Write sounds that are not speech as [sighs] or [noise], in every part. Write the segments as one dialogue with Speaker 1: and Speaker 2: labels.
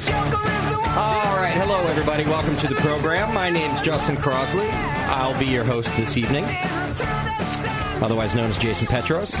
Speaker 1: All right, hello everybody. Welcome to the program. My name's Justin Crosley. I'll be your host this evening, otherwise known as Jason Petros.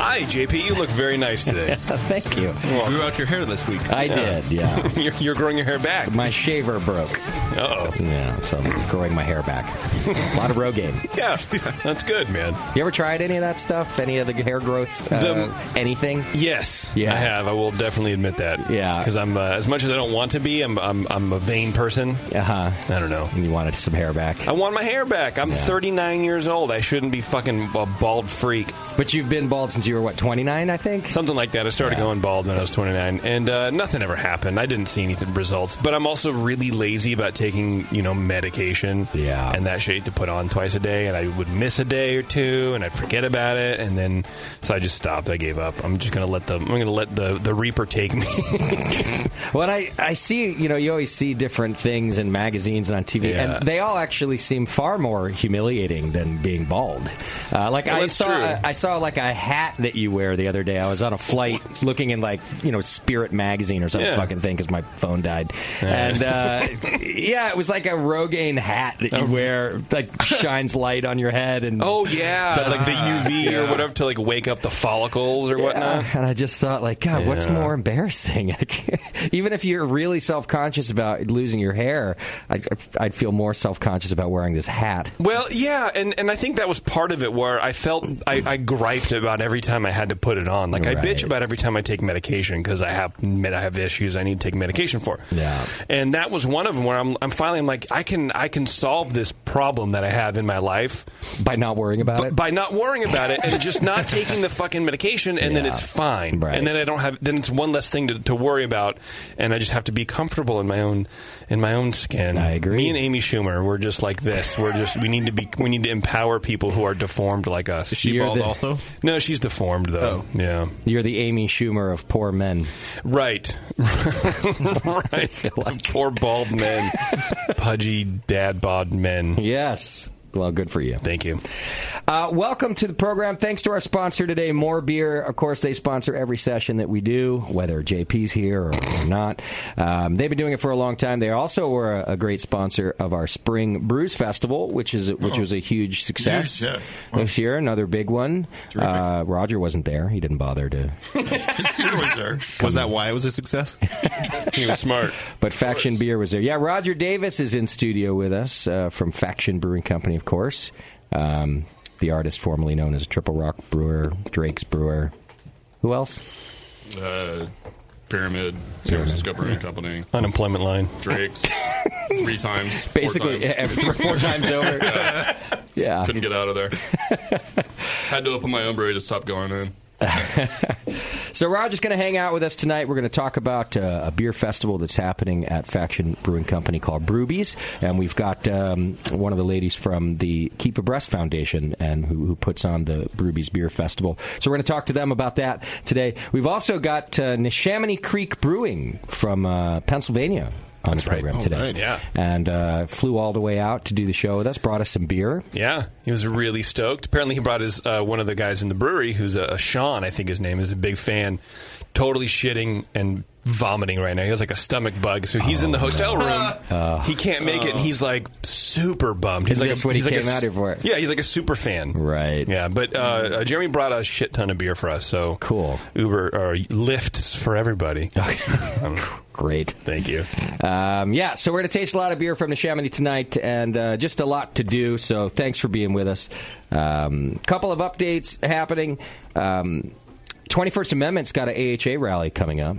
Speaker 2: Hi, JP. You look very nice [laughs] [laughs] today.
Speaker 1: [laughs] Thank you.
Speaker 3: Grew out your hair this week.
Speaker 1: I did, yeah.
Speaker 2: [laughs] you're, you're growing your hair back.
Speaker 1: My shaver broke.
Speaker 2: Uh oh.
Speaker 1: Yeah, so I'm growing my hair back. A lot of Rogaine.
Speaker 2: [laughs] Yeah. That's good, man.
Speaker 1: You ever tried any of that stuff? Any of the hair growth? Uh,
Speaker 2: The-
Speaker 1: anything?
Speaker 2: Yes,
Speaker 1: Yeah.
Speaker 2: I have. I will definitely admit that.
Speaker 1: Yeah.
Speaker 2: because I'm uh, as much as I don't want to be, I'm I'm, I'm a vain person.
Speaker 1: Uh huh.
Speaker 2: I don't know.
Speaker 1: And you wanted some hair back,
Speaker 2: I want my hair back. I'm 39 years old. I shouldn't be fucking a bald freak.
Speaker 1: but you've been bald since you were what 29, I think.
Speaker 2: Something like that. I started going bald when I was 29, and uh, nothing ever happened. I didn't see anything results. But I'm also really lazy about taking you know medication.
Speaker 1: Yeah.
Speaker 2: and that shit to put on twice a day, and I would miss a day or two, and I'd forget about it, and then so I just stopped. I gave up. I'm just gonna let the I'm gonna let the the reaper take me. [laughs]
Speaker 1: Well, I, I see, you know, you always see different things in magazines and on TV,
Speaker 2: Yeah.
Speaker 1: and they all actually seem far more humiliating than being bald. Uh, like I
Speaker 2: that's
Speaker 1: saw,
Speaker 2: true.
Speaker 1: I, saw like a hat that you wear the other day. I was on a flight looking in like you know Spirit magazine or some
Speaker 2: Yeah.
Speaker 1: fucking thing because my phone died, and
Speaker 2: [laughs]
Speaker 1: uh, yeah, it was like a Rogaine hat that you wear like shines light on your head and
Speaker 2: Oh yeah, like the UV or whatever to like wake up the follicles or whatnot.
Speaker 1: Yeah, and I just thought, like, God, what's
Speaker 2: Yeah.
Speaker 1: more embarrassing? [laughs] Like, Even if you're really self conscious about losing your hair, I, I'd feel more self conscious about wearing this hat.
Speaker 2: Well, yeah, and, and I think that was part of it where I felt I, I griped about every time I had to put it on. Like I
Speaker 1: Right.
Speaker 2: bitch about every time I take medication because I have med- I have issues I need to take medication for.
Speaker 1: Yeah.
Speaker 2: and that was one of them where I'm, I'm finally I'm like I can I can solve this problem that I have in my life
Speaker 1: By not worrying about
Speaker 2: but
Speaker 1: it?
Speaker 2: by not worrying about it and just not taking the fucking medication and then
Speaker 1: Yeah.
Speaker 2: it's fine
Speaker 1: Right.
Speaker 2: and then i don't have then it's one less thing to, to worry about and i just have to be comfortable in my own in my own skin
Speaker 1: I agree.
Speaker 2: me and amy schumer we're just like this we're just we need to be we need to empower people who are deformed like us
Speaker 3: She
Speaker 1: You're
Speaker 3: bald
Speaker 1: the-
Speaker 3: also.
Speaker 2: no she's deformed though
Speaker 3: Oh.
Speaker 2: yeah
Speaker 1: You're the Amy Schumer of poor men.
Speaker 2: right [laughs]
Speaker 1: [laughs]
Speaker 2: right poor bald men pudgy dad bod men
Speaker 1: Yes. Well, good for you.
Speaker 2: Thank you.
Speaker 1: Uh, welcome to the program. Thanks to our sponsor today, More Beer. Of course, they sponsor every session that we do, whether JP's here or, or not. Um, they've been doing it for a long time. They also were a, a great sponsor of our Spring Brews Festival, which is which was a huge success
Speaker 3: Huge, yeah.
Speaker 1: this year. Another big one. Uh, Roger wasn't there. He didn't bother to.
Speaker 4: [laughs] Was that why it was a success?
Speaker 2: [laughs] he was smart.
Speaker 1: But Faction Beer was there. Yeah, Roger Davis is in studio with us uh, from Faction Brewing Company, of course. Um, the artist formerly known as Triple Rock Brewer, Drake's Brewer. Who else?
Speaker 5: Uh, Pyramid, San Francisco Brewing Company,
Speaker 2: Unemployment line.
Speaker 5: Drake's, three times, four
Speaker 1: Basically,
Speaker 5: times.
Speaker 1: yeah, four times over.
Speaker 5: [laughs] Yeah.
Speaker 1: Yeah.
Speaker 5: couldn't get out of
Speaker 1: [laughs]
Speaker 5: there. Had to open my own brewery to stop going in.
Speaker 1: So Roger's going to hang out with us tonight. We're going to talk about uh, a beer festival that's happening at Faction Brewing Company called Brewbies, and we've got um, one of the ladies from the Keep Abreast Foundation and who, who puts on the Brewbies Beer Festival. So we're going to talk to them about that today. We've also got uh, Neshaminy Creek Brewing from uh, Pennsylvania. On the program
Speaker 2: All
Speaker 1: today,
Speaker 2: right. Yeah.
Speaker 1: and uh, flew all the way out to do the show with us. Brought us some beer.
Speaker 2: Yeah, he was really stoked. Apparently, he brought his uh, one of the guys in the brewery, who's a, a Sean, I think his name is, a big fan. Totally shitting and vomiting right now. He has like a stomach bug, so he's in the hotel room. he can't make it. And he's like super bummed. He's
Speaker 1: Isn't
Speaker 2: like
Speaker 1: this
Speaker 2: a,
Speaker 1: what he
Speaker 2: he's like a
Speaker 1: came
Speaker 2: s-
Speaker 1: out here for?
Speaker 2: Yeah, he's like a super fan.
Speaker 1: Right.
Speaker 2: Yeah, but uh, uh, Jeremy brought a shit ton of beer for us. So
Speaker 1: cool.
Speaker 2: Uber or Lyft's
Speaker 1: [laughs]
Speaker 2: for everybody.
Speaker 1: Great.
Speaker 2: Thank you.
Speaker 1: Um, yeah, so we're going to taste a lot of beer from Neshaminy tonight and uh, just a lot to do. So thanks for being with us. um, couple of updates happening. Um, 21st Amendment's got an AHA rally coming up.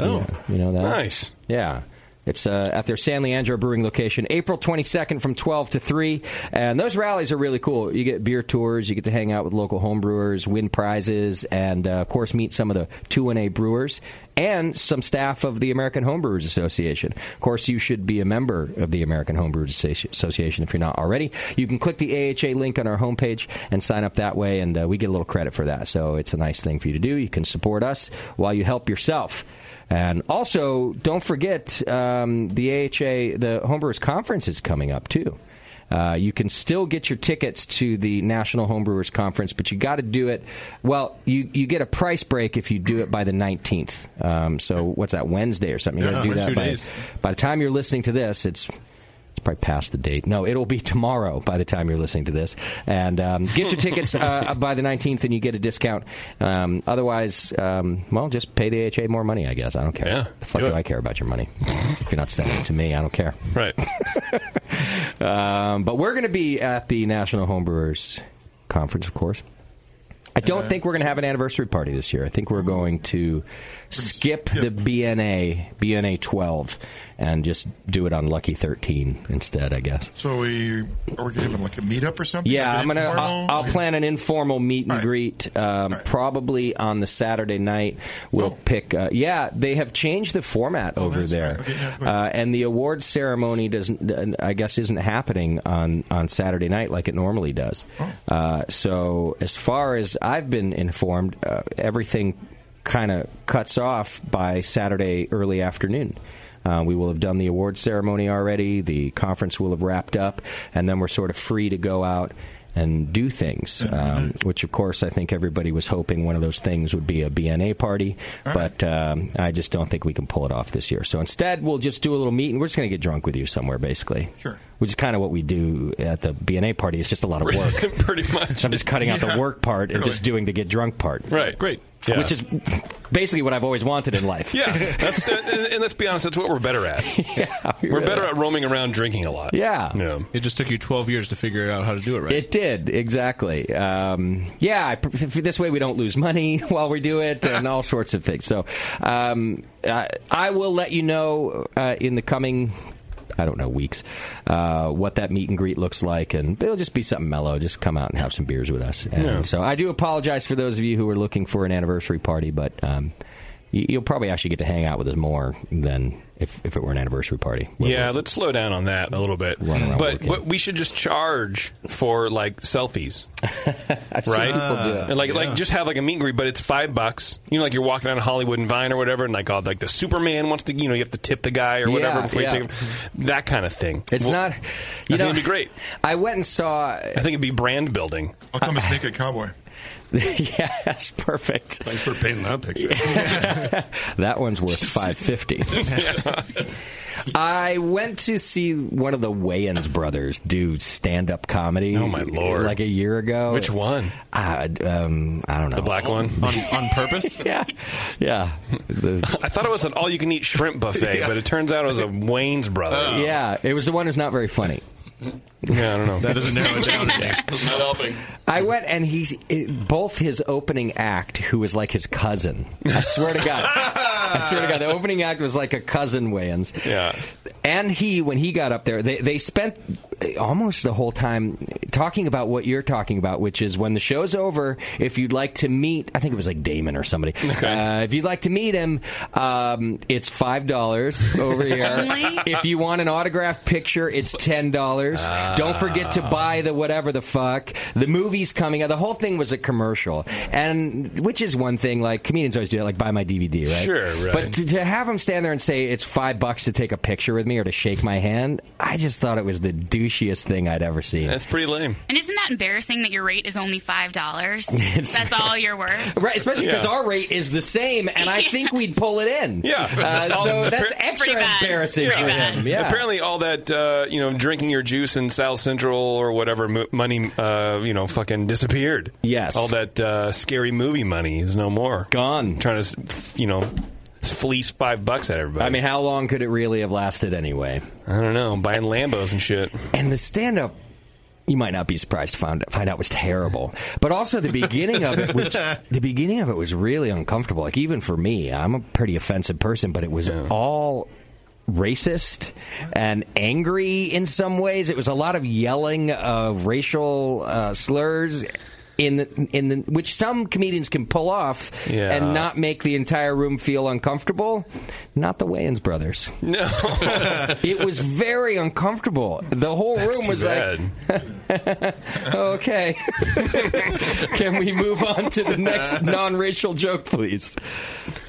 Speaker 1: Oh. you know that?
Speaker 2: Nice.
Speaker 1: Yeah. It's uh, at their San Leandro Brewing location, April 22nd from 12 to 3. And those rallies are really cool. You get beer tours, you get to hang out with local homebrewers, win prizes, and uh, of course, meet some of the 2NA brewers and some staff of the American Homebrewers Association. Of course, you should be a member of the American Homebrewers Associ- Association if you're not already. You can click the AHA link on our homepage and sign up that way, and uh, we get a little credit for that. So it's a nice thing for you to do. You can support us while you help yourself. And also, don't forget um, the AHA, the Homebrewers Conference is coming up too. Uh, you can still get your tickets to the National Homebrewers Conference, but you got to do it. Well, you, you get a price break if you do it by the 19th. Um, so, what's that, Wednesday or something? You got to do
Speaker 4: Yeah,
Speaker 1: that
Speaker 4: Uh, two
Speaker 1: by,
Speaker 4: days.
Speaker 1: by the time you're listening to this, it's it's probably past the date. No, it'll be tomorrow by the time you're listening to this. And um, get your tickets [laughs] uh, by the 19th, and you get a discount. Um, otherwise, um, well, just pay the AHA more money. I guess I don't care. Yeah, the fuck do I care about your money? if you're not sending it to me, I don't care.
Speaker 2: Right.
Speaker 1: [laughs] um, but we're going to be at the National Homebrewers Conference, of course. I don't think we're going to have an anniversary party this year. I think we're going to skip the BNA, BNA 12, and just do it on Lucky 13 instead, I guess.
Speaker 3: So we are we giving like a meetup or something?
Speaker 1: Yeah,
Speaker 3: Like
Speaker 1: I'm
Speaker 3: an
Speaker 1: gonna. uh,
Speaker 3: informal?
Speaker 1: I'll, I'll
Speaker 3: Like-
Speaker 1: plan an informal meet and greet, um, probably on the Saturday night. We'll pick. Uh, yeah, they have changed the format
Speaker 3: Oh,
Speaker 1: over there, uh, and the awards ceremony doesn't. uh, I guess isn't happening on on Saturday night like it normally does.
Speaker 3: Oh.
Speaker 1: Uh, so as far as I've been informed, uh, everything kind of cuts off by Saturday early afternoon. Uh, we will have done the award ceremony already. The conference will have wrapped up, and then we're sort of free to go out and do things.
Speaker 2: Uh-huh.
Speaker 1: Um, which, of course, I think everybody was hoping one of those things would be a BNA party, but um, I just don't think we can pull it off this year. So instead, we'll just do a little meet, and we're just going to get drunk with you somewhere, basically. Sure. Which is kind of what we do at the BNA party. It's just a lot of work.
Speaker 2: [laughs] Pretty much.
Speaker 1: I'm just cutting out the work part and just doing the get drunk part.
Speaker 2: Right. Great.
Speaker 1: Which is basically what I've always wanted in life.
Speaker 2: Yeah, that's, uh, and, and let's be honest, that's what we're
Speaker 1: [laughs]
Speaker 2: better at.
Speaker 1: we
Speaker 2: we're
Speaker 1: really
Speaker 2: better
Speaker 1: are.
Speaker 2: at roaming around drinking a
Speaker 1: [laughs]
Speaker 2: lot.
Speaker 1: Yeah.
Speaker 4: It just took you 12 years to figure out how to do it right.
Speaker 1: It did exactly. Um, yeah, I, pr- f- this way we don't lose money [laughs] while we do it, and all sorts of things. So, um, I, I will let you know uh, in the coming. I don't know weeks uh, what that meet and greet looks like, and it'll just be something mellow. Just come out and have some beers with us. And
Speaker 2: Yeah.
Speaker 1: so I do apologize for those of you who are looking for an anniversary party, but um, you- you'll probably actually get to hang out with us more than if, if it were an anniversary party.
Speaker 2: Yeah, let's slow down on that a little bit.
Speaker 1: around
Speaker 2: But, but we should just charge for
Speaker 1: [laughs]
Speaker 2: like selfies,
Speaker 1: seen
Speaker 2: right?
Speaker 1: people do it.
Speaker 2: And like
Speaker 1: Yeah.
Speaker 2: like just have like a meet and greet, but it's five bucks. You know, like you're walking down Hollywood and Vine or whatever, and like oh, like the Superman wants to, you know, you have to tip the guy or whatever
Speaker 1: Yeah,
Speaker 2: before
Speaker 1: yeah.
Speaker 2: you take him. That kind of thing.
Speaker 1: It's
Speaker 2: Well,
Speaker 1: not.
Speaker 2: I
Speaker 1: You
Speaker 2: think
Speaker 1: know,
Speaker 2: it'd be great.
Speaker 1: I went and saw. I
Speaker 2: think it'd be brand building.
Speaker 3: I'll come as naked cowboy.
Speaker 1: [laughs] yeah, that's perfect. Thanks
Speaker 5: for painting that picture.
Speaker 1: [laughs] that one's
Speaker 2: [laughs]
Speaker 1: worth five fifty. I went to see one of the Wayans brothers do stand up comedy. Oh my lord! Like a year ago.
Speaker 2: Which one?
Speaker 1: I, um, I don't know. The
Speaker 2: black one
Speaker 4: on, on purpose.
Speaker 1: yeah, [laughs] yeah. The-
Speaker 2: [laughs] I thought it was an all-you-can-eat shrimp buffet, but it turns out it was a Wayne's brother.
Speaker 1: Yeah, it was the one who's not very funny.
Speaker 2: Yeah, I don't know.
Speaker 1: That doesn't narrow it down.
Speaker 2: [laughs]
Speaker 5: That's not helping.
Speaker 1: I went and he's it, both his opening act, who was like his cousin. I swear to God, I swear to God, the opening act was like a cousin Wayans.
Speaker 2: Yeah,
Speaker 1: and he when he got up there, they they spent almost the whole time talking about what you're talking about, which is when the show's over. If you'd like to meet, I think it was like Damon or somebody. Uh, if you'd like to meet him, um, it's five dollars over here.
Speaker 6: Only?
Speaker 1: if you want an autographed picture, it's ten dollars. Don't forget to buy the whatever the fuck. The movie's coming out. The whole thing was a commercial, and which is one thing. Like comedians always do that. Like buy my DVD, right?
Speaker 2: Sure, right.
Speaker 1: But to, to have him stand there and say it's five bucks to take a picture with me or to shake my hand, I just thought it was the douchiest thing I'd ever seen.
Speaker 2: That's pretty lame.
Speaker 6: And isn't that embarrassing that your rate is only five dollars?
Speaker 1: [laughs] It's-
Speaker 6: That's all you're worth.
Speaker 1: Right, especially because
Speaker 6: Yeah.
Speaker 1: our rate is the same, and I think we'd pull it in.
Speaker 2: Yeah. [laughs]
Speaker 1: uh, so that's extra embarrassing
Speaker 2: Yeah.
Speaker 1: for him. Yeah,
Speaker 2: Apparently, all that uh, you know, drinking your juice in South Central or whatever mo- money, uh, you know, fucking disappeared.
Speaker 1: Yes.
Speaker 2: All that uh, scary movie money is no more.
Speaker 1: Gone.
Speaker 2: Trying to, s- you know, fleece five bucks at everybody.
Speaker 1: I mean, how long could it really have lasted anyway?
Speaker 2: I don't know. Buying Lambos and shit.
Speaker 1: And the stand up, you might not be surprised to find, find out was terrible. But also the beginning of it
Speaker 2: [laughs]
Speaker 1: was the beginning of it was really uncomfortable. Like even for me, I'm a pretty offensive person, but it was all racist and angry in some ways. It was a lot of yelling of racial uh, slurs. In the, in the, which some comedians can pull off
Speaker 2: Yeah.
Speaker 1: and not make the entire room feel uncomfortable, not the Wayans brothers.
Speaker 2: No,
Speaker 1: [laughs] it was very uncomfortable. The whole room was like, [laughs] "Okay, [laughs] can we move on to the
Speaker 2: [laughs]
Speaker 1: next non-racial joke, please?"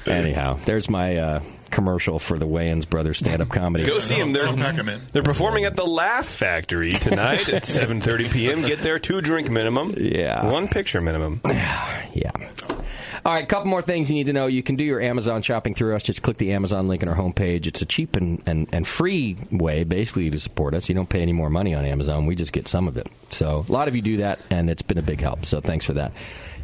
Speaker 1: Anyhow, there's my uh, commercial for the Wayans brothers stand-up comedy.
Speaker 2: Go see them. They're, they're performing at the Laugh Factory
Speaker 3: [laughs]
Speaker 2: tonight at 7:30 p.m. Get there two drink minimum.
Speaker 1: Yeah.
Speaker 2: One picture minimum.
Speaker 1: yeah. All right, a couple more things you need to know. You can do your Amazon shopping through us. Just click the Amazon link on our homepage. It's a cheap and, and, and free way, basically, to support us. You don't pay any more money on Amazon. We just get some of it. So a lot of you do that, and it's been a big help. So thanks for that.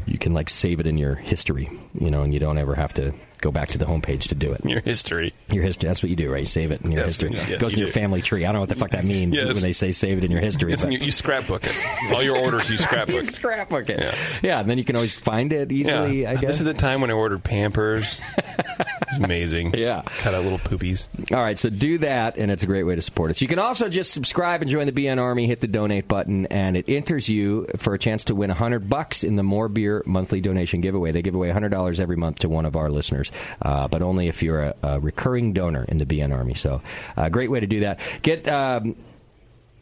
Speaker 1: You can, like, save it in your history, you know, and you don't ever have to go back to the homepage to do it.
Speaker 2: Your history.
Speaker 1: Your history. That's what you do, right? You save it in your
Speaker 2: Yes,
Speaker 1: history.
Speaker 2: yes,
Speaker 1: it goes in
Speaker 2: you
Speaker 1: your
Speaker 2: do.
Speaker 1: family tree. I don't know what the fuck that means
Speaker 2: Yes.
Speaker 1: when they say save it in your history.
Speaker 2: It's in
Speaker 1: but-
Speaker 2: your- you scrapbook it.
Speaker 1: [laughs]
Speaker 2: All your orders, you scrapbook.
Speaker 1: scrapbook it.
Speaker 2: Yeah.
Speaker 1: [laughs] yeah, and then you can always find it easily, I guess.
Speaker 2: This is the time when I ordered Pampers. It's amazing.
Speaker 1: [laughs] Yeah.
Speaker 2: Cut out little poopies.
Speaker 1: All right, so do that, and it's a great way to support us. You can also just subscribe and join the BN Army. Hit the donate button, and it enters you for a chance to win hundred bucks in the More Beer monthly donation giveaway. They give away hundred dollars every month to one of our listeners, uh, but only if you're a, a recurring donor in the BN Army. So, uh, great way to do that. Get. Um,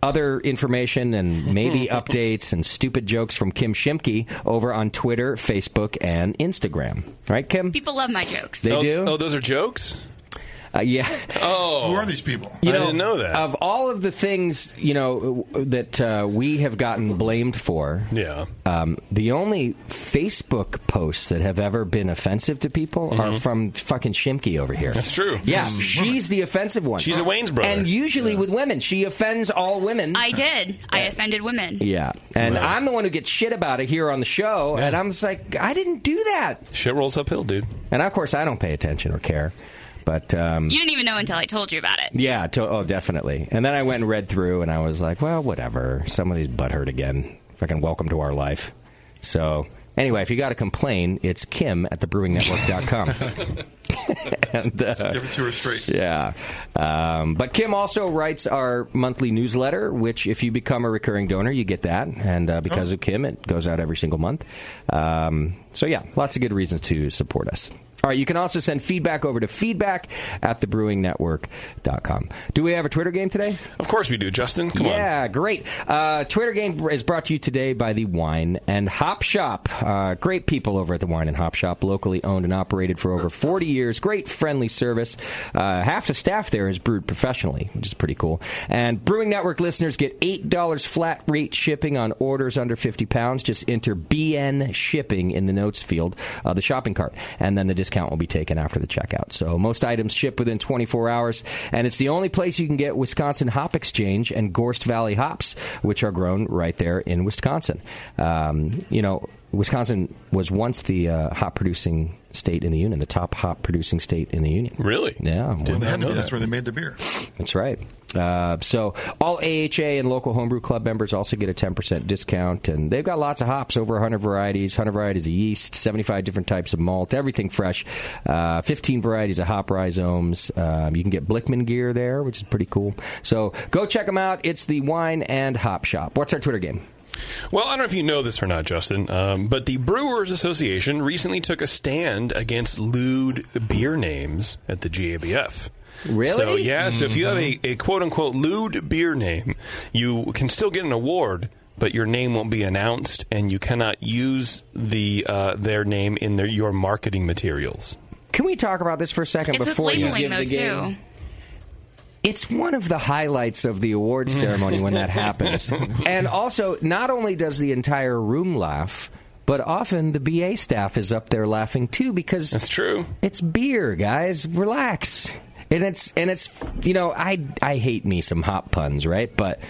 Speaker 1: other information and
Speaker 2: [laughs]
Speaker 1: maybe updates and stupid jokes from Kim Shimke over on Twitter, Facebook, and Instagram. Right, Kim?
Speaker 6: People love my jokes.
Speaker 1: They do?
Speaker 2: Oh, those are jokes?
Speaker 1: Uh, yeah.
Speaker 2: Oh.
Speaker 3: Who are these people?
Speaker 1: You know,
Speaker 2: I didn't know that.
Speaker 1: Of all of the things you know w- that uh, we have gotten blamed for,
Speaker 2: yeah,
Speaker 1: um, the only Facebook posts that have ever been offensive to people are
Speaker 2: Mhm.
Speaker 1: from fucking Shimke over here.
Speaker 2: That's true.
Speaker 1: Yeah,
Speaker 2: Yes.
Speaker 1: she's the offensive one.
Speaker 2: She's a Wayne's brother.
Speaker 1: and usually with women, she offends all women.
Speaker 6: I did. I offended women.
Speaker 1: Yeah, and
Speaker 2: Right.
Speaker 1: I'm the one who gets shit about it here on the show, and I'm just like, I didn't do that.
Speaker 2: Shit rolls uphill, dude.
Speaker 1: And of course, I don't pay attention or care, but um,
Speaker 6: You didn't even know until I told you about it.
Speaker 1: Yeah, to- oh, definitely. And then I went and read through, and I was like, well, whatever. Somebody's butthurt again. Fucking welcome to our life. So, anyway, if you got to complain, it's kim at thebrewingnetwork.com. [laughs] and, uh,
Speaker 3: Give it to her straight.
Speaker 1: Yeah. Um, but Kim also writes our monthly newsletter, which, if you become a recurring donor, you get that. And uh, because
Speaker 3: Oh.
Speaker 1: of Kim, it goes out every single month. Um, so, yeah, lots of good reasons to support us. All right, you can also send feedback over to feedback at thebrewingnetwork.com. Do we have a Twitter game today?
Speaker 2: Of course we do, Justin. Come on.
Speaker 1: yeah, great. Uh, Twitter game is brought to you today by the Wine and Hop Shop. Uh, great people over at the Wine and Hop Shop, locally owned and operated for over 40 years. Great friendly service. Uh, half the staff there is brewed professionally, which is pretty cool. And Brewing Network listeners get $8 flat rate shipping on orders under 50 pounds. Just enter BN shipping in the notes field, uh, the shopping cart, and then the discount will be taken after the checkout. So most items ship within 24 hours, and it's the only place you can get Wisconsin Hop Exchange and Gorst Valley hops, which are grown right there in Wisconsin. Um, you know, Wisconsin was once the uh, hop producing state in the union, the top hop producing state in the union.
Speaker 2: Really?
Speaker 1: Yeah.
Speaker 3: Well, they had to
Speaker 1: Well,
Speaker 3: be. That's where they made the beer.
Speaker 1: that's right. Uh, so all AHA and local homebrew club members also get a 10% discount, and they've got lots of hops, over 100 varieties, 100 varieties of yeast, 75 different types of malt, everything fresh, uh, 15 varieties of hop rhizomes. Um, you can get Blickman gear there, which is pretty cool. So go check them out. It's the Wine and Hop Shop. What's our Twitter game?
Speaker 2: Well, I don't know if you know this or not, Justin, um, but the Brewers Association recently took a stand against lewd beer names at the GABF.
Speaker 1: Really? Mm-hmm.
Speaker 2: So, yeah, so if you have a, a quote unquote lewd beer name, you can still get an award, but your name won't be announced and you cannot use the uh, their name in their, your marketing materials.
Speaker 1: Can we talk about this for a second
Speaker 6: It's with
Speaker 1: before you
Speaker 6: labeling,
Speaker 1: give the
Speaker 6: though,
Speaker 1: game? It's one of the highlights of the award ceremony when that happens. And also, not only does the entire room laugh, but often the BA staff is up there laughing too because That's
Speaker 2: true.
Speaker 1: It's beer, guys. Relax. And it's and it's you know, I I hate me some hop puns, right? But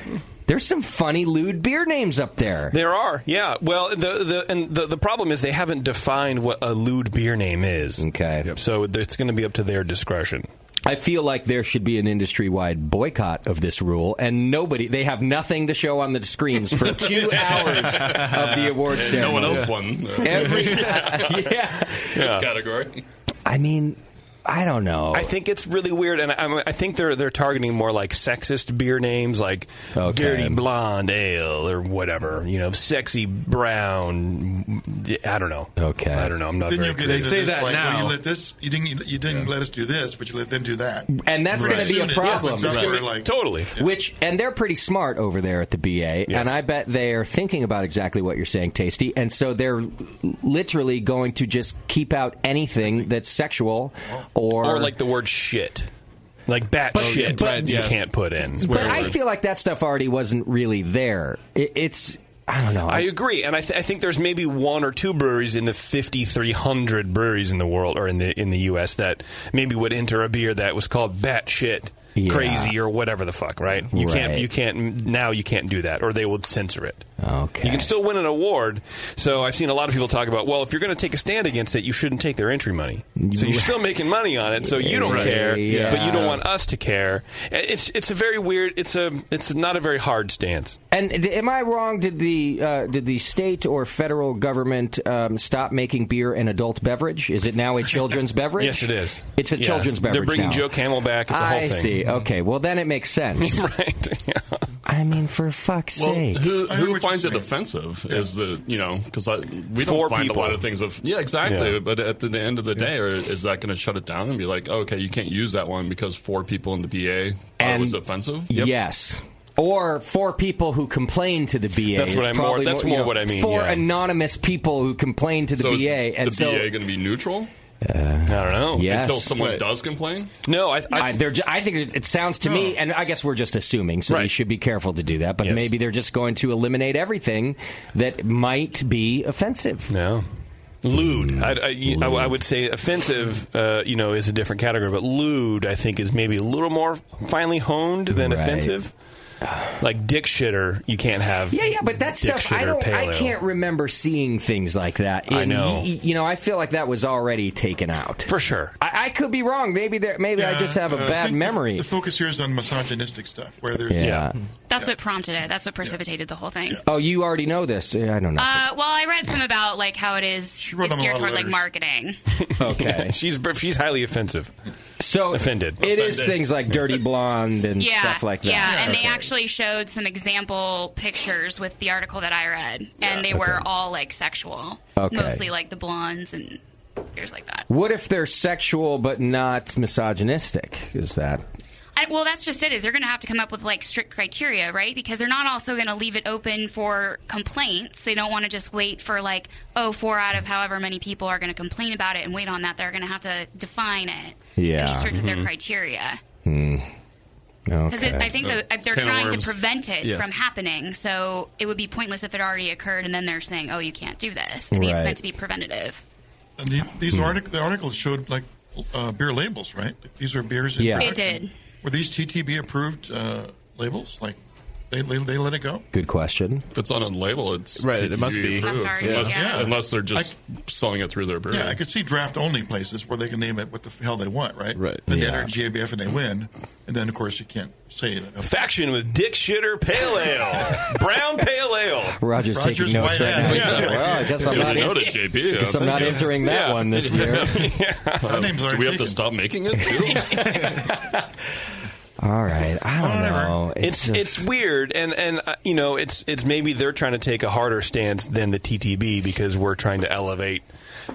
Speaker 1: there's some funny lewd beer names up there.
Speaker 2: There are, yeah. Well, the the and the, the problem is they haven't defined what a lewd beer name is.
Speaker 1: Okay.
Speaker 2: So it's going to be up to their discretion.
Speaker 1: I feel like there should be an industry wide boycott of this rule, and nobody, they have nothing to show on the screens
Speaker 5: [laughs]
Speaker 1: for two hours of the awards
Speaker 5: And no
Speaker 1: ceremony.
Speaker 5: one else won. [laughs]
Speaker 1: Every, [laughs]
Speaker 5: yeah. This category.
Speaker 1: I mean, I don't know.
Speaker 2: I think it's really weird, and I, I think they're they're targeting more like sexist beer names, like dirty blonde ale or whatever. You know, sexy brown. I don't know.
Speaker 1: Okay,
Speaker 2: I don't know. I'm not.
Speaker 3: Didn't
Speaker 2: very
Speaker 3: you get
Speaker 2: creative.
Speaker 3: into this, like, well, you let this, you didn't, you didn't let us do this, but you let them do that,
Speaker 1: and that's going to be a problem.
Speaker 2: totally.
Speaker 1: Which and they're pretty smart over there at the BA, and I bet they are thinking about exactly what you're saying, Tasty. And so they're literally going to just keep out anything that's sexual or
Speaker 2: or like the word shit, like bat shit.
Speaker 1: but-
Speaker 2: you can't put in.
Speaker 1: But I feel like that stuff already wasn't really there. It, it's I don't know.
Speaker 2: I agree, and I, th- I think there's maybe one or two breweries in the 5,300 breweries in the world or in the in the U.S. that maybe would enter a beer that was called batshit crazy or whatever the fuck, right? You can't
Speaker 5: Right.
Speaker 2: you can't now you can't do that, or they will censor it.
Speaker 1: Okay.
Speaker 2: You can still win an award. So I've seen a lot of people talk about, well, if you're going to take a stand against it, you shouldn't take their entry money. So you're still making money on it, so you don't
Speaker 5: Right.
Speaker 2: care,
Speaker 5: Yeah.
Speaker 2: but you don't want us to care. It's it's a very weird. It's a it's not a very hard stance.
Speaker 1: And d- am I wrong? Did the uh, did the state or federal government um, stop making beer an adult beverage? Is it now a children's
Speaker 5: [laughs]
Speaker 1: beverage?
Speaker 2: Yes, it is.
Speaker 1: It's a
Speaker 2: Yeah.
Speaker 1: children's
Speaker 2: They're
Speaker 1: beverage.
Speaker 2: bringing
Speaker 1: now.
Speaker 2: Joe Camel back. It's a whole
Speaker 1: I
Speaker 2: thing.
Speaker 1: see. Okay. Well, then it makes
Speaker 5: [laughs]
Speaker 1: sense.
Speaker 2: right.
Speaker 1: I mean, for fuck's
Speaker 5: Well,
Speaker 1: sake.
Speaker 5: who, who finds it offensive is the you know because we don't
Speaker 2: For
Speaker 5: find
Speaker 2: people.
Speaker 5: a lot of things of yeah exactly.
Speaker 2: Yeah.
Speaker 5: But at the, the end of the day, or is that going to shut it down and be like oh, okay you can't use that one because four people in the BA thought it
Speaker 1: And-
Speaker 5: was offensive?
Speaker 1: Yes. Or for people who complain to the BA.
Speaker 5: That's what
Speaker 1: is
Speaker 5: I'm more-
Speaker 1: probably
Speaker 5: that's
Speaker 1: you
Speaker 5: more
Speaker 1: know,
Speaker 5: what I mean,
Speaker 1: For
Speaker 5: yeah.
Speaker 1: anonymous people who complain to the
Speaker 5: so is
Speaker 1: BA, and
Speaker 5: the
Speaker 1: so Uh,
Speaker 5: BA going to be neutral
Speaker 2: I don't know.
Speaker 1: Yes.
Speaker 5: until someone
Speaker 1: Wait.
Speaker 5: does complain.
Speaker 2: No, I, Oh.
Speaker 1: I, they're ju- I think it it sounds to me, and I guess we're just assuming, so we should be careful to do that. But maybe they're just going to eliminate everything that might be offensive.
Speaker 2: No. Lewd. I, I- you- I- I would say offensive, uh, you know, is a different category, but lewd, I think, is maybe a little more finely honed than
Speaker 1: Right.
Speaker 2: offensive. Like dick shitter, you can't have.
Speaker 1: Yeah, yeah, but that
Speaker 2: dick
Speaker 1: stuff I
Speaker 2: shitter
Speaker 1: don't.
Speaker 2: pale
Speaker 1: I
Speaker 2: ale. [laughs]
Speaker 1: can't remember seeing things like that.
Speaker 2: I know.
Speaker 1: y- y- You know, I feel like that was already taken out
Speaker 2: for sure. Uh,
Speaker 1: I, I could be wrong. Maybe there. Maybe I just have a
Speaker 3: I
Speaker 1: bad
Speaker 3: think
Speaker 1: memory.
Speaker 2: [laughs]
Speaker 3: The, the focus here is on misogynistic stuff, where there's
Speaker 1: Yeah.
Speaker 6: That's what prompted it. That's what precipitated the whole thing.
Speaker 1: Oh, you already know this. Yeah, I don't know.
Speaker 6: Uh, well, I read some about like how it is
Speaker 3: wrote
Speaker 6: it's
Speaker 3: them a
Speaker 6: geared
Speaker 3: lot of
Speaker 6: toward like marketing.
Speaker 3: letters.
Speaker 1: okay,
Speaker 2: she's she's highly offensive.
Speaker 1: So
Speaker 2: offended.
Speaker 1: it is things like dirty blonde and
Speaker 6: yeah,
Speaker 1: stuff like that.
Speaker 6: Yeah, and they
Speaker 1: Okay.
Speaker 6: actually showed some example pictures with the article that I read, and they were all like sexual,
Speaker 1: Okay.
Speaker 6: mostly like the blondes and beers like that.
Speaker 1: What if they're sexual but not misogynistic? Is that
Speaker 6: I, well, that's just it. Is they're going to have to come up with like strict criteria, right? Because they're not also going to leave it open for complaints. They don't want to just wait for like, oh, four out of however many people are going to complain about it and wait on that. They're going to have to define it.
Speaker 1: Yeah.
Speaker 6: And be strict with their
Speaker 1: Mhm.
Speaker 6: criteria. [laughs]
Speaker 1: hmm.
Speaker 6: Because
Speaker 1: Okay.
Speaker 6: I think that uh, they're trying to prevent it
Speaker 1: Yes.
Speaker 6: from happening. So it would be pointless if it already occurred and then they're saying, oh, you can't do this. I think it's
Speaker 3: Right.
Speaker 6: meant to be preventative.
Speaker 3: And the,
Speaker 1: Hmm.
Speaker 3: these artic- the articles showed like uh, beer labels, right? These are beers. In
Speaker 1: Yeah. They
Speaker 3: production.
Speaker 6: did.
Speaker 3: Were these TTB approved uh, labels? Like they, they they let it go?
Speaker 1: Good question.
Speaker 5: If it's on a label, it's
Speaker 3: Right, it must
Speaker 5: TTG
Speaker 3: be.
Speaker 5: approved.
Speaker 3: Must already,
Speaker 5: unless,
Speaker 3: yeah.
Speaker 5: unless they're just selling it through their brewery.
Speaker 3: Yeah, I could see draft only places where they can name it what the hell they want, right? Right. Then
Speaker 5: Yeah.
Speaker 3: they enter GABF and they win, and then of course you can't say that.
Speaker 2: Faction with Dick Shitter Pale Ale, [laughs] Brown Pale Ale.
Speaker 1: Roger's, taking notes right now. He's like, well, I guess I'm not. in- [laughs] guess I'm not entering that one this year.
Speaker 3: [laughs]
Speaker 5: Um, do we have to stop making it? Too?
Speaker 1: All right, I don't know.
Speaker 2: It's
Speaker 1: just-
Speaker 2: it's weird, and and uh, you know, it's it's maybe they're trying to take a harder stance than the TTB because we're trying to elevate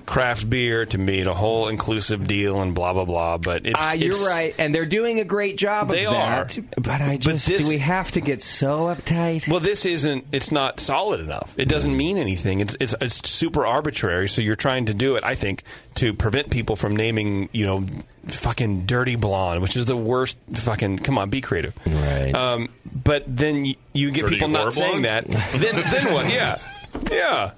Speaker 2: craft beer to be a whole inclusive deal and blah blah blah. But it's,
Speaker 1: Ah, you're
Speaker 2: it's-
Speaker 1: right, and they're doing a great job of
Speaker 2: They
Speaker 1: that.
Speaker 2: are.
Speaker 1: But I just do we have to get so uptight?
Speaker 2: Well, this isn't. It's not solid enough. It doesn't mean anything. It's it's it's super arbitrary. So you're trying to do it, I think, to prevent people from naming you know fucking dirty blonde, which is the worst. Fucking come on, be creative. Right. Um, but then you, you get
Speaker 5: Dirty
Speaker 2: people
Speaker 5: war
Speaker 2: not saying that.
Speaker 5: blondes? [laughs]
Speaker 2: Then then what? Yeah, yeah.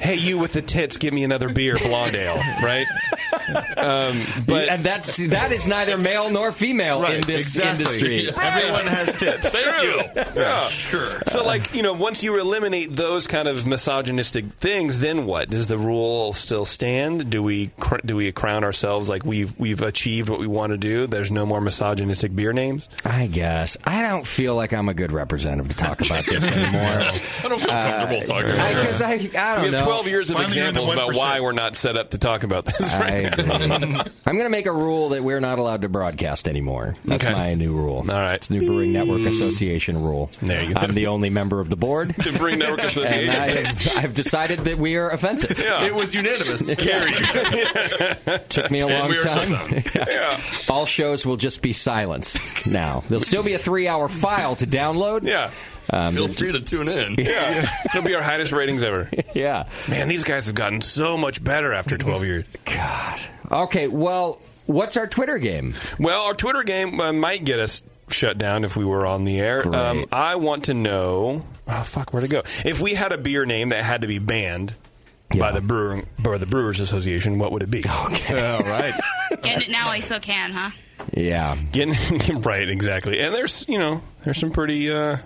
Speaker 2: Hey, you with the tits, give me another beer, blonde ale, right? Um, but
Speaker 1: and that's that is neither male nor female in this industry.
Speaker 2: [laughs] Everyone
Speaker 4: has tips.
Speaker 2: Thank you. Yeah. Sure. So, like, you know, once you eliminate those kind of misogynistic things, then what? Does the rule still stand? Do we cr- do we crown ourselves like we've we've achieved what we want to do? There's no more misogynistic beer names.
Speaker 1: I guess I don't feel like I'm a good representative to talk
Speaker 2: [laughs]
Speaker 1: about this anymore.
Speaker 5: I don't feel comfortable talking
Speaker 1: Uh, I-
Speaker 5: about it.
Speaker 1: 'cause I- I don't
Speaker 2: we have
Speaker 1: know.
Speaker 2: 12 years of
Speaker 1: Finally you're in the
Speaker 2: examples about
Speaker 1: 1%.
Speaker 2: why we're not set up to talk about this
Speaker 1: I
Speaker 2: right now. [laughs]
Speaker 1: agree. I'm going to make a rule that we're not allowed to broadcast anymore. That's
Speaker 2: Okay.
Speaker 1: my new rule. All
Speaker 2: right,
Speaker 1: it's the New Brewing Network Association rule. There you go. I'm the only member of the board.
Speaker 2: The Brewing Network Association.
Speaker 1: And I have, I've decided that we are offensive.
Speaker 4: It
Speaker 1: [laughs]
Speaker 4: was unanimous.
Speaker 1: Took me a
Speaker 4: And
Speaker 1: long
Speaker 4: we
Speaker 1: [laughs]
Speaker 4: were
Speaker 1: time.
Speaker 4: shut
Speaker 2: yeah.
Speaker 1: All shows will just be silence now. There'll still be a three-hour file to download.
Speaker 2: Yeah.
Speaker 1: Um,
Speaker 5: Feel free to tune in.
Speaker 2: Yeah. [laughs] It'll be our highest ratings ever.
Speaker 1: [laughs] Yeah.
Speaker 2: Man, these guys have gotten so much better after 12 years.
Speaker 1: Okay, well, what's our Twitter game?
Speaker 2: Well, our Twitter game uh, might get us shut down if we were on the air. Um, I want to know. Oh fuck, where'd it go? If we had a beer name that had to be banned by the brewer by the Brewers Association, what would it be?
Speaker 1: Okay,
Speaker 2: all right,
Speaker 6: Getting it now, I still can, huh?
Speaker 1: yeah,
Speaker 2: getting [laughs] right exactly. And there's you know there's some pretty uh,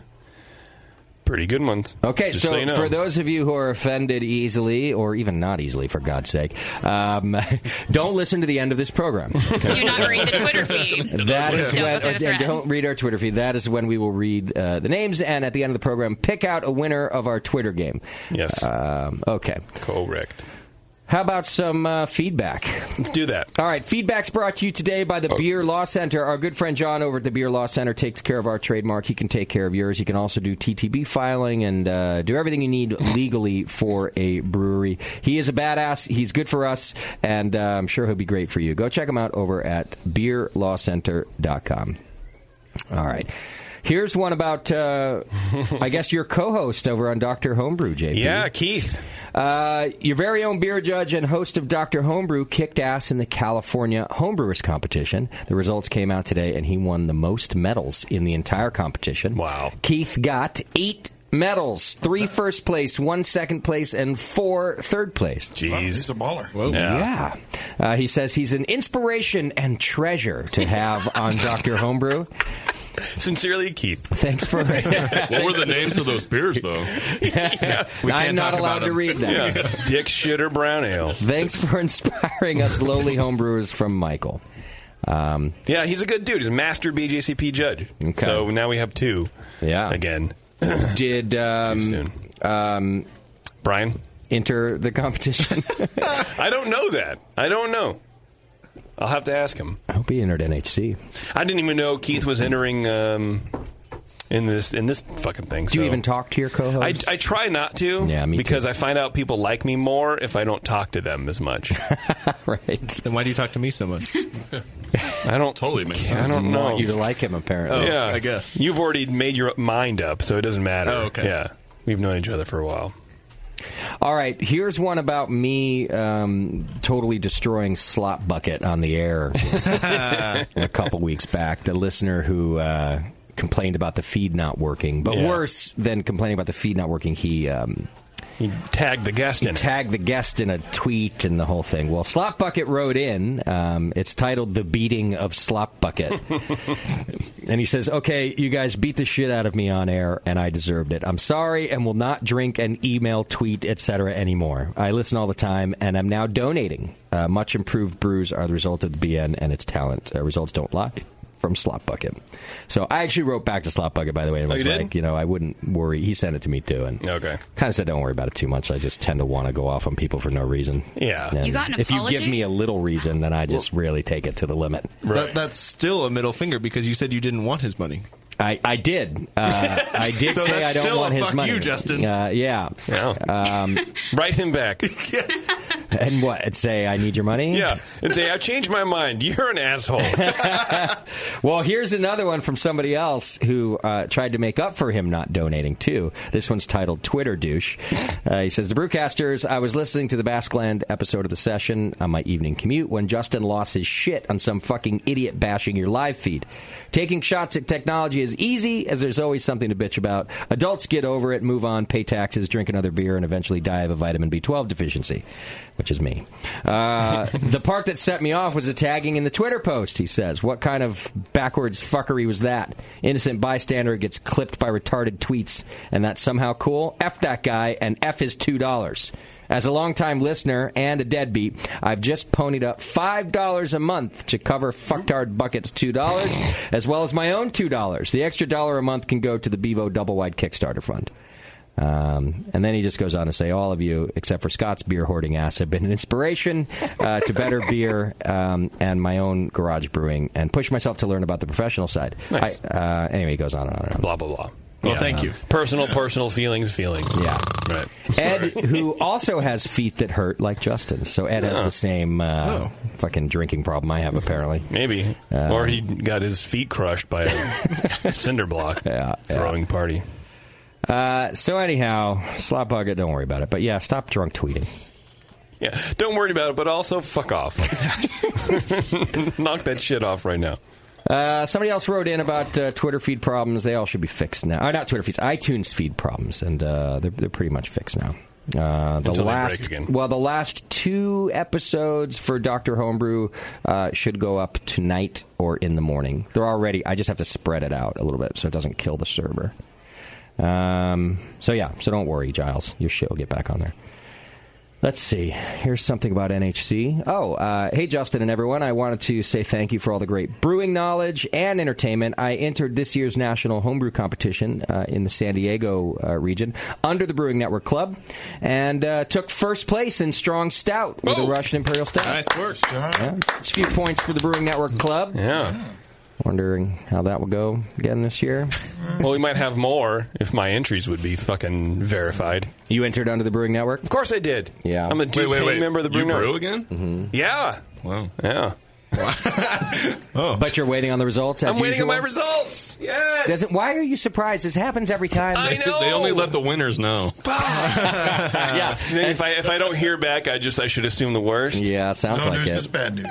Speaker 2: pretty good ones.
Speaker 1: Okay,
Speaker 2: Just
Speaker 1: so,
Speaker 2: you know.
Speaker 1: for
Speaker 2: [laughs]
Speaker 1: those of you who are offended easily, or even not easily, for God's sake, um, [laughs] don't listen to the end of this
Speaker 2: [laughs]
Speaker 1: program.
Speaker 6: Do not read the
Speaker 1: [laughs]
Speaker 6: Twitter feed.
Speaker 1: That is
Speaker 6: Don't
Speaker 1: when,
Speaker 6: go through the
Speaker 1: and
Speaker 6: thread.
Speaker 1: don't read our Twitter feed. That is when we will read uh, the names, and at the end of the program, pick out a winner of our Twitter game.
Speaker 2: Yes.
Speaker 1: Um, okay.
Speaker 2: Correct.
Speaker 1: How about some uh, feedback?
Speaker 2: Let's do that.
Speaker 1: All right. Feedback's brought to you today by the Beer Law Center. Our good friend John over at the Beer Law Center takes care of our trademark. He can take care of yours. He can also do TTB filing and uh, do everything you need legally for a brewery. He is a badass. He's good for us, and uh, I'm sure he'll be great for you. Go check him out over at beerlawcenter.com. All right. Here's one about, uh, [laughs] I guess, your co host over on Dr. Homebrew, JP.
Speaker 2: Yeah, Keith.
Speaker 1: Uh, your very own beer judge and host of Dr. Homebrew kicked ass in the California Homebrewers Competition. The results came out today, and he won the most medals in the entire competition. Wow. Keith got eight medals three first place, one second place, and four third place.
Speaker 2: Jeez. He's
Speaker 3: a baller.
Speaker 1: Yeah. Uh, he says he's an inspiration and treasure to have on Dr. Homebrew.
Speaker 2: [laughs] Sincerely, Keith.
Speaker 1: Thanks
Speaker 2: [laughs]
Speaker 1: for. [laughs]
Speaker 5: what were the names of those beers, though?
Speaker 2: [laughs]
Speaker 1: We I'm can't not talk allowed about to them. read that.
Speaker 2: Yeah. Dick Shitter Brown Ale.
Speaker 1: Thanks for inspiring us lowly homebrewers from Michael. Um,
Speaker 2: Yeah, he's a good dude. He's a master BJCP judge.
Speaker 1: Okay.
Speaker 2: So now we have two.
Speaker 1: Yeah.
Speaker 2: Again.
Speaker 1: [clears throat] Did um, Um,
Speaker 2: Brian
Speaker 1: enter the competition?
Speaker 2: I don't know that. I don't know. [laughs] I'll have to ask him.
Speaker 1: I hope he entered NHC.
Speaker 2: I didn't even know Keith was entering um, in this in this fucking thing.
Speaker 1: Do you
Speaker 2: so-
Speaker 1: even talk to your co-host?
Speaker 2: I, I try not to
Speaker 1: Yeah, me too.
Speaker 2: because I find out people like me more if I don't talk to them as much.
Speaker 1: [laughs] right.
Speaker 2: Then why do you talk to me so much? I don't totally make I don't know.
Speaker 1: You like him apparently.
Speaker 2: yeah, Oh, I guess you've already made your mind up, so it doesn't matter.
Speaker 1: Oh, okay.
Speaker 2: Yeah, we've known each other for a while.
Speaker 1: All right, here's one about me um, totally destroying Slot Bucket on the
Speaker 2: [laughs]
Speaker 1: air a couple weeks back. The listener who uh, complained about the feed not working, but
Speaker 2: Yeah.
Speaker 1: worse than complaining about the feed not working, he. Um,
Speaker 2: he tagged the guest
Speaker 1: in tagged the guest in a tweet and the whole thing. Well, Slop Bucket wrote in. Um, it's titled "The Beating of Slop
Speaker 4: [laughs]
Speaker 1: Bucket," and he says, "Okay, you guys beat the shit out of me on air, and I deserved it. I'm sorry, and will not drink and email, tweet, etc. anymore. I listen all the time, and I'm now donating. Uh, much improved brews are the result of the BN and its talent. Uh, results don't lie." From Slop Bucket, so I actually wrote back to Slop Bucket. By the way, and
Speaker 2: Oh,
Speaker 1: was
Speaker 2: you did?
Speaker 1: like, you know, I wouldn't worry. He sent it to me too, and
Speaker 2: okay,
Speaker 1: kind of said, don't worry about it too much. I just tend to want to go off on people for no reason.
Speaker 2: Yeah,
Speaker 1: And
Speaker 6: You got an
Speaker 1: if you
Speaker 6: apology?
Speaker 1: give me a little reason, then I just really take it to the limit.
Speaker 4: That, that's still a middle finger because you said you didn't want his money.
Speaker 1: I, I did. Uh,
Speaker 4: [laughs]
Speaker 1: I did
Speaker 4: So
Speaker 1: say
Speaker 4: that's
Speaker 1: I don't
Speaker 4: still a
Speaker 1: want his
Speaker 4: fuck
Speaker 1: money.
Speaker 4: you, Justin.
Speaker 1: Uh, yeah.
Speaker 4: [laughs]
Speaker 1: Um,
Speaker 2: Write him back.
Speaker 1: [laughs] and what? And say I need your money.
Speaker 2: Yeah, and say I've changed my mind. You're
Speaker 1: [laughs]
Speaker 2: an asshole.
Speaker 1: Well, here's another one from somebody else who uh, tried to make up for him not donating too. This one's titled "Twitter
Speaker 4: [laughs]
Speaker 1: Douche." Uh, he says, "The Brewcasters. I was listening to the Baskland episode of the session on my evening commute when Justin lost his shit on some fucking idiot bashing your live feed. Taking shots at technology is easy, as there's always something to bitch about. Adults get over it, move on, pay taxes, drink another beer, and eventually die of a vitamin B12 deficiency, which is me. Uh, the part that set me off was the tagging in the Twitter post, he says. What kind of backwards fuckery was that? Innocent bystander gets clipped by retarded tweets, and that's somehow cool? F that guy, and F his $2. As a longtime listener and a deadbeat, I've just ponied up $5 a month to cover Fucktard Bucket's $2, as well as my own $2. The extra dollar a month can go to the Bevo Double Wide Kickstarter Fund. Um, and then he just goes on to say, all of you, except for Scott's beer hoarding ass, have been an inspiration uh, to
Speaker 2: [laughs]
Speaker 1: better beer um, and my own garage brewing and push myself to learn about the professional side.
Speaker 2: Nice.
Speaker 1: I, uh, anyway, he goes on and on and on.
Speaker 2: Blah, blah, blah.
Speaker 1: Well,
Speaker 2: Yeah.
Speaker 1: thank you.
Speaker 2: Personal, personal feelings, feelings.
Speaker 1: Yeah.
Speaker 2: Right.
Speaker 1: Ed, who also has feet that hurt like Justin. So Ed has
Speaker 2: Huh.
Speaker 1: the same uh, fucking drinking problem I have, apparently.
Speaker 2: Oh. Maybe.
Speaker 1: Um,
Speaker 2: or he [laughs] got his feet crushed by
Speaker 1: [laughs]
Speaker 2: a cinder block throwing party.
Speaker 1: Uh, so, anyhow, slot bucket, don't worry about it. But yeah, stop drunk tweeting.
Speaker 2: Yeah. Don't worry about it, but also
Speaker 1: [laughs]
Speaker 2: fuck off. Knock that shit off right now.
Speaker 1: Uh, somebody else wrote in about uh, Twitter feed problems. They all should be fixed now. Uh, not Twitter feeds, iTunes feed problems, and uh, they're they're pretty much fixed now. Uh, the
Speaker 2: Until they break
Speaker 1: last
Speaker 2: again.
Speaker 1: well, the last two episodes for Doctor Homebrew uh, should go up tonight or in the morning. They're already. I just have to spread it out a little bit so it doesn't kill the server. Um, so yeah, so don't worry, Giles. Your shit will get back on there. Let's see. Here's something about NHC. Oh, uh, hey, Justin and everyone. I wanted to say thank you for all the great brewing knowledge and entertainment. I entered this year's national homebrew competition uh, in the San Diego uh, region under the Brewing Network Club and uh, took first place in Strong Stout with a Russian Imperial Stout.
Speaker 4: Nice work.
Speaker 1: Yeah. It's a few points for the Brewing Network Club.
Speaker 2: Yeah.
Speaker 1: Wondering how that will go again this year.
Speaker 2: Well, we might have more if my entries would be fucking verified.
Speaker 1: You entered under the Brewing Network?
Speaker 2: Of course I did.
Speaker 1: Yeah.
Speaker 2: I'm a
Speaker 1: Wait,
Speaker 2: due
Speaker 1: wait, wait.
Speaker 2: member of the
Speaker 1: You
Speaker 2: Brewing
Speaker 1: brew
Speaker 5: again?
Speaker 1: Mhm.
Speaker 2: Yeah.
Speaker 5: Wow.
Speaker 2: Yeah.
Speaker 1: But you're waiting on the results. As
Speaker 2: Oh. I'm waiting
Speaker 1: usual?
Speaker 2: on my results. [laughs] Yeah.
Speaker 1: Does it- why are you surprised? This happens every time.
Speaker 5: They- They only let the winners know. [laughs]
Speaker 2: yeah. if I if I don't hear back, I just I should assume the worst.
Speaker 1: Yeah, sounds
Speaker 5: No like news it. is
Speaker 2: bad news.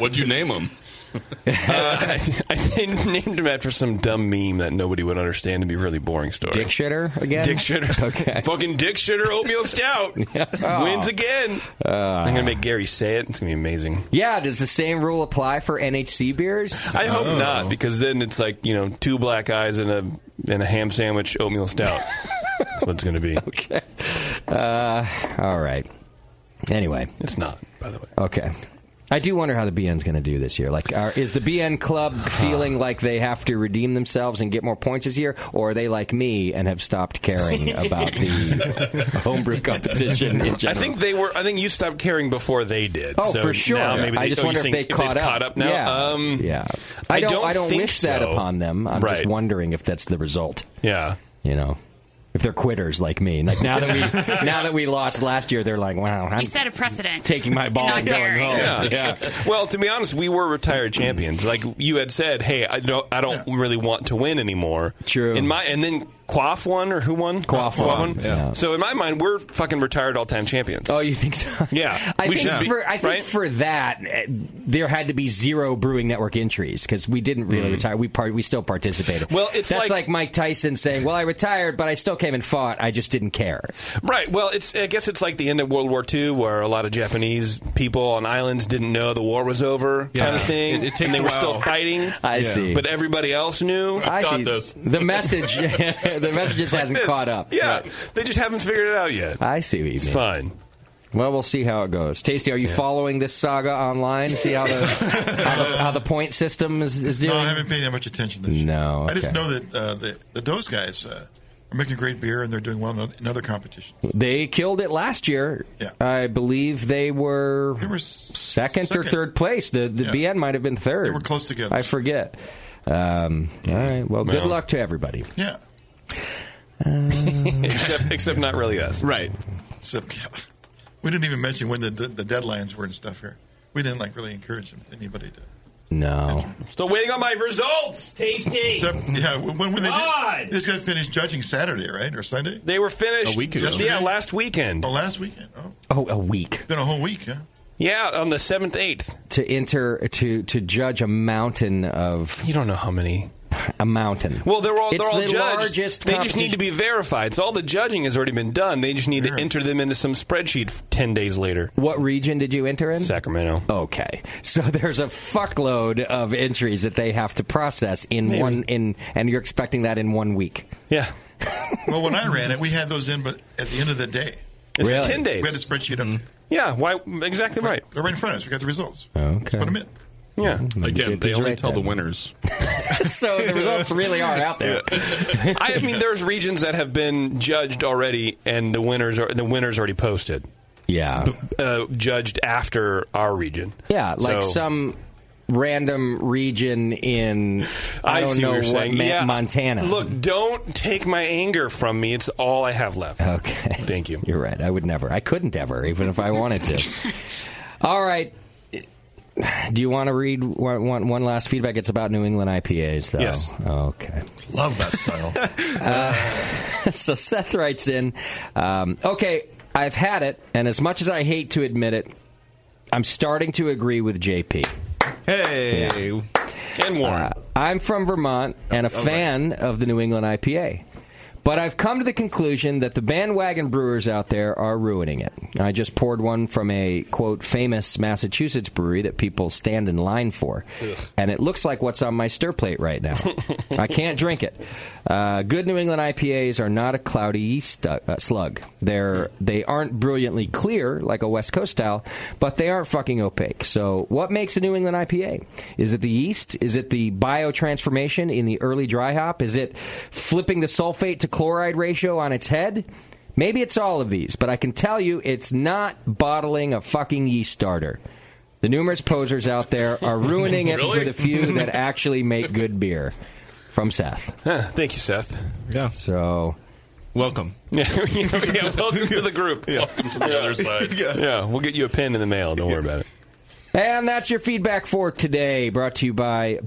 Speaker 5: What'd you name them?
Speaker 2: Uh, [laughs] I, I named him after some dumb meme that nobody would understand and be a really boring story. Dick
Speaker 1: shitter again.
Speaker 2: Dick
Speaker 1: [laughs]
Speaker 2: shitter. Okay. Fucking dick shitter oatmeal stout wins again.
Speaker 1: Ah.
Speaker 2: I'm gonna make Gary say it. It's gonna be amazing.
Speaker 1: Yeah, does the same rule apply for NHC beers?
Speaker 2: I hope not because then it's like you know two black eyes and a and a ham sandwich
Speaker 1: [laughs]
Speaker 2: oatmeal stout. That's what it's gonna be.
Speaker 1: Okay. Uh, all right. Anyway,
Speaker 2: it's not. By the way,
Speaker 1: okay. I do wonder how the BN's going to do this year. Like, are, is the BN
Speaker 2: [sighs]
Speaker 1: club feeling like they have to redeem themselves and get more points this year, or are they like me and have stopped
Speaker 2: [laughs]
Speaker 1: caring about the homebrew competition in
Speaker 2: I
Speaker 1: general?
Speaker 2: think they were. I think you stopped caring before they did.
Speaker 1: Oh,
Speaker 2: So
Speaker 1: for sure.
Speaker 2: Now maybe
Speaker 1: I
Speaker 2: they,
Speaker 1: just
Speaker 2: oh, you
Speaker 1: wonder if
Speaker 2: think
Speaker 1: they
Speaker 2: they've
Speaker 1: caught up.
Speaker 2: caught up now.
Speaker 1: Yeah.
Speaker 2: Um,
Speaker 1: yeah. I don't. I don't,
Speaker 2: think
Speaker 1: wish that
Speaker 2: so.
Speaker 1: upon them. I'm
Speaker 2: right.
Speaker 1: just wondering if that's the result.
Speaker 2: Yeah.
Speaker 1: You know, if they're quitters like me. Like now that
Speaker 2: [laughs]
Speaker 1: we now that we lost last year, they're like, wow, I'm
Speaker 6: You set a precedent.
Speaker 1: taking my ball and going home.
Speaker 2: Yeah. Well, to be honest, we were retired champions. Like you had said, hey, I don't, I don't really want to win anymore. True. In my and then Quaff won or who won? Quaff
Speaker 1: won. Yeah.
Speaker 2: So in my mind, we're fucking retired all time champions.
Speaker 1: Oh, you think so?
Speaker 2: Yeah.
Speaker 1: I
Speaker 2: we
Speaker 1: think,
Speaker 2: should be,
Speaker 1: for, I think
Speaker 2: right?
Speaker 1: for that, eh, there had to be zero Brewing Network entries because we didn't really
Speaker 2: Mm.
Speaker 1: retire. We part, we still participated.
Speaker 2: Well, it's
Speaker 1: That's
Speaker 2: like-
Speaker 1: Mike Tyson saying, "Well, I retired, but I still came and fought. I just didn't care."
Speaker 2: Right. Well, it's I guess it's like the end of World War II, where a lot of Japanese people on islands didn't know the war was over, kind
Speaker 1: Yeah.
Speaker 2: of thing.
Speaker 1: It- it takes
Speaker 2: and they
Speaker 1: a
Speaker 2: were
Speaker 1: while.
Speaker 2: still fighting.
Speaker 1: I Yeah. see.
Speaker 2: But everybody else knew.
Speaker 1: I see. The message, [laughs] the message just hasn't
Speaker 2: It's-
Speaker 1: caught up.
Speaker 2: Yeah, they just haven't figured it out yet.
Speaker 1: I see what you mean. It's
Speaker 2: fine.
Speaker 1: Well, we'll see how it goes. Tasty, are you following this saga online? See how
Speaker 2: [laughs]
Speaker 1: the how the, how the point system is, is doing.
Speaker 3: No, I haven't paid that much attention this year.
Speaker 1: No,
Speaker 3: I just
Speaker 1: okay.
Speaker 3: know that uh, the, the those guys uh, are making great beer and they're doing well in other, in other competitions.
Speaker 1: They killed it last year. I believe they were, second, or
Speaker 3: second.
Speaker 1: third place. The the
Speaker 3: Yeah.
Speaker 1: BN might have been third. They were
Speaker 3: close together.
Speaker 1: I forget. Um, all right. Well, good
Speaker 2: Well.
Speaker 1: luck to everybody. Uh,
Speaker 3: Yeah.
Speaker 1: Mm.
Speaker 2: [laughs] except, except not really us.
Speaker 3: Right. we didn't even mention when the, the, the deadlines were and stuff here. We didn't like really encourage anybody to.
Speaker 1: No.
Speaker 2: Still waiting on my results, Tasty.
Speaker 3: Except, yeah, when, when they
Speaker 2: God!
Speaker 3: did, this got finished judging Saturday, right, or Sunday?
Speaker 2: They were finished
Speaker 3: A week ago.
Speaker 2: Yeah, last weekend.
Speaker 3: Oh, last weekend. Oh,
Speaker 1: Oh, a week
Speaker 3: been a whole week, huh?
Speaker 2: Yeah, on the seventh, eighth.
Speaker 1: to enter to to judge a mountain of
Speaker 2: you don't know how many
Speaker 1: a mountain.
Speaker 2: Well, they're all
Speaker 1: It's
Speaker 2: they're all
Speaker 1: the
Speaker 2: judged.
Speaker 1: largest
Speaker 2: they just need to be verified. So all the judging has already been done. They just need to enter them into some spreadsheet f- ten days later.
Speaker 1: What region did you enter in?
Speaker 2: Sacramento.
Speaker 1: Okay, so [laughs] there's a fuckload of entries that they have to process in
Speaker 3: Maybe.
Speaker 1: one in, and you're expecting that in one week.
Speaker 2: Yeah.
Speaker 3: well, when I ran it, we had those in, but at the end of the day,
Speaker 2: It's Really? 10 days.
Speaker 3: We had a spreadsheet up.
Speaker 1: Mm-hmm.
Speaker 2: Yeah, why? Exactly right.
Speaker 3: They're right in front of us. We got the results.
Speaker 1: Okay.
Speaker 3: Put them in.
Speaker 2: Yeah.
Speaker 5: Again, they only tell the winners.
Speaker 1: [laughs] so the results really are out there.
Speaker 2: [laughs] I mean, there's regions that have been judged already, and the winners are the winners already posted.
Speaker 1: Yeah,
Speaker 2: uh, judged after our region.
Speaker 1: Yeah, like
Speaker 2: So-
Speaker 1: some random region in I,
Speaker 2: see
Speaker 1: don't know
Speaker 2: you're
Speaker 1: what,
Speaker 2: saying.
Speaker 1: Ma-
Speaker 2: Yeah.
Speaker 1: Montana.
Speaker 2: Look, don't take my anger from me. It's all I have left.
Speaker 1: Okay.
Speaker 2: Thank you.
Speaker 1: You're right. I would never. I couldn't ever, even if I wanted
Speaker 2: [laughs]
Speaker 1: to. All right. Do you want to read one, one, one last feedback? It's about New England IPAs, though.
Speaker 7: Yes.
Speaker 1: Okay.
Speaker 3: Love that style.
Speaker 1: [laughs] Uh, so Seth writes in, um, okay, I've had it, and as much as I hate to admit it, I'm starting to agree with JP.
Speaker 4: Hey.
Speaker 2: And Warren.
Speaker 1: Uh, I'm from Vermont and a
Speaker 4: Oh, right.
Speaker 1: fan of the New England IPA. But I've come to the conclusion that the bandwagon brewers out there are ruining it. I just poured one from a, quote, famous Massachusetts brewery that people stand in line for. And it looks like what's on my stir plate right
Speaker 4: [laughs]
Speaker 1: now. I can't drink it. Uh, good New England IPAs are not a cloudy yeast stu- uh, slug. They're, they aren't brilliantly clear like a West Coast style, but they aren't fucking opaque. So, what makes a New England IPA? Is it the yeast? Is it the biotransformation in the early dry hop? Is it flipping the sulfate to chloride ratio on its head? Maybe it's all of these, but I can tell you it's not bottling a fucking yeast starter. The numerous posers out there are ruining it
Speaker 2: Really?
Speaker 1: for the few
Speaker 2: [laughs]
Speaker 1: that actually make good beer. From Seth.
Speaker 2: Huh, thank you, Seth.
Speaker 4: Yeah.
Speaker 1: So,
Speaker 4: welcome.
Speaker 2: [laughs] yeah, yeah, welcome to the group. Welcome to the other side. [laughs] Yeah. we'll get you a pin in the mail. Don't worry about it.
Speaker 1: And that's your feedback for today, brought to you by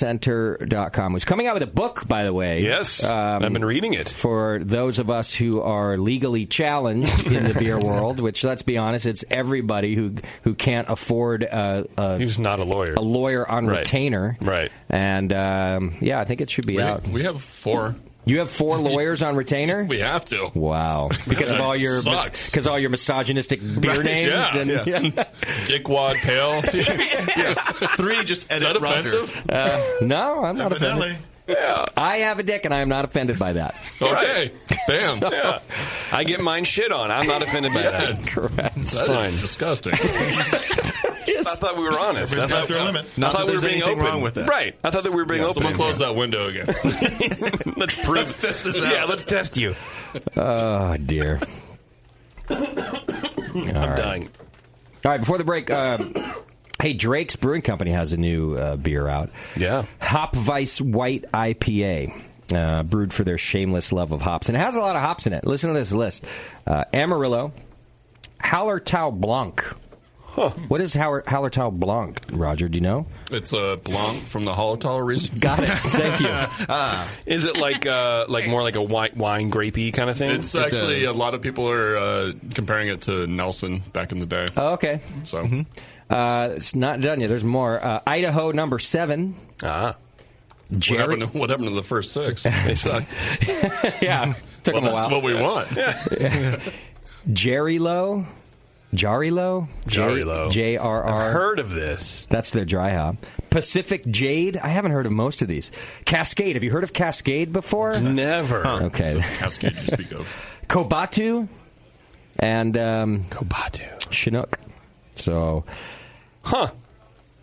Speaker 1: BeerLawCenter.com, which is coming out with a book, by the way. Um,
Speaker 2: Yes, I've been reading it.
Speaker 1: For those of us who are legally challenged
Speaker 2: [laughs]
Speaker 1: in the beer world, which, let's be honest, it's everybody who who can't afford a, a,
Speaker 2: Who's not a lawyer.
Speaker 1: a lawyer on
Speaker 2: Right.
Speaker 1: retainer. Right. And, um, yeah, I think it should be
Speaker 5: We,
Speaker 1: out.
Speaker 5: we have four.
Speaker 1: You have
Speaker 5: [laughs]
Speaker 1: four lawyers on retainer?
Speaker 5: We have to. [laughs]
Speaker 1: Wow. Because of all your
Speaker 5: Sucks.
Speaker 1: because all your misogynistic beer
Speaker 5: Right,
Speaker 1: names [laughs]
Speaker 5: yeah.
Speaker 1: and
Speaker 5: Yeah.
Speaker 3: [laughs]
Speaker 5: Dickwad Pale.
Speaker 4: Three just edit
Speaker 5: that offensive?
Speaker 1: Uh, no, I'm not offended. I have a dick, and I am not offended by that.
Speaker 2: [laughs] Okay.
Speaker 1: Bam.
Speaker 2: Yeah. I [laughs] get mine shit on. I'm not offended by that.
Speaker 1: Correct.
Speaker 2: That's fine.
Speaker 5: disgusting.
Speaker 1: Yes,
Speaker 2: I thought we were honest. I
Speaker 3: Everybody's got
Speaker 2: thought,
Speaker 3: their limit.
Speaker 2: I
Speaker 3: Not
Speaker 2: thought
Speaker 3: that
Speaker 2: we were
Speaker 3: there's
Speaker 2: being
Speaker 3: anything
Speaker 2: open.
Speaker 3: wrong with that.
Speaker 2: Right. I thought that we were being
Speaker 5: Yeah,
Speaker 2: open.
Speaker 5: someone close that window again.
Speaker 2: [laughs]
Speaker 5: [laughs]
Speaker 2: let's prove. Let's test this out. Yeah, let's test you.
Speaker 1: Oh
Speaker 2: [coughs]
Speaker 1: dear. I'm
Speaker 2: dying.
Speaker 1: All right, before the break, um, [coughs] hey, Drake's Brewing Company has a new uh, beer out.
Speaker 2: Yeah.
Speaker 1: Hop Vice White IPA. Uh, brewed for their shameless love of hops. And it has a lot of hops in it. Listen to this list uh, Amarillo, Hallertau Blanc. What is Hauer- Hallertau Blanc, Roger? Do you know?
Speaker 5: it's a Blanc from the Holocaust region.
Speaker 1: Got it. Thank you.
Speaker 5: [laughs] Ah.
Speaker 2: Is it like uh, like more like a wine, wine grapey kind of thing?
Speaker 5: It's actually a lot of people are uh, comparing it to Nelson back in the day.
Speaker 1: Oh, okay.
Speaker 5: So
Speaker 1: Uh, it's not done yet. There's more. Uh, Idaho number seven. Ah.
Speaker 5: what, happened to, what happened to the
Speaker 1: [laughs]
Speaker 5: first six? They sucked.
Speaker 1: yeah, took
Speaker 5: well,
Speaker 1: them a
Speaker 5: that's
Speaker 1: while.
Speaker 5: what we want.
Speaker 1: [laughs] Jerry Low. Jari Low?
Speaker 2: Jari Low.
Speaker 1: J R R.
Speaker 2: I've heard of this.
Speaker 1: That's their dry hop. Pacific Jade. I haven't heard of most of these. Cascade. Have you heard of Cascade before?
Speaker 2: Never.
Speaker 1: Okay.
Speaker 5: Cascade you speak of.
Speaker 1: [laughs] Kobatu. And um, Kobatu. Chinook. So.
Speaker 2: Huh.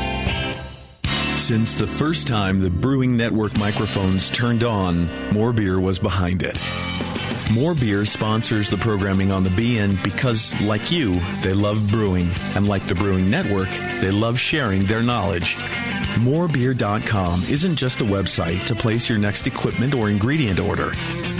Speaker 8: Since the first time the Brewing Network microphones turned on, More Beer was behind it. More Beer sponsors the programming on the BN because, like you, they love brewing, and like the Brewing Network, they love sharing their knowledge. Morebeer.com isn't just a website to place your next equipment or ingredient order.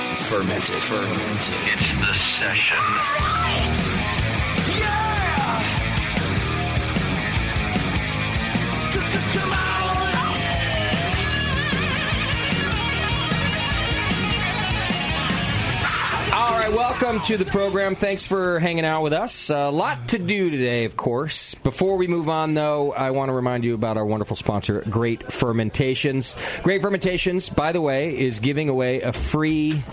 Speaker 9: fermented, fermented. It's the session.
Speaker 1: All right, welcome to the program. Thanks for hanging out with us. A lot to do today, of course. Before we move on, though, I want to remind you about our wonderful sponsor, Great Fermentations. Great Fermentations, by the way, is giving away a free.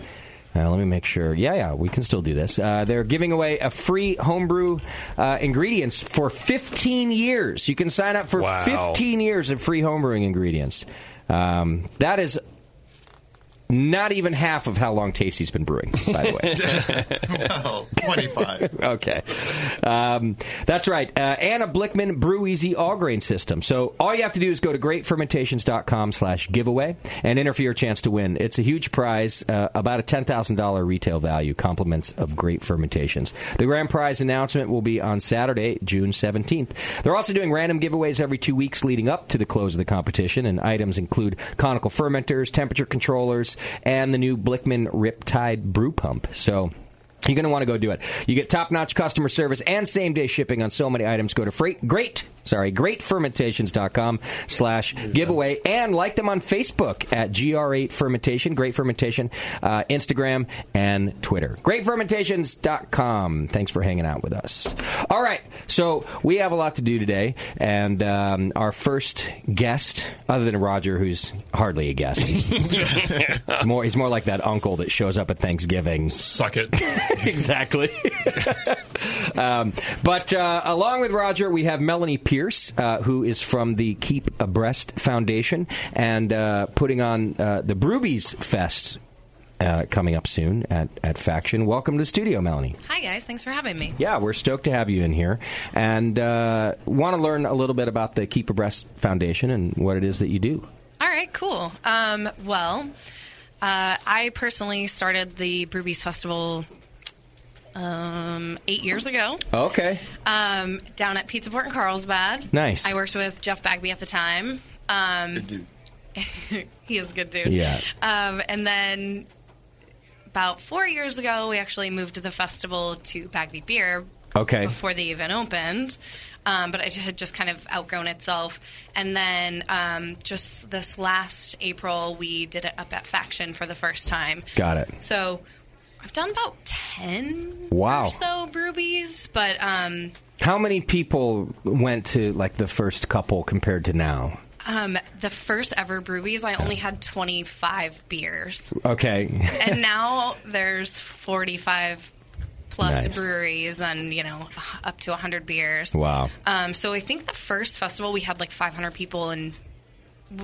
Speaker 1: Uh, let me make sure. Yeah, yeah, we can still do this. Uh, they're giving away a free homebrew uh, ingredients for 15 years. You can sign up for
Speaker 10: Wow.
Speaker 1: 15 years of free homebrewing ingredients. Um, that is not even half of how long Tasty's been brewing, by the
Speaker 3: [laughs]
Speaker 1: way.
Speaker 3: well, 25.
Speaker 1: [laughs] okay. Um, that's right. Uh, Anna Blickman Brew Easy All Grain System. So all you have to do is go to greatfermentations.com slash giveaway and enter for your chance to win. It's a huge prize, uh, about a $10,000 retail value, compliments of great fermentations. The grand prize announcement will be on Saturday, June 17th. They're also doing random giveaways every two weeks leading up to the close of the competition, and items include conical fermenters, temperature controllers, and the new Blickman Riptide Brew Pump. So you're going to want to go do it. You get top-notch customer service and same-day shipping on so many items. Go to freight, great, sorry, greatfermentations.com slash giveaway and like them on Facebook at GR8 Fermentation, Great Fermentation, uh, Instagram, and Twitter. Greatfermentations.com. Thanks for hanging out with us. All right, so we have a lot to do today, and um, our first guest, other than Roger, who's hardly a guest, he's, he's more he's more like that uncle that shows up at Thanksgiving.
Speaker 11: Suck it.
Speaker 1: [laughs] exactly. [laughs] um, but uh, along with Roger, we have Melanie Pierce, uh, who is from the Keep Abreast Foundation and uh, putting on uh, the Brewbies Fest uh, coming up soon at, at Faction. Welcome to the studio, Melanie.
Speaker 12: Hi guys, thanks for having me.
Speaker 1: Yeah, we're stoked to have you in here and uh, want to learn a little bit about the Keep Abreast Foundation and what it is that you do.
Speaker 12: All right, cool. Um, well, uh, I personally started the Brewbies Festival um, eight years ago
Speaker 1: Okay.
Speaker 12: um, down at Pizzaport in Carlsbad.
Speaker 1: Nice.
Speaker 12: I worked with Jeff Bagby at the time. Um, [laughs] he is a good dude.
Speaker 1: Yeah.
Speaker 12: Um, and then about four years ago, we actually moved the festival to Bagby Beer.
Speaker 1: Okay.
Speaker 12: Before they even opened, um, but it had just kind of outgrown itself. And then um, just this last April, we did it up at Faction for the first time.
Speaker 1: Got it.
Speaker 12: So I've done about ten
Speaker 1: Wow.
Speaker 12: or so brewbies, but um,
Speaker 1: How many people went to like the first couple compared to now?
Speaker 12: Um, the first ever brewies, I only had 25
Speaker 1: [laughs]
Speaker 12: beers.
Speaker 1: Okay.
Speaker 12: and now there's 45 plus
Speaker 1: Nice.
Speaker 12: breweries and, you know, up to 100 beers.
Speaker 1: Wow.
Speaker 12: Um, so I think the first festival we had like 500 people and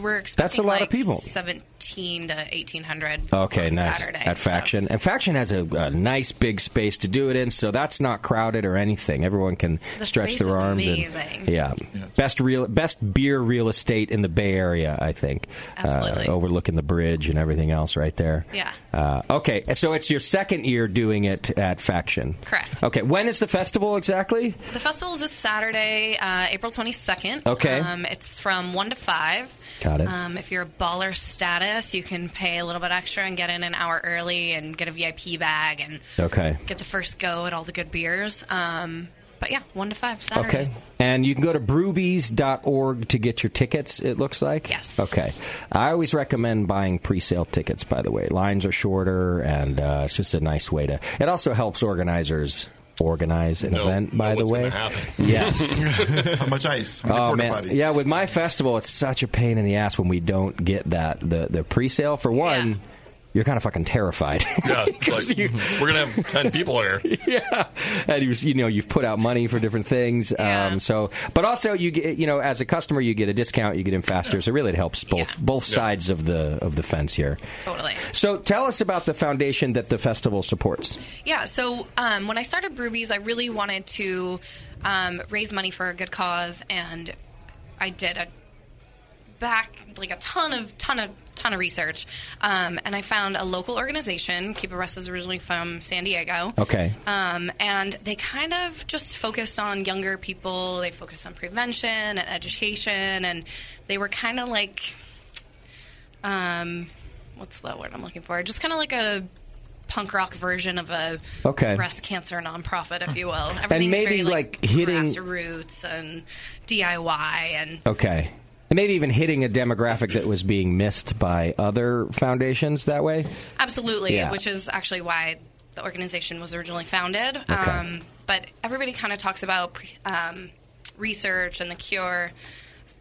Speaker 12: we're expecting
Speaker 1: That's a lot of
Speaker 12: like
Speaker 1: people.
Speaker 12: 17 eighteen to eighteen hundred.
Speaker 1: Okay, nice.
Speaker 12: Saturday.
Speaker 1: At Faction. And Faction has a, a nice big space to do it in, so that's not crowded or anything. Everyone can
Speaker 12: The
Speaker 1: stretch
Speaker 12: space
Speaker 1: their
Speaker 12: is
Speaker 1: arms. and-
Speaker 12: amazing.
Speaker 1: yeah. Best real best beer real estate in the Bay Area, I think.
Speaker 12: Absolutely.
Speaker 1: Uh, overlooking the bridge and everything else right there.
Speaker 12: Yeah.
Speaker 1: Uh, okay, so it's your second year doing it at Faction.
Speaker 12: Correct.
Speaker 1: Okay, when is the festival exactly?
Speaker 12: The festival is this Saturday, uh, April 22nd.
Speaker 1: Okay.
Speaker 12: Um, it's from 1 to 5.
Speaker 1: Got it.
Speaker 12: Um, if you're a baller status, you can pay a little bit extra and get in an hour early and get a VIP bag and
Speaker 1: Okay.
Speaker 12: get the first go at all the good beers. Um, but yeah, 1 to 5 Saturday.
Speaker 1: Okay. And you can go to brewbies.org to get your tickets, it looks like? Yes. Okay. I always recommend buying pre sale tickets, by the way. Lines are shorter, and uh, it's just a nice way to. It also helps organizers organize an
Speaker 3: Know-
Speaker 1: event,
Speaker 3: know
Speaker 1: by the
Speaker 3: what's
Speaker 1: way. [laughs]
Speaker 3: gonna happen. [laughs]
Speaker 1: Yes.
Speaker 3: How much ice? How many
Speaker 1: Oh
Speaker 3: porta
Speaker 1: man,
Speaker 3: potties?
Speaker 1: yeah. With my festival, it's such a pain in the ass when we don't get that the the pre-sale. For one, you're kind of fucking terrified. [laughs]
Speaker 5: Yeah, like, [laughs] we're gonna have ten people here.
Speaker 1: yeah, [laughs] and you, you know you've put out money for different things. Um, so, but also you get you know as a customer you get a discount, you get in faster. So really, it helps both both sides of the of the fence here.
Speaker 12: Totally.
Speaker 1: So tell us about the foundation that the festival supports.
Speaker 12: Yeah, so um, when I started Brewbies, I really wanted to um, raise money for a good cause, and I did a back like a ton of ton of ton of research, um, and I found a local organization. Keep Arrest is originally from San Diego.
Speaker 1: Okay.
Speaker 12: Um, and they kind of just focused on younger people. They focused on prevention and education, and they were kind of like, um, what's the word I'm looking for? Just kind of like a punk rock version of a
Speaker 1: Okay.
Speaker 12: breast cancer nonprofit, if
Speaker 1: [laughs]
Speaker 12: you will. Everything's
Speaker 1: maybe,
Speaker 12: very, like,
Speaker 1: like, hitting-
Speaker 12: grassroots and DIY and
Speaker 1: Okay. And maybe even hitting a demographic that was being missed by other foundations that way.
Speaker 12: Absolutely,
Speaker 1: Yeah.
Speaker 12: which is actually why the organization was originally founded. Um, but everybody kind of talks about pre- um, research and the cure.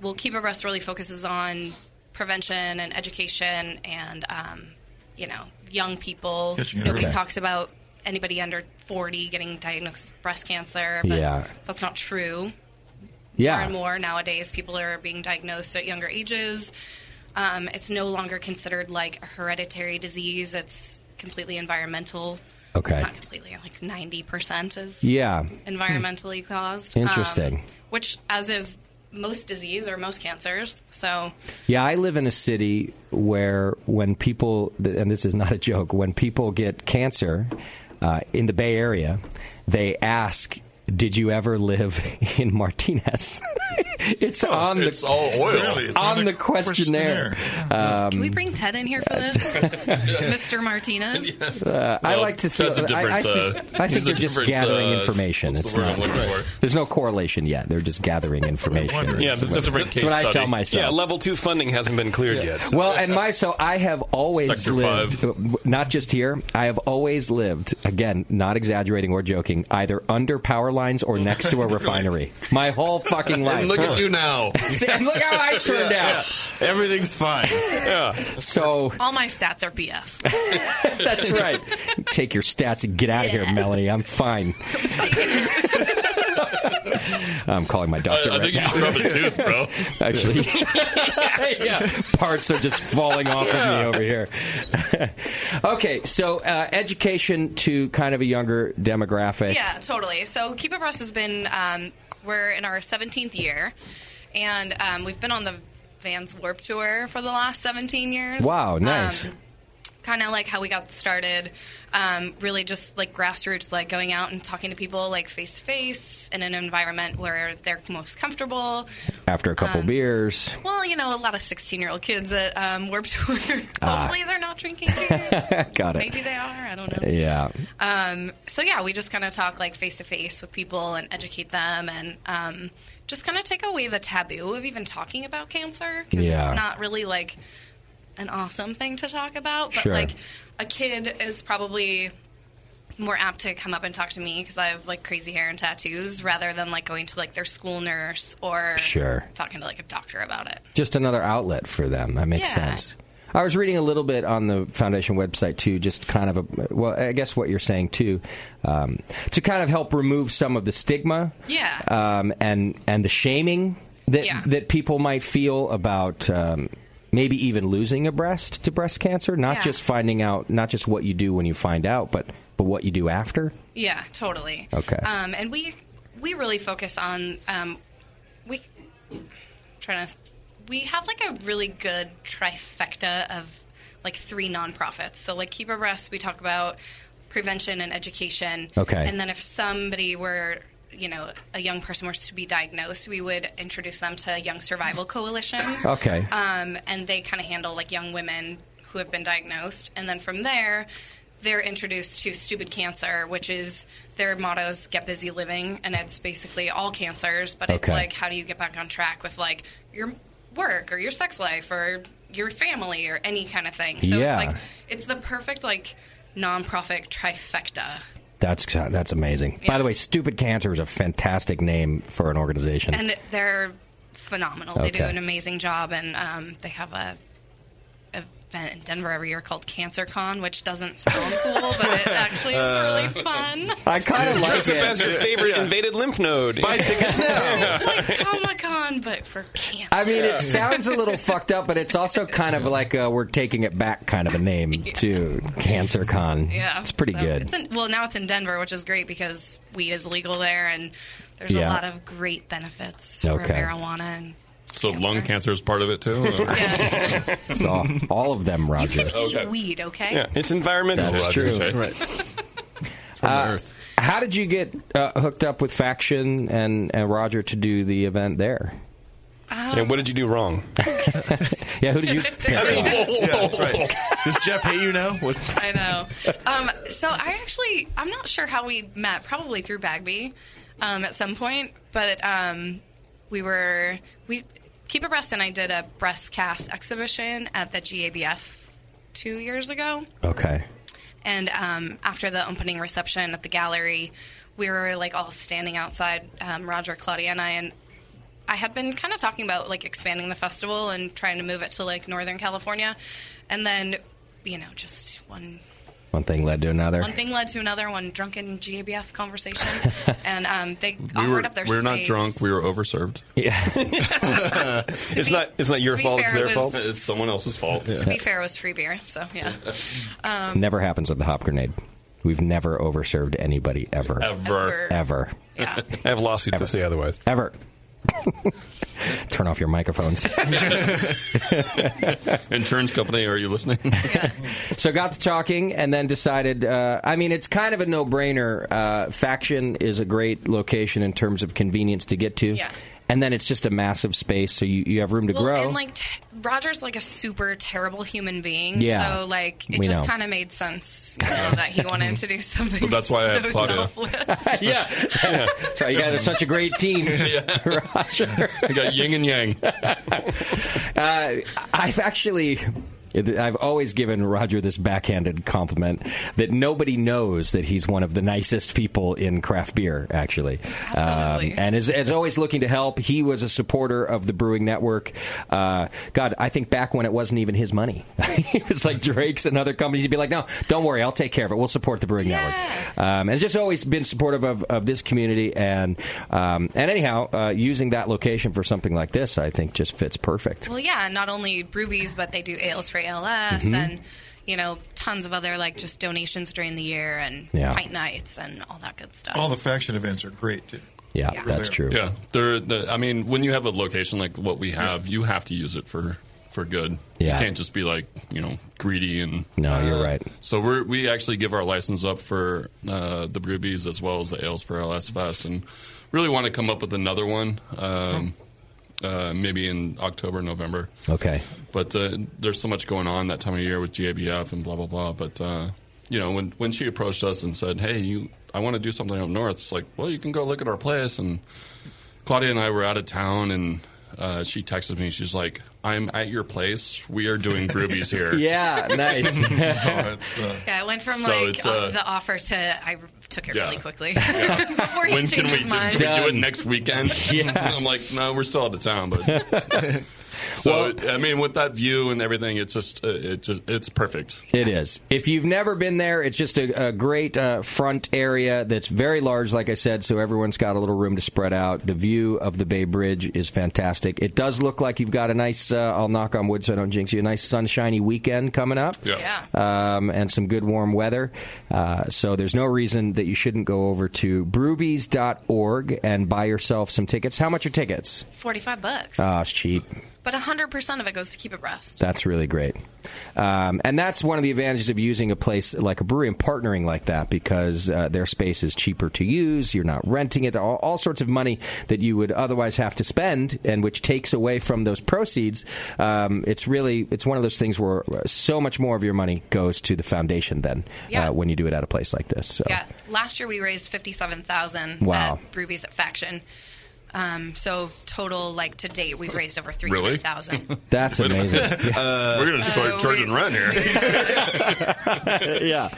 Speaker 12: Well, Keep Abreast really focuses on prevention and education and, um, you know, young people.
Speaker 1: Yes, you can
Speaker 12: Nobody
Speaker 1: hear that.
Speaker 12: talks about anybody under 40 getting diagnosed with breast cancer, but
Speaker 1: Yeah.
Speaker 12: that's not true.
Speaker 1: Yeah.
Speaker 12: More and more nowadays, people are being diagnosed at younger ages. Um, it's no longer considered like a hereditary disease. It's completely environmental.
Speaker 1: Okay.
Speaker 12: Not completely, like 90% is
Speaker 1: Yeah. Hmm.
Speaker 12: environmentally caused.
Speaker 1: Interesting.
Speaker 12: Um, which, as is most disease or most cancers. So,
Speaker 1: Yeah, I live in a city where when people, and this is not a joke, when people get cancer uh, in the Bay Area, they ask, Did you ever live [laughs] in Martinez? it's on the,
Speaker 5: Oh, it's all oil. Really? It's
Speaker 1: on the questionnaire. Um,
Speaker 12: can we bring Ted in here for this?
Speaker 1: [laughs]
Speaker 12: Mr. Martinez?
Speaker 1: Uh, I
Speaker 5: No,
Speaker 1: like to
Speaker 5: that's
Speaker 1: feel-
Speaker 5: a
Speaker 1: I, I
Speaker 5: different, uh,
Speaker 1: think, I think
Speaker 5: he's a
Speaker 1: they're just
Speaker 5: different,
Speaker 1: gathering
Speaker 5: uh,
Speaker 1: information.
Speaker 5: what's
Speaker 1: It's
Speaker 5: the word I'm
Speaker 1: not.
Speaker 5: looking for?
Speaker 1: There's no correlation yet. They're just
Speaker 5: [laughs]
Speaker 1: gathering information.
Speaker 2: Yeah,
Speaker 1: That's
Speaker 2: that's,
Speaker 1: what-
Speaker 2: different
Speaker 1: that's what I tell myself.
Speaker 2: Yeah, level two funding hasn't been cleared yet.
Speaker 1: Well, and my so I have always
Speaker 2: Sector
Speaker 1: lived, not just here. I have always lived, again, not exaggerating or joking, either under power lines or next
Speaker 5: [laughs]
Speaker 1: to a refinery. My [laughs] whole fucking
Speaker 4: And
Speaker 1: life.
Speaker 4: look at you now.
Speaker 1: [laughs] See, and look how I turned
Speaker 4: Yeah,
Speaker 1: out.
Speaker 4: Everything's fine.
Speaker 1: So [laughs]
Speaker 12: All my stats are [laughs] BS.
Speaker 1: that's right. Take your stats and get out of here, Melanie. I'm fine. I'm calling my doctor
Speaker 5: I, I
Speaker 1: right
Speaker 5: think you
Speaker 1: now.
Speaker 5: just rubbed a tooth, bro.
Speaker 1: [laughs]
Speaker 2: [laughs]
Speaker 1: Actually, parts are just falling off of me over here. [laughs] okay, so uh, education to kind of a younger demographic.
Speaker 12: Yeah, totally. So Keep Abreast has been, um, we're in our 17th year, and um, we've been on the Vans Warp Tour for the last 17 years.
Speaker 1: Wow,
Speaker 12: um,
Speaker 1: nice.
Speaker 12: kind of like how we got started, um, really just like grassroots, like going out and talking to people like face to face in an environment where they're most comfortable.
Speaker 1: After a couple
Speaker 12: Um,
Speaker 1: beers.
Speaker 12: Well, you know, a lot of 16 year old kids at um, Warp Tour. [laughs] Hopefully
Speaker 1: Ah.
Speaker 12: they're not drinking beer.
Speaker 1: [laughs] Got it.
Speaker 12: Maybe they are. I don't know.
Speaker 1: Yeah.
Speaker 12: Um, so yeah, we just kind of talk like face to face with people and educate them, and um, just kind of take away the taboo of even talking about cancer because
Speaker 13: Yeah.
Speaker 12: it's not really like an awesome thing to talk about. But
Speaker 13: Sure.
Speaker 12: like a kid is probably more apt to come up and talk to me because I have like crazy hair and tattoos, rather than like going to like their school nurse or
Speaker 1: Sure.
Speaker 12: talking to like a doctor about it.
Speaker 1: Just another outlet for them. That makes
Speaker 12: Yeah.
Speaker 1: sense. I was reading a little bit on the foundation website too, just kind of a well, I guess what you're saying too, um, to kind of help remove some of the stigma,
Speaker 12: Yeah.
Speaker 1: um, and and the shaming that
Speaker 12: Yeah.
Speaker 1: that people might feel about um, maybe even losing a breast to breast cancer, not
Speaker 12: Yeah.
Speaker 1: just finding out, not just what you do when you find out, but but what you do after.
Speaker 12: Yeah, totally.
Speaker 1: Okay.
Speaker 12: Um, and we we really focus on um, we trying to we have like a really good trifecta of like three nonprofits. So like Keep Abreast, we talk about prevention and education.
Speaker 14: Okay.
Speaker 12: And then if somebody were you know a young person were to be diagnosed, we would introduce them to Young Survival Coalition.
Speaker 1: Okay.
Speaker 12: Um, and they kind of handle like young women who have been diagnosed, and then from there they're introduced to stupid cancer, which is their motto is get busy living, and it's basically all cancers, but it's
Speaker 15: Okay.
Speaker 12: like how do you get back on track with like your work or your sex life or your family or any kind of thing. So
Speaker 1: Yeah.
Speaker 12: it's like it's the perfect like nonprofit trifecta.
Speaker 1: That's that's amazing. By the way, Stupid Cancer is a fantastic name for an organization.
Speaker 12: And they're phenomenal. They do
Speaker 1: Okay.
Speaker 12: an amazing job, and um, they have a event in Denver every year called CancerCon, which doesn't sound cool, but
Speaker 1: [laughs]
Speaker 12: it actually is
Speaker 2: Uh,
Speaker 12: really fun.
Speaker 1: I kind of like
Speaker 2: Joseph
Speaker 1: it.
Speaker 2: has your favorite invaded lymph node. Buy [laughs] tickets
Speaker 12: Comic Con, but for cancer.
Speaker 1: I mean, it sounds a little fucked up, but it's also kind of like a, we're taking it back kind of a
Speaker 12: [laughs]
Speaker 1: name too. Cancer Con.
Speaker 12: Yeah,
Speaker 1: it's pretty
Speaker 12: So
Speaker 1: good.
Speaker 12: It's in, well, now it's in Denver, which is great because weed is legal there, and there's
Speaker 5: Yeah.
Speaker 12: a lot of great benefits for
Speaker 5: Okay.
Speaker 12: marijuana. And
Speaker 5: So lung cancer is part of it too. [laughs]
Speaker 1: all, all of them, Roger.
Speaker 12: eat weed, okay?
Speaker 2: Yeah, it's environmental.
Speaker 1: That's true.
Speaker 2: [laughs]
Speaker 1: Uh, How did you get uh, hooked up with Faction and, and Roger to do the event there?
Speaker 12: Um,
Speaker 2: what did you do wrong?
Speaker 1: [laughs] yeah, who
Speaker 2: [laughs]
Speaker 1: did you piss off?
Speaker 4: Does Jeff hate you now? What?
Speaker 12: I know. Um, so I actually, I'm not sure how we met. Probably through Bagby um, at some point, but um, we were we keep abreast, and I did a breast cast exhibition at the GABF two years ago.
Speaker 1: Okay.
Speaker 12: And um, after the opening reception at the gallery, we were like all standing outside, um, Roger, Claudia, and I. And I had been kind of talking about like expanding the festival and trying to move it to like Northern California. And then, you know, just one
Speaker 1: One thing led to another.
Speaker 12: one thing led to another, one drunken GABF
Speaker 1: [laughs]
Speaker 12: conversation. and um, they
Speaker 5: We
Speaker 12: offered
Speaker 5: were,
Speaker 12: up their
Speaker 5: we were not
Speaker 12: space.
Speaker 5: drunk. We were overserved.
Speaker 1: [laughs]
Speaker 5: [laughs]
Speaker 1: Yeah,
Speaker 5: it's
Speaker 12: be- not-
Speaker 5: It's not
Speaker 12: your to be fault, it's fair, their it was- fault.
Speaker 5: It's someone else's fault.
Speaker 12: To be fair, it was free beer. So, yeah. Um,
Speaker 1: Never happens with the hop grenade. We've never overserved anybody ever.
Speaker 12: Ever.
Speaker 1: Ever.
Speaker 5: [laughs]
Speaker 12: Yeah.
Speaker 2: I
Speaker 1: [laughs]
Speaker 2: have lawsuits to say otherwise.
Speaker 1: Ever. [laughs] Turn off
Speaker 12: [laughs]
Speaker 1: your microphones.
Speaker 5: Insurance company, are you listening?
Speaker 1: so got to talking and then decided uh, i mean it's kind of a no-brainer uh, faction is a great location in terms of convenience to get to
Speaker 12: Yeah.
Speaker 1: and then it's just a massive space so you, you have room to
Speaker 12: well,
Speaker 1: grow
Speaker 12: and like t- Roger's like a super terrible human being.
Speaker 1: Yeah.
Speaker 12: So, like, it
Speaker 1: We know.
Speaker 12: just kind of made sense you know, that he wanted to do [laughs] something.
Speaker 5: So that's why I
Speaker 12: so
Speaker 5: had Claudia. [laughs]
Speaker 12: [laughs] selfless.
Speaker 1: [laughs] yeah. so you guys are such a great team, [laughs] Roger.
Speaker 5: You got yin and yang.
Speaker 1: [laughs] Uh, I've actually. I've always given Roger this backhanded compliment that nobody knows that he's one of the nicest people in craft beer, actually, um, and is, is always looking to help. He was a supporter of the Brewing Network. Uh, God, I think back when it wasn't even his money, [laughs] it was like Drake's and other companies. He'd be like, "No, don't worry, I'll take care of it. We'll support the Brewing Network." Um, and it's just always been supportive of, of this community, and um, and anyhow, uh, using that location for something like this, I think, just fits perfect.
Speaker 12: Well, yeah, not only Rubies, but they do ales for ALS
Speaker 1: Mhm.
Speaker 12: and, you know, tons of other, like, just donations during the year and
Speaker 3: Yeah.
Speaker 12: pint nights and all that good stuff.
Speaker 3: All the faction events are great too.
Speaker 1: Yeah,
Speaker 3: that's true.
Speaker 5: Yeah, there. there- I mean, when you have a location like what we have, you have to use it for for good.
Speaker 1: Yeah.
Speaker 5: you can't just be like you know greedy and.
Speaker 1: No, you're
Speaker 4: [laughs]
Speaker 1: right.
Speaker 5: Uh, So we are we actually give our license up for uh, the brewbies as well as the ales for LS Fest, and really want to come up with another one. Um, uh, maybe in October, November.
Speaker 1: Okay.
Speaker 5: But uh, there's so much going on that time of year with GABF and blah blah blah. But uh, you know, when when she approached us and said, "Hey, you, I want to do something up north," it's like, well, you can go look at our place. And Claudia and I were out of town, and uh, she texted me. She's like, "I'm at your place. We are doing groupies here."
Speaker 1: [laughs] Yeah, nice. Oh,
Speaker 5: it's, uh,
Speaker 12: Yeah, it went from
Speaker 5: So
Speaker 12: like
Speaker 5: it's, uh,
Speaker 12: uh, the offer to I took it
Speaker 5: Yeah.
Speaker 12: really quickly
Speaker 5: Yeah.
Speaker 12: [laughs] before he
Speaker 5: when
Speaker 12: changed
Speaker 5: can we
Speaker 12: his
Speaker 5: do,
Speaker 12: mind.
Speaker 1: [laughs]
Speaker 5: [laughs] we do it next weekend? I'm like, no, we're still out of town, but [laughs] So I mean, with that view and everything, it's just uh, it's just, it's perfect.
Speaker 1: It is. If you've never been there, it's just a, a great uh, front area that's very large, like I said, so everyone's got a little room to spread out. The view of the Bay Bridge is fantastic. It does look like you've got a nice, uh, I'll knock on wood so I don't jinx you, a nice sunshiny weekend coming up.
Speaker 5: Yeah.
Speaker 1: Um, and some good warm weather. Uh, so there's no reason that you shouldn't go over to brewbies.org and buy yourself some tickets. How much are tickets?
Speaker 12: 45 bucks.
Speaker 1: Oh, it's cheap.
Speaker 12: But 100% of it goes to keep abreast.
Speaker 1: That's really great. Um, and that's one of the advantages of using a place like a brewery and partnering like that because uh, their space is cheaper to use. You're not renting it, all, all sorts of money that you would otherwise have to spend and which takes away from those proceeds. Um, it's really, it's one of those things where so much more of your money goes to the foundation then
Speaker 12: Yeah.
Speaker 1: uh, when you do it at a place like this. So.
Speaker 12: Yeah. Last year we raised 57000
Speaker 1: Wow.
Speaker 12: at Brewbies at Faction. Um, so total, like to date, we've raised over three
Speaker 5: Really?
Speaker 12: hundred thousand. Oh,
Speaker 1: That's
Speaker 5: Wait a minute. Uh,
Speaker 1: amazing.
Speaker 5: [laughs] We're gonna start charging
Speaker 12: [laughs]
Speaker 5: rent here.
Speaker 1: [laughs] yeah.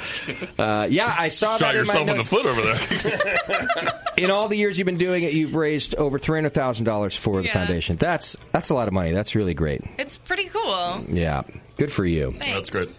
Speaker 1: Uh, yeah, I saw
Speaker 5: Shot
Speaker 1: that in my
Speaker 5: yourself in the
Speaker 1: notes.
Speaker 5: foot over there.
Speaker 1: [laughs] in all the years you've been doing it, you've raised over three hundred thousand dollars for the
Speaker 12: Yeah.
Speaker 1: foundation. That's that's a lot of money. That's really great.
Speaker 12: It's pretty cool.
Speaker 1: Yeah, good for you.
Speaker 12: Thanks. That's
Speaker 5: great.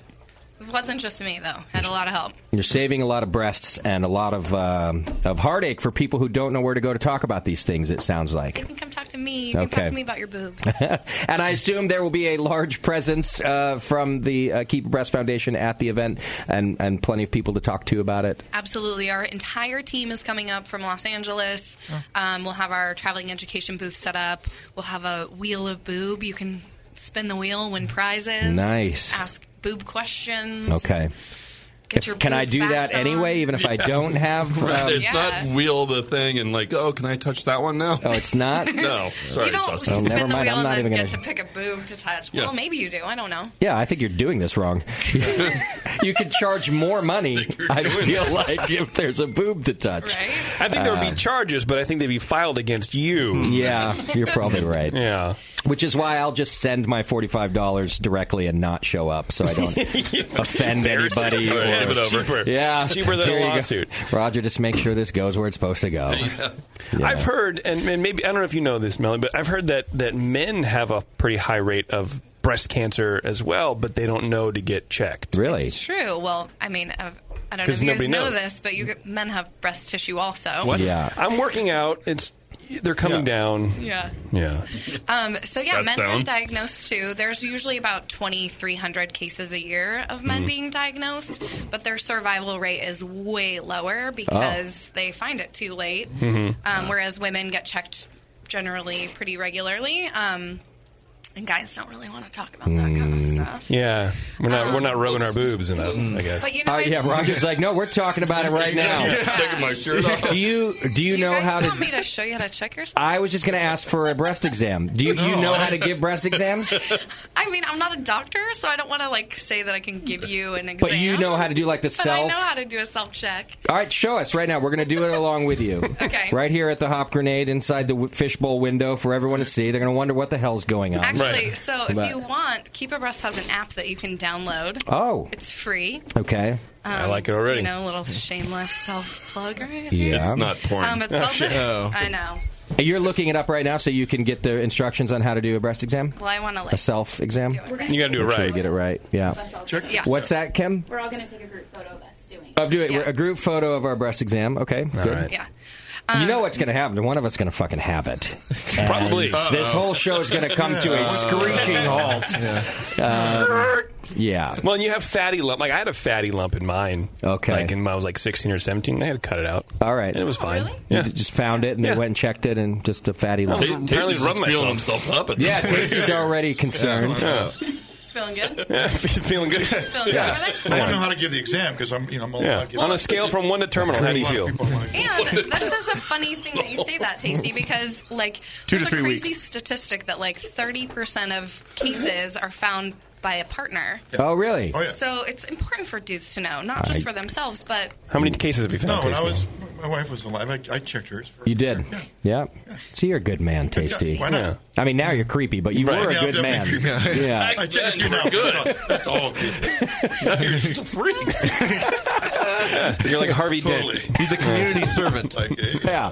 Speaker 12: It wasn't just me though. Had a lot of help.
Speaker 1: You're saving a lot of breasts and a lot of um, of heartache for people who don't know where to go to talk about these things. It sounds like. [laughs]
Speaker 12: You can come talk to me. You can
Speaker 1: Okay.
Speaker 12: talk to me about your boobs.
Speaker 1: and I assume there will be a large presence uh, from the uh, Keep Breast Foundation at the event, and and plenty of people to talk to about it.
Speaker 12: Absolutely. Our entire team is coming up from Los Angeles.
Speaker 1: Oh.
Speaker 12: Um, we'll have our traveling education booth set up. We'll have a wheel of boob. You can spin the wheel, win prizes.
Speaker 1: Nice.
Speaker 12: Ask boob questions.
Speaker 1: Okay.
Speaker 12: Get
Speaker 1: If-
Speaker 12: your
Speaker 1: can I
Speaker 12: boob
Speaker 1: do that
Speaker 12: facts on.
Speaker 1: anyway, even if I don't have?
Speaker 5: Right,
Speaker 1: um,
Speaker 5: it's not wheel the thing and like, oh, can I touch that one now?
Speaker 1: Oh, it's not.
Speaker 5: [laughs] no, [laughs] sorry,
Speaker 12: you don't
Speaker 5: Justin.
Speaker 1: Oh,
Speaker 12: spin
Speaker 1: never
Speaker 12: the
Speaker 1: mind,
Speaker 12: wheel
Speaker 1: I'm
Speaker 12: and
Speaker 1: not
Speaker 12: then
Speaker 1: even
Speaker 12: get to
Speaker 1: gonna-
Speaker 12: pick a boob to touch.
Speaker 1: Yeah.
Speaker 12: Well, maybe you do. I don't know.
Speaker 1: Yeah, I think you're doing this
Speaker 2: [laughs]
Speaker 1: wrong. you could charge more money. I feel like if there's a boob to touch.
Speaker 2: I think there would
Speaker 1: Uh,
Speaker 2: be charges, but I think they'd be filed against you.
Speaker 1: Yeah, you're probably right.
Speaker 2: Yeah.
Speaker 1: Which is why I'll just send my forty-five dollars directly and not show up, so I
Speaker 2: [laughs]
Speaker 1: don't offend
Speaker 2: Embarrassing.
Speaker 1: anybody.
Speaker 2: Right, hand it over. Cheaper.
Speaker 1: Yeah,
Speaker 2: Cheaper than a
Speaker 1: here you go.
Speaker 2: lawsuit.
Speaker 1: Roger, just make sure this goes where it's supposed to go. Yeah.
Speaker 2: I've heard, and, and maybe I don't know if you know this, Melanie, but I've heard that that men have a pretty high rate of breast cancer as well, but they don't know to get checked.
Speaker 1: Really?
Speaker 12: It's true. Well, I mean, I've, I don't know
Speaker 2: 'Cause
Speaker 12: if you
Speaker 2: nobody
Speaker 12: guys know
Speaker 2: knows.
Speaker 12: this, but you get, men have breast tissue also.
Speaker 2: I'm working out. It's they're coming down.
Speaker 12: Yeah.
Speaker 2: Yeah.
Speaker 12: Um, so yeah,
Speaker 2: That's
Speaker 12: men
Speaker 2: down.
Speaker 12: are diagnosed too. There's usually about 2,300 cases a year of men
Speaker 2: Mm-hmm.
Speaker 1: Mhm.
Speaker 12: being diagnosed, but their survival rate is way lower
Speaker 2: Oh.
Speaker 12: because they find it too late.
Speaker 13: Mhm.
Speaker 2: Mm-hmm.
Speaker 12: Um, whereas women get checked generally pretty regularly, um, and guys don't really want to talk about
Speaker 2: Mm.
Speaker 1: Mm.
Speaker 12: that kind of stuff. Um,
Speaker 2: Yeah. We're not we're not rubbing our boobs enough. I guess.
Speaker 12: But you
Speaker 1: Oh yeah, Roger's like, no, we're talking about it
Speaker 2: [laughs]
Speaker 1: right
Speaker 12: [laughs]
Speaker 1: now.
Speaker 12: Yeah, taking my shirt off.
Speaker 1: Do you do you know
Speaker 12: guys
Speaker 1: how
Speaker 12: want me
Speaker 1: to?
Speaker 12: to show you how to check yourself?
Speaker 1: I was just going to ask for a breast exam. Do you, you know how to give breast
Speaker 12: [laughs]
Speaker 1: exams?
Speaker 12: I mean, I'm not a doctor, so I don't want to like say that I can give you an exam.
Speaker 1: But you know how to do like the
Speaker 12: But I
Speaker 1: self.
Speaker 12: know how to do a self check.
Speaker 1: All right, show us right now. We're going to do it along with you.
Speaker 12: [laughs] Okay.
Speaker 1: Right here at the Hop Grenade inside the w- fishbowl window for everyone to see. They're going to wonder what the hell's going on.
Speaker 12: Actually, so if
Speaker 1: But-
Speaker 12: you want, Keep Abreast has an app that you can download.
Speaker 1: Oh.
Speaker 12: It's free.
Speaker 1: Okay.
Speaker 12: Um, You know, a little shameless self plug, right?
Speaker 1: Yeah. It's
Speaker 5: not porn.
Speaker 12: Um, it's
Speaker 1: Oh,
Speaker 12: called
Speaker 5: [laughs]
Speaker 1: shit.
Speaker 12: the-
Speaker 1: Oh.
Speaker 12: I know.
Speaker 1: You're looking it up right now so you can get the instructions on how to do a breast exam?
Speaker 12: Well, I wanna, like,
Speaker 1: A self exam?
Speaker 12: right. You gotta do it
Speaker 1: Make sure
Speaker 12: right.
Speaker 1: we get it right. Yeah.
Speaker 12: Yeah.
Speaker 1: What's that, Kim?
Speaker 14: We're all going to take a group photo of us doing
Speaker 1: Of doing a group photo of our breast exam. Okay. good.
Speaker 12: right. Yeah. Um,
Speaker 1: you know what's going to happen. One of us going to fucking have it. And
Speaker 2: [laughs] Probably.
Speaker 1: This whole show is going to come to
Speaker 2: [laughs]
Speaker 1: a screeching halt. Um, yeah.
Speaker 2: Well, and you have fatty lump. Like I had a fatty lump in mine.
Speaker 1: Okay.
Speaker 2: Like in, I was like 16 or 17. I had to cut it out.
Speaker 1: All right.
Speaker 2: And it
Speaker 12: Oh,
Speaker 2: was fine.
Speaker 1: You
Speaker 2: [laughs]
Speaker 1: just found it and they went and checked it and just a fatty
Speaker 2: I
Speaker 1: lump.
Speaker 2: was apparently rubbing
Speaker 5: feeling
Speaker 2: myself.
Speaker 5: himself up at this
Speaker 1: Yeah,
Speaker 5: point.
Speaker 1: [laughs] Tasty's already concerned.
Speaker 5: Yeah.
Speaker 12: Feeling
Speaker 2: [laughs]
Speaker 12: good?
Speaker 2: Yeah, feeling good.
Speaker 12: Feeling
Speaker 3: Yeah.
Speaker 12: good.
Speaker 3: I don't know how to give the exam because I'm, you know, I'm a
Speaker 2: Yeah. On a scale from one to terminal, how do you feel?
Speaker 12: And this is a funny thing that you say that, Tasty, because like
Speaker 2: Two to
Speaker 12: there's
Speaker 2: three
Speaker 12: a crazy
Speaker 2: weeks.
Speaker 12: statistic that like 30% of cases are found by a partner.
Speaker 1: Oh, really?
Speaker 12: So it's important for dudes to know, not just
Speaker 1: I-
Speaker 12: for themselves, but
Speaker 2: How many cases have you
Speaker 3: No,
Speaker 2: found?
Speaker 3: when I
Speaker 2: Casey?
Speaker 3: was, my wife was alive. I, I checked hers.
Speaker 1: You did. Yeah. See, you're a good man, Tasty.
Speaker 3: why not? Yeah.
Speaker 1: I mean, now you're creepy, but you
Speaker 3: Right.
Speaker 1: were a
Speaker 3: Yeah, I'm
Speaker 1: good man.
Speaker 3: definitely creepy.
Speaker 2: [laughs]
Speaker 1: Yeah.
Speaker 3: I checked you now. That's all. That's all creepy. You're just a freak.
Speaker 2: You're like Harvey Dent.
Speaker 4: He's a community servant.
Speaker 1: [laughs] yeah.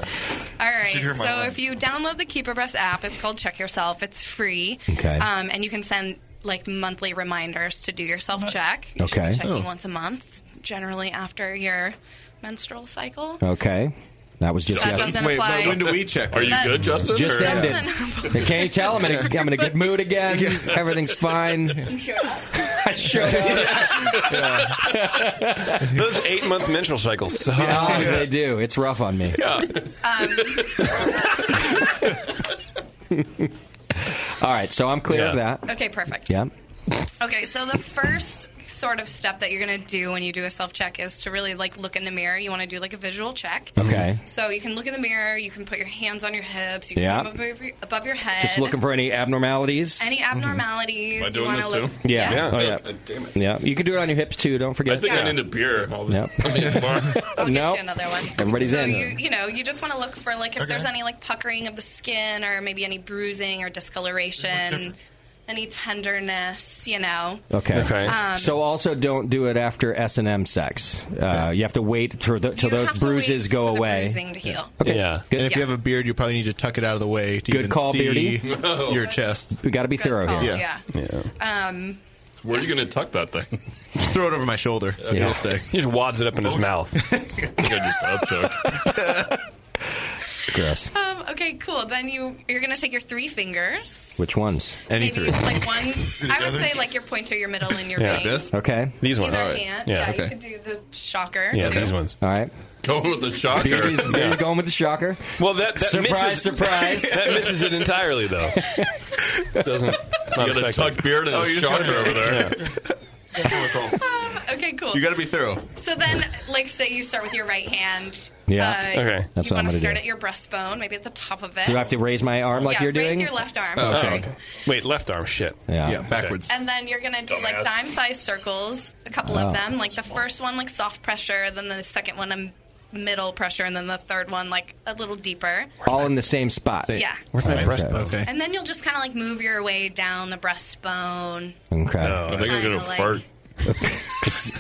Speaker 12: All right.
Speaker 2: Should hear my
Speaker 12: So
Speaker 2: line.
Speaker 12: if you download the Keeper Breast app, it's called Check Yourself. It's free.
Speaker 1: Okay.
Speaker 12: Um, and you can send like monthly reminders to do your self check. You should be
Speaker 1: Okay.
Speaker 12: checking
Speaker 1: Oh.
Speaker 12: once a month, generally after your menstrual cycle.
Speaker 1: Okay. That was just
Speaker 12: That
Speaker 1: yesterday.
Speaker 12: doesn't Wait, apply. but when do we
Speaker 4: check?
Speaker 12: Are you That- good, Justin,
Speaker 1: Just
Speaker 12: or-
Speaker 1: ended.
Speaker 12: Doesn't
Speaker 1: Can you tell? I'm in a, I'm in a good mood again. Everything's fine.
Speaker 14: You showed up.
Speaker 1: I showed [laughs]
Speaker 2: Those eight month menstrual cycles suck.
Speaker 1: Oh, they do. It's rough on me.
Speaker 12: Um,
Speaker 1: [laughs] All right, so I'm clear of
Speaker 12: Yeah.
Speaker 1: that.
Speaker 12: Okay, perfect.
Speaker 1: Yeah.
Speaker 12: Okay, so the first sort of step that you're going to do when you do a self check is to really like look in the mirror. You want to do like a visual check.
Speaker 1: Okay.
Speaker 12: So you can look in the mirror. You can put your hands on your hips. You can
Speaker 1: Yeah.
Speaker 12: put them above your, above your head.
Speaker 1: Just Mm-hmm. looking for any abnormalities.
Speaker 12: any abnormalities.
Speaker 5: Am I
Speaker 12: you
Speaker 5: doing
Speaker 12: want
Speaker 5: this
Speaker 12: to look.
Speaker 5: too?
Speaker 1: Yeah.
Speaker 5: Yeah.
Speaker 1: Oh, yeah.
Speaker 5: Uh, damn it.
Speaker 1: Yeah. You can do it on your hips too. [laughs] Don't forget.
Speaker 5: I think
Speaker 1: yeah.
Speaker 5: I need a beer. All [laughs]
Speaker 1: Yep.
Speaker 12: I'll get
Speaker 1: Nope.
Speaker 12: you another one.
Speaker 1: Everybody's
Speaker 12: so
Speaker 1: in.
Speaker 12: You, you know, you just want to look for like if there's any like puckering of the skin or maybe any bruising or discoloration, any tenderness. You know.
Speaker 1: Okay.
Speaker 12: Um,
Speaker 1: so also don't do it after S and M sex. Uh, you have to wait till, the, till those bruises go away.
Speaker 12: bruising to heal.
Speaker 1: Okay. Yeah.
Speaker 4: And if you have a beard, you probably need to tuck it out of the way to
Speaker 1: Good
Speaker 4: even
Speaker 1: call,
Speaker 4: see
Speaker 1: Beardy.
Speaker 4: [laughs] your chest.
Speaker 1: We got to be thorough
Speaker 12: call,
Speaker 4: here.
Speaker 12: yeah. Um,
Speaker 5: Where are you going to tuck that thing?
Speaker 4: Throw it over
Speaker 5: [laughs]
Speaker 4: my shoulder.
Speaker 5: Yeah.
Speaker 4: It'll stay.
Speaker 2: He just wads it up in his mouth.
Speaker 4: [laughs]
Speaker 5: just upchuck.
Speaker 1: Gross.
Speaker 12: um, okay, cool. Then you you're gonna take your three fingers.
Speaker 1: Which ones?
Speaker 4: Any
Speaker 12: Maybe like one. I would say like your pointer, your middle, and your
Speaker 1: Yeah.
Speaker 12: ring.
Speaker 1: Okay.
Speaker 2: These
Speaker 12: Either hand. Yeah, you could do the shocker. too.
Speaker 2: ones.
Speaker 1: All right.
Speaker 5: Going with the shocker.
Speaker 1: Beardy's, Beardy's going with the shocker.
Speaker 2: Well, that, that
Speaker 1: surprise,
Speaker 2: misses,
Speaker 1: surprise.
Speaker 2: [laughs] That misses it
Speaker 1: [laughs]
Speaker 2: entirely, though. Doesn't. It's not
Speaker 5: You got a
Speaker 2: effective.
Speaker 5: tuck beard and
Speaker 2: Oh,
Speaker 5: a
Speaker 2: you just
Speaker 5: shocker
Speaker 2: gotta-
Speaker 5: over there.
Speaker 12: Um, okay, cool.
Speaker 4: You got to be thorough.
Speaker 12: So then, like, say you start with your right hand.
Speaker 1: Yeah.
Speaker 12: Uh,
Speaker 1: Okay. That's
Speaker 12: you
Speaker 1: what I'm
Speaker 12: want
Speaker 1: gonna
Speaker 12: to start
Speaker 1: do.
Speaker 12: at your breastbone, maybe at the top of it.
Speaker 1: Do I have to raise my arm like
Speaker 12: yeah,
Speaker 1: you're
Speaker 12: raise
Speaker 1: doing?
Speaker 12: your left arm.
Speaker 1: Oh,
Speaker 12: sorry.
Speaker 1: okay.
Speaker 2: Wait, left arm. Shit.
Speaker 1: Yeah.
Speaker 2: backwards.
Speaker 12: And then you're gonna do like
Speaker 2: Dumbass.
Speaker 12: dime-sized circles, a couple
Speaker 1: Oh.
Speaker 2: Wow.
Speaker 12: of them. Like the first one, like soft pressure. Then the second one, a middle pressure, and then the third one, like a little deeper.
Speaker 1: All in the same spot.
Speaker 12: Yeah.
Speaker 1: Where's my breastbone? Okay.
Speaker 12: And then you'll just kind of like move your way down the breastbone.
Speaker 5: [laughs]
Speaker 1: Okay.
Speaker 5: I think it's
Speaker 12: Kinda
Speaker 5: going to fart.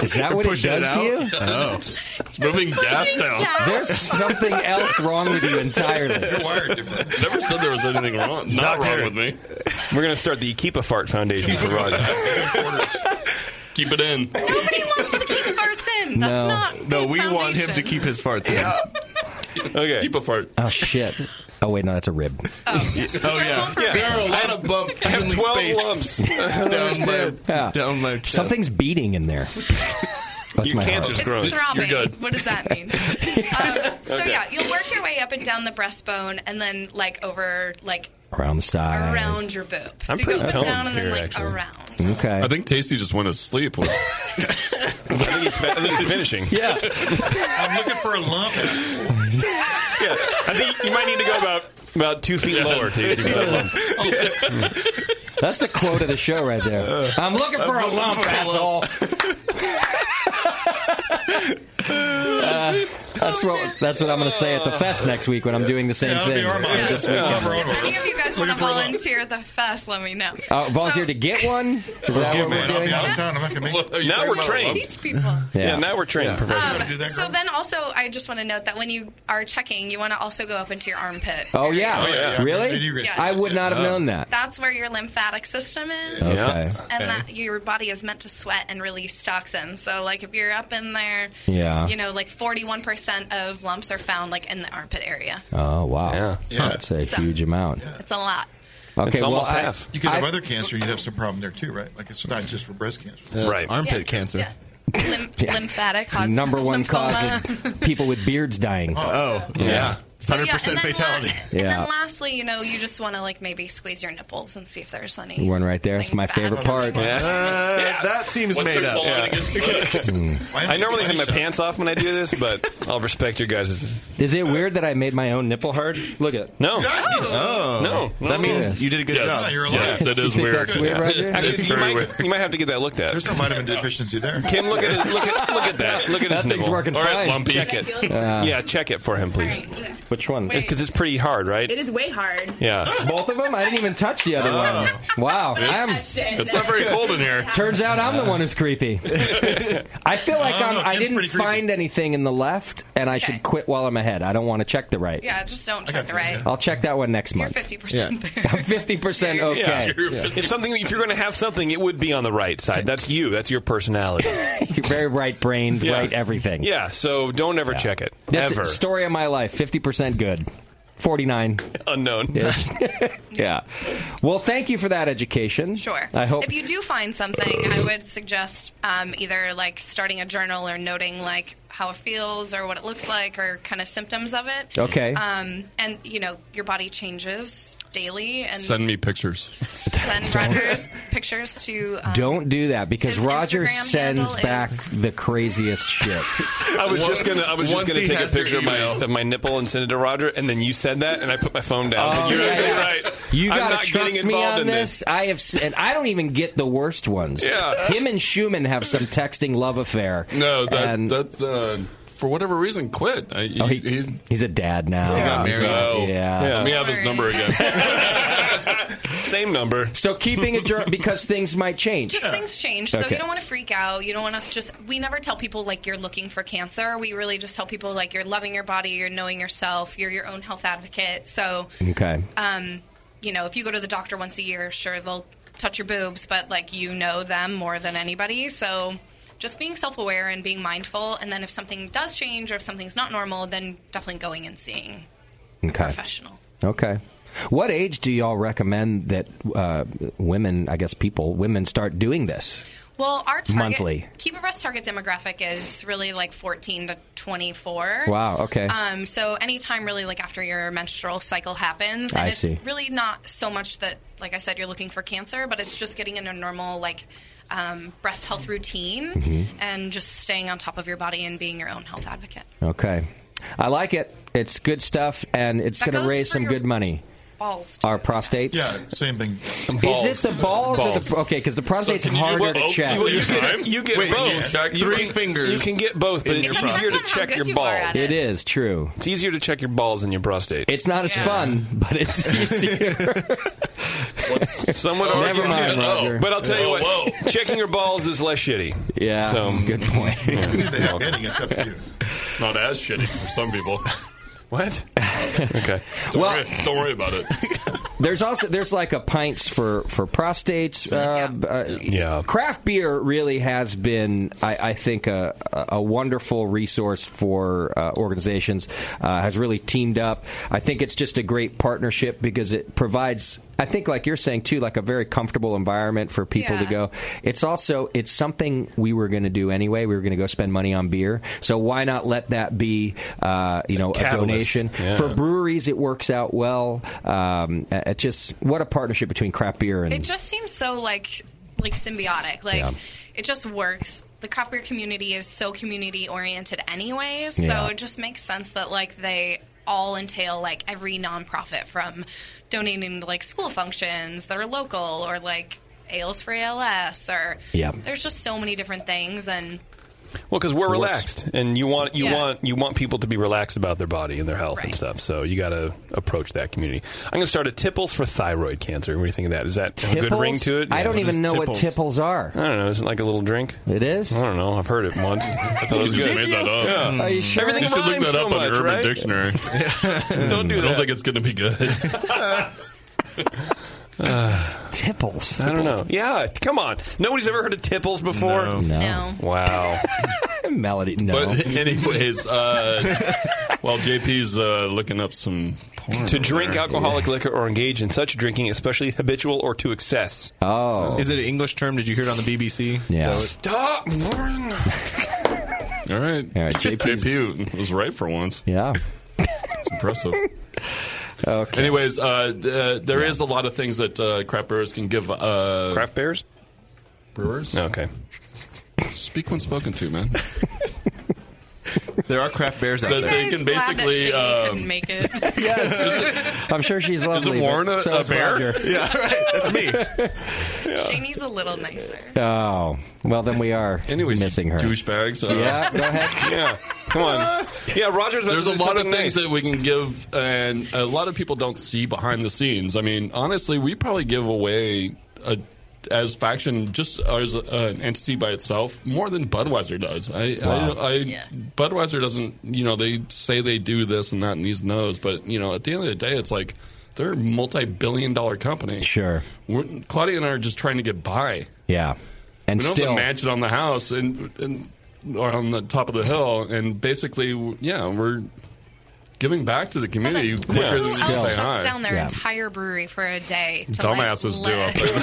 Speaker 1: Is that what it
Speaker 5: Pushing
Speaker 1: does to
Speaker 5: out?
Speaker 1: you?
Speaker 5: Oh. It's moving gas down.
Speaker 1: [laughs] There's something else wrong with you entirely.
Speaker 4: [laughs]
Speaker 5: Never said there was anything wrong. Not wrong with me.
Speaker 2: We're going to start the Keep a Fart Foundation for Rod.
Speaker 5: Keep it in.
Speaker 12: Nobody wants to keep farts in. That's not.
Speaker 1: [laughs]
Speaker 4: no, we want him to keep his farts. Yeah.
Speaker 5: [laughs]
Speaker 2: okay.
Speaker 5: Keep a fart.
Speaker 1: Oh shit. Oh wait, no, that's a rib.
Speaker 4: Oh yeah. There are a lot of bumps. I have
Speaker 5: 12
Speaker 2: lumps.
Speaker 4: [laughs] down my,
Speaker 1: Yeah.
Speaker 4: down my chest.
Speaker 1: Something's beating in there. That's
Speaker 4: Your
Speaker 1: my
Speaker 4: cancer's
Speaker 1: heart.
Speaker 4: growing.
Speaker 12: It's throbbing.
Speaker 4: You're good.
Speaker 12: What does that mean? um, so
Speaker 1: Okay.
Speaker 12: yeah, you'll work your way up and down the breastbone, and then like over, like
Speaker 1: Around the side.
Speaker 12: around your boob. So
Speaker 5: I'm
Speaker 12: you go
Speaker 5: pretty
Speaker 12: up
Speaker 5: toned
Speaker 12: down and then
Speaker 5: here,
Speaker 12: like
Speaker 5: actually.
Speaker 12: around.
Speaker 1: Okay.
Speaker 5: I think Tasty just went to
Speaker 4: [laughs]
Speaker 5: sleep. With
Speaker 2: I think he's, fi- I think he's finishing.
Speaker 1: Yeah.
Speaker 3: I'm looking for a lump.
Speaker 2: Yeah. I think you might need to go about about two feet
Speaker 4: [laughs]
Speaker 2: lower, Tasty. for that lump.
Speaker 1: That's the quote of the show right there. [laughs] I'm looking for a lump, asshole. Uh, that's what that's what I'm going to say at the fest next week when I'm doing the same thing. This weekend.
Speaker 12: Any of you guys want to volunteer the fest? Let me know.
Speaker 1: Uh, volunteer to get one. Is that what we're doing?
Speaker 2: now we're trained.
Speaker 12: Teach
Speaker 2: [laughs]
Speaker 12: people.
Speaker 2: Yeah.
Speaker 1: Yeah.
Speaker 2: now we're trained
Speaker 1: Yeah.
Speaker 2: professionally.
Speaker 12: So then also, I just want to note that when you are checking, you want to also go up into your armpit.
Speaker 1: Oh yeah.
Speaker 12: area.
Speaker 1: Really?
Speaker 12: Yeah.
Speaker 1: I would not have known that.
Speaker 12: That's where your lymphatic system is.
Speaker 1: Okay. Yeah.
Speaker 12: And that your body is meant to sweat and release toxins. So, like, if you're up in there,
Speaker 1: Yeah.
Speaker 12: you know, like 41% of lumps are found, like, in the armpit area.
Speaker 1: Oh wow. Yeah.
Speaker 3: Yeah.
Speaker 1: That's a huge amount.
Speaker 12: It's a lot.
Speaker 1: Okay. well, I-
Speaker 3: You could have
Speaker 1: I-
Speaker 3: other cancer, you'd have some problem there too, right? Like it's not just for breast cancer.
Speaker 4: Yeah, it's Right. armpit
Speaker 12: Yeah.
Speaker 4: cancer.
Speaker 12: Yeah. Lym-
Speaker 1: Yeah.
Speaker 12: Lymphatic hot
Speaker 1: number one
Speaker 12: lymphoma.
Speaker 1: cause of people with beards dying.
Speaker 4: Oh, yeah.
Speaker 12: So, yeah, and then And then
Speaker 1: Yeah.
Speaker 12: lastly, you know, you just want to like maybe squeeze your nipples and see if there's any.
Speaker 1: One right there. It's my favorite part.
Speaker 4: Uh, That seems
Speaker 5: What's
Speaker 4: made
Speaker 5: their
Speaker 4: up.
Speaker 5: salon
Speaker 4: Yeah.
Speaker 5: against
Speaker 2: [laughs] I normally have my pants off when I do this, but I'll respect your guys'
Speaker 1: Is it weird that I made my own nipple hard? Look at
Speaker 2: No.
Speaker 1: Oh.
Speaker 2: No. no.
Speaker 1: That means you did a good
Speaker 5: Yes.
Speaker 1: job.
Speaker 5: You're alive. Yes, that
Speaker 1: You
Speaker 5: is
Speaker 2: [laughs]
Speaker 1: think
Speaker 5: weird.
Speaker 1: that's weird,
Speaker 5: Yeah.
Speaker 1: Roger?
Speaker 2: Actually,
Speaker 5: It's
Speaker 2: you
Speaker 5: very
Speaker 2: might,
Speaker 5: weird.
Speaker 2: you might have to get that looked at.
Speaker 3: There's no vitamin deficiency there.
Speaker 2: Kim, look at it. Look at look at that. Look at his
Speaker 1: That thing's
Speaker 2: nibble.
Speaker 1: working
Speaker 2: All right,
Speaker 1: fine.
Speaker 2: Lumpy. Check it.
Speaker 1: Uh,
Speaker 2: yeah, check it for him, please.
Speaker 1: Which one?
Speaker 2: Because it's, pretty hard, right?
Speaker 16: It is way hard.
Speaker 2: Yeah.
Speaker 1: Both of them? I didn't even touch the other one.
Speaker 2: [laughs]
Speaker 1: Wow.
Speaker 16: It's-
Speaker 1: I'm,
Speaker 16: Oh. it's not very cold in here.
Speaker 1: Turns out I'm the one who's creepy. I feel like
Speaker 16: I don't
Speaker 1: I'm,
Speaker 16: know,
Speaker 1: I
Speaker 16: Kim's
Speaker 1: didn't find anything in the left, and I should quit while I'm ahead. I don't want to check the right.
Speaker 12: Yeah, just don't check the right.
Speaker 1: I'll check that one next month.
Speaker 12: 50%
Speaker 1: I'm 50% okay.
Speaker 2: Yeah. If something, if you're going to have something, it would be on the right side. That's you. That's your [laughs] personality.
Speaker 1: you're very right-brained, right everything.
Speaker 2: Yeah. So don't ever check it.
Speaker 1: This
Speaker 2: ever.
Speaker 1: story of my life, 50% good. 49.
Speaker 2: [laughs] Unknown.
Speaker 1: [laughs] yeah. Well, thank you for that education.
Speaker 12: Sure.
Speaker 1: I hope.
Speaker 12: If you do find something, I would suggest um, either like starting a journal or noting like how it feels or what it looks like or kind of symptoms of it.
Speaker 5: Okay.
Speaker 12: Um, and you know your body changes daily and
Speaker 5: Send me pictures.
Speaker 12: send Rogers pictures to. Um,
Speaker 1: Don't do that because
Speaker 12: His
Speaker 1: Roger
Speaker 12: Instagram handle
Speaker 1: sends
Speaker 12: is-
Speaker 1: back the
Speaker 12: [laughs]
Speaker 1: craziest shit.
Speaker 2: I was just gonna. I was just
Speaker 1: Once
Speaker 2: gonna
Speaker 1: he
Speaker 2: take a
Speaker 1: has your
Speaker 2: picture of my, of my nipple and send it to Roger, and then you said that, and I put my phone down.
Speaker 1: Oh,
Speaker 2: you're
Speaker 1: yeah,
Speaker 2: absolutely
Speaker 1: yeah.
Speaker 2: right.
Speaker 1: You
Speaker 2: I'm
Speaker 1: gotta
Speaker 2: not
Speaker 1: trust
Speaker 2: getting
Speaker 1: me
Speaker 2: involved
Speaker 1: on
Speaker 2: in
Speaker 1: this. I have, s- and I don't even get the worst ones.
Speaker 5: Yeah.
Speaker 1: Him and Schumann have some texting love affair.
Speaker 5: No, that,
Speaker 1: and
Speaker 5: that uh, for whatever reason quit. I,
Speaker 1: oh, he, Oh, he's, a dad now.
Speaker 5: He got married.
Speaker 1: So, yeah.
Speaker 5: Let me have his number again.
Speaker 2: Same number.
Speaker 1: So keeping a journal because things might change.
Speaker 12: Just things change, so
Speaker 1: Okay.
Speaker 12: you don't want to freak out. You don't want to just. We never tell people like you're looking for cancer. We really just tell people like you're loving your body, you're knowing yourself, you're your own health advocate. So
Speaker 1: Okay.
Speaker 12: um, you know, if you go to the doctor once a year, sure they'll touch your boobs, but like you know them more than anybody. So just being self-aware and being mindful, and then if something does change or if something's not normal, then definitely going and seeing
Speaker 1: Okay.
Speaker 12: professional.
Speaker 1: Okay. What age do y'all recommend that uh, women, I guess people, women start doing this?
Speaker 12: Well, our target,
Speaker 1: Monthly.
Speaker 12: keep abreast target demographic is really like 14 to 24.
Speaker 1: Wow, okay.
Speaker 12: Um, so anytime really like after your menstrual cycle happens, and
Speaker 1: I
Speaker 12: it's
Speaker 1: see.
Speaker 12: really not so much that like I said you're looking for cancer, but it's just getting in a normal like um, breast health routine
Speaker 1: Mhm.
Speaker 12: and just staying on top of your body and being your own health advocate.
Speaker 1: Okay. I like it. It's good stuff, and it's
Speaker 12: That
Speaker 1: going to
Speaker 12: goes
Speaker 1: raise
Speaker 12: for
Speaker 1: some
Speaker 12: your
Speaker 1: good money.
Speaker 12: Balls.
Speaker 1: Our prostates?
Speaker 3: Yeah, same thing.
Speaker 1: Is it the balls, or the okay? Because the prostate's harder to check.
Speaker 2: Well, you get, you get both. You
Speaker 4: Three
Speaker 2: can-
Speaker 4: fingers
Speaker 2: You can get both, but
Speaker 4: in your
Speaker 2: it's
Speaker 4: prostate.
Speaker 2: easier to
Speaker 4: Depends on how
Speaker 2: check
Speaker 4: good
Speaker 2: your
Speaker 4: you are at
Speaker 2: balls.
Speaker 1: It is true.
Speaker 2: It's easier to check your balls than your prostate.
Speaker 1: It's not as fun, but
Speaker 2: [laughs]
Speaker 1: it's easier.
Speaker 2: Someone
Speaker 1: Never
Speaker 2: argued-
Speaker 1: mind,
Speaker 2: Oh,
Speaker 1: Roger.
Speaker 2: But I'll tell you
Speaker 1: Whoa,
Speaker 2: what, checking your balls is less shitty.
Speaker 1: [laughs] Yeah, Mm,
Speaker 2: [laughs]
Speaker 1: good point.
Speaker 5: it's not as shitty for
Speaker 1: [laughs]
Speaker 5: some people.
Speaker 2: [laughs] What? okay.
Speaker 5: Don't,
Speaker 1: Well-
Speaker 5: worry, don't worry about it.
Speaker 1: There's also there's like a pints for for prostates. Uh, yeah. Craft beer really has been, I, I think, a, a wonderful resource for uh, organizations. Uh, has really teamed up. I think it's just a great partnership because it provides. I think, like you're saying too, like a very comfortable environment for people to
Speaker 15: Yeah.
Speaker 1: go. It's also it's something we were going to do anyway. We were going to go spend money on beer, so why not let that be, uh, you know, a
Speaker 2: catalyst.
Speaker 1: donation
Speaker 2: Yeah.
Speaker 1: for breweries, it works out well. Um, uh, it just what a partnership between craft beer and
Speaker 12: It just seems so like like symbiotic. Like
Speaker 1: Yeah.
Speaker 12: it just works. The craft beer community is so community oriented anyway, so
Speaker 1: Yeah.
Speaker 12: it just makes sense that like they all entail like every nonprofit from donating to like school functions that are local or like ales for ALS or
Speaker 2: Yeah.
Speaker 12: there's just so many different things and
Speaker 2: Well, because we're
Speaker 12: It works.
Speaker 2: relaxed, and you want you
Speaker 12: Yeah.
Speaker 2: want you want people to be relaxed about their body and their health and stuff. So you got to approach that community. I'm going to start a tipples for thyroid cancer. What do you think of that? Is that have a good
Speaker 1: Tipples?
Speaker 2: ring to it?
Speaker 1: I don't even know what tipples are.
Speaker 2: I don't know. Isn't it like a little drink?
Speaker 1: It is.
Speaker 2: I don't know. I've heard it once. I thought it was
Speaker 5: You just
Speaker 2: good.
Speaker 5: made that up.
Speaker 2: Yeah.
Speaker 5: Are you sure?
Speaker 2: Everything
Speaker 5: You should look
Speaker 2: rhymes
Speaker 5: that
Speaker 2: so
Speaker 5: up on
Speaker 2: much,
Speaker 5: Urban
Speaker 2: right?
Speaker 5: Dictionary.
Speaker 2: [laughs] don't do
Speaker 5: I
Speaker 2: that.
Speaker 5: don't think it's going to be
Speaker 2: [laughs]
Speaker 1: [laughs]
Speaker 5: good.
Speaker 1: tipples.
Speaker 2: I don't know. Yeah, come on. Nobody's ever heard of tipples before. No.
Speaker 12: No.
Speaker 2: Wow.
Speaker 1: Melody. No.
Speaker 5: But anyways, uh, [laughs] while JP's uh, looking up some porn
Speaker 2: To drink
Speaker 5: over there.
Speaker 2: alcoholic liquor or engage in such drinking, especially habitual or to excess.
Speaker 1: Oh.
Speaker 4: Is it an English term? Did you hear it on the BBC?
Speaker 1: Yeah.
Speaker 4: That was-
Speaker 2: Stop. Warren.
Speaker 5: All right.
Speaker 1: All right, JP's
Speaker 5: JP was right for once.
Speaker 1: Yeah.
Speaker 5: It's impressive. Okay. Anyways, uh, th- uh, there is a lot of things that uh, craft brewers can give. Uh, craft
Speaker 2: bears?
Speaker 5: Brewers?
Speaker 2: Okay.
Speaker 5: Speak when spoken to, man.
Speaker 4: There are craft bears out
Speaker 5: But
Speaker 4: there.
Speaker 5: they can basically. um,
Speaker 12: make
Speaker 5: [laughs]
Speaker 12: it.
Speaker 1: I'm sure she's lovely. but
Speaker 5: Warren a-
Speaker 1: so
Speaker 5: a
Speaker 1: is
Speaker 5: bear?
Speaker 1: Roger.
Speaker 5: Yeah,
Speaker 4: right. That's me.
Speaker 12: Shaney's a little nicer.
Speaker 1: [laughs] Oh, well, then we are missing her.
Speaker 5: douchebags. uh,
Speaker 1: Yeah, go
Speaker 5: [laughs] ahead. yeah, come on.
Speaker 2: Yeah, Rogers.
Speaker 5: There's a
Speaker 2: There's
Speaker 5: lot of
Speaker 2: something
Speaker 5: things
Speaker 2: nice.
Speaker 5: that we can give, and a lot of people don't see behind the scenes. I mean, honestly, we probably give away a, as faction just as an entity by itself more than Budweiser does. I,
Speaker 16: Wow.
Speaker 5: I, I Budweiser doesn't. You know, they say they do this and that and these and those, but you know, at the end of the day, it's like they're a multi-billion-dollar company.
Speaker 1: Sure.
Speaker 5: We're, Claudia and I are just trying to get by
Speaker 1: Yeah, and
Speaker 5: we don't
Speaker 1: still,
Speaker 5: have a mansion on the house and, and or on the top of the hill, and basically, yeah, we're giving back to the community
Speaker 12: Who
Speaker 5: quicker
Speaker 12: else
Speaker 5: than you say
Speaker 12: shuts
Speaker 5: hi.
Speaker 12: down their entire brewery for a day? To
Speaker 5: Dumbasses
Speaker 12: like,
Speaker 5: do
Speaker 12: let- [laughs]
Speaker 5: up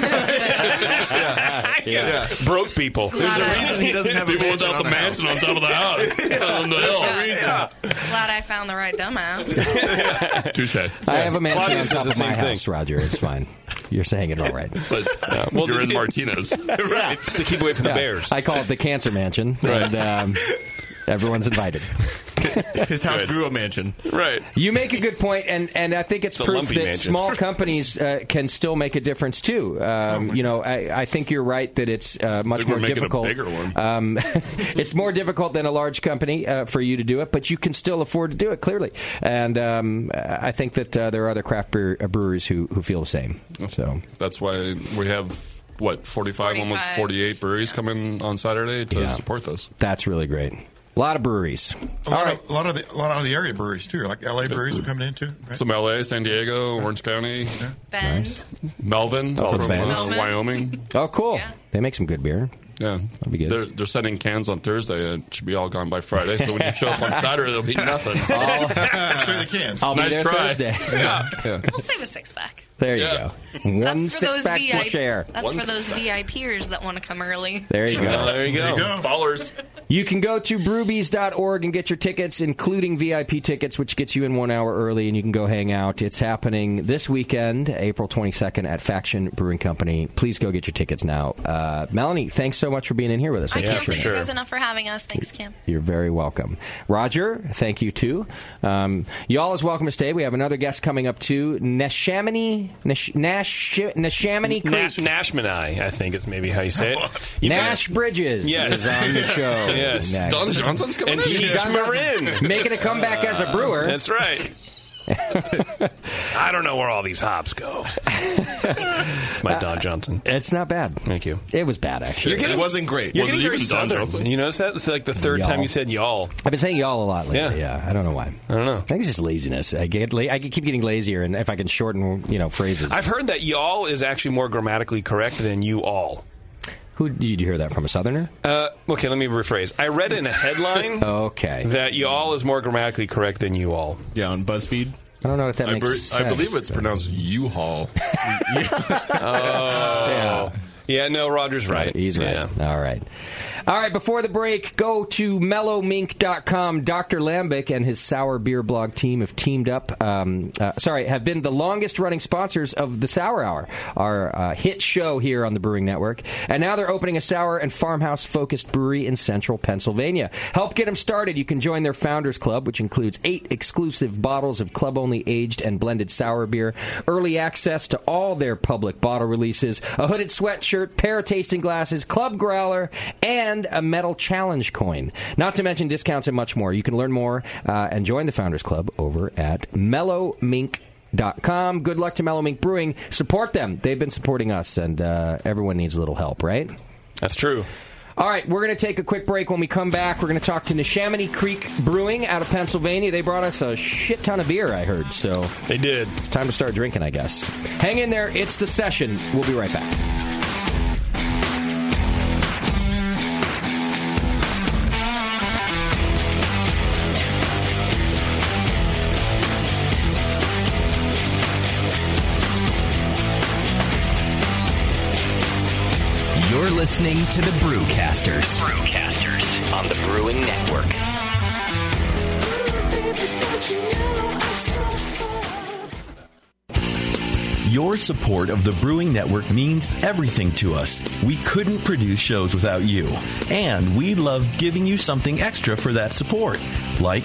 Speaker 5: there.
Speaker 2: [laughs] yeah. broke people.
Speaker 12: There's a
Speaker 5: reason he doesn't have a
Speaker 2: people
Speaker 5: mansion
Speaker 2: without
Speaker 5: on
Speaker 2: the
Speaker 5: the
Speaker 2: mansion
Speaker 5: on top of the house on the hill.
Speaker 12: Glad I found the right
Speaker 1: [laughs]
Speaker 12: dumbass.
Speaker 5: Touche. I
Speaker 1: have a mansion on
Speaker 5: Claudius
Speaker 1: top
Speaker 5: does
Speaker 1: of
Speaker 5: the
Speaker 1: my
Speaker 5: same thing.
Speaker 1: house, Roger. It's fine. You're saying it all right.
Speaker 5: But uh,
Speaker 1: [laughs]
Speaker 2: well,
Speaker 5: Um, you're
Speaker 2: the-
Speaker 5: in
Speaker 2: [laughs]
Speaker 5: Martinez,
Speaker 2: right? To keep away from
Speaker 1: Yeah.
Speaker 2: the bears.
Speaker 1: I call it the cancer mansion, and um, everyone's invited.
Speaker 4: [laughs] His house grew a mansion.
Speaker 2: Right.
Speaker 1: You make a good point, and, and I think it's,
Speaker 4: It's a
Speaker 1: proof
Speaker 4: lumpy
Speaker 1: that
Speaker 5: [laughs]
Speaker 4: mansion.
Speaker 1: small companies uh, can still make a difference too.
Speaker 5: Oh,
Speaker 1: Um, you know, I, I think you're right that it's uh, much
Speaker 5: think
Speaker 1: more
Speaker 5: we're making a
Speaker 1: difficult.
Speaker 5: bigger one.
Speaker 1: Um, [laughs] it's more difficult than a large company uh, for you to do it, but you can still afford to do it clearly. And um, I think that uh, there are other craft brewer- breweries who, who feel the same. So
Speaker 5: That's why we have what 45, almost
Speaker 12: 45.
Speaker 5: 48 breweries coming on Saturday to
Speaker 1: Yeah.
Speaker 5: support this.
Speaker 1: that's really great. A lot of breweries.
Speaker 3: A lot, of, a lot of the a lot of the area breweries too, like LA breweries are coming in too. Right?
Speaker 5: Some LA, San Diego, Orange County,
Speaker 12: Bend.
Speaker 5: Melvin
Speaker 1: Oh,
Speaker 5: from
Speaker 1: Bend.
Speaker 5: uh,
Speaker 1: Melvin.
Speaker 5: Wyoming.
Speaker 1: [laughs] Oh, cool. They make some good beer.
Speaker 5: Yeah,
Speaker 1: that'd be good.
Speaker 5: They're, they're sending cans on Thursday, and it should be all gone by Friday. So when you
Speaker 1: [laughs]
Speaker 5: show up on Saturday, there'll be
Speaker 4: [laughs]
Speaker 5: nothing.
Speaker 3: Sure they can.
Speaker 1: I'll be
Speaker 5: nice
Speaker 1: there
Speaker 5: try.
Speaker 1: Thursday.
Speaker 5: Yeah.
Speaker 12: We'll save a six pack.
Speaker 1: There you
Speaker 5: [laughs]
Speaker 1: go. One
Speaker 12: That's for
Speaker 1: six
Speaker 12: those
Speaker 1: pack
Speaker 12: VIP
Speaker 1: for share.
Speaker 12: That's for those VIPers that want to come early.
Speaker 1: There you go.
Speaker 2: There you go.
Speaker 5: Ballers.
Speaker 1: You can go to brewbees.org and get your tickets, including VIP tickets, which gets you in one hour early, and you can go hang out. It's happening this weekend, April 22nd, at Faction Brewing Company. Please go get your tickets now. Uh, Melanie, thanks so much for being in here with us.
Speaker 12: I
Speaker 1: I
Speaker 12: can't
Speaker 1: appreciate
Speaker 12: thank
Speaker 1: it.
Speaker 12: you guys enough for having us. Thanks, Kim.
Speaker 1: You're very welcome. Roger, thank you too. Um, y'all is welcome to stay. We have another guest coming up too. Neshaminy, Nesh, Nash, Neshaminy
Speaker 2: Nash,
Speaker 1: Creek.
Speaker 2: Nashmanai, I think is maybe how you say it.
Speaker 1: Nash Bridges
Speaker 2: Yes.
Speaker 1: is on
Speaker 2: [laughs]
Speaker 1: the show.
Speaker 2: Yes.
Speaker 1: next.
Speaker 2: Don Johnson's coming
Speaker 1: and
Speaker 2: in.
Speaker 1: Keith
Speaker 2: Yes.
Speaker 1: Johnson's
Speaker 2: Marin.
Speaker 1: [laughs] making a comeback as a brewer.
Speaker 2: That's right. I don't know where all these hops go. it's my Don Johnson.
Speaker 1: Uh, It's not bad.
Speaker 2: Thank you.
Speaker 1: It was bad actually.
Speaker 2: getting- [laughs] You're getting very southern. You notice that? It's like the 3rd
Speaker 1: Y'all.
Speaker 2: time you said y'all.
Speaker 1: I've been saying y'all a lot lately. Yeah.
Speaker 2: Yeah.
Speaker 1: I don't know why. I
Speaker 2: don't know. I
Speaker 1: think it's just laziness. I get la- I keep getting lazier, and if I can shorten, you know, phrases.
Speaker 2: I've heard that y'all is actually more grammatically correct than you all.
Speaker 1: Who did you hear that from? A southerner?
Speaker 2: Uh, okay, let me rephrase. I read in a headline
Speaker 1: okay.
Speaker 2: that y'all is more grammatically correct than you all.
Speaker 4: Yeah, on BuzzFeed.
Speaker 1: I don't know if that
Speaker 5: I,
Speaker 1: makes
Speaker 5: ber-
Speaker 1: sense.
Speaker 5: I believe it's pronounced U-Haul.
Speaker 2: Oh. Yeah. no, Roger's right.
Speaker 1: He's right. All right. All right, before the break, go to mellowmink.com. Dr. Lambic and his sour beer blog team have teamed up, um, uh, sorry, have been the longest running sponsors of the Sour Hour, our uh, hit show here on the Brewing Network. And now they're opening a sour and farmhouse focused brewery in central Pennsylvania. Help get them started. You can join their Founders Club, which includes eight exclusive bottles of club only aged and blended sour beer, early access to all their public bottle releases, a hooded sweatshirt, pair of tasting glasses, club growler, and a metal challenge coin. Not to mention discounts and much more. You can learn more uh, and join the Founders Club over at Mellow Mink. Dot com. Good luck to Mellow Mink Brewing. Support them. They've been supporting us, and uh, everyone needs a little help, right?
Speaker 2: That's true.
Speaker 1: All right, we're going to take a quick break. When we come back, we're going to talk to Neshaminy Creek Brewing out of Pennsylvania. They brought us a shit ton of beer, I heard. So
Speaker 2: they did.
Speaker 1: It's time to start drinking, I guess. Hang in there. It's the session. We'll be right back.
Speaker 7: You're listening to the Brewcasters. Brewcasters on the Brewing Network.
Speaker 17: Your support of the Brewing Network means everything to us. We couldn't produce shows without you. And we love giving you something extra for that support, like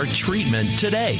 Speaker 17: treatment today.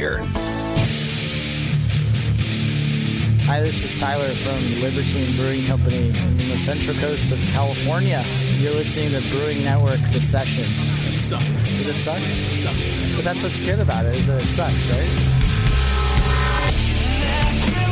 Speaker 16: Hi, this is Tyler from Libertine Brewing Company in the Central Coast of California. You're listening to Brewing Network, The Session. It sucks. Does it suck? It sucks. But that's what's good about it, is that it sucks, right?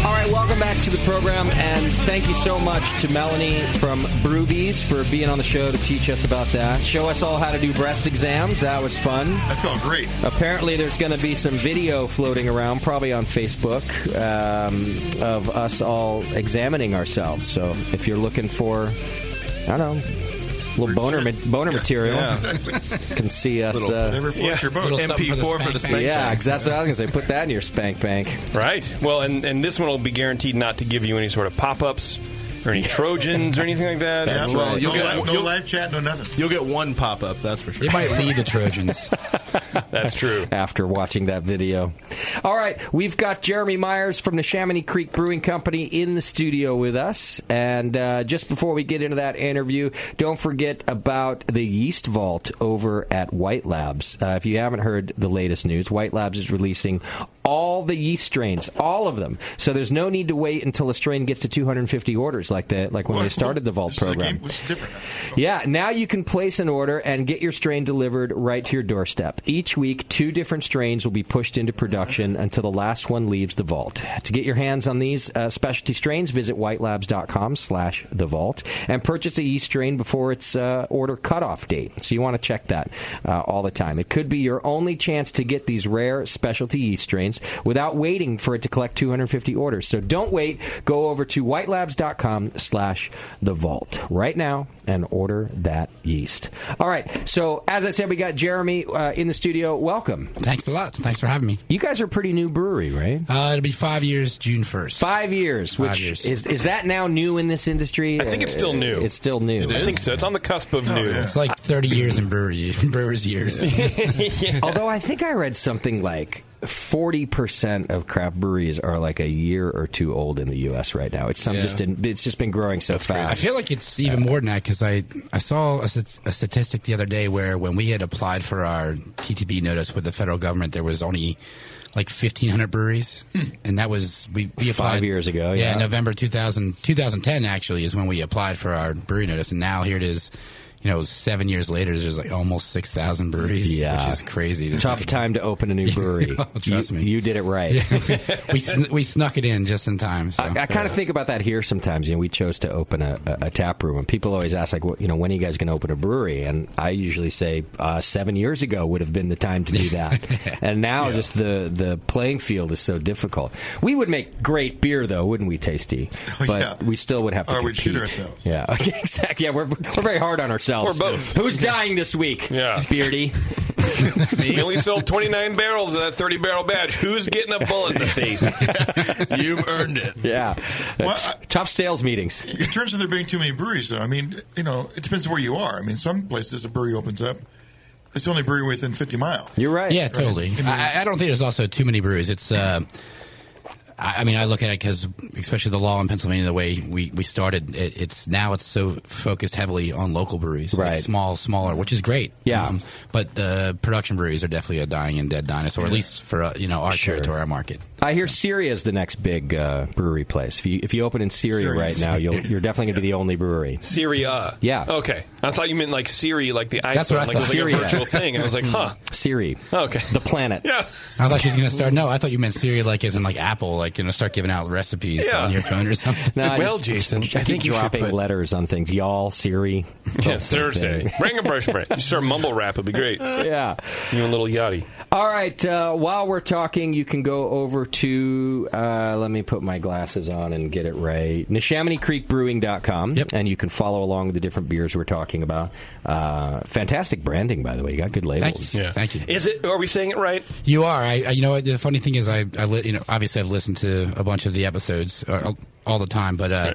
Speaker 1: All right, welcome back to the program, and thank you so much to Melanie from Broovies for being on the show to teach us about that. Show us all how to do breast exams. That was fun. That
Speaker 3: felt great.
Speaker 1: Apparently, there's going to be some video floating around, probably on Facebook, um, of us all examining ourselves. So if you're looking for, I don't know, little boner ma- boner material, [laughs] can see us.
Speaker 3: Little-
Speaker 1: uh,
Speaker 3: Whatever floats your boat. Little something for the MP4 for the spank spank bank.
Speaker 1: Yeah,
Speaker 3: bank.
Speaker 1: exactly. What I was going to say. Put that in your spank bank.
Speaker 2: Right. Well, and, and this one will be guaranteed not to give you any sort of pop ups. or any Trojans or anything like that.
Speaker 3: Yeah, well, you'll get- you'll-
Speaker 4: chat, no nothing. You'll get one pop up, that's for sure.
Speaker 1: It might lead to
Speaker 4: Trojans.
Speaker 2: [laughs] That's true.
Speaker 1: After watching that video. All right, we've got Jeremy Myers from the Chamonix Creek Brewing Company in the studio with us. And uh, just before we get into that interview, don't forget about the Yeast Vault over at White Labs. Uh, if you haven't heard the latest news, White Labs is releasing all the yeast strains, all of them. So there's no need to wait until a strain gets to 250 orders like that, like when they started the Vault program. [laughs] Yeah, now you can place an order and get your strain delivered right to your doorstep. Each week, two different strains will be pushed into production until the last one leaves the vault. To get your hands on these uh, specialty strains, visit whitelabs.com slash the vault and purchase a yeast strain before its uh, order cutoff date. So you want to check that uh, all the time. It could be your only chance to get these rare specialty yeast strains without waiting for it to collect 250 orders. So don't wait. Go over to whitelabs.com slash the vault right now and order that yeast. All right. So as I said, we got Jeremy uh, in the studio. Welcome.
Speaker 18: Thanks a lot. Thanks for having me.
Speaker 1: You guys are a pretty new brewery, right?
Speaker 18: Uh, it'll be five years June 1st.
Speaker 1: Five years,
Speaker 18: Five
Speaker 1: which
Speaker 18: years.
Speaker 1: Is, is that now new in this industry? Uh,
Speaker 2: I think it's still new.
Speaker 1: It's still new.
Speaker 2: I think so. It's on the cusp
Speaker 1: Oh,
Speaker 2: of new.
Speaker 18: It's
Speaker 2: [laughs]
Speaker 18: like 30 years in brewery, [laughs] brewer's years.
Speaker 3: [laughs]
Speaker 1: Although I think I read something like 40% of craft breweries are like a year or two old in the US right now. It's some
Speaker 18: Yeah.
Speaker 1: just in, it's just been growing so fast.
Speaker 18: I feel like it's even more than that because I, I saw a, st- a statistic the other day where when we had applied for our TTB notice with the federal government, there was only like 1,500 breweries. And that was, we, we applied.
Speaker 1: Five years ago, yeah.
Speaker 18: Yeah, November 2000, 2010 actually is when we applied for our brewery notice. And now here it is, you know, seven years later, there's like almost 6,000 breweries,
Speaker 1: Yeah.
Speaker 18: which is crazy.
Speaker 1: Tough time to open a
Speaker 18: [laughs]
Speaker 1: new brewery.
Speaker 18: trust
Speaker 1: you,
Speaker 18: me.
Speaker 1: you did it
Speaker 18: [laughs]
Speaker 1: right.
Speaker 18: we, sn- we snuck it in just in time. So.
Speaker 1: I kind of think about that here sometimes. You know, we chose to open a, a, a tap room, and people always ask, like, well, you know, when are you guys going to open a brewery? And I usually say, uh, seven years ago would have been the time to do
Speaker 3: [laughs]
Speaker 1: that. and now just the, the playing field is so difficult. We would make great beer, though, wouldn't we,
Speaker 3: [laughs]
Speaker 1: Tasty? But we still would have to
Speaker 3: Or we'd shoot
Speaker 1: compete.
Speaker 3: ourselves.
Speaker 1: Yeah, [laughs] Okay, exactly. Yeah, we're, we're very hard on ourselves.
Speaker 2: We're both.
Speaker 1: Who's dying this week? Yeah.
Speaker 2: [laughs]
Speaker 1: Beardy.
Speaker 2: We only sold 29 barrels of that 30 barrel batch. Who's getting a bullet in the
Speaker 18: [laughs]
Speaker 2: face?
Speaker 4: You've earned it.
Speaker 1: [laughs] Yeah. tough sales meetings.
Speaker 3: In terms of there being too many breweries, though, I mean, you know, it depends where you are. I mean, some places a brewery opens up, it's the only brewery within 50 miles.
Speaker 1: You're right.
Speaker 18: Yeah, totally. I, I don't think there's also too many breweries. It's, uh, I, I mean, I look at it because, especially the law in Pennsylvania, the way we, we started, it, it's now it's so focused heavily on local breweries, like
Speaker 1: Right.
Speaker 18: small, smaller, which is great. Yeah, um, but uh, production breweries are definitely a dying and dead dinosaur, at least for uh, you know our territory, our market.
Speaker 1: I hear Syria is the next big uh, brewery place. If you, if you open in Syria
Speaker 2: Syria.
Speaker 1: right now, you'll, you're definitely going to be the only
Speaker 18: [laughs]
Speaker 1: brewery.
Speaker 2: Syria.
Speaker 1: Yeah.
Speaker 2: uh. Okay. I thought you meant like Siri, like the iPhone,
Speaker 1: That's what I
Speaker 2: like it was
Speaker 1: thought.
Speaker 2: like a
Speaker 1: Syria.
Speaker 2: virtual thing. And I was like,
Speaker 1: [laughs]
Speaker 2: huh.
Speaker 1: Mm-hmm.
Speaker 2: Oh,
Speaker 1: Siri.
Speaker 2: Okay.
Speaker 1: The planet.
Speaker 2: Yeah.
Speaker 18: I thought she was going to start. No, I thought you meant Siri, like as in like Apple, like you know, start giving out recipes
Speaker 2: Yeah.
Speaker 18: on your phone or something.
Speaker 1: [laughs] No, I just- I think you dropping letters on things. Y'all, Siri.
Speaker 2: Yeah, Thursday. Bring a brush break. You start mumble rap. It'd be great.
Speaker 1: Yeah.
Speaker 2: You and little Yachty.
Speaker 1: All right. Uh, while we're talking, you can go over to, uh, let me put my glasses on and get it right, NeshamineyCreekBrewing.com. Yep. And you can follow along with the different beers we're talking about. Uh, fantastic branding, by the way. You got good labels.
Speaker 18: Thank you. Thank you.
Speaker 2: Is it? Are we saying it right?
Speaker 18: You are. I, I you know what, the funny thing is I, I li- you know obviously I've listened to a bunch of the episodes uh, all the time, but uh,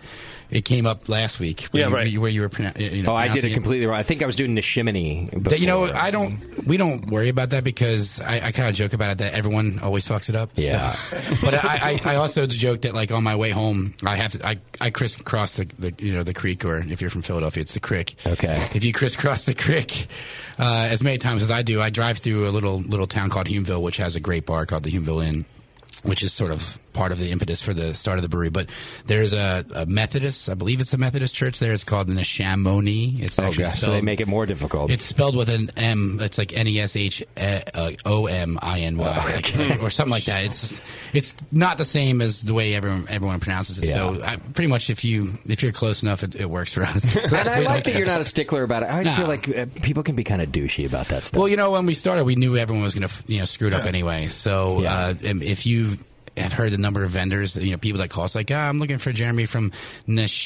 Speaker 18: it came up last week. Where
Speaker 1: Yeah,
Speaker 18: you,
Speaker 1: right.
Speaker 18: Where you were pronoun- you know,
Speaker 1: oh, I did
Speaker 18: pronouncing
Speaker 1: it completely wrong. I think I was doing Neshimini.
Speaker 18: That, you know,
Speaker 1: before.
Speaker 18: I don't. We don't worry about that because I, I kind of joke about it that everyone always fucks it up. so.
Speaker 1: Yeah.
Speaker 18: [laughs] but I, I, I also joke that like on my way home, I have to I, I crisscross the, the you know the creek, or if you're from Philadelphia, it's the creek.
Speaker 1: Okay.
Speaker 18: If you crisscross the creek uh, as many times as I do, I drive through a little little town called Humeville, which has a great bar called the Humeville Inn. Which is sort of part of the impetus for the start of the brewery, but there's a, a Methodist, I believe it's a Methodist church there. It's called the Neshamoni. It's
Speaker 1: Oh,
Speaker 18: actually
Speaker 1: gosh, so they
Speaker 18: spelled-
Speaker 1: make it more difficult.
Speaker 18: it's spelled with an M. It's like N E S H O M I N Y,
Speaker 1: Oh,
Speaker 18: like, or something like that. It's it's not the same as the way everyone everyone pronounces it. So I, pretty much, if you if you're close enough, it, it works for us.
Speaker 1: [laughs] and
Speaker 18: [laughs]
Speaker 1: I like that you're not a stickler about it. I always feel like uh, people can be kind of douchey about that stuff.
Speaker 18: Well, you know, when we started, we knew everyone was going to you know screw it up anyway. So uh, um, if you have heard the number of vendors, you know, people that call us like, ah, I'm looking for Jeremy from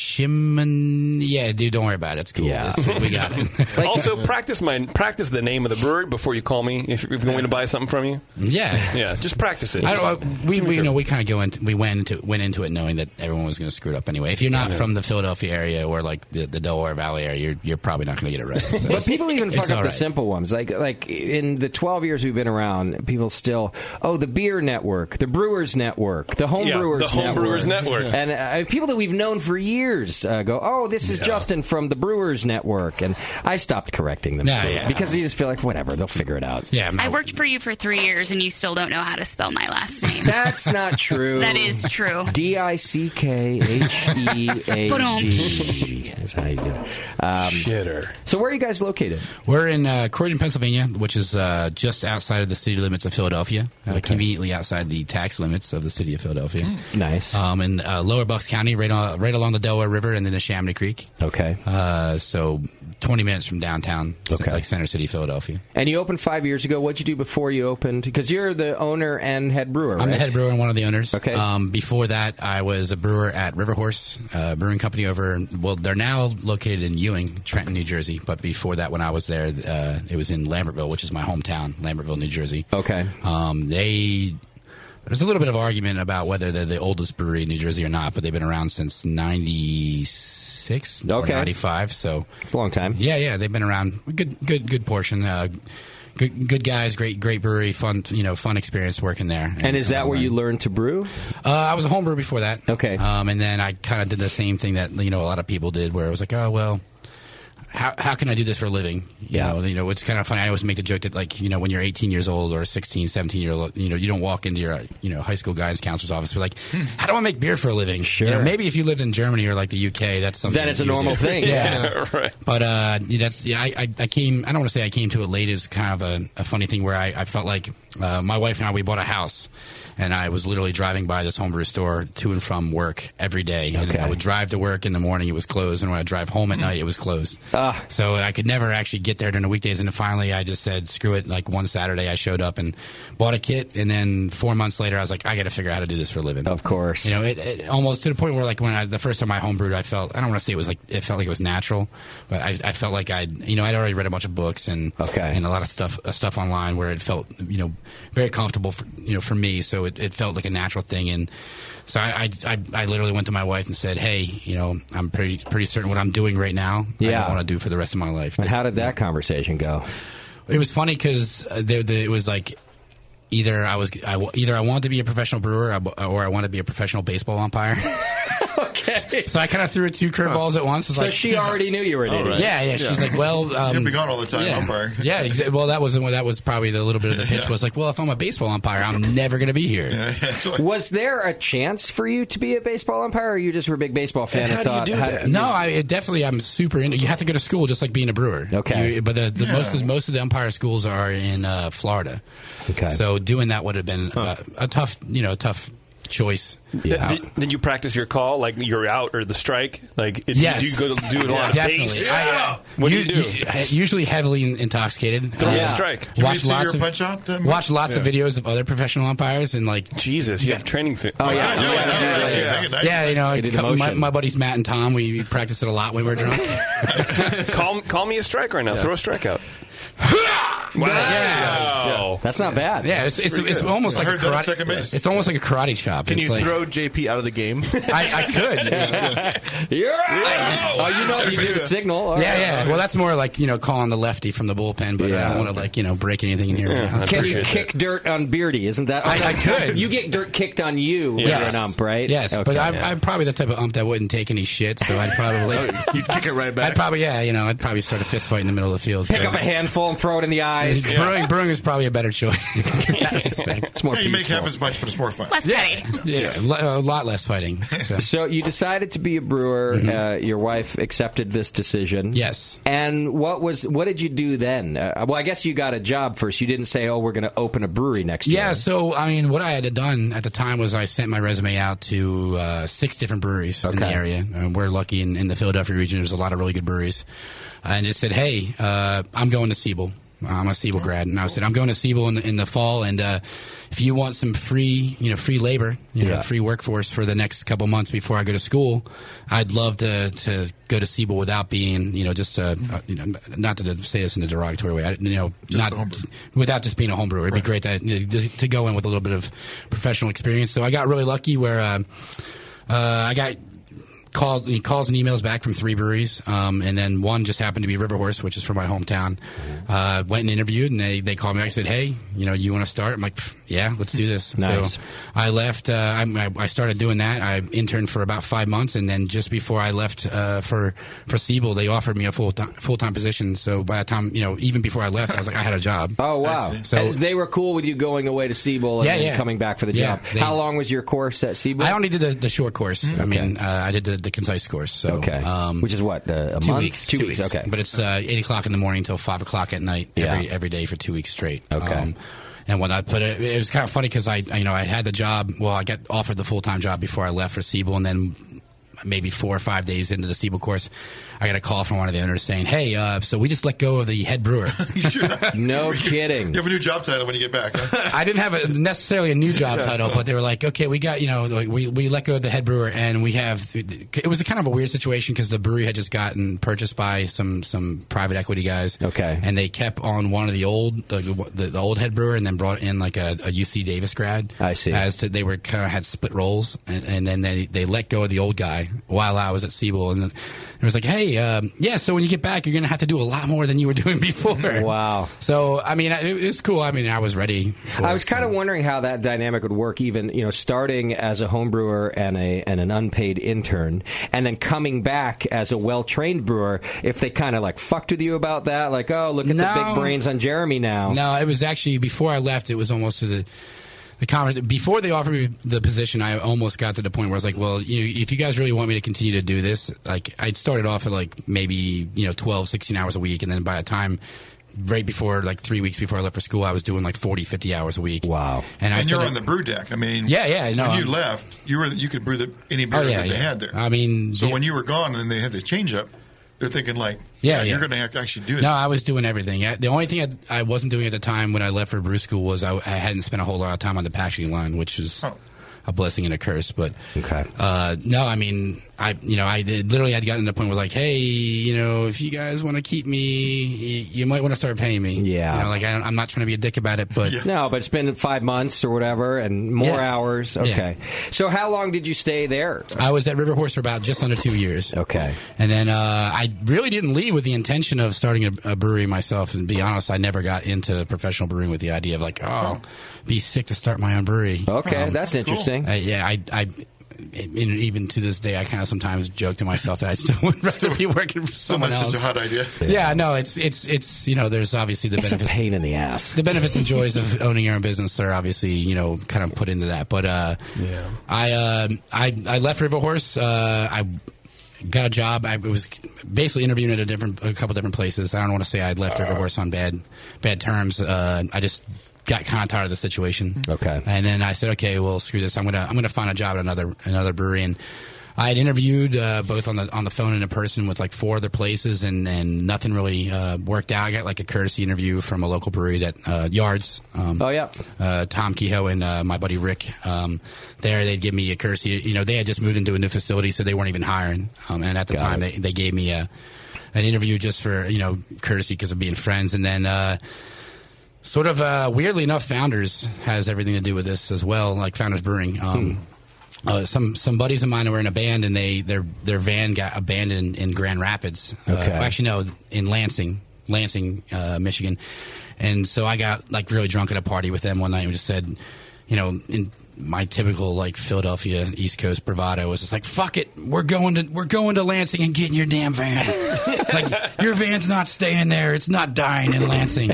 Speaker 18: Neshiman. Yeah, dude, don't worry about it. It's cool. It's- we got
Speaker 1: [laughs]
Speaker 18: it.
Speaker 2: [laughs] also, practice my practice the name of the brewery before you call me if, if you're going to buy something from you.
Speaker 18: Yeah.
Speaker 2: yeah. Just practice it.
Speaker 18: I don't, we, we you know we kind of go into we went into went into it knowing that everyone was going to screw it up anyway. If you're not
Speaker 2: Yeah.
Speaker 18: from the Philadelphia area or like the, the Delaware Valley area, you're you're probably not going to get it right.
Speaker 1: [laughs]
Speaker 18: So
Speaker 1: But people even
Speaker 18: it's
Speaker 1: fuck up
Speaker 18: all
Speaker 1: the
Speaker 18: right.
Speaker 1: simple ones. Like like in the 12 years we've been around, people still oh the beer network, the brewers network, the home
Speaker 2: Yeah, the
Speaker 1: brewers
Speaker 2: Home
Speaker 1: network.
Speaker 2: Brewers Network.
Speaker 1: and uh, people that we've known for years uh, go oh this is
Speaker 2: Yeah.
Speaker 1: Justin from the brewers network, and I stopped correcting them
Speaker 18: Yeah,
Speaker 1: straight,
Speaker 18: yeah.
Speaker 1: because you just feel like whatever they'll figure it out.
Speaker 18: Yeah,
Speaker 6: I worked for you for three years, and you still don't know how to spell my last name.
Speaker 1: That's not true.
Speaker 6: That is true.
Speaker 1: D i c k h e a g. That's how you do it. Um,
Speaker 2: Shitter.
Speaker 1: So where are you guys located?
Speaker 18: We're in uh, Croydon, Pennsylvania, which is uh, just outside of the city limits of Philadelphia, uh, conveniently outside the tax limits of the city of Philadelphia.
Speaker 1: Nice.
Speaker 18: Um, in uh, Lower Bucks County, right on, right along the Delaware River and then the Chamonix Creek.
Speaker 1: Okay.
Speaker 18: Uh, so 20 minutes from downtown, okay. like Center City, Philadelphia.
Speaker 1: And you opened five years ago. What'd you do before you opened? Because you're the owner and head brewer.
Speaker 18: I'm the
Speaker 1: right?
Speaker 18: head brewer and one of the owners. Okay. Um, before that, I was a brewer at River Horse uh, Brewing Company over. in- Well, they're now located in Ewing, Trenton, New Jersey. But before that, when I was there, uh, it was in Lambertville, which is my hometown, Lambertville, New Jersey.
Speaker 1: Okay.
Speaker 18: Um, they there's a little bit of argument about whether they're the oldest brewery in New Jersey or not, but they've been around since '96 or
Speaker 1: Okay.
Speaker 18: '95. So
Speaker 1: it's a long time.
Speaker 18: Yeah, yeah, they've been around. a Good, good, good portion. Uh, good, good guys. Great, great brewery. Fun, you know, fun experience working there.
Speaker 1: And is that where you learned to brew?
Speaker 18: Uh, I was a homebrewer before that.
Speaker 1: Okay.
Speaker 18: Um, and then I kind of did the same thing that you know a lot of people did, where it was like, oh well, how how can I do this for a living? You
Speaker 1: Yeah.
Speaker 18: know, you know, it's kind of funny. I always make the joke that like you know when you're 18 years old or 16, 17 year old, you know, you don't walk into your uh, you know high school guidance counselor's office, but like, how do I make beer for a living? Sure. You know, maybe if you lived in Germany or like the UK, that's something.
Speaker 1: Then it's
Speaker 18: that
Speaker 1: a
Speaker 18: you
Speaker 1: normal
Speaker 18: do.
Speaker 1: thing.
Speaker 18: [laughs] yeah.
Speaker 1: [laughs]
Speaker 2: right.
Speaker 18: But uh, yeah, that's yeah. I, I, I came. I don't want to say I came to it late. It's kind of a, a funny thing where I, I felt like uh, my wife and I we bought a house, and I was literally driving by this homebrew store to and from work every day. And
Speaker 1: Okay.
Speaker 18: I would drive to work in the morning, it was closed, and when I drive home at night, it was closed.
Speaker 1: Ah.
Speaker 18: So I could never actually get there during the weekdays. And then finally, I just said screw it. Like one Saturday, I showed up and bought a kit, and then four months later, I was like, I got to figure out how to do this for a living.
Speaker 1: Of course.
Speaker 18: You know, it, it almost to the point where like when I, the first time I homebrewed, I felt I don't want to say it was like it felt like it was natural, but I, I felt like I you know I'd already read a bunch of books and and a lot of stuff uh, stuff online where it felt you know very comfortable for, you know for me, so it, it felt like a natural thing and. So I, I, I, I literally went to my wife and said, "Hey, you know, I'm pretty pretty certain what I'm doing right now. I
Speaker 1: Yeah.
Speaker 18: don't want to do for the rest of my life."
Speaker 1: And how did that conversation go?
Speaker 18: It was funny because the, the, it was like either I was I, wa- either I wanted to be a professional brewer or- or I wanted to be a professional baseball umpire.
Speaker 1: [laughs] okay.
Speaker 18: So I kind of threw two curveballs at once. It was
Speaker 1: So
Speaker 18: like-
Speaker 1: she already knew you
Speaker 3: Oh,
Speaker 1: were an idiot.
Speaker 18: Yeah, yeah. She's like, well, um,
Speaker 3: You'll be gone all the time,
Speaker 18: yeah.
Speaker 3: umpire.
Speaker 18: Yeah, exa- well, that was that was probably the little bit of the
Speaker 3: [laughs]
Speaker 18: pitch was like, well, if I'm a baseball umpire, I'm never going to be here.
Speaker 1: Was there a chance for you to be a baseball umpire, or you just were a big baseball fan and, thought, how-
Speaker 18: No, I it definitely. I'm super into. You have to go to school just like being a brewer.
Speaker 1: Okay.
Speaker 18: You- but the, the
Speaker 1: Yeah.
Speaker 18: most of, most of the umpire schools are in uh, Florida.
Speaker 1: Okay.
Speaker 18: So doing that would have been uh, a tough, you know, tough choice.
Speaker 2: Did, did you practice your call like you're out or the strike? Like, it,
Speaker 18: Yes.
Speaker 2: do you go do it a
Speaker 18: Yeah,
Speaker 2: lot
Speaker 18: definitely.
Speaker 2: of pace?
Speaker 18: I,
Speaker 2: what do you
Speaker 18: u-
Speaker 2: do?
Speaker 18: u- uh, Usually heavily in- intoxicated. Uh,
Speaker 2: Throw the strike. Did we
Speaker 18: Watch
Speaker 2: see
Speaker 18: lots
Speaker 2: your
Speaker 18: of
Speaker 2: punch out then?
Speaker 18: watch lots of
Speaker 2: Yeah.
Speaker 18: videos of other professional umpires and like
Speaker 2: Jesus, you have training. Fi-
Speaker 18: Oh,
Speaker 2: like,
Speaker 18: yeah.
Speaker 2: you know,
Speaker 18: Yeah,
Speaker 2: I do that,
Speaker 18: yeah, you know,
Speaker 2: They
Speaker 18: a
Speaker 2: do the
Speaker 18: couple- my,
Speaker 2: motion.
Speaker 18: my buddies Matt and Tom, we practiced it a lot when we were drunk.
Speaker 2: [laughs] call, call me a strike right now. Throw a strike out. wow.
Speaker 1: That's not bad.
Speaker 18: Yeah, it's it's, it's almost like a karate. It's almost like a karate chop.
Speaker 4: Can
Speaker 18: It's
Speaker 4: you
Speaker 18: like-
Speaker 4: throw JP out of the game?
Speaker 18: I, I
Speaker 1: [laughs]
Speaker 4: could.
Speaker 1: Oh, you know, you give a signal. All
Speaker 18: yeah,
Speaker 1: right.
Speaker 18: yeah. Well, that's more like you know calling the lefty from the bullpen, but I don't want to like you know break anything in here. right now.
Speaker 1: Can you kick dirt on Beardy? Isn't that?
Speaker 18: I- I
Speaker 1: [laughs]
Speaker 18: could.
Speaker 1: You get dirt kicked on you when
Speaker 18: Yes.
Speaker 1: you're an ump, right?
Speaker 18: Yes, but
Speaker 1: Okay.
Speaker 18: I'm, I'm probably the type of ump that wouldn't take any shit, so I'd probably
Speaker 4: you'd kick it right
Speaker 18: I'd probably yeah, you know, I'd probably start a fist fight in the middle of the field.
Speaker 1: pick
Speaker 18: so-
Speaker 1: up a handful and throw it in the eyes.
Speaker 18: Brewing, brewing is probably a better choice. [laughs]
Speaker 1: [laughs]
Speaker 18: it's
Speaker 1: more Yeah, you make peaceful. half
Speaker 18: as much, but it's more fun.
Speaker 6: Less petty.
Speaker 18: Yeah, lo- a lot less fighting. So. Mm-hmm.
Speaker 1: So you decided to be a brewer. Uh, your wife accepted this decision.
Speaker 18: Yes.
Speaker 1: And what was what did you do then? Uh, well, I guess you got a job first. You didn't say, "Oh, we're going to open a brewery next year."
Speaker 18: Yeah, so I mean, what I had done at the time was I sent my resume out to uh, six different breweries in the
Speaker 1: Okay.
Speaker 18: area. And we're lucky in, in the Philadelphia region; there's a lot of really good breweries. And it said, "Hey, uh, I'm going to Siebel." I'm a Siebel grad, and I said I'm going to Siebel in the, in the fall. And uh, if you want some free, you know, free labor, you know,
Speaker 1: Yeah.
Speaker 18: free workforce for the next couple months before I go to school, I'd love to, to go to Siebel without being, you know, just a, uh, you know, not to say this in a derogatory way, I, you know, not without just being a homebrewer. It'd be great to, you know, to to go in with a little bit of professional experience. So I got really lucky where uh, uh, I got calls he calls and emails back from three breweries, um, and then one just happened to be River Horse, which is from my hometown. Uh, went and interviewed, and they, they called me. back and said, "Hey, you know, you want to start?" I'm like, "Pff, "Yeah, let's do this."
Speaker 1: Nice.
Speaker 18: So I left. Uh, I, I- I started doing that. I interned for about five months, and then just before I left uh, for for Siebel, they offered me a full full time position. So by the time you know, even before I left, I was like, I had a job.
Speaker 1: Oh wow!
Speaker 18: So-
Speaker 1: And they were cool with you going away to Siebel and
Speaker 18: Yeah,
Speaker 1: then
Speaker 18: yeah.
Speaker 1: coming back for the
Speaker 18: Yeah,
Speaker 1: job.
Speaker 18: they-
Speaker 1: How long was your course at Siebel?
Speaker 18: I only did the, the short course. I mean, uh, I did the, the concise course. So,
Speaker 1: Mm.
Speaker 18: um,
Speaker 1: Okay. Which is what uh, a
Speaker 18: two
Speaker 1: month?
Speaker 18: weeks,
Speaker 1: Two, weeks. Okay.
Speaker 18: but it's uh, eight o'clock in the morning until five o'clock at night every
Speaker 1: Yeah.
Speaker 18: every day for two weeks straight. Um,
Speaker 1: Okay.
Speaker 18: and when I put it, it was kind of funny because I, I- you know, I had the job. Well, I got offered the full time job before I left for Siebel, and then maybe four or five days into the Siebel course, I got a call from one of the owners saying, "Hey, uh, so we just let go of the
Speaker 1: [laughs]
Speaker 18: head brewer."
Speaker 1: [laughs] no kidding.
Speaker 3: [laughs] You have a new job title when you get back.
Speaker 18: [laughs]
Speaker 3: Huh?
Speaker 18: I didn't have a, necessarily a new job title, but they were like, okay, we got, you know, like we, we let go of the head brewer and we have, it was kind of a weird situation because the brewery had just gotten purchased by some, some private equity guys. Okay. And they kept on one of the old, like, the, the old head brewer and then brought in like a, a UC Davis grad. I see. As to, they were kind of had split roles and, and then they, they let go of the old guy while I was at Siebel. And then it was like, hey, um, yeah, so when you get back, you're going to have to do a lot more than you were doing [laughs] before.
Speaker 1: Wow.
Speaker 18: So, I mean, it, it's cool. I mean, I was ready for
Speaker 1: I was kind of wondering how that dynamic would work, even you know, starting as a home brewer and a and an unpaid intern, and then coming back as a well trained brewer. If they kind of like fucked with you about that, like, oh, look at the
Speaker 18: No.
Speaker 1: big brains on Jeremy now.
Speaker 18: No, it was actually before I left. It was almost to the the conversation before they offered me the position. I almost got to the point where I was like, "Well, you know, if you guys really want me to continue to do this, like I'd started off at like maybe you know 12, 16 hours a week, and then by the time." Right before, like three weeks before I left for school, I was doing like 40, 50 hours a week. Wow.
Speaker 3: And,
Speaker 18: I
Speaker 3: you're
Speaker 18: said-
Speaker 3: on the brew deck. I mean,
Speaker 18: Yeah, yeah, no,
Speaker 3: when you
Speaker 18: I'm-
Speaker 3: left, you were you could brew the, any beer
Speaker 18: Oh, yeah,
Speaker 3: that they
Speaker 18: yeah.
Speaker 3: had there.
Speaker 18: I mean,
Speaker 3: so
Speaker 18: yeah.
Speaker 3: when you were gone, and they had the change up, they're thinking like, yeah,
Speaker 18: Yeah, yeah.
Speaker 3: you're going to actually do it.
Speaker 18: No, I [laughs] was doing everything. I- The only thing I, I wasn't doing at the time when I left for brew school was I, I hadn't spent a whole lot of time on the packaging line, which is a blessing and a curse. But okay, uh, no, I mean, I you know, I did, literally had gotten to the point where like, hey, you know, if you guys want to keep me, you, you might want to start paying me. Yeah, you know, like I don't, I'm not trying to be a dick about it, but
Speaker 1: No, but it's been five months or whatever, and more
Speaker 18: Yeah.
Speaker 1: hours. Okay. So, how long did you stay there?
Speaker 18: I was at River Horse for about just under two years. Okay. And then uh, I really didn't leave with the intention of starting a, a brewery myself. And to be honest, I never got into professional brewing with the idea of like, oh, be sick to start my own brewery.
Speaker 1: Okay, that's Cool. interesting.
Speaker 18: Uh, yeah, I. I and even to this day, I kind of sometimes joke to myself that I still [laughs] would rather be working for someone else.
Speaker 3: Sometimes it's a hot idea.
Speaker 18: Yeah. no, it's it's it's you know, there's obviously the
Speaker 1: It's a
Speaker 18: benefits.
Speaker 1: pain in the ass.
Speaker 18: The benefits and joys of owning your own business are obviously you know kind of put into that. But uh, yeah, I uh, I I left River Horse. Uh, I got a job. I was basically interviewing at a different a couple different places. I don't want to say I left
Speaker 1: Uh.
Speaker 18: River Horse on bad bad terms. Uh, I just got kind of tired of the situation. Okay, and then I said, okay, well, screw this. I'm gonna I'm gonna find a job at another another brewery and. I had interviewed uh, both on the on the phone and in person with like four other places, and, and nothing really uh, worked out. I got like a courtesy interview from a local brewery that uh, Yards. Um, oh
Speaker 1: yeah,
Speaker 18: uh, Tom Kehoe and uh, my buddy Rick. Um, there, they'd give me a courtesy. You know, they had just moved into a new facility, so they weren't even hiring. Um, and at the time, they, they gave me a an interview just for you know courtesy because of being friends, and then. Uh, sort of uh, weirdly enough, Founders has everything to do with this as well, like Founders Brewing. Um, uh, some some buddies of mine were in a band and they their their van got abandoned in Grand Rapids. Uh,
Speaker 1: Okay.
Speaker 18: well, actually, no, in Lansing, Lansing, uh, Michigan. And so I got like really drunk at a party with them one night and just said, you know, in my typical like Philadelphia East Coast bravado was just like, "Fuck it, we're going to we're going to Lansing and getting your damn van. [laughs] like your van's not staying there. It's not dying in Lansing."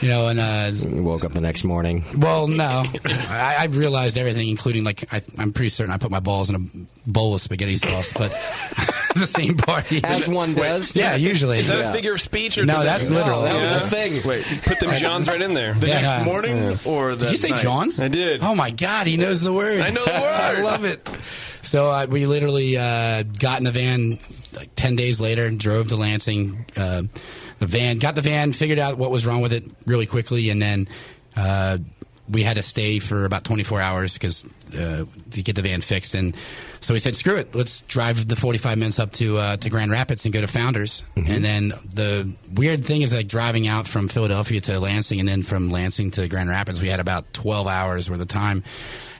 Speaker 18: you know, and uh,
Speaker 1: woke up the next morning.
Speaker 18: Well, no, [laughs] I, I realized everything, including like I, I'm pretty certain I put my balls in a bowl of spaghetti sauce, but [laughs] the same party
Speaker 1: As one does.
Speaker 18: [laughs]
Speaker 4: [laughs]
Speaker 18: Yeah, usually.
Speaker 2: Is that
Speaker 18: Yeah.
Speaker 2: a figure of speech or
Speaker 18: No,
Speaker 2: did
Speaker 18: that's literal. No, that was
Speaker 2: thing. Wait, put them Johns right in there.
Speaker 18: The Yeah, next no. morning
Speaker 2: or
Speaker 18: Did you say John's? I did. Oh my God, he knows the word.
Speaker 2: I know the word.
Speaker 18: I love it. So uh, we literally uh, got in the van like ten days later and drove to Lansing. Uh, the van, got the van, figured out what was wrong with it really quickly, and then uh, we had to stay for about 24 hours because uh, to get the van fixed. And so we said, screw it, let's drive the 45 minutes up to uh, to Grand Rapids and go to Founders. And then the weird thing is like driving out from Philadelphia to Lansing and then from Lansing to Grand Rapids, we had about 12 hours worth of time.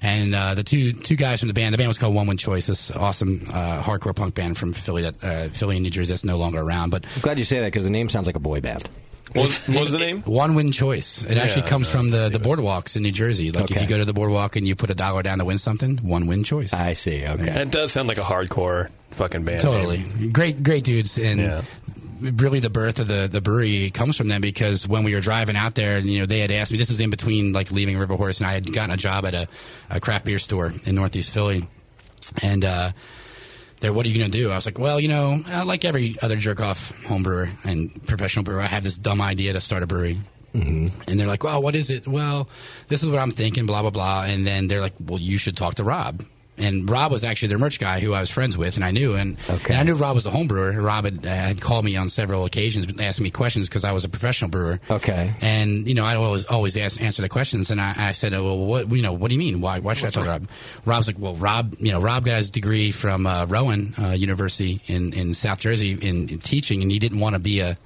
Speaker 18: And uh, the two two guys from the band, the band was called One One Choice, this awesome uh, hardcore punk band from Philly, that, uh, Philly and New Jersey that's no longer around. But
Speaker 1: I'm glad you say that because the name sounds like a boy band.
Speaker 2: what was the
Speaker 18: [laughs]
Speaker 2: name?
Speaker 18: One Win Choice. It
Speaker 2: Yeah,
Speaker 18: actually comes
Speaker 2: no,
Speaker 18: from the, the boardwalks in New Jersey. Like if
Speaker 2: Okay.
Speaker 18: you go to the boardwalk and you put a dollar down to win something, one win choice. I
Speaker 1: see.
Speaker 2: That does sound like a hardcore fucking band.
Speaker 18: Totally. Great, great dudes. And
Speaker 2: Yeah.
Speaker 18: really the birth of the, the brewery comes from them because when we were driving out there and, you know, they had asked me, this is in between like leaving River Horse and I had gotten a job at a, a craft beer store in Northeast Philly. And, uh, they're, what are you going to do? I was like, well, you know, uh, like every other jerk off home brewer and professional brewer, I have this dumb idea to start a brewery. And they're like, well, what is it? Well, this is what I'm thinking, blah, blah, blah. And then they're like, well, you should talk to Rob. And Rob was actually their merch guy who I was friends with and I knew. And, and I knew Rob was a home brewer. Rob had, had called me on several occasions asking me questions because I was a professional brewer.
Speaker 1: Okay.
Speaker 18: And, you know, I always, always ask, answer the questions. And I, I said, oh, well, what, you know, what do you mean? Why, why should I talk to Rob? Rob's like, well, Rob, you know, Rob got his degree from uh, Rowan uh, University in, in South Jersey in, in teaching and he didn't want to be a,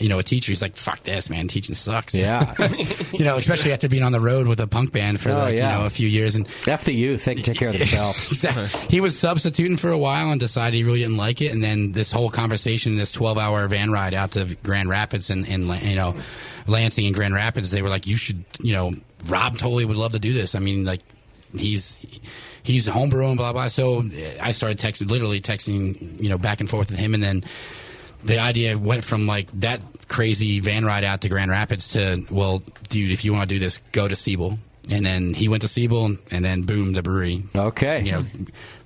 Speaker 18: you know, a teacher, he's like, "Fuck this, man! Teaching sucks." [laughs]
Speaker 1: Yeah.
Speaker 18: you know, especially after being on the road with a punk band for
Speaker 1: Oh,
Speaker 18: like
Speaker 1: yeah.
Speaker 18: you know a few years, and
Speaker 1: F the youth, they can take care of themselves.
Speaker 18: [laughs] exactly. he was substituting for a while and decided he really didn't like it, and then this whole conversation, this twelve-hour van ride out to Grand Rapids and, and La- you know, Lansing and Grand Rapids, they were like, "You should, you know, Rob totally would love to do this." I mean, like, he's he's homebrewing, blah blah. So I started texting, literally texting, you know, back and forth with him, and then the idea went from like that crazy van ride out to Grand Rapids to well, dude, if you want to do this, go to Siebel. And then he went to Siebel, and then boom, the brewery.
Speaker 1: Okay,
Speaker 18: you know,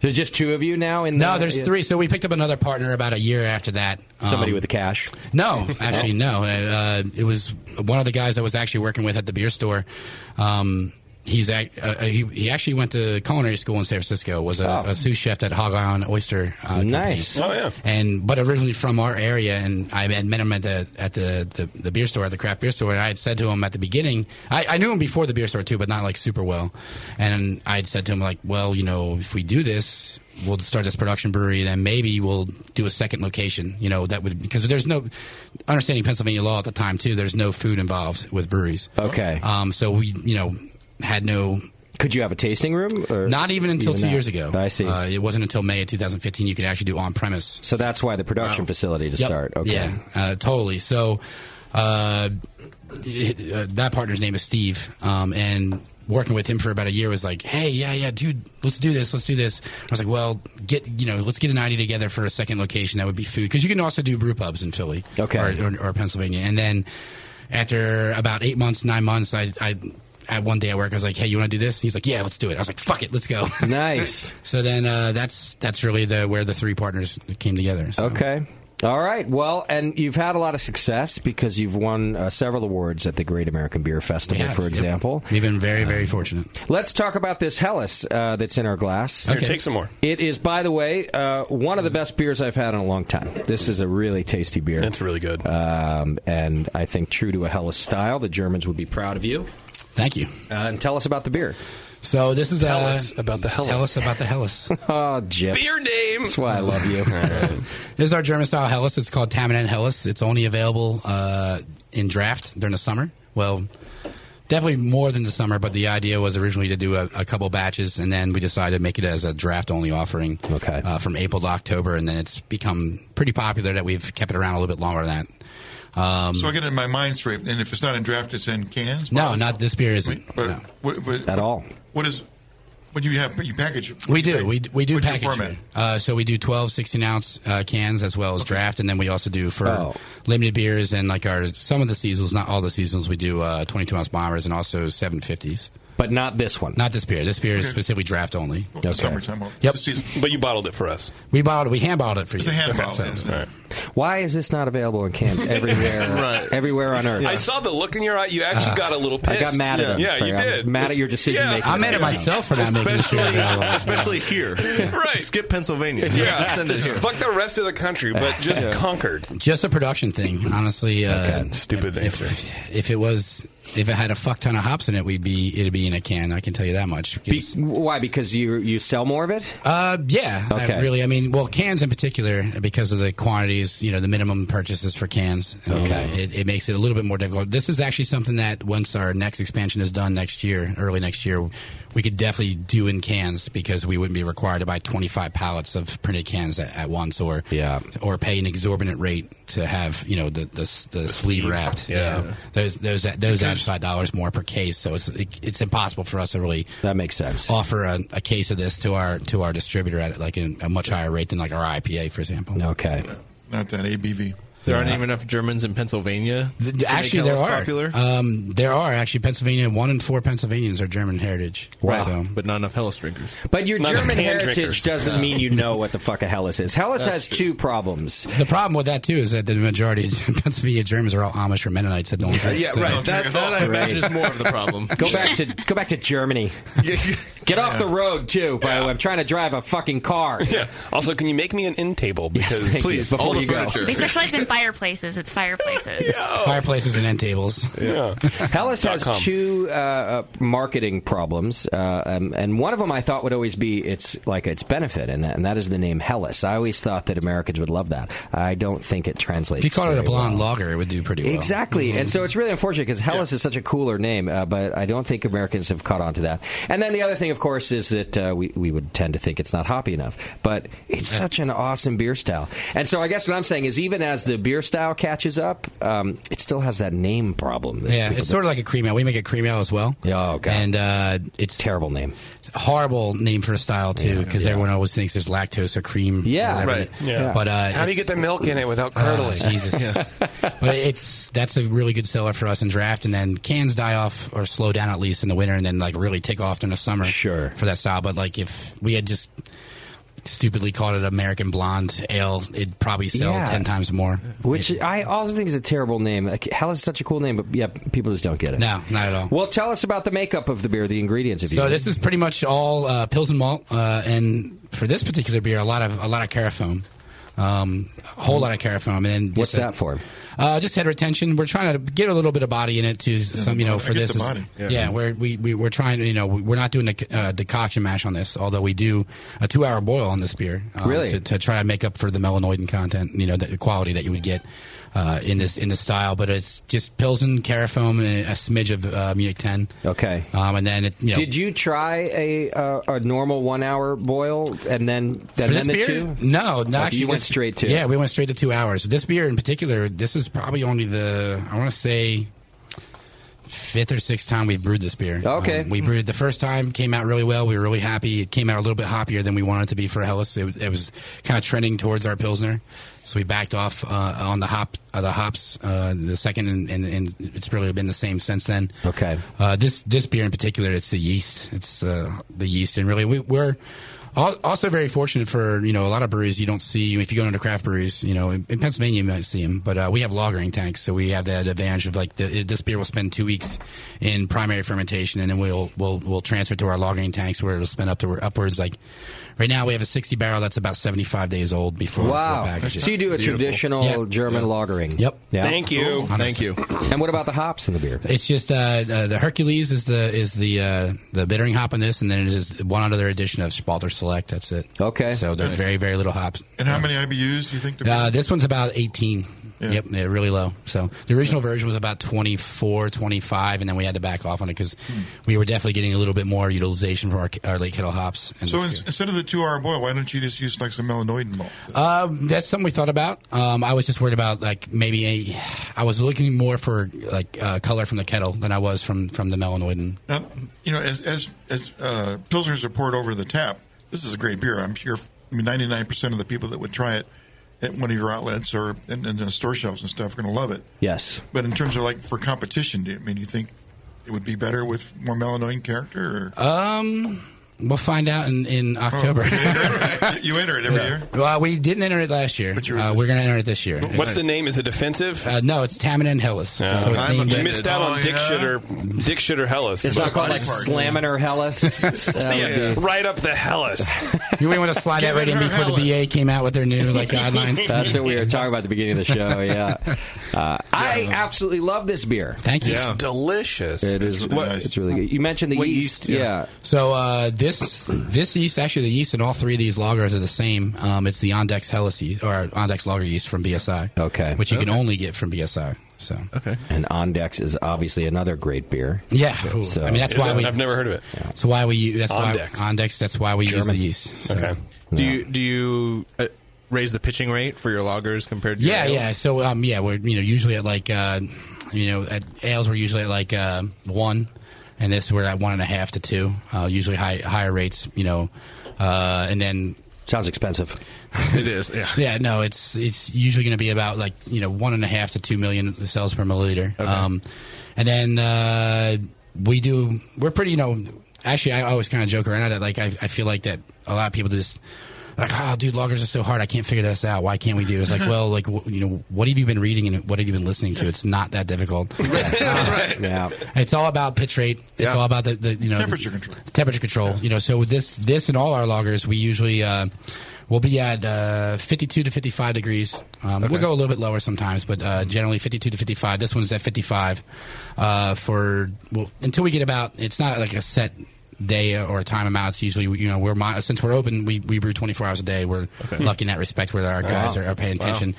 Speaker 1: there's just two of you now. In
Speaker 18: no,
Speaker 1: the-
Speaker 18: there's three. So we picked up another partner about a year after that.
Speaker 1: Somebody with
Speaker 18: the
Speaker 1: cash?
Speaker 18: Um, No, actually, no. Uh, it was one of the guys I was actually working with at the beer store. Um, he's ac uh, he, he actually went to culinary school in San Francisco. Was a, a sous chef at Hog Island Oyster. Uh, Company.
Speaker 1: Nice. Oh, yeah.
Speaker 18: And but originally from our area, and I had met him at the at the, the, the beer store at the craft beer store, and I had said to him at the beginning, I, I knew him before the beer store too, but not like super well. And I had said to him like, well, you know, if we do this, we'll start this production brewery, and then maybe we'll do a second location. You know, that would because there's no understanding Pennsylvania law at the time too. There's no food involved with breweries.
Speaker 1: Okay.
Speaker 18: Um. So we, you know, had no.
Speaker 1: Could you have a tasting room? Or
Speaker 18: Not even until
Speaker 1: even
Speaker 18: two
Speaker 1: not?
Speaker 18: years ago.
Speaker 1: I see.
Speaker 18: Uh, it wasn't until May of 2015 you could actually do on premise.
Speaker 1: So that's why the production facility to
Speaker 18: Yep.
Speaker 1: start. Okay.
Speaker 18: Yeah, uh, totally. So uh, it- [laughs] uh, that partner's name is Steve, um, and working with him for about a year was like, hey, yeah, yeah, dude, let's do this, let's do this. I was like, well, get you know, let's get an idea together for a second location that would be food because you can also do brew pubs in Philly, okay, or, or, or Pennsylvania, and then after about eight months, nine months, I. I at one day at work, I was like, "Hey, you want to do this?" He's like, "Yeah, let's do it." I was like, "Fuck it, let's go."
Speaker 1: Nice.
Speaker 18: [laughs] so then, uh, that's that's really the where the three partners came together. So.
Speaker 1: Okay. All right. Well, and you've had a lot of success because you've won uh, several awards at the Great American Beer Festival,
Speaker 18: Yeah,
Speaker 1: for
Speaker 18: yep.
Speaker 1: example. Um,
Speaker 18: We've been very, very fortunate.
Speaker 1: Let's talk about this Hellas uh, that's in our glass.
Speaker 2: Here, Okay. take some more.
Speaker 1: It is, by the way, uh, one of the best beers I've had in a long time. This is a really tasty beer. It's
Speaker 2: really good.
Speaker 1: Um, and I think true to a Hellas style, the Germans would be proud of you.
Speaker 18: Thank you.
Speaker 1: Uh, and tell us about the beer.
Speaker 18: So this is
Speaker 1: tell
Speaker 18: uh,
Speaker 1: us
Speaker 2: about the Hellas.
Speaker 18: Tell us about the Hellas.
Speaker 1: [laughs] oh, Jeff.
Speaker 2: Beer name.
Speaker 1: That's why I love you.
Speaker 18: [laughs] This is our German style Hellas. It's called Tamanent Hellas. It's only available uh, in draft during the summer. Well, definitely more than the summer, but the idea was originally to do a, a couple batches, and then we decided to make it as a draft only offering okay. uh, from April to October, and then it's become pretty popular that we've kept it around a little bit longer than that. Um,
Speaker 3: so I get it in my mind straight, and if it's not in draft, it's in cans.
Speaker 18: no, not this beer isn't.
Speaker 3: But
Speaker 18: no.
Speaker 3: what, what,
Speaker 1: at all.
Speaker 3: What is? What do you have? You package it.
Speaker 18: We do. We, we do
Speaker 3: What's your
Speaker 18: package.
Speaker 3: format?
Speaker 18: it. Uh, so we do 12, 16 ounce uh, cans as well as draft, and then we also do for
Speaker 1: Oh.
Speaker 18: limited beers and like our some of the seasonals, not all the seasonals. We do uh, 22 ounce bombers and also 750s.
Speaker 1: But not this one.
Speaker 18: Not this beer. This beer is
Speaker 2: Okay.
Speaker 18: specifically draft only.
Speaker 2: Summertime.
Speaker 18: Yep.
Speaker 2: But you bottled it for us.
Speaker 18: We bottled. We hand bottled it for
Speaker 2: It's
Speaker 18: you.
Speaker 2: a hand bottle,
Speaker 18: So-
Speaker 2: yes. All right.
Speaker 1: Why is this not available in
Speaker 18: [laughs]
Speaker 1: cans everywhere?
Speaker 2: Right.
Speaker 1: Everywhere on earth.
Speaker 2: I saw the look in your eye. You actually
Speaker 1: Uh,
Speaker 2: got a little
Speaker 1: I
Speaker 2: pissed.
Speaker 1: got mad at him.
Speaker 2: Yeah,
Speaker 1: for-
Speaker 2: you
Speaker 1: I was
Speaker 2: did.
Speaker 1: Mad at your decision making.
Speaker 2: Yeah.
Speaker 4: especially here.
Speaker 2: [laughs] Right.
Speaker 4: Skip Pennsylvania.
Speaker 2: Yeah,
Speaker 4: Just send it
Speaker 2: just
Speaker 4: here.
Speaker 2: fuck the rest of the country, but just
Speaker 18: Yeah.
Speaker 2: conquered.
Speaker 18: [laughs] Just a production thing, honestly. Uh,
Speaker 2: Stupid
Speaker 18: if, answer. If it was, if it had a fuck ton of hops in it, we'd be it'd be in a can. I can tell you that much.
Speaker 1: Be- why? Because you you sell more of it?
Speaker 18: Uh, yeah. I
Speaker 1: Okay.
Speaker 18: really, I mean, well, cans in particular, because of the quantities, you know, the minimum purchases for cans, I mean,
Speaker 1: Okay.
Speaker 18: it, it makes it a little bit more difficult. This is actually something that once our next expansion is done next year, early next year, we could definitely do in cans because we wouldn't be required to buy 25 pallets of printed cans at, at once or yeah. or pay an exorbitant rate to have, you know, the, the, s- the, sleeve wrapped.
Speaker 1: yeah.
Speaker 18: Those, those, those add $5 more per case. So it's, it, it's impossible for us to really
Speaker 1: that makes sense.
Speaker 18: offer a, a case of this to our to our distributor at like a, a much higher rate than like our IPA, for example.
Speaker 1: Okay.
Speaker 3: Not that ABV.
Speaker 4: There aren't even enough Germans in Pennsylvania. to make
Speaker 18: Actually, there
Speaker 4: Hellas
Speaker 18: are.
Speaker 4: Popular.
Speaker 18: Um, there are actually Pennsylvania. One in four Pennsylvanians are German heritage.
Speaker 4: Wow.
Speaker 18: So-
Speaker 4: But not enough Hellas drinkers.
Speaker 1: But your
Speaker 18: Not
Speaker 1: German
Speaker 18: hand
Speaker 1: heritage
Speaker 18: drinkers.
Speaker 1: doesn't
Speaker 18: No.
Speaker 1: mean you know what the fuck a Hellas is. Hellas
Speaker 18: That's
Speaker 1: has two problems.
Speaker 18: the problem with that too is that the majority of [laughs] Pennsylvania Germans are all Amish or Mennonites
Speaker 4: Uh,
Speaker 18: that don't drink. so-
Speaker 1: go
Speaker 2: [laughs]
Speaker 1: back [laughs] to go back to Germany. Get off the road too. By the way, I'm trying to drive a fucking car.
Speaker 2: Yeah. Also, can you make me an end table?
Speaker 1: Yes,
Speaker 2: Because
Speaker 1: thank you. Please, before you go.
Speaker 6: They
Speaker 2: [laughs]
Speaker 6: specialize in fireplaces. It's fireplaces.
Speaker 1: Oh.
Speaker 18: Fireplaces and end tables.
Speaker 2: Yeah.
Speaker 1: Hellas has
Speaker 18: com.
Speaker 1: two uh, uh, marketing problems, uh, um, and one of them I thought would always be its like its benefit, and that, and that is the name Hellas. I always thought that Americans would love that. I don't think it translates.
Speaker 18: If you called it a
Speaker 1: very well.
Speaker 18: blonde
Speaker 1: Mm-hmm.
Speaker 18: lager, it would do pretty well.
Speaker 1: Exactly, and
Speaker 18: Mm-hmm.
Speaker 1: so it's really unfortunate because Hellas is such a cooler name, uh, but I don't think Americans have caught on to that. And then the other thing, of course, is that uh, we we would tend to think it's not hoppy enough, but it's such an awesome beer style. And so I guess what I'm saying is, even as the beer style catches up, um, it still has that name problem. that
Speaker 18: Yeah,
Speaker 1: people
Speaker 18: it's sort of like a cream ale. We make a cream ale as well.
Speaker 1: Yeah, okay.
Speaker 18: And uh, it's
Speaker 1: terrible name,
Speaker 18: horrible name for a style too, because everyone always thinks there's lactose or cream. or
Speaker 2: Yeah.
Speaker 18: whatever.
Speaker 2: Right. Yeah.
Speaker 18: But uh,
Speaker 2: How do you
Speaker 18: it's-
Speaker 2: get the milk in it without curdling?
Speaker 18: Oh, [laughs]
Speaker 2: [laughs]
Speaker 18: Jesus. But it's that's a really good seller for us in draft, and then cans die off or slow down at least in the winter, and then like really take off in the summer. Sure. For that style, but like if we had just stupidly called it American Blonde Ale, it'd probably sell
Speaker 1: Yeah.
Speaker 18: ten times more.
Speaker 1: Which I also think is a terrible name. Like, Hell is such a cool name, but yeah, people just don't get it.
Speaker 18: No, not at all.
Speaker 1: Well, tell us about the makeup of the beer, the ingredients of
Speaker 18: So this is pretty much all uh, pills and malt, uh, and for this particular beer, a lot of a lot of carafoam, um, a whole lot of carafoam, and then
Speaker 1: What's
Speaker 18: just a-
Speaker 1: that for?
Speaker 18: Uh, just head retention. We're trying to get a little bit of body in it to some, you know,
Speaker 3: I
Speaker 18: for
Speaker 3: get
Speaker 18: this.
Speaker 3: the
Speaker 18: is-
Speaker 3: body.
Speaker 18: Yeah,
Speaker 3: Yeah.
Speaker 18: we're we, we we're trying to, you know, we're not doing a c- uh, decoction mash on this, although we do a two hour boil on this beer. um,
Speaker 1: Really?
Speaker 18: to, to try to make up for the melanoidin content, you know, the quality that you would get. Uh, in this in this style, but it's just Pilsen, Carafoam, and a smidge of uh, Munich 10.
Speaker 1: Okay.
Speaker 18: Um, and then, it, you know,
Speaker 1: Did you try a uh, a normal one hour boil and then and
Speaker 18: For
Speaker 1: then the
Speaker 18: this
Speaker 1: two?
Speaker 18: beer? No,
Speaker 1: Like,
Speaker 18: no. actually,
Speaker 1: Oh, you went
Speaker 18: this-
Speaker 1: straight to
Speaker 18: Yeah, we went straight to two hours. This beer in particular, this is probably only the I want to say fifth or sixth time we've brewed this beer.
Speaker 1: Okay. Hmm.
Speaker 18: Um, we brewed it the first time, came out really well. We were really happy. It came out a little bit hoppier than we wanted it to be for Hellas. It, it was kind of trending towards our pilsner, so we backed off uh, on the hop uh, the hops uh, the second, and, and, and it's really been the same since then.
Speaker 1: Okay.
Speaker 18: Uh, this this beer in particular, it's the yeast. It's uh, the yeast, and really we, we're al- also very fortunate for you know a lot of breweries you don't see if you go into craft breweries you know in, in Pennsylvania you might see them, but uh, we have lagering tanks, so we have that advantage of like the, it- this beer will spend two weeks in primary fermentation, and then we'll we'll we'll transfer to our lagering tanks where it'll spend up to upwards like right now we have a sixty barrel that's about seventy five days old before
Speaker 1: Wow.
Speaker 18: we're packaged.
Speaker 1: So you do a traditional German lagering.
Speaker 18: Yep.
Speaker 1: Yeah.
Speaker 18: Thank you. Cool. Thank you.
Speaker 1: and what about the hops in the beer?
Speaker 18: It's just uh, uh, the Hercules is the is the uh, the bittering hop in this, and then it is one other edition of Spalter Select. That's it.
Speaker 1: Okay.
Speaker 18: So they're
Speaker 3: Nice.
Speaker 18: very very little hops.
Speaker 3: And how many IBUs do you think?
Speaker 18: Uh, this one's about 18. Yep, yeah, really low. So the original version was about 24, 25, and then we had to back off on it because
Speaker 3: Hmm.
Speaker 18: we were definitely getting a little bit more utilization from our, our late kettle hops. And
Speaker 3: So in, instead of the two-hour boil, why don't you just use like some melanoidin malt?
Speaker 18: Um, that's something we thought about. Um, I was just worried about like maybe a, I was looking more for like uh, color from the kettle than I was from from the melanoidin.
Speaker 3: Now, you know, as as as uh, pilsners are poured over the tap, this is a great beer. I'm sure ninety nine percent of the people that would try it at one of your outlets or in, in the store shelves and stuff are going to love it.
Speaker 1: Yes.
Speaker 3: But in terms of like for competition, do you, I mean, you think it would be better with more melanoid character? Or?
Speaker 18: Um, We'll find out in, in October.
Speaker 3: you Oh, enter it every
Speaker 18: Yeah.
Speaker 3: year.
Speaker 18: [laughs] Well, we didn't enter it last year. Uh, we're going to enter it this year.
Speaker 2: What's the name? Is it offensive?
Speaker 18: Uh, no, it's Tamin and Hillis.
Speaker 2: Uh,
Speaker 18: So it's named-
Speaker 2: you missed out on
Speaker 3: Oh,
Speaker 2: Dick Shitter, Dick Shitter Hellas.
Speaker 18: It's not called, like,
Speaker 1: Slammin' or [laughs]
Speaker 2: [laughs]
Speaker 1: Hellas.
Speaker 2: yeah, right up the
Speaker 18: [laughs]
Speaker 2: Hellas.
Speaker 18: You wouldn't want to slide that right in before the BA came out with their new like guidelines.
Speaker 1: [laughs] That's what we were talking about at the beginning of the show.
Speaker 18: [laughs]
Speaker 1: Yeah, uh, I absolutely love this beer.
Speaker 18: Thank you.
Speaker 2: It's delicious.
Speaker 1: It is. It's really good. You mentioned the yeast. Yeah.
Speaker 18: So uh, this this yeast, actually, the yeast in all three of these lagers are the same. Um, it's the Ondex Hellas yeast or Ondex lager yeast from BSI.
Speaker 1: Okay.
Speaker 18: Which you can only get from BSI. So
Speaker 1: okay. And Ondex is obviously another great beer.
Speaker 18: Yeah. Ooh.
Speaker 1: So,
Speaker 18: I mean, that's why we.
Speaker 2: I've never heard of it.
Speaker 18: That's why we. u- That's why
Speaker 4: Ondex.
Speaker 18: Ondex. That's why we use the
Speaker 4: German.
Speaker 18: yeast. So.
Speaker 4: Okay. Do you do you uh, raise the pitching rate for your loggers compared to
Speaker 18: Yeah,
Speaker 4: your
Speaker 18: yeah.
Speaker 4: ales?
Speaker 18: So um, yeah, we're you know usually at like uh, you know at ales we're usually at like uh, one, and this we're at one and a half to two. Uh, usually high, higher rates, you know, uh, and then
Speaker 1: sounds expensive.
Speaker 4: [laughs] It is. Yeah.
Speaker 18: Yeah, no, it's it's usually going to be about like you know one and a half to two million cells per milliliter, um, and then uh, we do we're pretty you know actually I always kind of joke around that like I, I feel like that a lot of people just like oh dude loggers are so hard I can't figure this out why can't we do it?
Speaker 4: [laughs]
Speaker 18: it's like well like w- you know what have you been reading and what have you been listening to it's not that difficult
Speaker 1: yeah
Speaker 18: it's all about pitch rate it's all about the, the you know temperature
Speaker 3: control
Speaker 18: temperature control you know so with this this and all our loggers we usually uh, we'll be at uh, 52 to 55 degrees um, we'll go a little bit lower sometimes but uh, generally 52 to 55 this one's at 55 uh, for well until we get about it's not like a set day or a time amount it's usually you know we're mon- since we're open we, we brew 24 hours a day we're lucky in that respect where our
Speaker 16: Oh,
Speaker 18: guys
Speaker 16: wow.
Speaker 18: are, are paying
Speaker 16: Wow.
Speaker 18: attention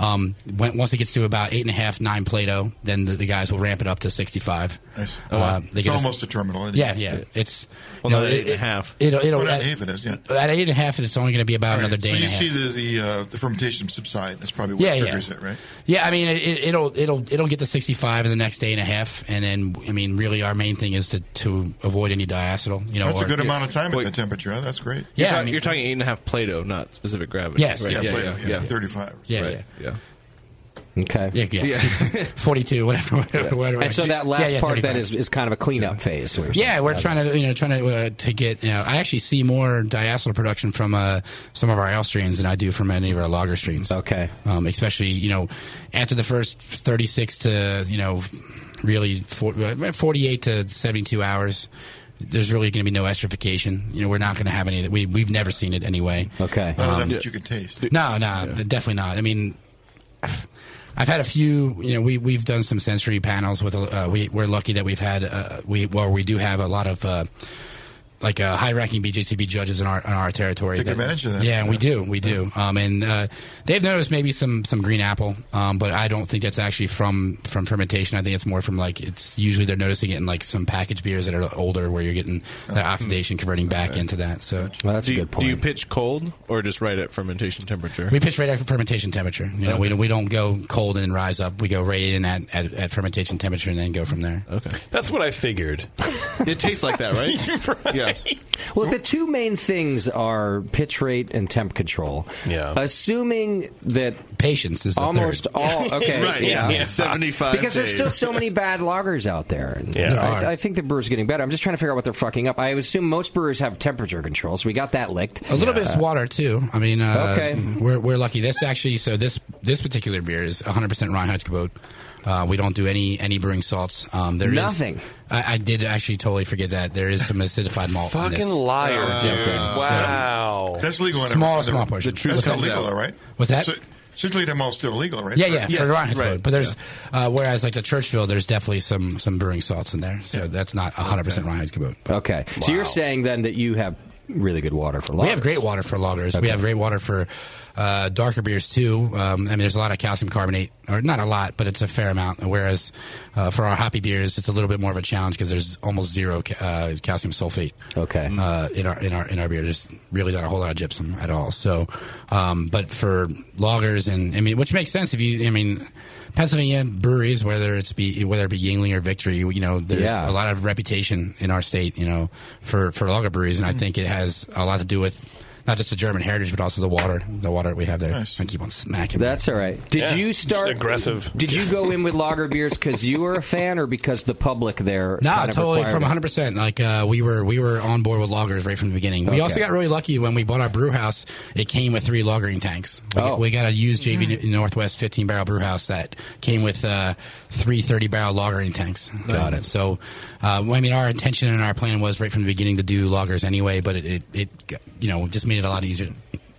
Speaker 18: um, when, once it gets to about eight and a half, nine Plato, then the, the guys will ramp it up to sixty-five.
Speaker 3: Nice.
Speaker 18: Uh,
Speaker 3: Oh, wow.
Speaker 18: they
Speaker 3: It's
Speaker 18: get us-
Speaker 3: almost a terminal. isn't Oh, it?
Speaker 18: Yeah, yeah. It's
Speaker 3: Well,
Speaker 18: you
Speaker 3: not at eight and a
Speaker 18: it-
Speaker 3: half.
Speaker 18: It'll, it'll,
Speaker 3: But at
Speaker 18: at
Speaker 3: half it is, yeah.
Speaker 18: At eight and a half, it's only going to be about
Speaker 3: All right,
Speaker 18: another day
Speaker 3: So
Speaker 18: and
Speaker 3: you
Speaker 18: a half.
Speaker 3: see the the, uh, the fermentation subside. That's probably what
Speaker 18: Yeah, yeah.
Speaker 3: triggers it, right?
Speaker 18: Yeah, I mean it, it- it'll it'll it'll get to 65 in the next day and a half, and then I mean really our main thing is to, to avoid any diacetyl. You know,
Speaker 3: that's
Speaker 18: or-
Speaker 3: a good amount of time at that temperature. huh? That's great.
Speaker 18: Yeah,
Speaker 4: You're, talk-
Speaker 18: I mean-
Speaker 4: you're talking eight and a half Plato, not specific gravity.
Speaker 18: Yes.
Speaker 4: Right.
Speaker 18: Yeah, Plato, yeah,
Speaker 3: Thirty-five.
Speaker 18: Yeah,
Speaker 4: Right.
Speaker 18: yeah,
Speaker 1: Okay.
Speaker 18: yeah, yeah. [laughs] Forty-two, whatever, whatever. whatever.
Speaker 1: And so that last
Speaker 18: Yeah, yeah,
Speaker 1: part then
Speaker 18: 35.
Speaker 1: is, is kind of a cleanup phase. where-
Speaker 18: Yeah, we're trying to you know trying to uh, to get you know I actually see more diacetyl production from uh, some of our ale strains than I do from any of our lager strains.
Speaker 1: Okay,
Speaker 18: um, especially you know after the first thirty six to you know really forty eight to seventy two hours. There's really going to be no esterification. You know, we're not going to have any. of that. We we've never seen it anyway.
Speaker 1: Okay,
Speaker 18: Um,
Speaker 3: Not enough that you could taste.
Speaker 18: no, no, definitely not. I mean, I've had a few. You know, we we've done some sensory panels with. Uh, we we're lucky that we've had. Uh, we well, we do have a lot of. Uh, like uh, high-ranking BJCB judges in our in our territory,
Speaker 3: Take advantage of that.
Speaker 18: Yeah, and we do, we do. Um, and uh, they've noticed maybe some some green apple, um, but I don't think that's actually from from fermentation. I think it's more from like it's usually they're noticing it in like some packaged beers that are older, where you're getting
Speaker 3: Oh.
Speaker 18: that oxidation converting back into that. So
Speaker 4: do you, Do you pitch cold or just right at fermentation temperature?
Speaker 18: we pitch right at fermentation temperature. You know, we, don't, we don't go cold and then rise up. We go right in at, at, at fermentation temperature and then go from there.
Speaker 4: Okay.
Speaker 2: That's what I figured.
Speaker 4: it tastes like that,
Speaker 2: [laughs]
Speaker 4: right? Yeah.
Speaker 1: Well, if the two main things are pitch rate and temp control.
Speaker 2: Yeah.
Speaker 1: Assuming that
Speaker 18: patience is the
Speaker 1: almost
Speaker 18: third. [laughs]
Speaker 1: all okay,
Speaker 4: Right,
Speaker 1: yeah,
Speaker 4: yeah, 75
Speaker 1: Because there's
Speaker 4: days.
Speaker 1: still so many bad loggers out there.
Speaker 4: Yeah. There
Speaker 1: I,
Speaker 4: are.
Speaker 1: I think the brewers getting better. I'm just trying to figure out what they're fucking up. I assume most brewers have temperature control, so we got that licked.
Speaker 18: A little bit
Speaker 1: Uh,
Speaker 18: of water too. I mean, uh,
Speaker 1: Okay.
Speaker 18: we're we're lucky. This actually, so this this particular beer is 100 percent Reinheitsgebot. Uh, we don't do any any brewing salts. Um, there is-
Speaker 1: Nothing.
Speaker 18: I, I did actually totally forget that there is some acidified malt. in this.
Speaker 2: Fucking liar,
Speaker 18: Yeah,
Speaker 2: dude.
Speaker 18: okay.
Speaker 2: Uh, Wow.
Speaker 3: That's legal. in
Speaker 18: Small,
Speaker 3: every-
Speaker 18: small portion.
Speaker 3: The truth That's
Speaker 18: What's
Speaker 3: not
Speaker 18: that?
Speaker 3: legal, though, right?
Speaker 18: What's that?
Speaker 3: So, Sicily Demal is still legal, right?
Speaker 18: Yeah, yeah,
Speaker 3: Yes,
Speaker 18: for Reinheitsgebot.
Speaker 3: right.
Speaker 18: But there's uh, whereas like the Churchville, there's definitely some some brewing salts in there. So that's not 100 percent Reinheitsgebot.
Speaker 1: Okay. So you're saying then that you have really good water for loggers.
Speaker 18: We have great water for lagers. We have great water for uh, darker beers too. Um, I mean, there's a lot of calcium carbonate, or not a lot, but it's a fair amount. Whereas uh, for our hoppy beers, it's a little bit more of a challenge because there's almost zero ca- uh, calcium sulfate.
Speaker 1: Okay.
Speaker 18: Uh, in our in our in our beer, there's really not a whole lot of gypsum at all. So, um, but for lagers and I mean, which makes sense if you I mean. Pennsylvania breweries, whether it's be whether it be Yingling or Victory, you know, there's
Speaker 1: Yeah.
Speaker 18: a lot of reputation in our state, you know, for for lager breweries, and I think it has a lot to do with not just the German heritage, but also the water, the water that we have there. I keep on smacking.
Speaker 1: That's all right. Did you start Did you go in with lager beers because you were a fan, or because the public there?
Speaker 18: No,
Speaker 1: kind of
Speaker 18: totally
Speaker 1: required
Speaker 18: from
Speaker 1: it?
Speaker 18: 100. percent Like uh, we were we were on board with loggers right from the beginning. We
Speaker 1: Okay.
Speaker 18: also got really lucky when we bought our brew house. It came with three lagering tanks. We, oh. we got a used JV Northwest 15 barrel brew house that came with uh, three 30 barrel lagering tanks.
Speaker 1: Got
Speaker 18: Uh,
Speaker 1: it.
Speaker 18: So, uh, well, I mean, our intention and our plan was right from the beginning to do loggers anyway, but it, it, it you know just made it a lot easier.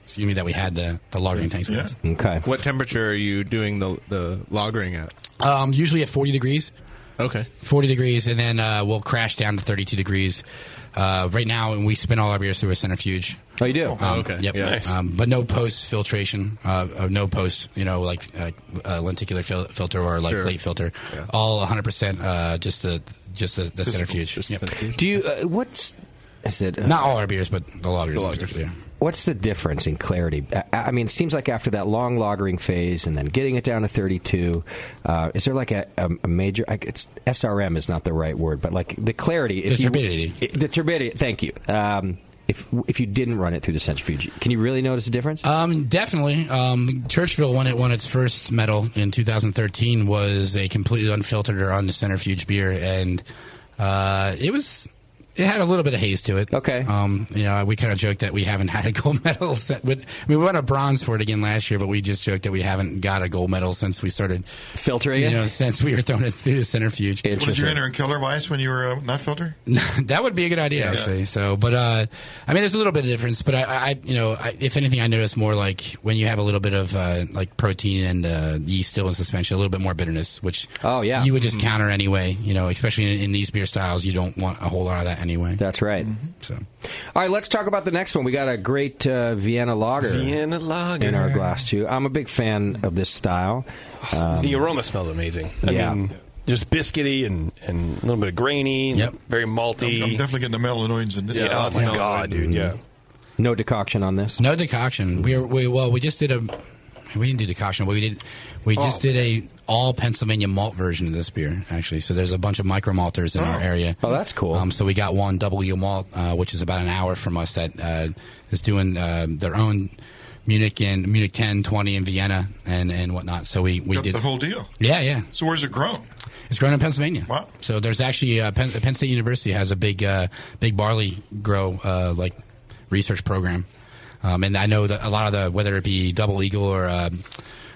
Speaker 18: Excuse me, that we had the the lagering tanks. With
Speaker 4: Yeah.
Speaker 18: us.
Speaker 1: Okay.
Speaker 4: What temperature are you doing the the lagering at?
Speaker 18: Um, usually at 40 degrees.
Speaker 4: Okay.
Speaker 18: 40 degrees, and then uh, we'll crash down to 32 degrees. Uh, right now, and we spin all our beers through a centrifuge.
Speaker 1: Oh, you do?
Speaker 18: Um,
Speaker 4: Oh, okay.
Speaker 18: Yep.
Speaker 4: Yeah. Nice.
Speaker 18: Um, but no post filtration, uh, uh, no post, you know, like uh, uh, lenticular fil- filter or like
Speaker 1: Sure.
Speaker 18: plate filter. All 100 percent uh, just the just the, the
Speaker 1: Just-
Speaker 18: centrifuge. Yep.
Speaker 1: Do you uh, what's is it? uh,
Speaker 18: Not all our beers, but the lagers. in particular.
Speaker 1: What's the difference in clarity? I, I mean, it seems like after that long lagering phase and then getting it down to 32, uh, is there like a, a, a major? I, it's SRM is not the right word, but like the clarity, if
Speaker 18: The
Speaker 1: you-
Speaker 18: turbidity.
Speaker 1: it- the turbidity. Thank you. Um, if if you didn't run it through the centrifuge, can you really notice a difference?
Speaker 18: Um, definitely. Um, Churchville, when it won its first medal in 2013, was a completely unfiltered or uncentrifuge beer, and uh, it was. It had a little bit of haze to it.
Speaker 1: Okay.
Speaker 18: Um, you know, we kind of joked that we haven't [laughs] had a gold medal set with. I mean, we won a bronze for it again last year, but we just joked that we haven't got a gold medal since we started
Speaker 1: filtering
Speaker 18: you
Speaker 3: it?
Speaker 18: know, since we were throwing it through the centrifuge.
Speaker 3: Well, did you enter in Keller Weiss when you were uh, not filter?
Speaker 18: [laughs] that would be a good idea
Speaker 3: Yeah.
Speaker 18: actually. So, but uh, I mean, there's a little bit of difference. But I, I you know, I, if anything, I notice more like when you have a little bit of uh, like protein and uh, yeast still in suspension, a little bit more bitterness, which
Speaker 1: oh yeah,
Speaker 18: you would just
Speaker 1: Mhm.
Speaker 18: counter anyway. You know, especially in, in these beer styles, you don't want a whole lot of that anyway. Mm-hmm.
Speaker 1: That's right.
Speaker 18: So,
Speaker 1: All right, let's talk about the next one. We got a great uh, Vienna lager.
Speaker 2: Vienna lager.
Speaker 1: in our glass too. I'm a big fan of this style. Um,
Speaker 2: the aroma smells amazing. I
Speaker 1: yeah.
Speaker 2: mean, just biscuity and, and a little bit of grainy. and Very malty.
Speaker 3: I'm definitely getting the melanoids in this.
Speaker 2: Yeah, oh my God, dude. Yeah.
Speaker 1: No decoction on this.
Speaker 18: no decoction. We are, we well, we just did a. We didn't do decoction. but We did.
Speaker 2: Oh,
Speaker 18: We just did a all Pennsylvania malt version of this beer, actually. So there's a bunch of micro malters in our area.
Speaker 1: Oh, that's cool.
Speaker 18: Um, so we got one W malt, uh, which is about an hour from us, that uh, is doing uh, their own Munich and Munich 10, 20 in Vienna and and whatnot. So we we
Speaker 3: Got
Speaker 18: did
Speaker 3: the whole deal.
Speaker 18: Yeah, yeah.
Speaker 3: So where's it grown?
Speaker 18: It's grown in Pennsylvania. Wow. So there's actually uh, Penn, Penn State University has a big uh, big barley grow uh, like research program, um, and I know that a lot of the whether it be Double Eagle or uh,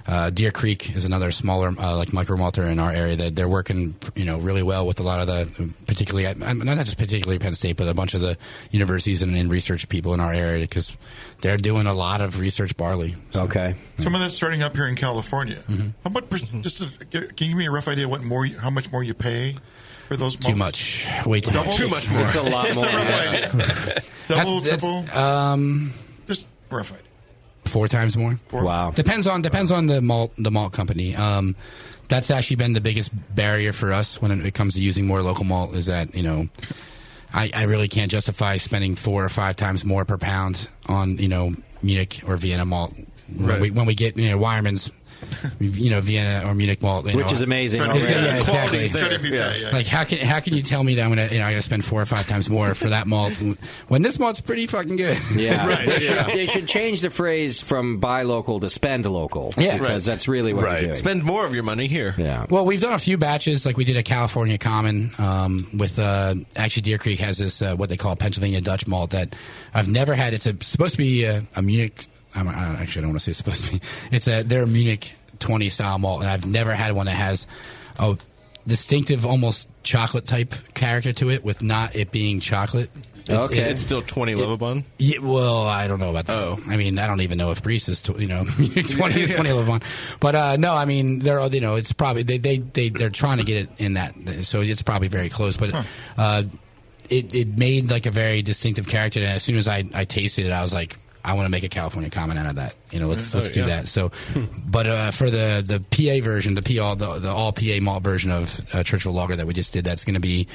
Speaker 18: uh, Deer Creek is another smaller uh, like micro malter in our area that they're working you know really well with a lot of the particularly I- I'm- not just particularly Penn State but a bunch of the universities and, and research people in our area because they're doing a lot of research barley.
Speaker 1: Okay.
Speaker 3: Some of that's starting up here in California.
Speaker 18: Mm-hmm.
Speaker 3: How much? per- Just to, can you give me a rough idea what more? How much more you pay for those?
Speaker 18: Too much. Way too much.
Speaker 3: Too much more.
Speaker 18: It's a lot
Speaker 3: Just
Speaker 18: more,
Speaker 3: rough
Speaker 18: yeah.
Speaker 3: idea. Double,
Speaker 18: [laughs] That's-
Speaker 3: triple.
Speaker 18: Um,
Speaker 3: just rough idea.
Speaker 18: four times more.
Speaker 1: Wow.
Speaker 18: Depends on depends on the malt the malt company. Um, that's actually been the biggest barrier for us when it comes to using more local malt is that you know. I, I really can't justify spending four or five times more per pound on you know Munich or Vienna malt when,
Speaker 1: Right.
Speaker 18: we, when we get you know Wireman's you know Vienna or Munich malt, you
Speaker 1: Which
Speaker 18: know,
Speaker 1: is amazing.
Speaker 18: Yeah,
Speaker 1: already.
Speaker 18: yeah, exactly.
Speaker 3: Yeah,
Speaker 18: Like how can how can you tell me that I'm gonna you know I gotta spend four or five times more for that malt when this malt's pretty fucking good? [laughs]
Speaker 1: Yeah. they, Should, they should change the phrase from buy local to spend local.
Speaker 18: Yeah.
Speaker 1: Because
Speaker 18: Right.
Speaker 1: that's really what
Speaker 18: Right.
Speaker 1: we're doing.
Speaker 4: Spend more of your money here.
Speaker 1: Yeah.
Speaker 18: Well, we've done a few batches. Like we did a California Common um, with uh, actually Deer Creek has this uh, what they call Pennsylvania Dutch malt that I've never had. It's a, supposed to be a, a Munich. I'm, I don't- actually I don't want to say it's supposed to be. [laughs] It's a their Munich 20 style malt, and I've never had one that has a distinctive almost chocolate type character to it with not it being chocolate. It's-
Speaker 4: okay.
Speaker 18: it-
Speaker 4: it's still 20 Lovabon.
Speaker 18: yeah, well, I don't know about that. Oh. I mean, I don't even know if Brees is, tw- you know, [laughs] 20, is 20 level one. But, uh, no, I mean, they're, all- you know, it's probably, they, they, they, they're trying to get it in that. So it's probably very close. But, uh, it, it made like a very distinctive character. And as soon as I, I tasted it, I was like, I want to make a California comment out of that. You know, let's,
Speaker 1: Oh,
Speaker 18: let's do
Speaker 1: yeah.
Speaker 18: that. So, but uh, for the the PA version, the PA the, the all PA malt version of uh, Churchill Lager that we just did, that's going to be.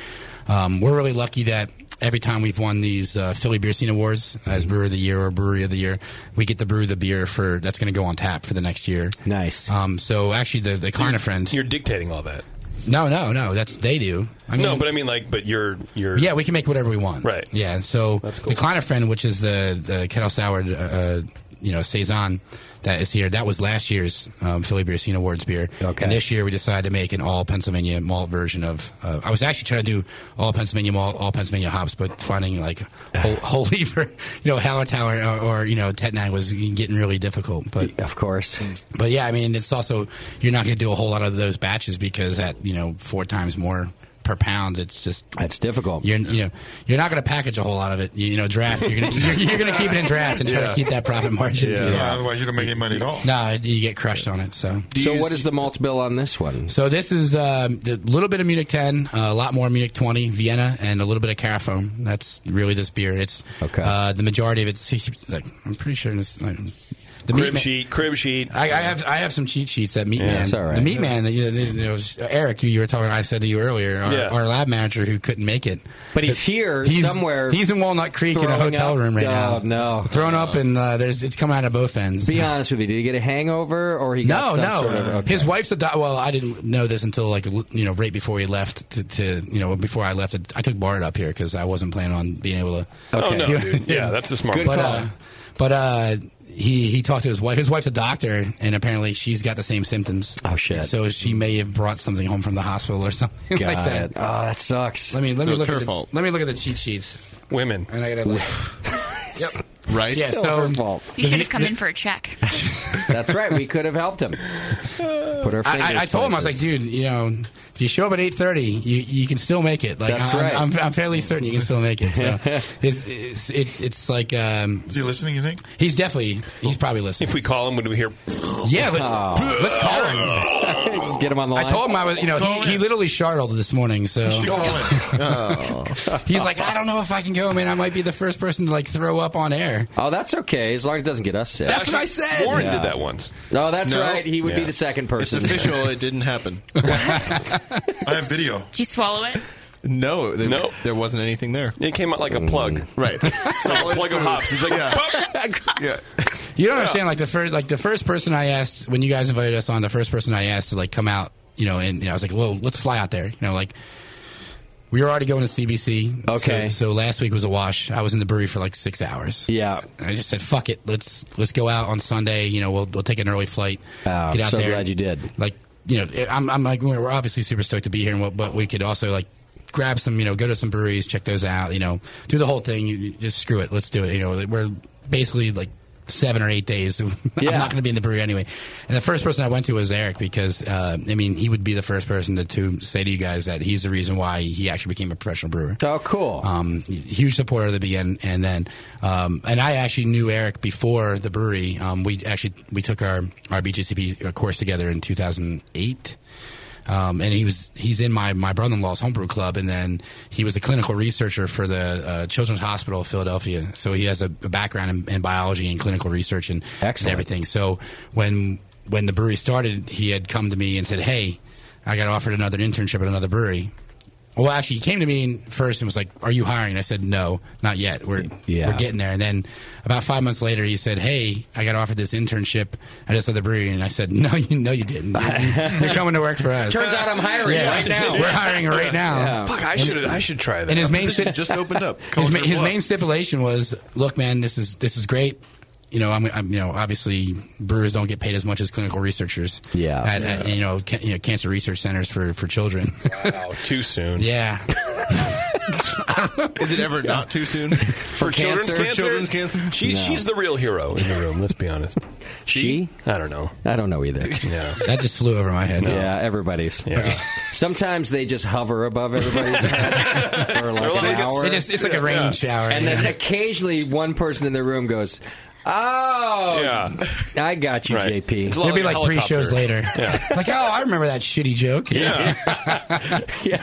Speaker 18: Um, we're really lucky that every time we've won these uh, Philly Beer Scene Awards as Brewer of the Year or Brewery of the Year, we get to brew the beer for that's going to go on tap for the next year.
Speaker 1: Nice.
Speaker 18: Um, so actually, the the Kleiner friend,
Speaker 2: You're dictating all that.
Speaker 18: No, no, no. That's they do. I mean,
Speaker 2: no, but I mean, like, but you're you're
Speaker 18: yeah, we can make whatever we want. Right. Yeah. and So the Kleiner friend, which is the the kettle soured, uh, uh, you know, saison that is here. That was last year's um, Philly Beer Scene Awards beer. Okay. And this year we decided to make an all Pennsylvania malt version of. Uh, I was actually trying to do all Pennsylvania malt, all Pennsylvania hops, but finding like whole, whole [laughs] leaver, you know, Hallertauer or, or you know, Tet Nine was getting really difficult. But
Speaker 1: of course.
Speaker 18: But yeah, I mean, it's also you're not going to do a whole lot of those batches because at you know four times more per pound, it's just
Speaker 1: that's difficult.
Speaker 18: You're you know you're not going to package a whole lot of it. You, you know, draft. You're going to [laughs] you're, you're going to keep it in draft and try
Speaker 3: Yeah.
Speaker 18: to keep that profit margin.
Speaker 3: Yeah. Yeah, otherwise you don't make any money at all.
Speaker 18: No, you get crushed on it. So
Speaker 1: So what is the malt bill on this one?
Speaker 18: so this is um, a little bit of Munich 10, uh, a lot more Munich 20, Vienna, and a little bit of Carafoam. That's really this beer. It's uh, the majority of it's 60, like I'm pretty sure it's like, the
Speaker 2: crib
Speaker 18: meat ma-
Speaker 2: sheet, crib sheet.
Speaker 18: I, I have I have some cheat sheets that meat
Speaker 2: Yeah,
Speaker 18: man.
Speaker 2: it's all right.
Speaker 18: The meat man, you know, you know, Eric, who you were talking. I said to you earlier, our,
Speaker 1: Yeah.
Speaker 18: our lab manager who couldn't make it,
Speaker 1: But he's here
Speaker 18: He's-
Speaker 1: somewhere.
Speaker 18: He's in Walnut Creek in a
Speaker 1: throwing
Speaker 18: hotel
Speaker 1: up.
Speaker 18: room right
Speaker 1: Oh,
Speaker 18: now.
Speaker 1: no.
Speaker 18: thrown up and uh, there's it's coming out of both ends.
Speaker 1: uh, Be honest with me. Did he get a hangover or he got
Speaker 18: no,
Speaker 1: some
Speaker 18: no.
Speaker 1: sort of- okay.
Speaker 18: His wife's a doc- well. I didn't know this until like you know right before we left to, to you know before I left. I took Bart up here because I wasn't planning on being able to.
Speaker 2: Oh,
Speaker 18: [laughs]
Speaker 2: no, dude. Yeah, that's a smart Good
Speaker 18: But
Speaker 2: call.
Speaker 18: uh, but uh, he he talked to his wife. His wife's a doctor, and apparently she's got the same symptoms. Oh
Speaker 1: shit!
Speaker 18: So she may have brought something home from the hospital or [laughs] something
Speaker 1: Got
Speaker 18: like that.
Speaker 1: it. Oh, that sucks.
Speaker 18: Let me let
Speaker 1: So
Speaker 18: me
Speaker 1: it's
Speaker 18: look
Speaker 1: her
Speaker 18: at the,
Speaker 1: fault.
Speaker 18: let me look at the cheat sheets.
Speaker 2: Women
Speaker 18: and I gotta look.
Speaker 2: [laughs]
Speaker 18: yep.
Speaker 4: Right.
Speaker 18: Yeah.
Speaker 4: Still
Speaker 18: So
Speaker 4: her fault.
Speaker 6: You should have come in for a check.
Speaker 1: That's right. We could have helped him. Put our
Speaker 18: I,
Speaker 1: fingers
Speaker 18: I, I told him I was like,
Speaker 1: places.
Speaker 18: dude, you know, if you show up at eight thirty, you you can still make it. Like,
Speaker 1: That's
Speaker 18: I'm,
Speaker 1: right.
Speaker 18: I'm, I'm fairly certain you can still make it.
Speaker 1: [laughs]
Speaker 4: [laughs]
Speaker 18: So it's it's, it, it's like um,
Speaker 3: is he listening? You think
Speaker 18: he's definitely he's probably listening.
Speaker 2: If we call him, would we hear?
Speaker 18: Yeah, let,
Speaker 2: [laughs]
Speaker 18: us call him.
Speaker 1: Get him on the
Speaker 18: I
Speaker 1: line.
Speaker 18: told him I was, you know, he, he literally shardled this morning. So [laughs] he's like, I don't know if I can go, man. I might be the first person to like throw up on air.
Speaker 1: Oh, that's okay as long as it doesn't get us sick.
Speaker 18: That's what I said.
Speaker 2: Warren did that once.
Speaker 1: No, that's right. He would be the second person.
Speaker 4: It's official.
Speaker 1: [laughs]
Speaker 2: uh,
Speaker 4: it didn't happen.
Speaker 3: [laughs] I have video.
Speaker 6: Did you swallow it?
Speaker 4: No, there, there wasn't anything there.
Speaker 2: It came out like a plug.
Speaker 18: Mm.
Speaker 4: Right.
Speaker 2: So a plug of hops. He's
Speaker 1: [laughs]
Speaker 2: like,
Speaker 4: yeah.
Speaker 18: You don't
Speaker 2: Yeah.
Speaker 18: understand. Like the first, like the first person I asked when you guys invited us on, the first person I asked to like come out, you know, and you know, I was like, "Well, let's fly out there," you know, like. We were already going to CBC.
Speaker 1: Okay.
Speaker 18: So, so last week was a wash. I was in the brewery for like six hours.
Speaker 1: Yeah.
Speaker 18: And I just said, "Fuck it, let's let's go out on Sunday. You know, we'll we'll take an early flight.
Speaker 1: Oh,
Speaker 18: get out
Speaker 1: so
Speaker 18: there.
Speaker 1: glad you did.
Speaker 18: Like, you know, I'm I'm like we're obviously super stoked to be here, and what, but we could also like grab some, you know, go to some breweries, check those out, you know, do the whole thing. You, you just screw it, let's do it. You know, we're basically like seven or eight days. [laughs] I'm not going to be in the brewery anyway. And the first person I went to was Eric because uh, I mean he would be the first person to, to say to you guys that he's the reason why he actually became a professional brewer.
Speaker 1: Oh, cool!
Speaker 18: Um, huge supporter of the begin, and then um, and I actually knew Eric before the brewery. Um, we actually we took our our BGCP uh, course together in 2008. Um, and he was he's in my, my brother in law's homebrew club, and then he was a clinical researcher for the uh, Children's Hospital of Philadelphia. So he has a, a background in, in biology and clinical research and, and everything. So when when the brewery started, he had come to me and said, "Hey, I got offered another internship at another brewery." Well, actually, he came to me and first and was like, "Are you hiring?" I said, "No, not yet. We're
Speaker 1: Yeah.
Speaker 18: we're getting there." And then about five months later, he said, "Hey, I got offered this internship at this other brewery," and I said, "No, you no, you didn't. You're,
Speaker 1: [laughs]
Speaker 18: you're coming to work for us."
Speaker 1: Turns out I'm hiring
Speaker 18: Yeah.
Speaker 1: right now.
Speaker 18: [laughs] We're hiring right now.
Speaker 2: Fuck, I should I should try that.
Speaker 18: And his
Speaker 2: [laughs]
Speaker 18: main
Speaker 2: Position
Speaker 18: sti-
Speaker 2: just opened up.
Speaker 18: His, ma-
Speaker 2: Culture
Speaker 18: his
Speaker 2: Club.
Speaker 18: main stipulation was, "Look, man, this is this is great. You know, I'm, I'm you know obviously brewers don't get paid as much as clinical researchers. Yeah, at, at, you know, ca- you know, cancer research centers for for children.
Speaker 2: wow, too soon.
Speaker 18: yeah,
Speaker 4: [laughs] Is it ever not too soon for,
Speaker 2: children's cancer.
Speaker 4: For children's cancer.
Speaker 2: She, She's the real hero in the room. Let's be honest.
Speaker 1: She?
Speaker 2: I don't know.
Speaker 1: I don't know either.
Speaker 2: [laughs] Yeah.
Speaker 18: that just flew over my
Speaker 1: [laughs]
Speaker 18: head.
Speaker 1: Yeah, everybody's.
Speaker 2: Yeah.
Speaker 1: Sometimes they just hover above everybody's
Speaker 2: [laughs]
Speaker 1: head for like an
Speaker 18: It just-
Speaker 1: hour.
Speaker 18: it just- it's like a rain shower,
Speaker 1: And then
Speaker 18: yeah.
Speaker 1: occasionally one person in the room goes, "Oh, I got you, JP."
Speaker 18: It'll be like three shows
Speaker 2: [laughs]
Speaker 18: later. like, oh, I remember that shitty joke.
Speaker 2: Yeah.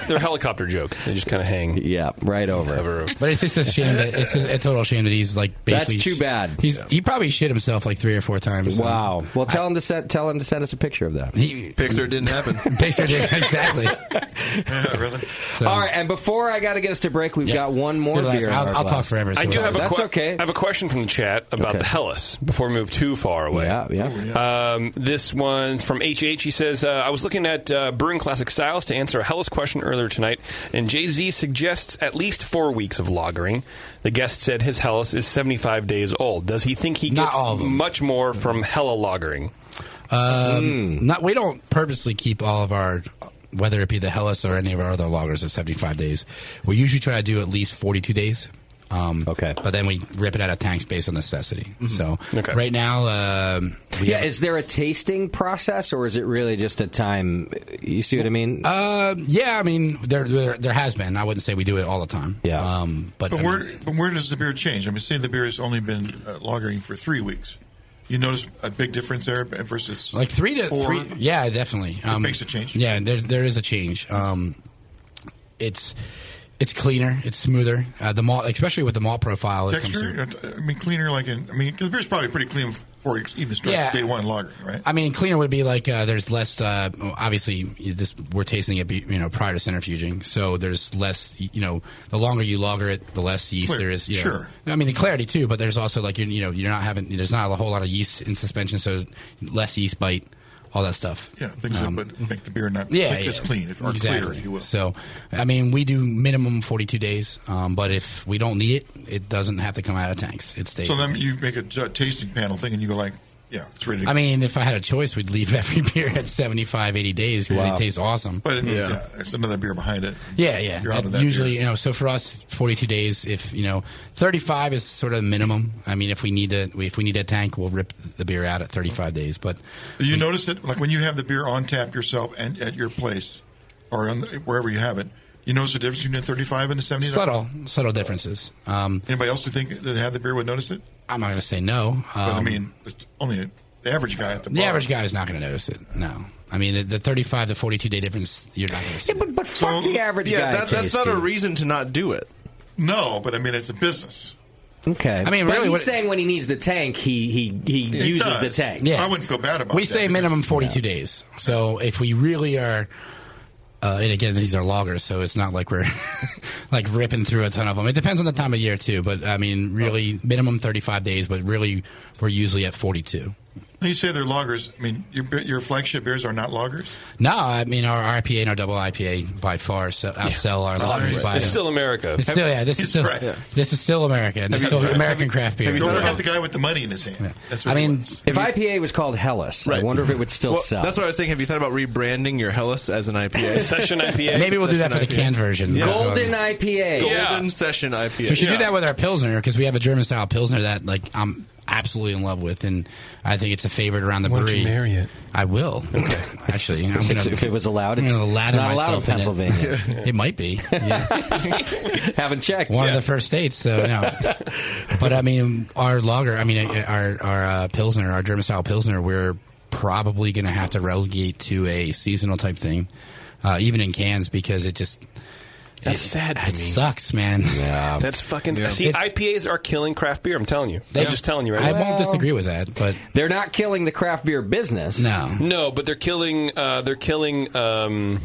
Speaker 2: They're helicopter jokes. They just kind of hang.
Speaker 1: Yeah, right over.
Speaker 18: But it's just a shame that it's a, a total shame that he's like
Speaker 1: That's
Speaker 18: basically.
Speaker 1: too bad.
Speaker 18: He's he probably shit himself like three or four times.
Speaker 1: Wow. Well, tell him to send, tell him to send us a picture of that.
Speaker 4: Pixar didn't
Speaker 18: [laughs]
Speaker 4: happen.
Speaker 18: Pixar did exactly.
Speaker 1: All right, and before I got to get us to break, we've got one more beer. in our glass.
Speaker 2: I do have a
Speaker 1: That's
Speaker 2: que-
Speaker 1: okay.
Speaker 2: I have a question from the chat about
Speaker 1: Okay.
Speaker 2: the Hellas before we move too far away. Yeah, yeah. Um, this one's from HH. He says, uh, I was looking at uh, brewing classic styles to answer a Hellas question earlier tonight, and Jay Z suggests at least four weeks of lagering. The guest said his Hellas is 75 days old. Does he think he gets much more from Hella lagering?
Speaker 18: Um,
Speaker 1: Hmm.
Speaker 18: Not we don't purposely keep all of our whether it be the Hellas or any of our other loggers at 75 days. We usually try to do at least 42 days. Um, okay, but then we rip it out of tanks based on necessity. So right now, um, we
Speaker 1: yeah, is there a tasting process, or is it really just a time? You see what I mean?
Speaker 18: Uh, yeah, I mean there, there there has been. I wouldn't say we do it all the time. Yeah, um, but,
Speaker 3: But
Speaker 18: I
Speaker 3: where,
Speaker 18: mean,
Speaker 3: but where does the beer change? I mean, say the beer has only been uh, lagering for three weeks. You notice a big difference there versus
Speaker 18: like three to
Speaker 3: four?
Speaker 18: three. Yeah, definitely. Um,
Speaker 3: makes a change.
Speaker 18: Yeah, there there is a change. Um, it's it's cleaner, it's smoother. Uh, the malt, especially with the malt profile, it comes
Speaker 3: texture. I mean, cleaner. Like in, I mean, 'cause the beer's probably pretty clean for even straight
Speaker 18: Yeah.
Speaker 3: day one lager, right?
Speaker 18: I mean, cleaner would be like uh, there's less. Uh, obviously, you this we're tasting it, be- you know, prior to centrifuging, so there's less. You know, the longer you lager it, the less yeast
Speaker 3: Clear.
Speaker 18: there is. You know.
Speaker 3: Sure.
Speaker 18: I mean, the clarity too, but there's also like you you know you're not having there's not a whole lot of yeast in suspension, so less yeast bite, all that stuff.
Speaker 3: Yeah, things
Speaker 18: Um,
Speaker 3: that would make the beer not
Speaker 18: yeah,
Speaker 3: like,
Speaker 18: yeah.
Speaker 3: as clean if, or clear,
Speaker 18: Exactly.
Speaker 3: if you will.
Speaker 18: So, I mean, we do minimum 42 days, um, but if we don't need it, it doesn't have to come out of tanks. It stays.
Speaker 3: So then you make a ju- tasting panel thing, and you go like, "Yeah, it's ready." To
Speaker 18: I mean, if I had a choice, we'd leave [laughs] every beer at 75, 80 days because
Speaker 3: Wow.
Speaker 18: it tastes awesome.
Speaker 3: but it- yeah. there's another beer behind it.
Speaker 18: Yeah, yeah.
Speaker 3: You're out of
Speaker 18: And
Speaker 3: that
Speaker 18: usually, you know, so for us, forty-two days. If you know, thirty-five is sort of the minimum. I mean, if we need to, if we need a tank, we'll rip the beer out at thirty-five days. But
Speaker 3: Do you notice that, like when you have the beer on tap yourself and at your place or on the, wherever you have it, you notice the difference between the 35 and the 70?
Speaker 18: subtle, subtle differences. Um,
Speaker 3: Anybody else who think that had the beer would notice it?
Speaker 18: I'm not going to say no.
Speaker 3: But I
Speaker 18: Um,
Speaker 3: mean, it's only the average guy at the
Speaker 18: the
Speaker 3: bar.
Speaker 18: average guy is not going to notice it. No, I mean, the, the thirty-five to forty-two day difference, you're not going to see.
Speaker 4: but, but
Speaker 18: fuck the average
Speaker 4: yeah,
Speaker 18: guy,
Speaker 4: that- that's not a
Speaker 18: Tasty.
Speaker 4: reason to not do it.
Speaker 3: No, but I mean, it's a business.
Speaker 1: Okay,
Speaker 18: I mean,
Speaker 1: But
Speaker 18: really,
Speaker 1: he's
Speaker 18: what-
Speaker 1: saying when he needs the tank, he he he
Speaker 18: It
Speaker 1: uses
Speaker 18: does.
Speaker 1: the tank.
Speaker 18: Yeah. We
Speaker 1: that
Speaker 18: say minimum 42 days. So if we really are, uh, and again, these are loggers, so it's not like we're [laughs] like ripping through a ton of them. It depends on the time of year too, but I mean, really minimum 35 days, but really we're usually at 42.
Speaker 3: You say they're loggers. I mean, your, your flagship beers are not loggers.
Speaker 18: No, I mean our IPA and our double IPA by far so outsell our loggers by.
Speaker 2: It's still America.
Speaker 18: It's still yeah. This is still this is still America. This is still American craft beer.
Speaker 3: Don't forget the guy with the money in his hand. That's what
Speaker 18: I
Speaker 3: he
Speaker 18: mean,
Speaker 3: wants.
Speaker 1: If IPA was called Hellas, I wonder if it would still
Speaker 4: Well,
Speaker 1: sell.
Speaker 4: That's what I was thinking. Have you thought about rebranding your Hellas as an IPA?
Speaker 2: Session
Speaker 18: IPA. Maybe we'll do that for the canned version. Golden
Speaker 1: IPA.
Speaker 4: Golden Session IPA.
Speaker 18: We should do that with our pilsner because we have a German style pilsner that like I'm absolutely in love with, and I think it's a favorite around the
Speaker 1: Why don't
Speaker 18: brewery.
Speaker 1: you marry it?
Speaker 18: I will. Okay. Actually, I'm
Speaker 1: If
Speaker 18: gonna,
Speaker 1: it's- if it was allowed,
Speaker 18: I'm
Speaker 1: it's-
Speaker 18: gonna
Speaker 1: it's
Speaker 18: lather
Speaker 1: not allowed
Speaker 18: myself
Speaker 1: in
Speaker 18: it.
Speaker 1: Pennsylvania.
Speaker 18: It.
Speaker 1: [laughs]
Speaker 18: might be. Yeah.
Speaker 1: Haven't checked.
Speaker 18: One of the first states, so no. but I mean, our lager, I mean, uh, our our uh, pilsner, our German style pilsner, we're probably going to have to relegate to a seasonal type thing, uh, even in cans because it just.
Speaker 2: That's
Speaker 18: it,
Speaker 2: sad to
Speaker 18: it
Speaker 2: me.
Speaker 18: sucks, man. Yeah,
Speaker 2: That's fucking. See,
Speaker 18: It's-
Speaker 2: IPAs are killing craft beer. I'm telling you.
Speaker 18: They-
Speaker 2: I'm just telling you right
Speaker 18: I
Speaker 2: now.
Speaker 18: won't disagree with that, but
Speaker 1: they're not killing the craft beer business.
Speaker 18: No,
Speaker 2: No, but they're killing. Uh, they're killing um,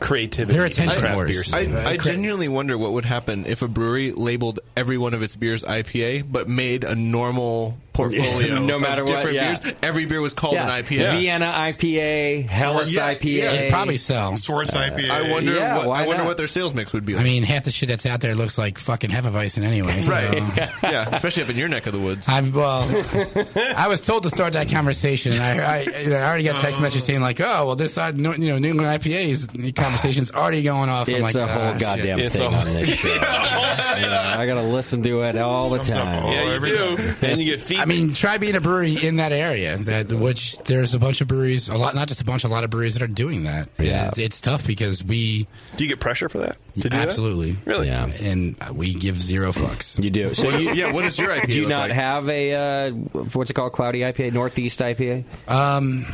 Speaker 2: creativity. in craft beer
Speaker 4: I,
Speaker 2: scene.
Speaker 4: I genuinely wonder what would happen if a brewery labeled every one of its beers IPA, but made a normal
Speaker 1: [laughs]
Speaker 4: portfolio
Speaker 1: No matter
Speaker 4: of
Speaker 1: what,
Speaker 4: different
Speaker 1: yeah.
Speaker 4: beers. Every beer was called
Speaker 1: Yeah.
Speaker 4: an IPA.
Speaker 1: Vienna IPA, Hellas IPA.
Speaker 3: Swords
Speaker 1: Uh,
Speaker 3: IPA.
Speaker 4: I wonder.
Speaker 1: Yeah,
Speaker 4: what,
Speaker 1: why
Speaker 4: I wonder
Speaker 1: not?
Speaker 4: what their sales mix would be.
Speaker 18: I
Speaker 4: Like.
Speaker 18: mean, half the shit that's out there looks like fucking Hefeweizen anyway. So.
Speaker 4: right? [laughs] yeah, especially up in your neck of the woods.
Speaker 18: I'm well. I was told to start that conversation. and I, I, you know, I already got text messages saying like, "Oh, well, this uh, no- you know New England IPA's conversation's already going off." I'm
Speaker 1: It's
Speaker 18: like,
Speaker 1: a whole
Speaker 18: "Ah, shit."
Speaker 1: goddamn thing on this show.
Speaker 2: [laughs]
Speaker 1: You know, I gotta [laughs] listen to it all the time.
Speaker 2: Yeah, you do. And you get feet.
Speaker 18: I mean, try being a brewery in that area. That which there's a bunch of breweries, a lot, not just a bunch, a lot of breweries that are doing that. And
Speaker 2: Yeah.
Speaker 18: it's, it's tough because we
Speaker 2: Do you get pressure for that? To do that?
Speaker 18: absolutely
Speaker 2: Really?
Speaker 18: yeah, and we give zero fucks.
Speaker 1: You do. So you, Do you not have a uh, what's it called? Cloudy IPA, Northeast IPA.
Speaker 18: Um,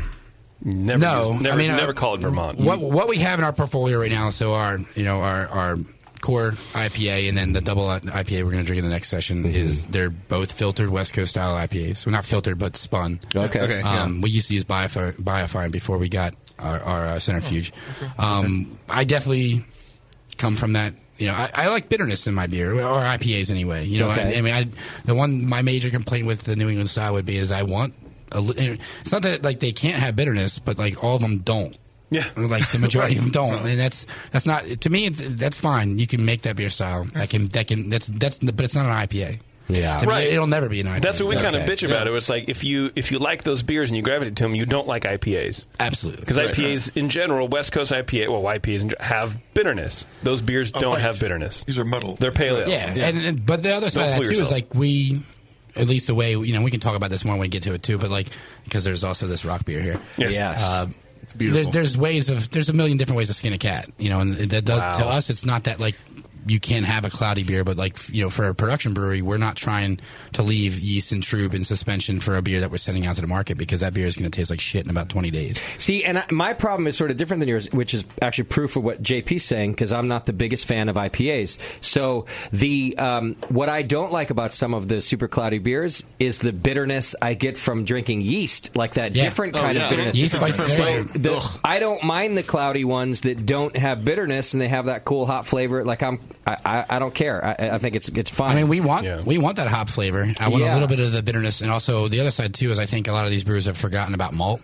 Speaker 2: never.
Speaker 18: No,
Speaker 2: used- never-
Speaker 18: I mean,
Speaker 2: never
Speaker 18: uh,
Speaker 2: call it Vermont.
Speaker 18: What what we have in our portfolio right now, so our you know our our core IPA and then the double IPA we're going to drink in the next session is they're both filtered West Coast style IPAs. Well, not filtered, but spun.
Speaker 1: Okay. Okay,
Speaker 18: Um, We used to use Biofi- Biofine before we got our, our uh, centrifuge. Um, I definitely come from that. You know, I, I like bitterness in my beer or IPAs anyway. You know,
Speaker 19: Okay.
Speaker 18: I, I mean, I, the one my major complaint with the New England style would be is I want. A, li- eh, it's not that like they can't have bitterness, but like all of them don't.
Speaker 2: Yeah,
Speaker 18: like
Speaker 2: [laughs]
Speaker 18: the majority of them don't, and that's that's not to me. it- That's fine. You can make that beer style. That can that can that's that's but it's not an IPA.
Speaker 1: Yeah,
Speaker 18: I mean,
Speaker 2: Right.
Speaker 18: It'll never be an IPA.
Speaker 2: That's what we kind of bitch about. It was like if you if you like those beers and you gravitate to them, you don't like IPAs.
Speaker 18: Absolutely,
Speaker 2: because
Speaker 18: Right.
Speaker 2: IPAs in general, West Coast IPA, well, IPAs in gen- have bitterness. Those beers don't have bitterness. These
Speaker 3: are muddled.
Speaker 2: They're pale ale.
Speaker 18: Yeah, And, and but the other
Speaker 2: Don't
Speaker 18: side of that
Speaker 2: fool
Speaker 18: too is
Speaker 2: yourself.
Speaker 18: like we, at least the way you know, we can talk about this more when we get to it too. But like because there's also this rock beer here.
Speaker 2: Yes. Yes.
Speaker 18: Uh,
Speaker 2: It's beautiful.
Speaker 18: There, there's ways of there's a million different ways to skin a cat. You know, and that does,
Speaker 2: Wow.
Speaker 18: to us it's not that like you can't have a cloudy beer, but like you know, for a production brewery, we're not trying to leave yeast and trub in suspension for a beer that we're sending out to the market because that beer is going to taste like shit in about 20 days.
Speaker 1: See, and I, my problem is sort of different than yours, which is actually proof of what JP's saying because I'm not the biggest fan of IPAs. So the um, what I don't like about some of the super cloudy beers is the bitterness I get from drinking yeast, like that
Speaker 18: Yeah.
Speaker 1: different
Speaker 18: Oh,
Speaker 1: kind
Speaker 18: yeah.
Speaker 1: of bitterness.
Speaker 18: Yeast bites
Speaker 1: So
Speaker 18: very-
Speaker 1: the- I don't mind the cloudy ones that don't have bitterness and they have that cool hot flavor. Like I'm, I, I, I don't care. I, I think it's it's fine.
Speaker 18: I mean, we want we want that hop flavor. I want
Speaker 1: Yeah.
Speaker 18: a little bit of the bitterness, and also the other side too is I think a lot of these brewers have forgotten about malt.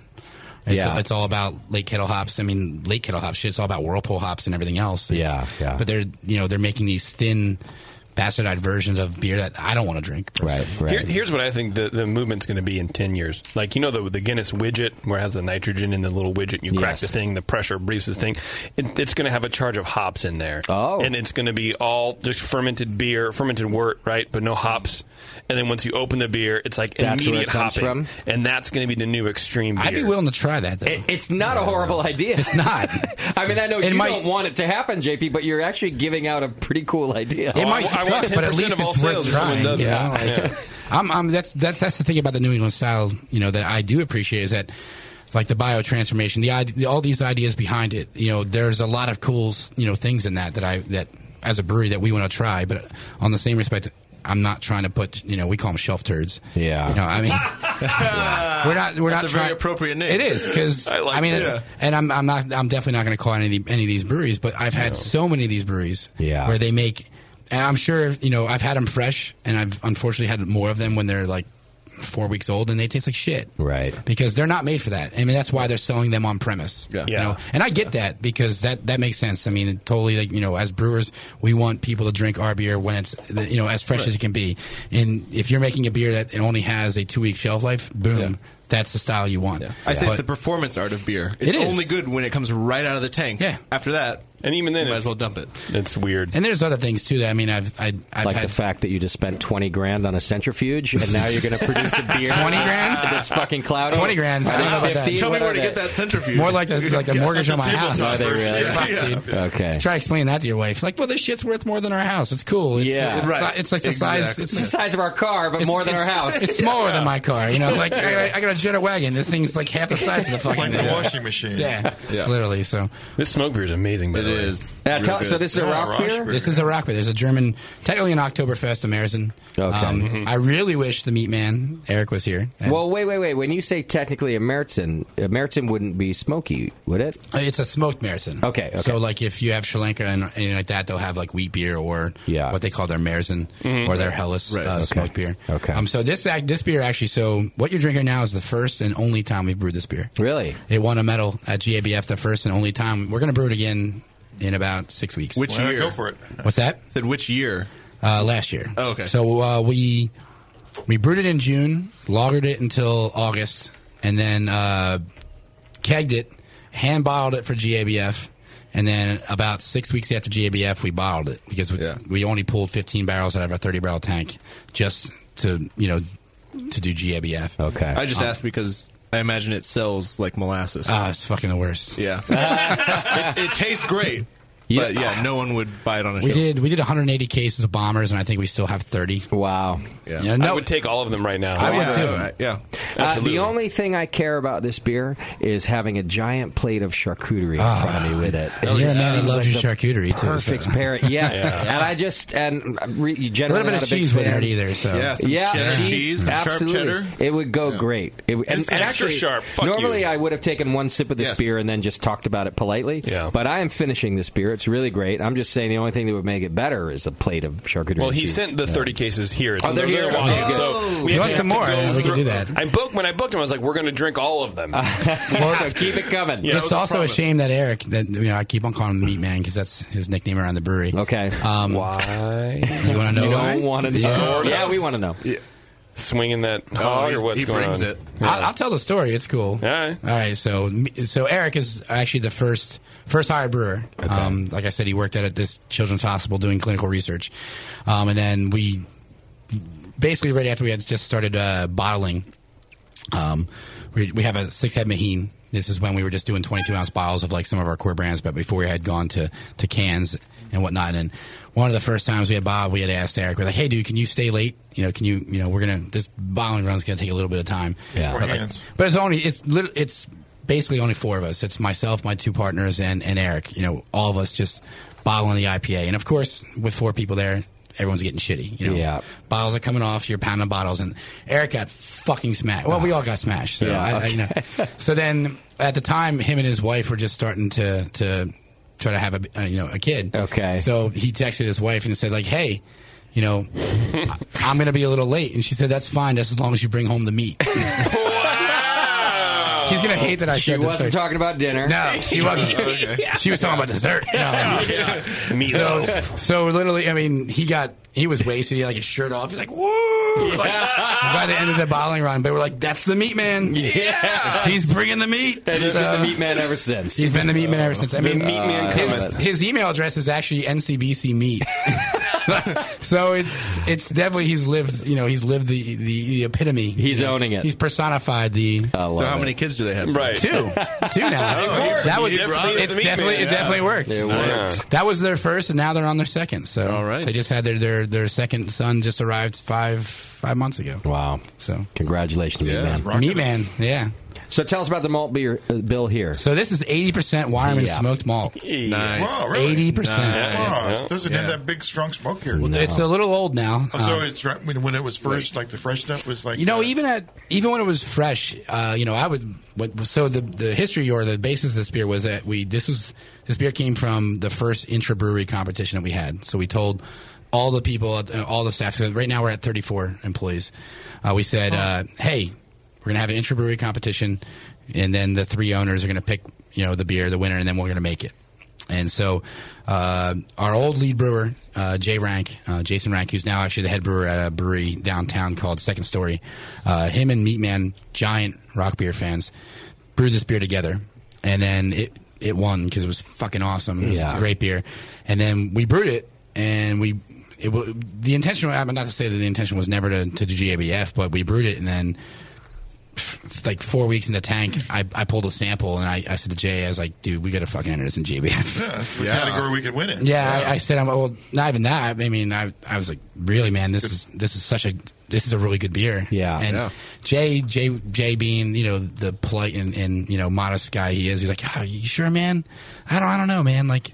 Speaker 18: It's,
Speaker 1: Yeah.
Speaker 18: it's all about late kettle hops. I mean, late kettle hops. Shit, it's all about whirlpool hops and everything else. It's-
Speaker 1: Yeah, yeah.
Speaker 18: But they're you know they're making these thin, bastardized versions of beer that I don't want to drink. Right,
Speaker 2: Here, here's what I think the, the movement's going to be in 10 years. Like, you know, the, the Guinness widget where it has the nitrogen in the little widget, you crack
Speaker 1: Yes.
Speaker 2: the thing, the pressure breathes the thing. It, it's going to have a charge of hops in there.
Speaker 1: Oh.
Speaker 2: And it's going to be all just fermented beer, fermented wort, right? But no hops. And then once you open the beer, it's like
Speaker 1: That's where it
Speaker 2: immediate
Speaker 1: comes
Speaker 2: hopping.
Speaker 1: from?
Speaker 2: And that's going to be the new extreme beer.
Speaker 18: I'd be willing to try that though.
Speaker 1: It's not a horrible idea. It's
Speaker 18: not.
Speaker 1: [laughs] I mean, I know
Speaker 18: It
Speaker 1: you
Speaker 18: might-
Speaker 1: don't want it to happen, JP, but you're actually giving out a pretty cool idea.
Speaker 18: It might suck, but at least it's worth trying. you know? Like, [laughs] I'm, I'm, that's, that's, that's the thing about the New England style, you know, that I do appreciate is that, like the bio transformation, the, ide- all these ideas behind it, you know, there's a lot of cool, you know, things in that that I that as a brewery that we want to try. But on the same respect, I'm not trying to put, you know, we call them shelf turds. Yeah, you know, I mean. We're not. We're
Speaker 4: Ah,
Speaker 18: not
Speaker 4: That's a very
Speaker 18: trying-
Speaker 4: appropriate name.
Speaker 18: It is because I,
Speaker 4: [laughs] I like
Speaker 18: mean,
Speaker 4: it.
Speaker 18: it-
Speaker 4: Yeah.
Speaker 18: and I'm, I'm not. I'm definitely not going to call any of the- any of these breweries, but I've had so many of these breweries
Speaker 1: Yeah.
Speaker 18: where they make. And I'm sure you know. I've had them fresh, and I've unfortunately had more of them when they're like four weeks old, and they taste like shit.
Speaker 1: Right.
Speaker 18: Because they're not made for that. I mean, that's why they're selling them on premise. Yeah. You
Speaker 1: Yeah.
Speaker 18: know? And I get that because that, that makes sense. I mean, it totally, like, you know, as brewers, we want people to drink our beer when it's, you know, as fresh as it can be. And if you're making a beer that it only has a two week shelf life, boom, that's the style you want.
Speaker 4: I say
Speaker 18: But-
Speaker 4: it's the performance art of beer. It's
Speaker 18: It is.
Speaker 4: only good when it comes right out of the tank. Yeah. After that,
Speaker 2: and even then,
Speaker 4: you might as well dump it.
Speaker 2: It's weird.
Speaker 18: and there's other things too that I mean I've I, I've
Speaker 1: like
Speaker 18: had
Speaker 1: the fact [laughs] that you just spent twenty grand on a centrifuge, and now you're
Speaker 18: [laughs]
Speaker 1: going to produce a beer. twenty grand? That's fucking cloudy.
Speaker 18: 20 grand. I don't know about that.
Speaker 1: 50?
Speaker 18: Tell me
Speaker 1: What
Speaker 18: where
Speaker 1: are
Speaker 18: to get
Speaker 1: they?
Speaker 18: that centrifuge. [laughs] More like the- like the mortgage on my house.
Speaker 1: Are they really?
Speaker 18: Yeah. Yeah.
Speaker 1: Fuck, dude. Okay.
Speaker 18: try explaining that to your wife like well this shit's worth more than our house it's cool it's,
Speaker 1: Yeah.
Speaker 18: it's,
Speaker 1: Right.
Speaker 18: it's like the size
Speaker 1: Exactly.
Speaker 18: it's
Speaker 1: It's the size of our car, but more than
Speaker 18: it's-
Speaker 1: our house.
Speaker 18: it's smaller than my car you know like I
Speaker 1: Yeah. [laughs]
Speaker 18: got, I got a Jetta wagon this thing's like half the size of
Speaker 2: [laughs]
Speaker 18: the fucking
Speaker 3: Like the
Speaker 18: thing.
Speaker 3: washing machine.
Speaker 18: [laughs] yeah literally. So
Speaker 2: this smoke beer is amazing. By the way.
Speaker 18: Yeah, tell- so this is a
Speaker 3: Yeah,
Speaker 18: rock
Speaker 3: Rosh
Speaker 18: beer? This is a rock beer. There's a German, technically an Oktoberfest American. Okay.
Speaker 1: Mhm.
Speaker 18: I really wish the meat man, Eric, was here.
Speaker 1: Well, wait, wait, wait. When you say technically a Meritzen, a Meritzen wouldn't be smoky, would it?
Speaker 18: It's a smoked Meritzen.
Speaker 1: Okay, okay.
Speaker 18: So, like, if you have Sri Lanka and anything like that, they'll have, like, wheat beer or
Speaker 1: Yeah.
Speaker 18: what they call their Merizen
Speaker 4: Mm-hmm.
Speaker 2: Mm-hmm.
Speaker 1: Mhm.
Speaker 18: or their Hellas
Speaker 1: Right,
Speaker 18: uh,
Speaker 1: okay.
Speaker 18: smoked beer.
Speaker 1: Okay.
Speaker 18: Um, so, this act- this beer actually, so what you're drinking now is the first and only time we've brewed this beer.
Speaker 1: Really?
Speaker 18: It won a medal at GABF, the first and only time. We're going to brew it again in about six weeks.
Speaker 4: Which Why not year? go for it?
Speaker 18: What's that?
Speaker 4: Said which year?
Speaker 18: Uh, last year.
Speaker 4: Oh, okay.
Speaker 18: So uh, we we brewed it in June, lagered it until August, and then uh, kegged it, hand bottled it for GABF, and then about six weeks after GABF, we bottled it because we, we only pulled 15 barrels out of our 30 barrel tank just to you know to do GABF.
Speaker 1: Okay.
Speaker 4: I just asked because I imagine it sells like molasses.
Speaker 18: Um, Ah, it's fucking the worst.
Speaker 4: Yeah.
Speaker 2: [laughs]
Speaker 4: it, it tastes great.
Speaker 18: Yeah.
Speaker 4: But yeah, no one would buy it on a
Speaker 18: We
Speaker 4: shelf.
Speaker 18: did we did 180 cases of bombers, and I think we still have 30.
Speaker 1: Wow.
Speaker 18: Yeah.
Speaker 2: I
Speaker 18: no,
Speaker 2: would take all of them right now.
Speaker 18: I would too.
Speaker 4: yeah.
Speaker 1: Uh,
Speaker 2: Absolutely.
Speaker 1: the only thing I care about this beer is having a giant plate of charcuterie in
Speaker 18: Ah.
Speaker 1: front of me with it.
Speaker 18: You're
Speaker 1: It
Speaker 18: a
Speaker 1: just
Speaker 18: man who
Speaker 1: seems
Speaker 18: loves your
Speaker 1: the
Speaker 18: charcuterie, too, so.
Speaker 1: Perfect pair. [laughs] Yeah.
Speaker 18: Yeah.
Speaker 1: and I just and re, you generally
Speaker 18: bit
Speaker 1: not
Speaker 18: of
Speaker 1: a big
Speaker 18: cheese wouldn't
Speaker 1: fan.
Speaker 18: hurt either, so. Yeah, some
Speaker 1: yeah,
Speaker 18: cheddar
Speaker 1: cheese,
Speaker 18: cheese, some sharp
Speaker 1: absolutely.
Speaker 18: cheddar.
Speaker 1: It would go great. It, would- and,
Speaker 18: It's
Speaker 1: and
Speaker 18: extra
Speaker 1: actually,
Speaker 18: sharp. Fuck
Speaker 1: normally
Speaker 18: you.
Speaker 1: I would have taken one sip of this
Speaker 18: Yes.
Speaker 1: beer and then just talked about it politely. Yeah. But I am finishing this beer. It's really great. I'm just saying the only thing that would make it better is a plate of charcuterie.
Speaker 2: Well, he
Speaker 1: cheese.
Speaker 2: sent the 30 cases here.
Speaker 1: Oh, they're here.
Speaker 2: walking,
Speaker 1: Okay, good.
Speaker 2: So
Speaker 1: You
Speaker 2: actually
Speaker 1: want
Speaker 2: have
Speaker 1: some
Speaker 2: to
Speaker 1: more?
Speaker 2: go
Speaker 1: Yeah, we can
Speaker 2: through-
Speaker 18: do that.
Speaker 2: I booked when I booked him. I was like, "We're going to drink all of them." [laughs]
Speaker 1: so keep it coming.
Speaker 2: Yeah, that was
Speaker 18: it's
Speaker 2: the
Speaker 18: also a
Speaker 2: promise.
Speaker 18: shame that Eric, that you know, I keep on calling him Meat Man because that's his nickname around the brewery.
Speaker 1: Okay.
Speaker 18: Um,
Speaker 2: why?
Speaker 18: You want to know?
Speaker 2: You don't
Speaker 18: why?
Speaker 2: wanna know. Sort of.
Speaker 1: to know.
Speaker 2: Swinging that
Speaker 18: Oh,
Speaker 2: hog
Speaker 18: he's-
Speaker 2: or what's
Speaker 18: he
Speaker 2: going
Speaker 18: brings
Speaker 2: on?
Speaker 18: it. I'll, I'll tell the story. It's cool. All
Speaker 2: right.
Speaker 18: All right. So, so Eric is actually the first first hired brewer. Um, like I said, he worked at, at this children's hospital doing clinical research, um, and then we basically right after we had just started uh, bottling, um, we, we have a six head Mahine. This is when we were just doing 22 ounce bottles of like some of our core brands, but before we had gone to, to cans and whatnot. And one of the first times we had Bob, we had asked Eric, we're like, hey, dude, can you stay late? You know, can you, you know, we're going to, this bottling run's going to take a little bit of time.
Speaker 1: Yeah.
Speaker 18: But, like, but it's only, it's, lit- it's basically only four of us. It's myself, my two partners, and, and Eric. You know, all of us just bottling the IPA. And of course, with four people there, everyone's getting shitty. You know,
Speaker 1: Yeah.
Speaker 18: bottles are coming off. So you're pounding bottles, and Eric got fucking smashed. Well, we all got smashed. So,
Speaker 1: Yeah,
Speaker 18: I, I, you know.
Speaker 1: [laughs]
Speaker 18: so then, at the time, him and his wife were just starting to to try to have a uh, you know a kid. Okay. So he texted his wife and said like, "Hey,
Speaker 1: [laughs]
Speaker 18: you know, I- I'm going to be a little late," and she said, "That's fine. That's as long as you bring home
Speaker 1: [laughs]
Speaker 18: the meat." He's gonna hate that I
Speaker 1: She
Speaker 18: said this
Speaker 1: wasn't
Speaker 18: story.
Speaker 1: talking about dinner.
Speaker 18: No, she
Speaker 4: [laughs]
Speaker 18: wasn't.
Speaker 1: [laughs]
Speaker 18: She was talking about dessert. No. So, so literally, I mean, he got he was wasted. He had like his shirt off. He's like, "Woo!" Like, by the end of the bottling run, they were like, "That's the meat man.
Speaker 1: Yeah.
Speaker 18: he's bringing the meat."
Speaker 1: That has
Speaker 18: So-
Speaker 1: been the meat man ever since. Uh,
Speaker 18: He's been the meat man ever since. I mean, his,
Speaker 1: comment.
Speaker 18: his email address is actually NCBC meat. [laughs] so it's it's definitely he's lived you know he's lived the the, the epitome.
Speaker 1: He's owning it.
Speaker 18: He's personified the.
Speaker 1: So
Speaker 4: how many kids do they have?
Speaker 18: Right. Two.
Speaker 4: [laughs]
Speaker 18: Two now.
Speaker 4: Oh, he-
Speaker 18: that was
Speaker 4: he definitely is
Speaker 18: it's
Speaker 4: the meat
Speaker 18: definitely
Speaker 4: man,
Speaker 18: it
Speaker 4: yeah.
Speaker 18: definitely worked.
Speaker 4: It worked.
Speaker 18: That was their first, and now they're on their second. So all right, they just had their their their second son just arrived five five months ago.
Speaker 1: Wow.
Speaker 18: So
Speaker 1: congratulations, meat man.
Speaker 18: Meat man, yeah.
Speaker 1: So tell us about the malt beer uh, bill here.
Speaker 18: So this is eighty percent Wyoming
Speaker 1: Yeah.
Speaker 18: smoked malt.
Speaker 1: Nice.
Speaker 3: Wow, really?
Speaker 18: 80%. Nice.
Speaker 3: Wow,
Speaker 18: Yeah.
Speaker 3: it doesn't have that big, strong smoke here.
Speaker 18: It's a little old now.
Speaker 3: Oh, so
Speaker 18: Um,
Speaker 3: it's right- when, when it was first, like the fresh stuff was like uh,
Speaker 18: you know, even at even when it was fresh, uh, you know, I would. What, so the the history or the basis of this beer was that we this is this beer came from the first intra brewery competition that we had. So we told all the people, uh, all the staff. So right now we're at 34 employees. Uh, we said, uh, hey, we're gonna have an intra brewery competition, and then the three owners are gonna pick you know the beer, the winner, and then we're gonna make it. And so, uh, our old lead brewer, uh, Jay Rank, uh, Jason Rank, who's now actually the head brewer at a brewery downtown called Second Story, uh, him and Meatman, giant rock beer fans, brewed this beer together. And then it, it won because it was fucking awesome. It was
Speaker 1: Yeah.
Speaker 18: a great beer. And then we brewed it, and we. It, wa- the intention, I'm not to say that the intention was never to, to do GABF, but we brewed it and then like four weeks in the tank, I, I pulled a sample and I, I said to Jay, I was like, dude, we got to fucking enter this in GBF.
Speaker 3: yeah, it's the
Speaker 18: Yeah.
Speaker 3: category we could win it.
Speaker 18: Yeah, I, I said, I'm, well, not even that. I mean, I, I was like, really, man, this is this is such a this is a really good beer. Yeah, and
Speaker 3: Yeah.
Speaker 18: Jay, Jay, Jay, being you know the polite and, and you know modest guy he is, he's like, oh, you sure, man? I don't, I don't know, man. Like,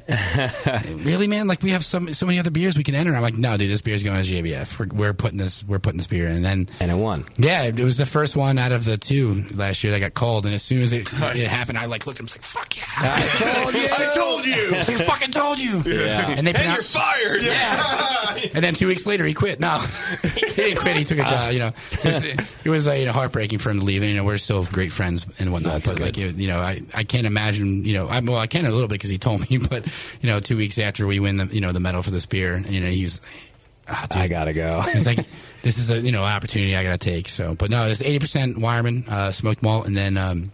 Speaker 18: really, man? Like, we have so so many other beers we can enter. I'm like, no, dude, this beer's going to GBF. We're, we're putting this, we're putting this beer in, and then
Speaker 1: and it won.
Speaker 18: Yeah, it was the first one out of the two last year that got called, and as soon as it, it happened, I like looked at him I was like, fuck yeah.
Speaker 4: [laughs]
Speaker 3: I told
Speaker 18: [laughs]
Speaker 3: you.
Speaker 18: I fucking told you.
Speaker 3: Yeah.
Speaker 18: And they pronounce-
Speaker 3: fired. Yeah.
Speaker 18: And then two weeks later, he quit.
Speaker 3: [laughs]
Speaker 18: No, he didn't quit. He took a job. You know, it was, it was uh, you know, heartbreaking for him to leave. And you know, we're still great friends and whatnot. but like, it, you know, I, I can't imagine. You know, I, well, I can a little bit because he told me. [laughs] But you know, two weeks after we win the you know the medal for this beer, you know, he's. ah, dude. I
Speaker 1: gotta go.
Speaker 18: It's like this is a you know an opportunity I gotta take. So, but no, it's eighty percent Wireman uh, smoked malt, and then um,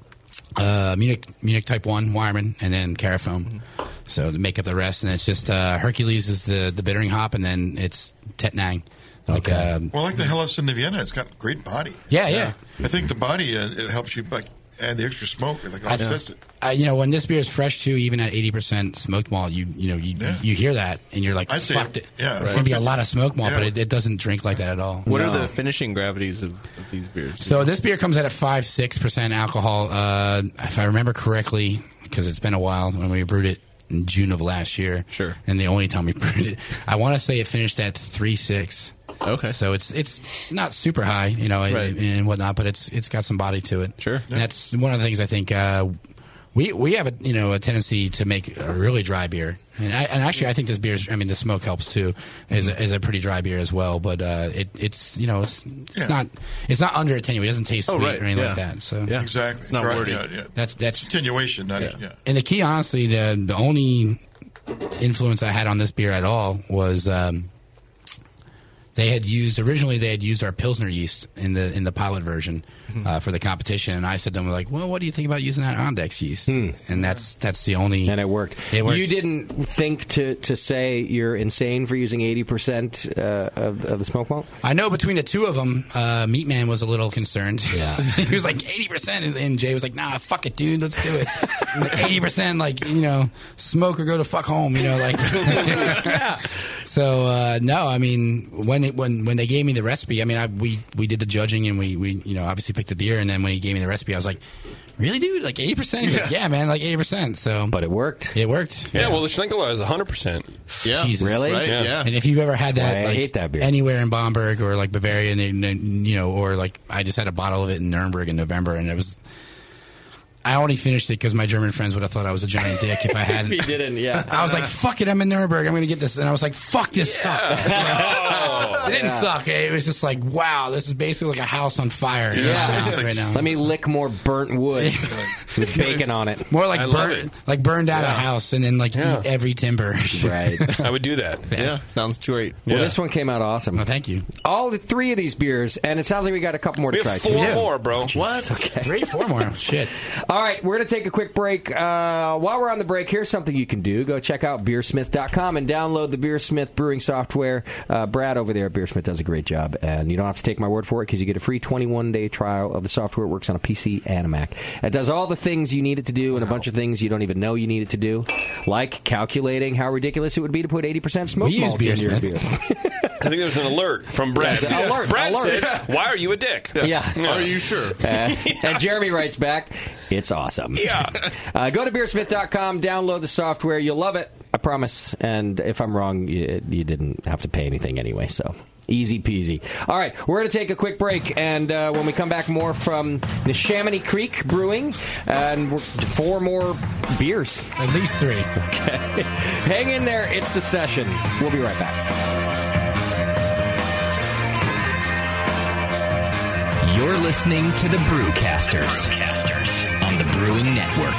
Speaker 18: uh, Munich Munich Type One Wireman, and then Carafoam. So to make up the rest, and it's just uh, Hercules is the the bittering hop, and then it's Tetnang. Like, um,
Speaker 3: Well, like the Hellas in the Vienna, it's got great body.
Speaker 18: Yeah, yeah.
Speaker 3: I think the body uh, it helps you like add the extra smoke. It like
Speaker 18: I-
Speaker 3: offsets it.
Speaker 18: I, you know, when this beer is fresh too, even at eighty percent smoked malt, you you know you you hear that and you're like,
Speaker 4: I'd say-
Speaker 18: fuck it,
Speaker 4: yeah,
Speaker 18: it's
Speaker 4: right.
Speaker 18: gonna be a lot of smoked malt, but
Speaker 4: Yeah.
Speaker 18: it, it doesn't drink like that at all.
Speaker 4: What
Speaker 18: No.
Speaker 4: are the finishing gravities of, of these beers?
Speaker 18: So this beer comes out at five six percent alcohol. Uh, if I remember correctly, because it's been a while when we brewed it in June of last year. Sure. And the only time we [laughs] brewed it, I want to say it finished at three six.
Speaker 4: Okay.
Speaker 18: So it's it's not super high, you know, and-
Speaker 4: Right.
Speaker 18: and, whatnot, but it's it's got some body to it. Sure. And that's one of the things I think. Uh, We we have a you know a tendency to make a really dry beer, and I, and actually I think this beer's I mean the smoke helps too, is a, is a pretty dry beer as well. But uh, it it's you know it's it's not it's not under attenuated. It doesn't taste
Speaker 3: Oh,
Speaker 18: sweet
Speaker 3: right,
Speaker 18: or anything
Speaker 3: yeah.
Speaker 18: like that. So
Speaker 3: Yeah. Exactly. It's not Right, wordy. yeah, yeah.
Speaker 18: That's that's
Speaker 3: Attenuation, not yeah.
Speaker 18: and the key, honestly, the the only influence I had on this beer at all was um, they had used originally they had used our pilsner yeast in the in the pilot version
Speaker 3: Mm-hmm.
Speaker 18: uh, for the competition, and I said to them like, "Well, what do you think about using that Ondex yeast?"
Speaker 3: Hmm.
Speaker 18: And that's that's the only and
Speaker 1: it worked.
Speaker 18: It worked.
Speaker 1: You didn't think to, to say you're insane for using 80% uh, of, of the smoke malt?
Speaker 18: I know between the two of them, uh, Meat Man was a little concerned. Yeah, [laughs] he was like eighty percent, and Jay was like, "Nah, fuck it, dude, let's do it." Eighty percent, like you know, smoke or go to fuck home, you know, [laughs] like. [laughs] So uh, no, I mean when it, when when they gave me the recipe, I mean I, we we did the judging and we we you know obviously picked the beer, and then when he gave me the recipe, I was like, "Really, dude? Like eighty percent? Yeah. yeah, man, like eighty percent." So,
Speaker 1: but it worked.
Speaker 18: It worked.
Speaker 2: Yeah, well, the Schlenkel is 100%.
Speaker 18: Yeah. Jesus. And if you've ever had that,
Speaker 2: Why, I
Speaker 18: like,
Speaker 2: hate that beer.
Speaker 18: anywhere in Bomberg or like Bavaria, and then, you know, or like I just had a bottle of it in Nuremberg in November, and it was. I only finished it because my German friends would have thought I was a giant dick if I
Speaker 1: [laughs]
Speaker 18: hadn't.
Speaker 1: If you didn't, yeah.
Speaker 18: [laughs] I was like, "Fuck it, I'm in Nuremberg. I'm going to get this," and I was like, "Fuck this sucks." it didn't
Speaker 1: Yeah.
Speaker 18: suck. eh? It was just like, "Wow, this is basically like a house on fire." in my mouth right now.
Speaker 1: Let me lick more [laughs] burnt wood with bacon on it.
Speaker 18: More like burn, like burn down a house and then like
Speaker 1: Yeah.
Speaker 18: eat every timber.
Speaker 1: right.
Speaker 2: I would do that.
Speaker 18: [laughs] Yeah.
Speaker 1: sounds great. Well,
Speaker 18: Yeah.
Speaker 1: this one [laughs] came out awesome.
Speaker 18: thank you.
Speaker 1: All the three of these beers, and it sounds like we got a couple more
Speaker 18: We
Speaker 1: to
Speaker 18: have
Speaker 1: try.
Speaker 18: four
Speaker 1: too.
Speaker 18: more,
Speaker 2: bro.
Speaker 1: What? Okay.
Speaker 18: Three, four
Speaker 1: [laughs]
Speaker 18: more. Shit.
Speaker 1: All right, we're going to take a quick break. Uh, while we're on the break, here's something you can do. Go check out beersmith.com and download the Beersmith brewing software. Uh, Brad over there at Beersmith does a great job, and you don't have to take my word for it because you get a free 21 day trial of the software. It works on a PC and a Mac. It does all the things you need it to do and a bunch of things you don't even know you need it to do, like calculating how ridiculous it would be to put 80% smoke
Speaker 2: We use
Speaker 1: malt in your
Speaker 2: Beersmith.
Speaker 1: beer.
Speaker 2: I think there's an alert from Brad.
Speaker 1: Yes, alert,
Speaker 2: Brad
Speaker 1: alert.
Speaker 2: said, "Why are you a dick?"
Speaker 1: Yeah.
Speaker 2: sure?
Speaker 1: Uh, And Jeremy writes back, it's awesome. Yeah. Uh, go to beersmith.com, download the software. You'll love it. I promise. And if I'm wrong, you, you didn't have to pay anything anyway, so. Easy peasy. All right, we're going to take a quick break, and uh, when we come back, more from the Chamonix Creek Brewing, and we're- four more beers.
Speaker 18: At least three.
Speaker 1: Okay. [laughs] Hang in there. It's the session. We'll be right back.
Speaker 7: You're listening to the Brewcasters, on the Brewing Network.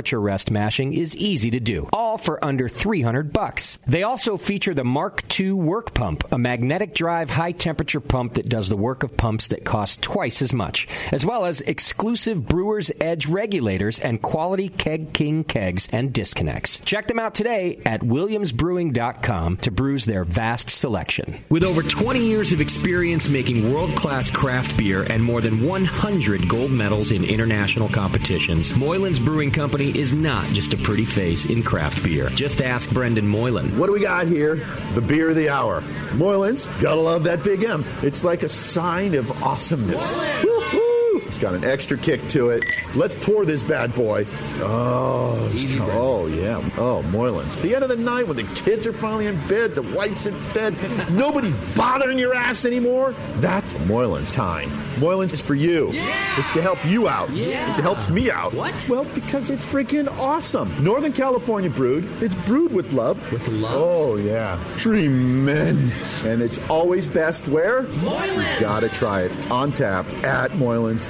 Speaker 1: rest mashing is easy to do, all for under 300 bucks. They also feature the Mark II work pump, a magnetic drive high temperature pump that does the work of pumps that cost twice as much, as well as exclusive Brewer's Edge regulators and quality Keg King kegs and disconnects. Check them out today at williamsbrewing.com to brews their vast selection. With over 20 years of experience making world class craft beer and more than 100 gold medals in international competitions, Moylan's Brewing Company is not just a pretty face in craft beer. Just ask Brendan Moylan.
Speaker 19: What do we got here? The beer of the hour. Moylan's, gotta love that big M. It's like a sign of awesomeness. Woo-hoo! It's got an extra kick to it. Let's pour this bad boy. Oh, it's- oh yeah. Oh, Moylan's. The end of the night when the kids are finally in bed, the wife's in bed, nobody's bothering your ass anymore. That's Moylan's time. Moylan's is for you. It's to help you out.
Speaker 15: Yeah.
Speaker 19: It helps me out. What? Well, because it's freaking awesome. Northern California brewed. It's brewed with love. With love. Oh yeah, tremendous. And it's always best where Moylan's. You gotta try it on tap at Moylan's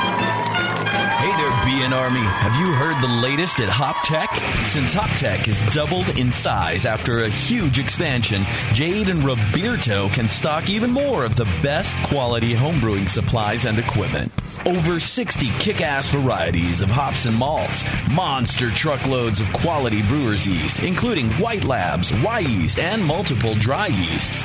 Speaker 17: Hey there, BN Army. Have you heard the latest at Hop Tech? Since Hop Tech has doubled in size after a huge expansion, Jade and Roberto can stock even more of the best quality homebrewing supplies and equipment. Over 60 kick ass varieties of hops and malts, monster truckloads of quality brewer's yeast, including White Labs, Y Yeast, and multiple dry yeasts.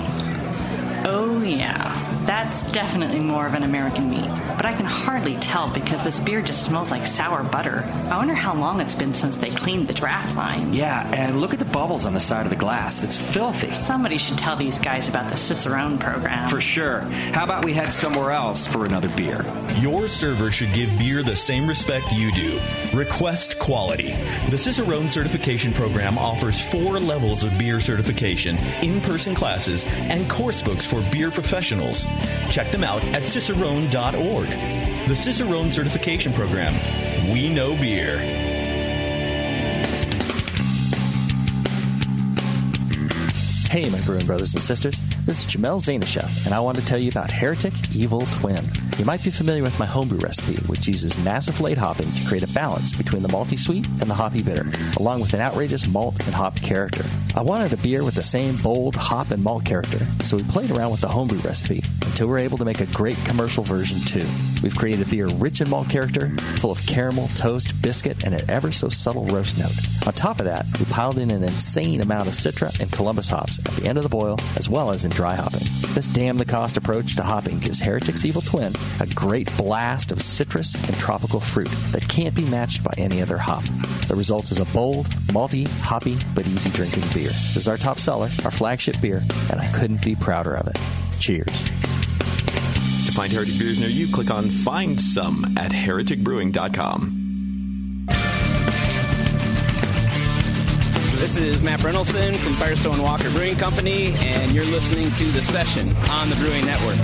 Speaker 20: Oh, yeah. That's definitely more of an American meat. But I can hardly tell because this beer just smells like sour butter. I wonder how long it's been since they cleaned the draft line.
Speaker 15: Yeah, and look at the bubbles on the side of the glass. It's filthy.
Speaker 20: Somebody should tell these guys about the Cicerone program.
Speaker 15: For sure. How about we head somewhere else for another beer?
Speaker 17: Your server should give beer the same respect you do. Request quality. The Cicerone certification program offers four levels of beer certification, in person classes, and course books for beer professionals. Check them out at cicerone.org. The Cicerone certification program. We know beer.
Speaker 21: Hey, my brewing brothers and sisters. This is Jamel Zanishev, and I want to tell you about Heretic Evil Twin. You might be familiar with my homebrew recipe, which uses naciflate hopping to create a balance between the malty sweet and the hoppy bitter, along with an outrageous malt and hop character. I wanted a beer with the same bold hop and malt character, so we played around with the homebrew recipe until we were able to make a great commercial version too. We've created a beer rich in malt character, full of caramel, toast, biscuit, and an ever so subtle roast note. On top of that, we piled in an insane amount of Citra and Columbus hops at the end of the boil, as well as in dry hopping. This damn the cost approach to hopping gives Heretic's Evil Twin a great blast of citrus and tropical fruit that can't be matched by any other hop. The result is a bold, malty, hoppy, but easy drinking beer. This is our top seller, our flagship beer, and I couldn't be prouder of it. Cheers.
Speaker 22: To find Heretic Beers near you, click on Find Some at hereticbrewing.com.
Speaker 23: This is Matt Reynoldson from Firestone Walker Brewing Company, and you're listening to The Session on the Brewing Network.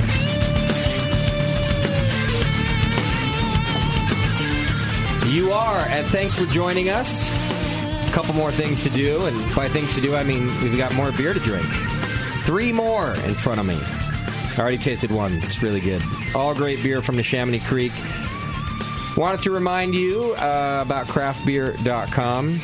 Speaker 1: You are, and thanks for joining us. A couple more things to do, and by things to do, I mean we've got more beer to drink. Three more in front of me. I already tasted one, it's really good. All great beer from the Chamonix Creek. Wanted to remind you uh, about craftbeer.com.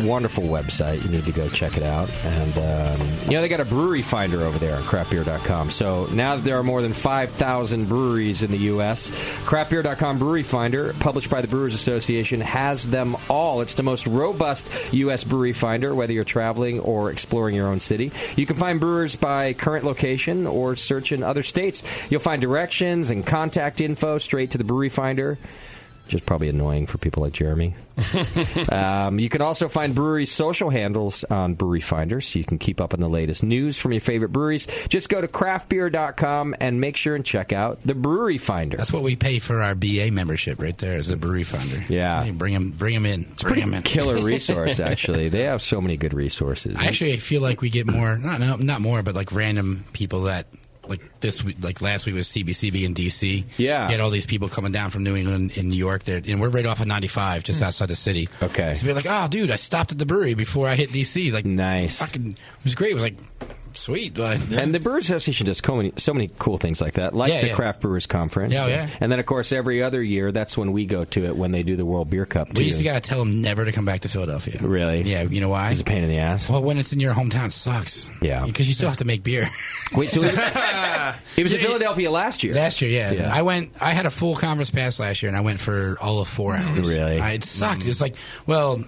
Speaker 1: Wonderful website. You need to go check it out. And, um, you know, they got a brewery finder over there on craftbeer.com. So now that there are more than 5,000 breweries in the U.S., craftbeer.com brewery finder, published by the Brewers Association, has them all. It's the most robust U.S. brewery finder, whether you're traveling or exploring your own city. You can find brewers by current location or search in other states. You'll find directions and contact info straight to the brewery finder which is probably annoying for people like Jeremy. um, you can also find brewery social handles on Brewery Finder, so you can keep up on the latest news from your favorite breweries. Just go to craftbeer.com and make sure and check out the Brewery Finder.
Speaker 18: That's what we pay for our BA membership right there is the brewery finder.
Speaker 1: Yeah.
Speaker 18: Hey, bring them bring 'em in. bring 'em in. [laughs]
Speaker 1: Killer resource, actually. [laughs] They have so many good resources.
Speaker 18: I actually feel like we get more, not, no, not more, but like random people that like this week, like last week was CBCB in DC.
Speaker 1: Yeah.
Speaker 18: you had all these people coming down from New England and New York. There, and we're right off of 95, just outside the city.
Speaker 1: Hmm. Okay,
Speaker 18: so be like, oh, dude, I stopped at the brewery before I hit DC. Like,
Speaker 1: nice.
Speaker 18: Fucking, it was great. It was like, sweet. Like,
Speaker 1: And the Brewers Association does so many, so many cool things like that, like
Speaker 18: Yeah,
Speaker 1: the
Speaker 18: yeah.
Speaker 1: Craft Brewers Conference.
Speaker 18: Yeah, yeah.
Speaker 1: And then, of course, every other year, that's when we go to it when they do the World Beer Cup.
Speaker 18: we used to gotta tell them never to come back to Philadelphia.
Speaker 1: really?
Speaker 18: Yeah, you know why?
Speaker 1: It's a pain in the ass.
Speaker 18: Well, when it's in your hometown, it sucks.
Speaker 1: Yeah.
Speaker 18: because you still have to make beer.
Speaker 1: Wait,
Speaker 18: [laughs]
Speaker 1: so it was, it was in Philadelphia last year.
Speaker 18: Last year, yeah. I went. I had a full conference pass last year, and I went for all of four hours.
Speaker 1: Really? Mm-hmm.
Speaker 18: I, it sucked. It's like, well,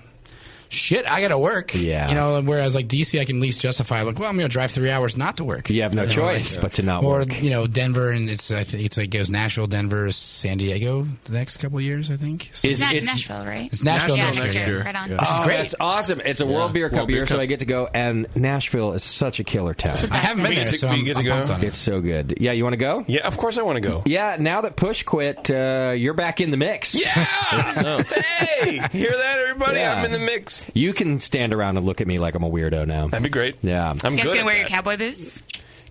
Speaker 18: shit, I got to work. Yeah. You know, whereas like DC, I can at least justify like, well, I'm going to drive three hours not to work.
Speaker 1: You have no
Speaker 18: You know,
Speaker 1: choice
Speaker 18: like-
Speaker 1: but to not
Speaker 18: or,
Speaker 1: work.
Speaker 18: you know, Denver, and it's I think it's like goes Nashville, Denver, San Diego the next couple of years, I think. So
Speaker 6: It's not Nashville, right?
Speaker 18: It's Nashville
Speaker 6: yeah,
Speaker 18: next
Speaker 6: Nashville.
Speaker 18: year.
Speaker 6: Right on.
Speaker 18: Yeah. Which is
Speaker 1: Oh,
Speaker 18: great.
Speaker 1: that's awesome! It's a World Beer Cup
Speaker 18: World Beer
Speaker 1: year, so
Speaker 18: Cup.
Speaker 1: I get to go. And Nashville is such a killer town. I
Speaker 18: haven't been We there, get to- so we I'm- get to I'm go. pumped on it.
Speaker 1: It's so good. Yeah, you want to go?
Speaker 2: Yeah, of course I want to go.
Speaker 1: Yeah, now that Push quit, uh, you're back in the mix. Yeah,
Speaker 2: [laughs]
Speaker 1: [laughs]
Speaker 2: hey, hear that, everybody?
Speaker 1: Yeah.
Speaker 2: I'm in the mix.
Speaker 1: you can stand around and look at me like I'm a weirdo now. That'd
Speaker 2: be great.
Speaker 1: Yeah,
Speaker 2: I'm
Speaker 6: you guys
Speaker 2: good.
Speaker 6: gonna
Speaker 2: at
Speaker 6: wear your
Speaker 2: that.
Speaker 6: cowboy boots?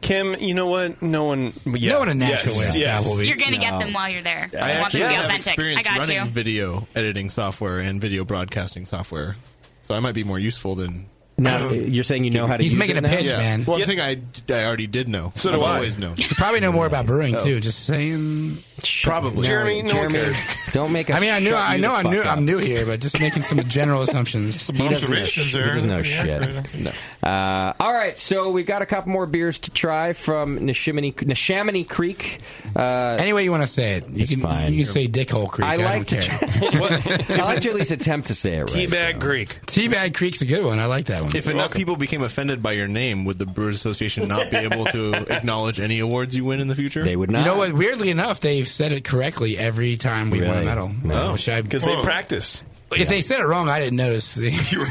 Speaker 2: Kim, you know what?
Speaker 4: Mm,
Speaker 2: No one, yeah.
Speaker 18: no one in Nashville
Speaker 2: Yes,
Speaker 18: wears
Speaker 2: yes.
Speaker 18: cowboy boots.
Speaker 6: You're gonna get them while you're there.
Speaker 4: I
Speaker 6: I want them
Speaker 4: actually
Speaker 6: to be
Speaker 4: have
Speaker 6: authentic.
Speaker 4: experience
Speaker 6: I got
Speaker 4: running
Speaker 6: you.
Speaker 4: video editing software and video broadcasting software, so I might be more useful than. [clears throat]
Speaker 1: Now, you're saying you know how to He's use making it a now? pitch,
Speaker 4: Yeah.
Speaker 1: man.
Speaker 4: Well,
Speaker 1: Yeah.
Speaker 4: I think I, I already did know.
Speaker 1: So
Speaker 4: I've
Speaker 1: do I. [laughs]
Speaker 4: always known.
Speaker 18: You probably know more about
Speaker 1: Oh.
Speaker 18: brewing too. Just saying,
Speaker 4: Probably. Jeremy, no one cares.
Speaker 1: Don't make.
Speaker 18: I mean, I knew,
Speaker 4: shut
Speaker 18: I
Speaker 4: you
Speaker 18: know,
Speaker 4: the
Speaker 18: I'm new,
Speaker 4: fuck up.
Speaker 18: I'm new here, but just making some general assumptions.
Speaker 1: [laughs] He doesn't know sh- He doesn't know [laughs] shit. Uh, all right, so we've got a couple more beers to try from Neshaminy, Neshaminy Creek. Uh,
Speaker 18: Any way you want to say it, you can you can say Dickhole Creek.
Speaker 1: I,
Speaker 18: I,
Speaker 1: like to.
Speaker 18: don't care.
Speaker 1: I like to at least attempt to say it right.
Speaker 2: Teabag Creek.
Speaker 18: Teabag Creek's a good one. I like that one.
Speaker 4: If enough people became offended by your name, would the Brewers Association not be able to
Speaker 1: [laughs]
Speaker 4: acknowledge any awards you win in the future?
Speaker 1: They would
Speaker 18: You know what? Weirdly enough, they've said it correctly every time we won a
Speaker 4: Really?
Speaker 18: medal.
Speaker 4: No.
Speaker 18: Which I-
Speaker 2: Because they practice.
Speaker 18: If they said it wrong, I didn't notice.
Speaker 2: [laughs]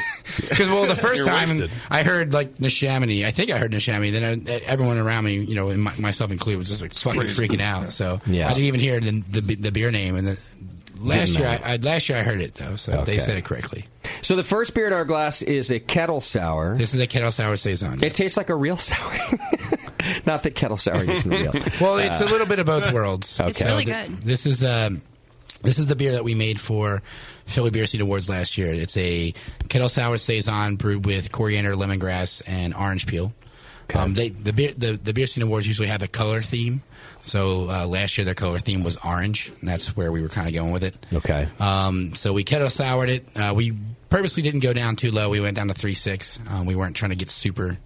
Speaker 18: Because well, the first
Speaker 2: You're
Speaker 18: time
Speaker 2: wasted.
Speaker 18: I heard like Neshaminy, I think I heard Neshaminy. Then I, everyone around me, you know, and my, myself included, was just like fucking freaking out. So
Speaker 1: Yeah.
Speaker 18: I didn't even hear the the, the beer name. And the, last
Speaker 1: Didn't
Speaker 18: year,
Speaker 1: matter.
Speaker 18: I, I last year I heard it though, so
Speaker 1: Okay.
Speaker 18: they said it correctly.
Speaker 1: [laughs] So the first beer in our glass is a kettle sour.
Speaker 18: This is a kettle sour saison.
Speaker 1: It tastes like a real sour. [laughs] Not that kettle sour isn't real.
Speaker 18: [laughs] Well, it's
Speaker 1: Uh,
Speaker 18: a little bit of
Speaker 1: [laughs]
Speaker 18: both worlds.
Speaker 1: It's really
Speaker 18: th-
Speaker 1: good.
Speaker 18: This is um, this is the beer that we made for Philly Beer Seed Awards last year. It's a kettle sour saison brewed with coriander, lemongrass, and orange peel. Um, they, the beer the, the beer scene awards usually have a color theme. So uh, last year their color theme was orange, and that's where we were kind of going with it.
Speaker 1: Okay.
Speaker 18: Um, so we kettle soured it. Uh, we purposely didn't go down too low. We went down to three six. Um, we weren't trying to get super,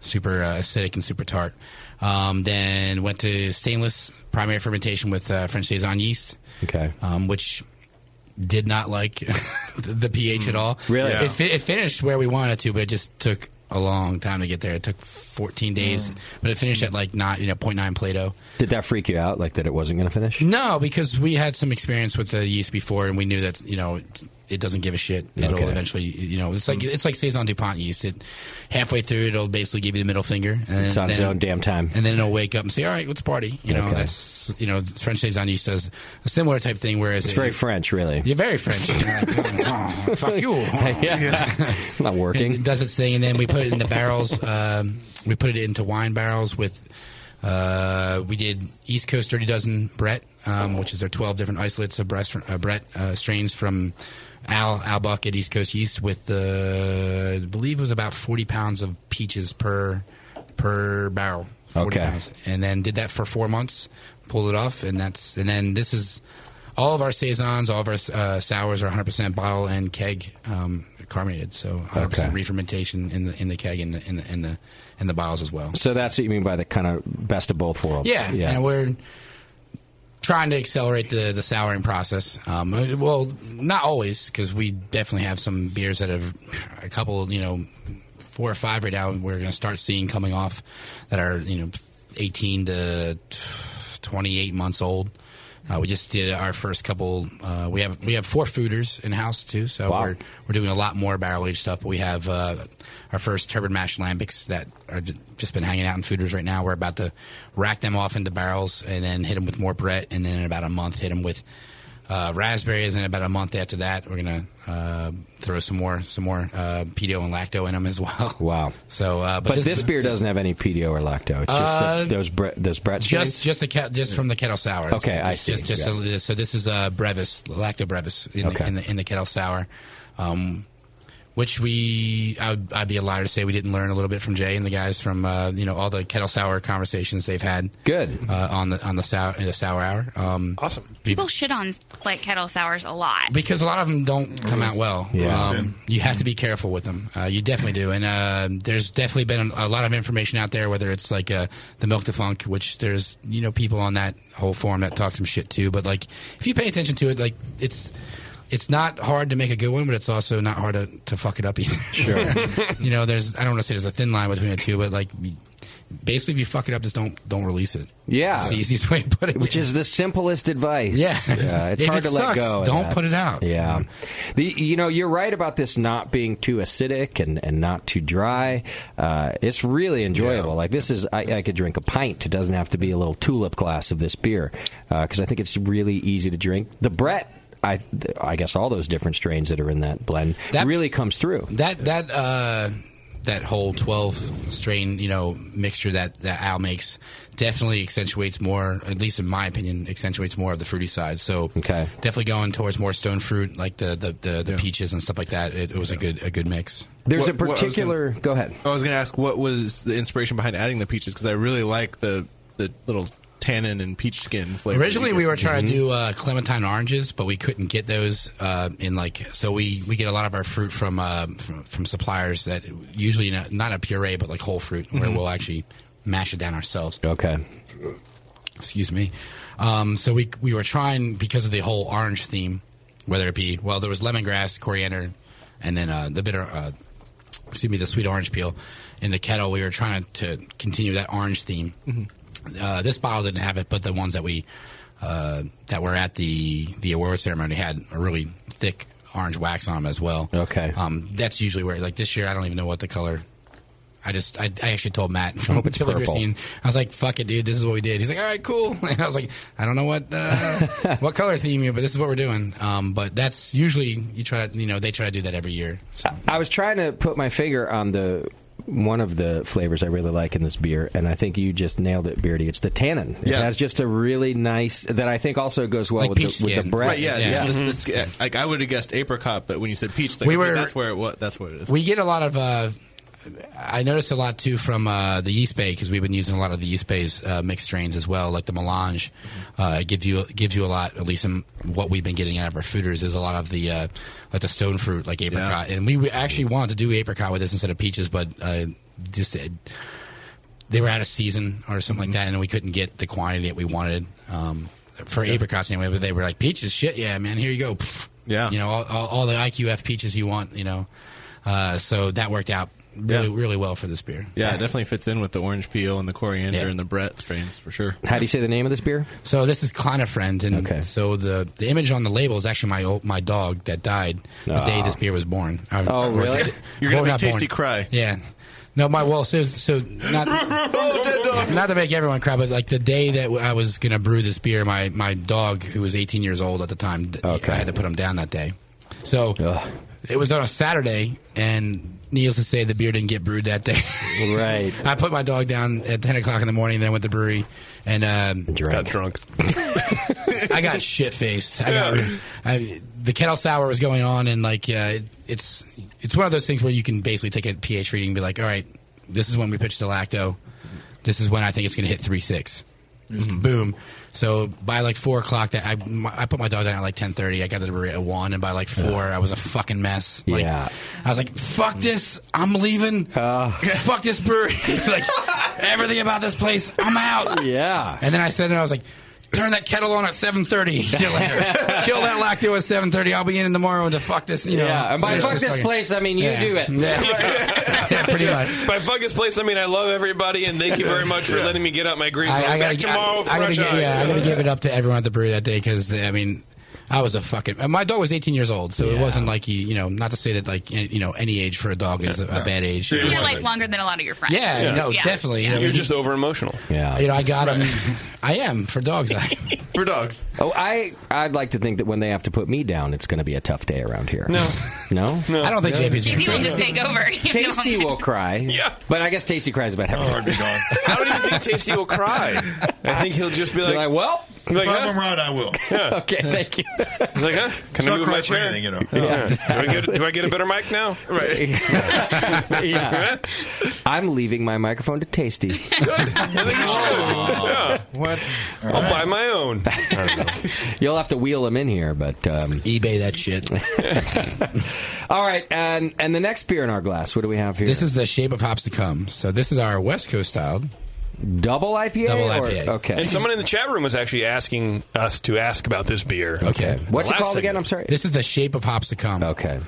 Speaker 18: super uh, acidic and super tart. Um, then went to stainless primary fermentation with uh, French saison yeast.
Speaker 1: Okay.
Speaker 18: Um, which did not like [laughs] the, the pH at all.
Speaker 1: Really?
Speaker 18: It, fi- it finished where we wanted to, but it just took a long time to get there. It took 14 days, but it finished at like not you know 0.9 Plato.
Speaker 1: Did that freak you out? Like that it wasn't going to finish?
Speaker 18: No, because we had some experience with the yeast before, and we knew that you know it's- it doesn't give a shit. It'll
Speaker 1: Okay.
Speaker 18: eventually you know it's like it's like saison Dupont yeast. It halfway through it'll basically give you the middle finger. And then,
Speaker 1: It's on its
Speaker 18: then-
Speaker 1: own damn time.
Speaker 18: And then it'll wake up and say, "All right, let's party." You know
Speaker 1: Okay.
Speaker 18: that's you know French saison yeast does a similar type thing. Whereas
Speaker 1: It's
Speaker 18: it-
Speaker 1: very French, really.
Speaker 18: You're very French. [laughs] Fuck you.
Speaker 1: [laughs] yeah. [laughs] Not working.
Speaker 18: It does its thing, and then we put it in the barrels. Um, we put it into wine barrels with. Uh, we did East Coast Dirty Dozen Brett, um, which is their twelve different isolates of Brett, uh, Brett uh, strains from Al Al Buck at East Coast Yeast, with the I believe it was about forty pounds of peaches per per barrel. 40
Speaker 1: Okay.
Speaker 18: pounds. and then did that for four months, pulled it off, and that's and then this is all of our saisons, all of our uh, sours are 100% bottle and keg um, carbonated, so 100%
Speaker 1: Okay.
Speaker 18: re-fermentation in the in the keg and the in the in the, in the bottles as well.
Speaker 1: So that's what you mean by the kind of best of both worlds.
Speaker 18: Yeah, and we're trying to accelerate the the souring process. Um, well, not always because we definitely have some beers that have a couple, you know, four or five right now. We're going to start seeing coming off that are you know eighteen to twenty eight months old. Uh, we just did our first couple. Uh, we have we have four fooders in house too, so we're we're doing a lot more barrel aged stuff. But we have uh, our first turbid mash lambics that are j- just been hanging out in fooders right now. We're about to rack them off into barrels and then hit them with more Brett, and then in about a month hit them with uh, raspberries, and about a month after that, we're gonna uh, throw some more some more uh, pedo and lacto in them as well.
Speaker 1: Wow.
Speaker 18: [laughs] So, uh,
Speaker 1: But, this, beer doesn't have any PDO or lacto. It's just
Speaker 18: Uh,
Speaker 1: the, those bre- those Brett strains?
Speaker 18: just just the ke- just from the kettle sour. It's-
Speaker 1: Okay, I
Speaker 18: it's
Speaker 1: see.
Speaker 18: Just, just
Speaker 1: Yeah.
Speaker 18: a- so this is uh, brevis, lacto brevis in,
Speaker 1: Okay.
Speaker 18: the, in the in the kettle sour, um, which we I would, I'd be a liar to say we didn't learn a little bit from Jay and the guys from uh, you know all the kettle sour conversations they've had.
Speaker 1: Good
Speaker 18: uh, on the on the sour in the sour hour. Um,
Speaker 2: awesome.
Speaker 6: People shit on like kettle sours a lot.
Speaker 18: because a lot of them don't come out well.
Speaker 6: Yeah.
Speaker 18: Um, you have to be careful with them. Uh, you definitely do. And uh, there's definitely been a lot of information out there, whether it's like uh, the milk defunk, which there's you know people on that whole forum that talk some shit too. But like if you pay attention to it, like it's. It's not hard to make a good one, but it's also not hard to, to fuck it up either.
Speaker 1: Sure.
Speaker 18: [laughs] you know, there's I don't want to say there's a thin line between the two, but like basically if you fuck it up, just don't don't release it.
Speaker 1: Yeah,
Speaker 18: That's the easiest way to put it.
Speaker 1: which is the simplest advice.
Speaker 18: Yeah.
Speaker 1: Yeah, it's
Speaker 18: If
Speaker 1: hard
Speaker 18: it
Speaker 1: to let
Speaker 18: sucks,
Speaker 1: go. of
Speaker 18: don't
Speaker 1: that.
Speaker 18: put it out.
Speaker 1: Yeah, the, you know you're right about this not being too acidic and, and not too dry. Uh, it's really enjoyable. Like this is I, I could drink a pint. It doesn't have to be a little tulip glass of this beer because I think it's really easy to drink. The Brett. I, I guess all those different strains that are in that blend really comes through.
Speaker 18: That that uh, that whole twelve strain, you know, mixture that that Al makes definitely accentuates more, at least in my opinion, accentuates more of the fruity side. So definitely going towards more stone fruit, like the the, the, the peaches and stuff like that. It, it was a good a good mix.
Speaker 4: What- what I was gonna-
Speaker 1: go ahead.
Speaker 4: I was going to ask what was the inspiration behind adding the peaches because I really like the the little tannin and peach skin flavor.
Speaker 18: Originally, we were trying to do uh, clementine oranges, but we couldn't get those uh, in like. So we, we get a lot of our fruit from uh, from, from suppliers that usually not, not a puree, but like whole fruit, where
Speaker 1: Mhm.
Speaker 18: we'll actually mash it down ourselves.
Speaker 1: Okay.
Speaker 18: Excuse me. Um, so we we were trying because of the whole orange theme, whether it be well, there was lemongrass, coriander, and then uh, the bitter. Uh, excuse me, the sweet orange peel in the kettle. We were trying to continue that orange theme. Uh, this bottle didn't have it, but the ones that we uh, that were at the the award ceremony had a really thick orange wax on them as well.
Speaker 1: Okay,
Speaker 18: um, that's usually where like this year I don't even know what the color. I just I, I actually told Matt
Speaker 1: I
Speaker 18: [laughs]
Speaker 1: hope it's
Speaker 18: Philly
Speaker 1: purple.
Speaker 18: Racine, I was like, "Fuck it, dude. This is what we did." He's like, "All right, cool." [laughs] And I was like, "I don't know what
Speaker 1: [laughs]
Speaker 18: uh, what color theme you, but this is what we're doing." Um, but that's usually you try to you know they try to do that every year. So
Speaker 1: I was trying to put my finger on the one of the flavors I really like in this beer, and I think you just nailed it, Beardy. It's the tannin. Mm-hmm. It
Speaker 4: Yeah.
Speaker 1: has just a really nice that I think also goes well with, the, with the bread.
Speaker 4: Right, yeah, just this- this- like I would have guessed apricot, but when you said peach, like,
Speaker 18: Mm-hmm. We
Speaker 4: okay,
Speaker 18: were-
Speaker 4: that's where it was. That's what it is.
Speaker 18: we get a lot of. Uh, I noticed a lot too from uh, the yeast bay because we've been using a lot of the yeast bay's uh, mixed strains as well, like the melange. Uh, it gives you it gives you a lot, at least in what we've been getting out of our fooders is a lot of the uh, like the stone fruit, like apricot. And we actually wanted to do apricot with this instead of peaches, but uh, just it, they were out of season or something like that, and we couldn't get the quantity that we wanted um, for apricots anyway. But they were like peaches, shit, yeah, man, here you go. Yeah, you know all, all, all the IQF peaches you want, you know. Uh, so that worked out really, really well for this beer.
Speaker 4: Yeah, it definitely fits in with the orange peel and the coriander
Speaker 18: Yeah.
Speaker 4: and the Brett strains for sure.
Speaker 1: How do you say the name of this beer?
Speaker 18: So this is Clonifriend, and so the, the image on the label is actually my old, my dog that died the
Speaker 1: Ah.
Speaker 18: day this beer was born. I-
Speaker 1: Oh,
Speaker 18: [laughs] I-
Speaker 1: really?
Speaker 4: You're
Speaker 18: Well,
Speaker 4: gonna make
Speaker 18: not
Speaker 4: Tasty cry.
Speaker 18: Yeah. No, my well, so, so
Speaker 4: [laughs]
Speaker 18: not
Speaker 4: Oh,
Speaker 18: not to make everyone cry, but like the day that I was gonna brew this beer, my my dog who was 18 years old at the time, th- I had to put him down that day. So it was on a Saturday, and needless to say, the beer didn't get brewed that day.
Speaker 1: right.
Speaker 18: I put my dog down at 10 o'clock in the morning, then went to the brewery and um,
Speaker 1: got
Speaker 2: drunk.
Speaker 18: [laughs] I got shit faced. I got I, the kettle sour was going on, and like uh, it, it's it's one of those things where you can basically take a pH reading and be like, all right, this is when we pitch the lacto. This is when I think it's going to hit three six. Boom. So by like four o'clock, that I, my, I put my dog down at like ten thirty. I got to the brewery at one, and by like four, I was a fucking mess. Like,
Speaker 1: Yeah.
Speaker 18: I was like, "Fuck this! I'm leaving. Fuck this brewery. [laughs] like everything about this place, I'm out."
Speaker 1: Yeah.
Speaker 18: And then I said, and I was like, "Turn that kettle on at seven thirty. [laughs] Kill that lacto at seven thirty. I'll be in tomorrow to fuck this. You know.
Speaker 1: Yeah, and by
Speaker 18: So it's
Speaker 1: fuck
Speaker 18: just
Speaker 1: this place, I mean you
Speaker 18: Yeah.
Speaker 1: do it.
Speaker 18: Yeah. [laughs] pretty much.
Speaker 2: By fuck this place, I mean I love everybody, and thank you very much for letting me get out my grease.
Speaker 18: I,
Speaker 2: I,
Speaker 18: I
Speaker 2: am
Speaker 18: gotta,
Speaker 2: back tomorrow
Speaker 18: I,
Speaker 2: for
Speaker 18: I gotta
Speaker 2: rush
Speaker 18: give-
Speaker 2: hour.
Speaker 18: yeah, I gotta give it up to everyone at the brewery that day because I mean, I was a fucking. My dog was 18 years old, so it wasn't like you, you know, not to say that like you know any age for a dog is a, a bad age. It was
Speaker 6: You're
Speaker 18: like-
Speaker 6: like longer than a lot of your friends.
Speaker 18: Yeah, no, definitely. You know,
Speaker 2: You're just over emotional.
Speaker 1: Yeah.
Speaker 18: you know, I got him. I am for dogs. I,
Speaker 4: for dogs.
Speaker 1: Oh, I I'd like to think that when they have to put me down, it's going to be a tough day around here.
Speaker 18: No.
Speaker 1: [laughs] no,
Speaker 18: No. I don't think JP's gonna
Speaker 1: going
Speaker 18: JP
Speaker 1: to
Speaker 18: will just
Speaker 6: take over.
Speaker 1: Tasty will
Speaker 4: [laughs]
Speaker 1: cry. Yeah, but I guess Tasty cries
Speaker 4: Oh,
Speaker 1: about heaven.
Speaker 2: [laughs] I don't even think Tasty will cry. I think he'll just be
Speaker 1: He'll
Speaker 2: like,
Speaker 1: be like, well,
Speaker 2: like,
Speaker 3: if
Speaker 2: huh?
Speaker 3: I'm right, I will.
Speaker 18: [laughs]
Speaker 2: Yeah.
Speaker 1: [laughs] okay, thank you.
Speaker 2: He's like, huh? Can
Speaker 3: He's
Speaker 2: I
Speaker 3: not
Speaker 2: move my
Speaker 3: crying for
Speaker 2: chair?
Speaker 3: anything, you know.
Speaker 2: Yeah.
Speaker 1: Yeah.
Speaker 2: do, I get, do I get a better mic now?
Speaker 1: [laughs]
Speaker 4: [laughs]
Speaker 2: Right. [laughs]
Speaker 1: yeah. I'm leaving my microphone to Tasty.
Speaker 18: [laughs]
Speaker 2: yeah.
Speaker 4: What?
Speaker 2: I'll buy my
Speaker 1: [laughs]
Speaker 2: own.
Speaker 1: You'll have to wheel him in here, but um,
Speaker 18: eBay that shit.
Speaker 1: [laughs] All right, and and the next beer in our glass. What do we have here?
Speaker 18: This is the shape of hops to come. So this is our West Coast styled
Speaker 1: double IPA.
Speaker 18: [laughs] Double
Speaker 1: or-
Speaker 18: IPA.
Speaker 1: okay.
Speaker 2: And someone in the chat room was actually asking us to ask about this beer.
Speaker 18: Okay.
Speaker 2: The last segment.
Speaker 18: This is the shape of hops to come.
Speaker 1: Okay.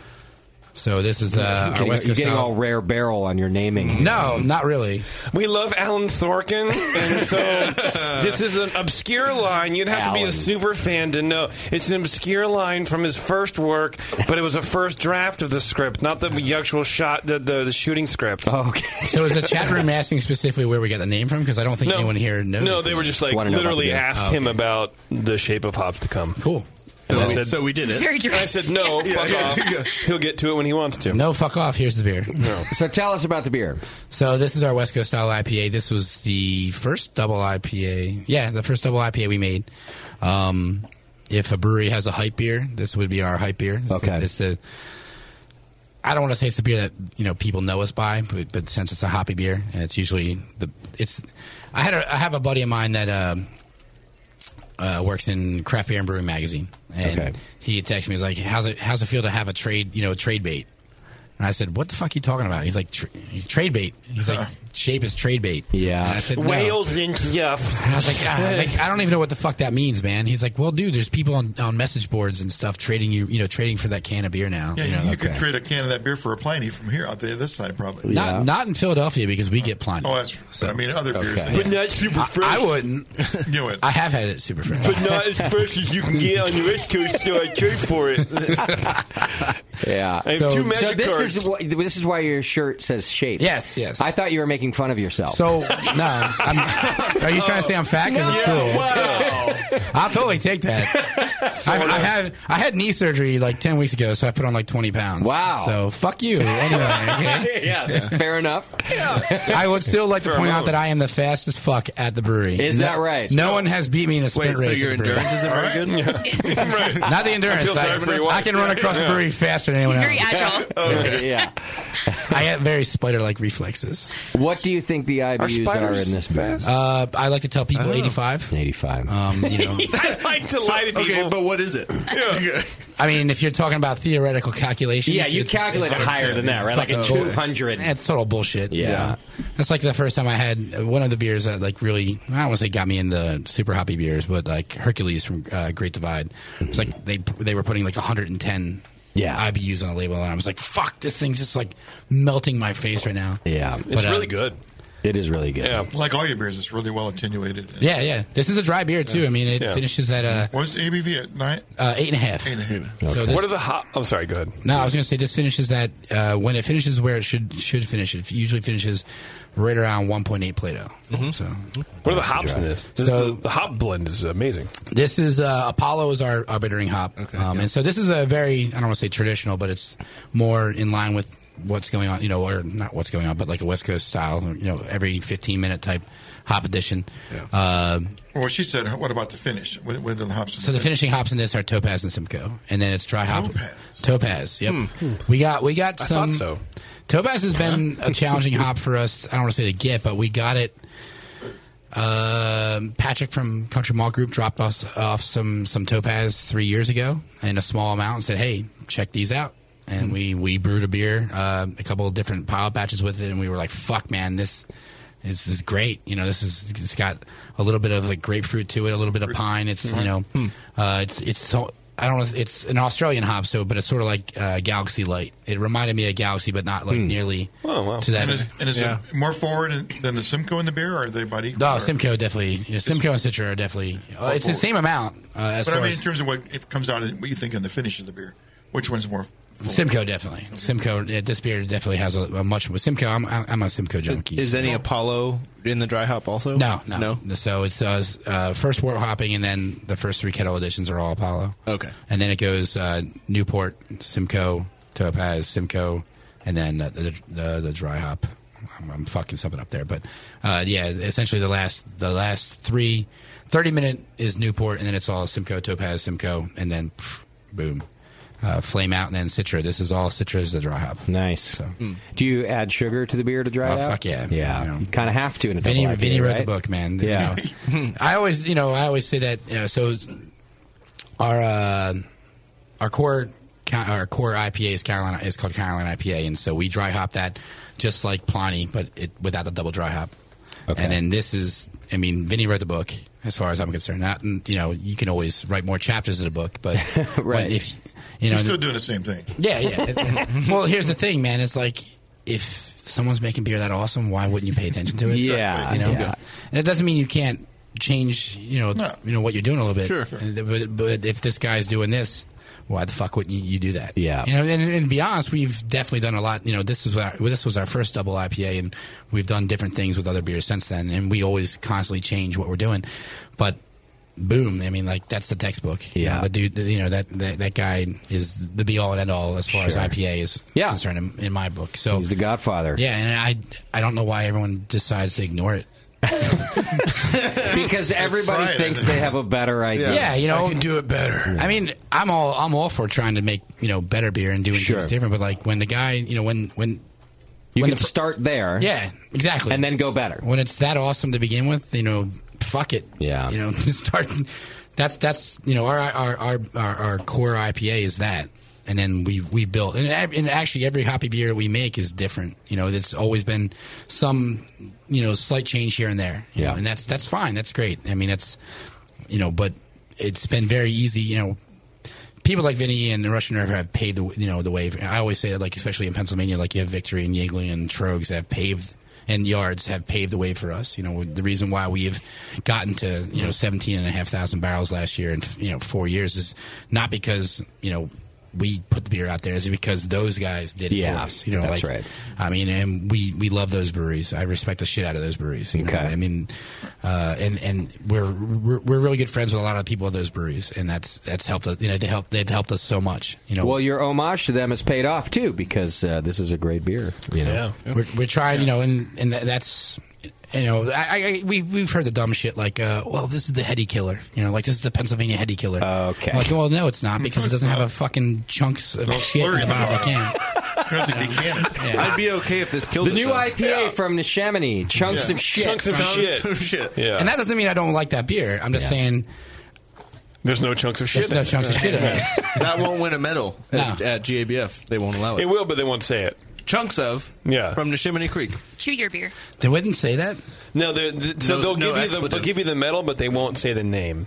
Speaker 18: So this is uh,
Speaker 1: You're
Speaker 18: our
Speaker 1: getting,
Speaker 18: West
Speaker 1: you're
Speaker 18: Coast
Speaker 1: getting
Speaker 18: style.
Speaker 1: all rare barrel on your naming.
Speaker 18: No, not really.
Speaker 2: We love Alan Thorkin, and so this is an obscure line. You'd have to be
Speaker 1: Alan.
Speaker 2: a super fan to know. It's an obscure line from his first work, but it was a first draft of the script, not the actual shot, the, the, the shooting script.
Speaker 1: Oh, okay.
Speaker 18: So is the chat room asking specifically where we got the name from? Because I don't think anyone here knows.
Speaker 2: No,
Speaker 18: this
Speaker 2: they
Speaker 18: name.
Speaker 2: were just like literally asked him about the shape of hops to come.
Speaker 18: Cool.
Speaker 2: And I
Speaker 18: So-
Speaker 2: said,
Speaker 18: so we did it. Very
Speaker 2: And I said, no,
Speaker 18: Yeah.
Speaker 2: fuck
Speaker 18: Yeah.
Speaker 2: off. [laughs] He'll get to it when he wants to.
Speaker 18: No, fuck off. Here's the beer.
Speaker 1: So tell us about the beer.
Speaker 18: So this is our West Coast style IPA. This was the first double IPA. Yeah, the first double IPA we made. Um, if a brewery has a hype beer, this would be our hype beer. It's
Speaker 1: Okay.
Speaker 18: A, it's a. I don't want to say it's the beer that you know people know us by, but, but since it's a hoppy beer, and it's usually the it's. I had a, I have a buddy of mine that. um uh, works in craft beer and brewing magazine, and
Speaker 1: Okay.
Speaker 18: he texted me. He's like, "How's it? How's it feel to have a trade? You know, a trade bait?" And I said, "What the fuck you talking about?" He's like, "Tr- "Trade bait." He's like, "Shape is trade bait." Yeah. And I said, no.
Speaker 2: and Jeff.
Speaker 18: I was like, "Ah," I was like, I don't even know what the fuck that means, man. He's like, well, dude, there's people on, on message boards and stuff trading you, you know, trading for that can of beer now.
Speaker 3: Yeah,
Speaker 18: you
Speaker 3: you,
Speaker 18: know,
Speaker 3: you could trade a can of that beer for a pliny from here out there this side probably.
Speaker 18: Not, not in Philadelphia because we get plenty.
Speaker 3: Oh, that's. [laughs] I mean, other beers,
Speaker 18: But
Speaker 2: not super fresh.
Speaker 18: I, wouldn't.
Speaker 3: Do it.
Speaker 18: I have had it super fresh,
Speaker 2: But not as fresh as you can get on the West Coast, so I trade for [laughs] it.
Speaker 1: [laughs] Yeah.
Speaker 2: I have So- two magic
Speaker 1: Uh, so this
Speaker 2: cards.
Speaker 1: is wh- this is why your shirt says shape.
Speaker 18: Yes, yes.
Speaker 1: I thought you were making fun of yourself.
Speaker 18: So no, I'm, are you trying to say I'm fat because it's cool? [laughs] I'll totally take
Speaker 3: [laughs]
Speaker 18: that. I, I had I had knee surgery like ten weeks ago, so I put on like twenty pounds.
Speaker 1: Wow.
Speaker 18: So fuck you. Anyway, okay?
Speaker 1: [laughs] yeah, fair enough.
Speaker 18: [laughs] I would still like to
Speaker 1: Fair
Speaker 18: point out
Speaker 1: enough.
Speaker 18: that I am the fastest fuck at the brewery.
Speaker 1: Is
Speaker 18: No-
Speaker 1: that right?
Speaker 18: No one has beat me in a sprint
Speaker 4: Wait, so
Speaker 18: race.
Speaker 4: your
Speaker 18: at the brewery.
Speaker 4: endurance isn't very
Speaker 18: [laughs]
Speaker 4: good? [laughs]
Speaker 18: Not the endurance.
Speaker 4: I feel sorry for your wife.
Speaker 18: I can run across the
Speaker 4: Yeah.
Speaker 18: brewery faster than anyone
Speaker 6: He's very
Speaker 18: else.
Speaker 6: agile.
Speaker 4: [laughs] Okay.
Speaker 1: [laughs] Yeah.
Speaker 18: I have very spider-like reflexes.
Speaker 1: What do you think the IBUs are, in this beer?
Speaker 18: Uh, I like to tell
Speaker 4: Oh.
Speaker 18: people 85.
Speaker 1: 85.
Speaker 18: Um,
Speaker 1: [laughs]
Speaker 18: you know,
Speaker 2: [laughs] I like to lie to people.
Speaker 4: Okay, but what is it? [laughs]
Speaker 18: I mean, if you're talking about theoretical calculations,
Speaker 1: Yeah, you
Speaker 18: it's-
Speaker 1: calculate it higher than that,
Speaker 18: it's
Speaker 1: right? Like a
Speaker 18: fucking bull-
Speaker 1: 200.
Speaker 18: Yeah, it's total bullshit.
Speaker 1: Yeah.
Speaker 18: that's like the first time I had uh, one of the beers that like really I don't want to say got me into super hoppy beers, but like Hercules from uh, Great Divide. It's like they
Speaker 1: Mm-hmm.
Speaker 18: they were putting like 110 yeah IBUs on the label, and I was like, fuck, this thing's just like melting my face right now.
Speaker 1: Yeah,
Speaker 18: [laughs] But, uh,
Speaker 2: good.
Speaker 1: It is really good.
Speaker 3: Like all your beers, it's really well attenuated.
Speaker 18: Yeah, yeah. This is a dry beer too. I mean, it
Speaker 3: Yeah.
Speaker 18: finishes at uh,
Speaker 3: What's the ABV at nine?
Speaker 18: uh, eight and a half.
Speaker 3: Eight and a half.
Speaker 18: So this-
Speaker 2: what are the hop? I'm sorry. Go ahead.
Speaker 18: No, I was going to say this finishes that uh, when it finishes where it should should finish. It usually finishes right around 1.8 Plato. So
Speaker 2: Mm-hmm. What are the hops in this? This is the, the hop blend is amazing.
Speaker 18: this is uh, Apollo is our, our bittering hop, um, and so this is a very I don't want to say traditional, but it's more in line with what's going on. You know, or not what's going on, but like a West Coast style. You know, every 15 minute type hop edition. Uh,
Speaker 3: Well, what she said. What about the finish? What, what are the hops? in
Speaker 18: so the
Speaker 3: finish?
Speaker 18: finishing hops in this are Topaz and Simcoe, and then it's dry hop. Topaz. Yep. We got we got
Speaker 2: Hmm. I
Speaker 18: some.
Speaker 2: thought so.
Speaker 18: Topaz has been a challenging hop for us. I don't want to say to get, but we got it. Um Patrick from Country Mall Group dropped us off some some Topaz three years ago in a small amount and said, "Hey, check these out." And we we brewed a beer, uh, a couple of different pile batches with it, and we were like, "Fuck, man, this." This is great, you know. This is it's got a little bit of like grapefruit to it, a little bit of pine. It's
Speaker 2: Mm-hmm.
Speaker 18: you know, uh, it's it's so I don't know. It's an Australian hop, so but it's sort of like uh, Galaxy Light. It reminded me of Galaxy, but not like nearly to that.
Speaker 3: And is, and is
Speaker 18: Yeah.
Speaker 3: it more forward than the Simcoe in the beer, or are they about equal?
Speaker 18: No,
Speaker 3: or-
Speaker 18: Simcoe definitely. You know, Simcoe and Citra are definitely. Uh, it's the
Speaker 3: forward.
Speaker 18: same amount. Uh, as
Speaker 3: but I
Speaker 18: far
Speaker 3: mean, in
Speaker 18: as-
Speaker 3: terms of what it comes out, in, what you think in the finish of the beer, which one's more
Speaker 18: Simcoe definitely. Simcoe yeah, this beer definitely has a, a much Simcoe. I'm I'm a Simcoe junkie.
Speaker 4: Is any Apollo in the dry hop also? [laughs]
Speaker 18: No, no, no. So it's uh, s- uh, first wort hopping, and then the first three kettle editions are all Apollo.
Speaker 4: Okay.
Speaker 18: and then it goes uh, Newport, Simcoe, Topaz, Simcoe, and then uh, the, the the dry hop. I'm, I'm fucking something up there, but uh, yeah, essentially the last the last three. 30 minute is Newport, and then it's all Simcoe, Topaz, Simcoe, and then pff, boom. Uh, flame out and then Citra. This is all Citra is the dry hop.
Speaker 1: Nice. Hmm. Do you add sugar to the beer to dry it
Speaker 18: Oh,
Speaker 1: out?
Speaker 18: fuck yeah.
Speaker 1: Yeah. You, kind of have to in a
Speaker 18: Vinny,
Speaker 1: double IPA,
Speaker 18: Vinny wrote the
Speaker 1: right?
Speaker 18: book, man. You [laughs]
Speaker 1: Yeah.
Speaker 18: know. I always, you know, I always say that. You know, so our uh, our core ca- our core IPA is Carolina is called Carolina IPA, and so we dry hop that just like Pliny, but it, without the double dry hop. And then this is, I mean, Vinny wrote the book. As far as I'm concerned, that and, you know, you can always write more chapters in a book, but right. if you know,
Speaker 3: You're still doing the same thing.
Speaker 18: yeah, yeah. [laughs]
Speaker 3: [laughs]
Speaker 18: well, here's the thing, man. It's like if someone's making beer that awesome, why wouldn't you pay attention to it?
Speaker 1: Yeah,
Speaker 18: you know.
Speaker 1: yeah.
Speaker 18: And it doesn't mean you can't change, you know,
Speaker 1: No.
Speaker 18: you know what you're doing a little bit.
Speaker 1: Sure, sure.
Speaker 18: And th- But, but if this guy's doing this, why the fuck wouldn't you, you do that?
Speaker 1: Yeah.
Speaker 18: You know, and, and to be honest, we've definitely done a lot. You know, this is our, this was our first double IPA, and we've done different things with other beers since then. And we always constantly change what we're doing. But boom, I mean, like that's the textbook. You know,
Speaker 1: Yeah.
Speaker 18: the dude, you know that, that that guy is the be all and end all as far as
Speaker 1: Sure.
Speaker 18: IPA is
Speaker 1: Yeah.
Speaker 18: concerned in, in my book. So
Speaker 1: He's the Godfather.
Speaker 18: yeah, and I I don't know why everyone decides to ignore it.
Speaker 1: because everybody thinks they have a better idea.
Speaker 18: Yeah, you know,
Speaker 1: do it better.
Speaker 18: I mean, I'm all I'm all for trying to make you know better beer and doing
Speaker 1: Sure.
Speaker 18: things different. But like when the guy, you know, when when
Speaker 1: You
Speaker 18: when
Speaker 1: can start there.
Speaker 18: Yeah, exactly.
Speaker 1: And then go better.
Speaker 18: when it's that awesome to begin with, you know, fuck it.
Speaker 1: Yeah.
Speaker 18: You know, [laughs] start. That's that's you know our our our our, our core IPA is that. And then we we built, and, ev- and actually every hoppy beer we make is different. You know, it's always been some, you know, slight change here and there. you
Speaker 1: Yeah.
Speaker 18: know, and that's that's fine. That's great. I mean, that's, you know, but it's been very easy. You know, people like Vinny and the Russian River have paved the you know the way. I always say that, like especially in Pennsylvania, like you have Victory and Yeagley and Trogs have paved and Yards have paved the way for us. You know the reason why we've gotten to you know seventeen and a half thousand barrels last year in you know four years is not because you know we put the beer out there is because those guys did it
Speaker 1: Yeah,
Speaker 18: for us. You know,
Speaker 1: that's
Speaker 18: like,
Speaker 1: right.
Speaker 18: I mean, and we we love those breweries. I respect the shit out of those breweries. You
Speaker 1: Okay.
Speaker 18: know? I mean, uh, and and we're, we're we're really good friends with a lot of people at those breweries, and that's that's helped. us You know, they help they've helped us so much. You know,
Speaker 1: well, your homage to them has paid off too, because uh, this is a great beer. You know?
Speaker 18: We're, we're trying, you know, and and tha- that's. You know, I, I, we we've heard the dumb shit like, uh, well, this is the heady killer. You know, like this is the Pennsylvania heady killer. Okay. Like, well, no, it's not because it doesn't have a fucking chunks of shit in the bottom of the can.
Speaker 4: I'd be okay if this killed
Speaker 1: the new IPA from Neshaminy, chunks
Speaker 18: Yeah.
Speaker 1: of shit,
Speaker 18: Chunks of shit.
Speaker 2: Yeah.
Speaker 18: And that doesn't mean I don't like that beer. I'm just
Speaker 2: Yeah.
Speaker 18: saying
Speaker 2: There's no chunks of shit.
Speaker 18: There's no chunks of shit in it.
Speaker 4: [laughs] that won't win a medal at, at GABF. They won't allow it.
Speaker 2: It will, but they won't say it.
Speaker 4: Chunks of
Speaker 2: yeah
Speaker 4: from Neshaminy Creek.
Speaker 6: Chew your beer.
Speaker 18: they wouldn't say that.
Speaker 2: No, they're, th- so
Speaker 18: No- no
Speaker 2: they'll give you the they'll
Speaker 18: expletive.
Speaker 2: give you the medal, but they won't say the name.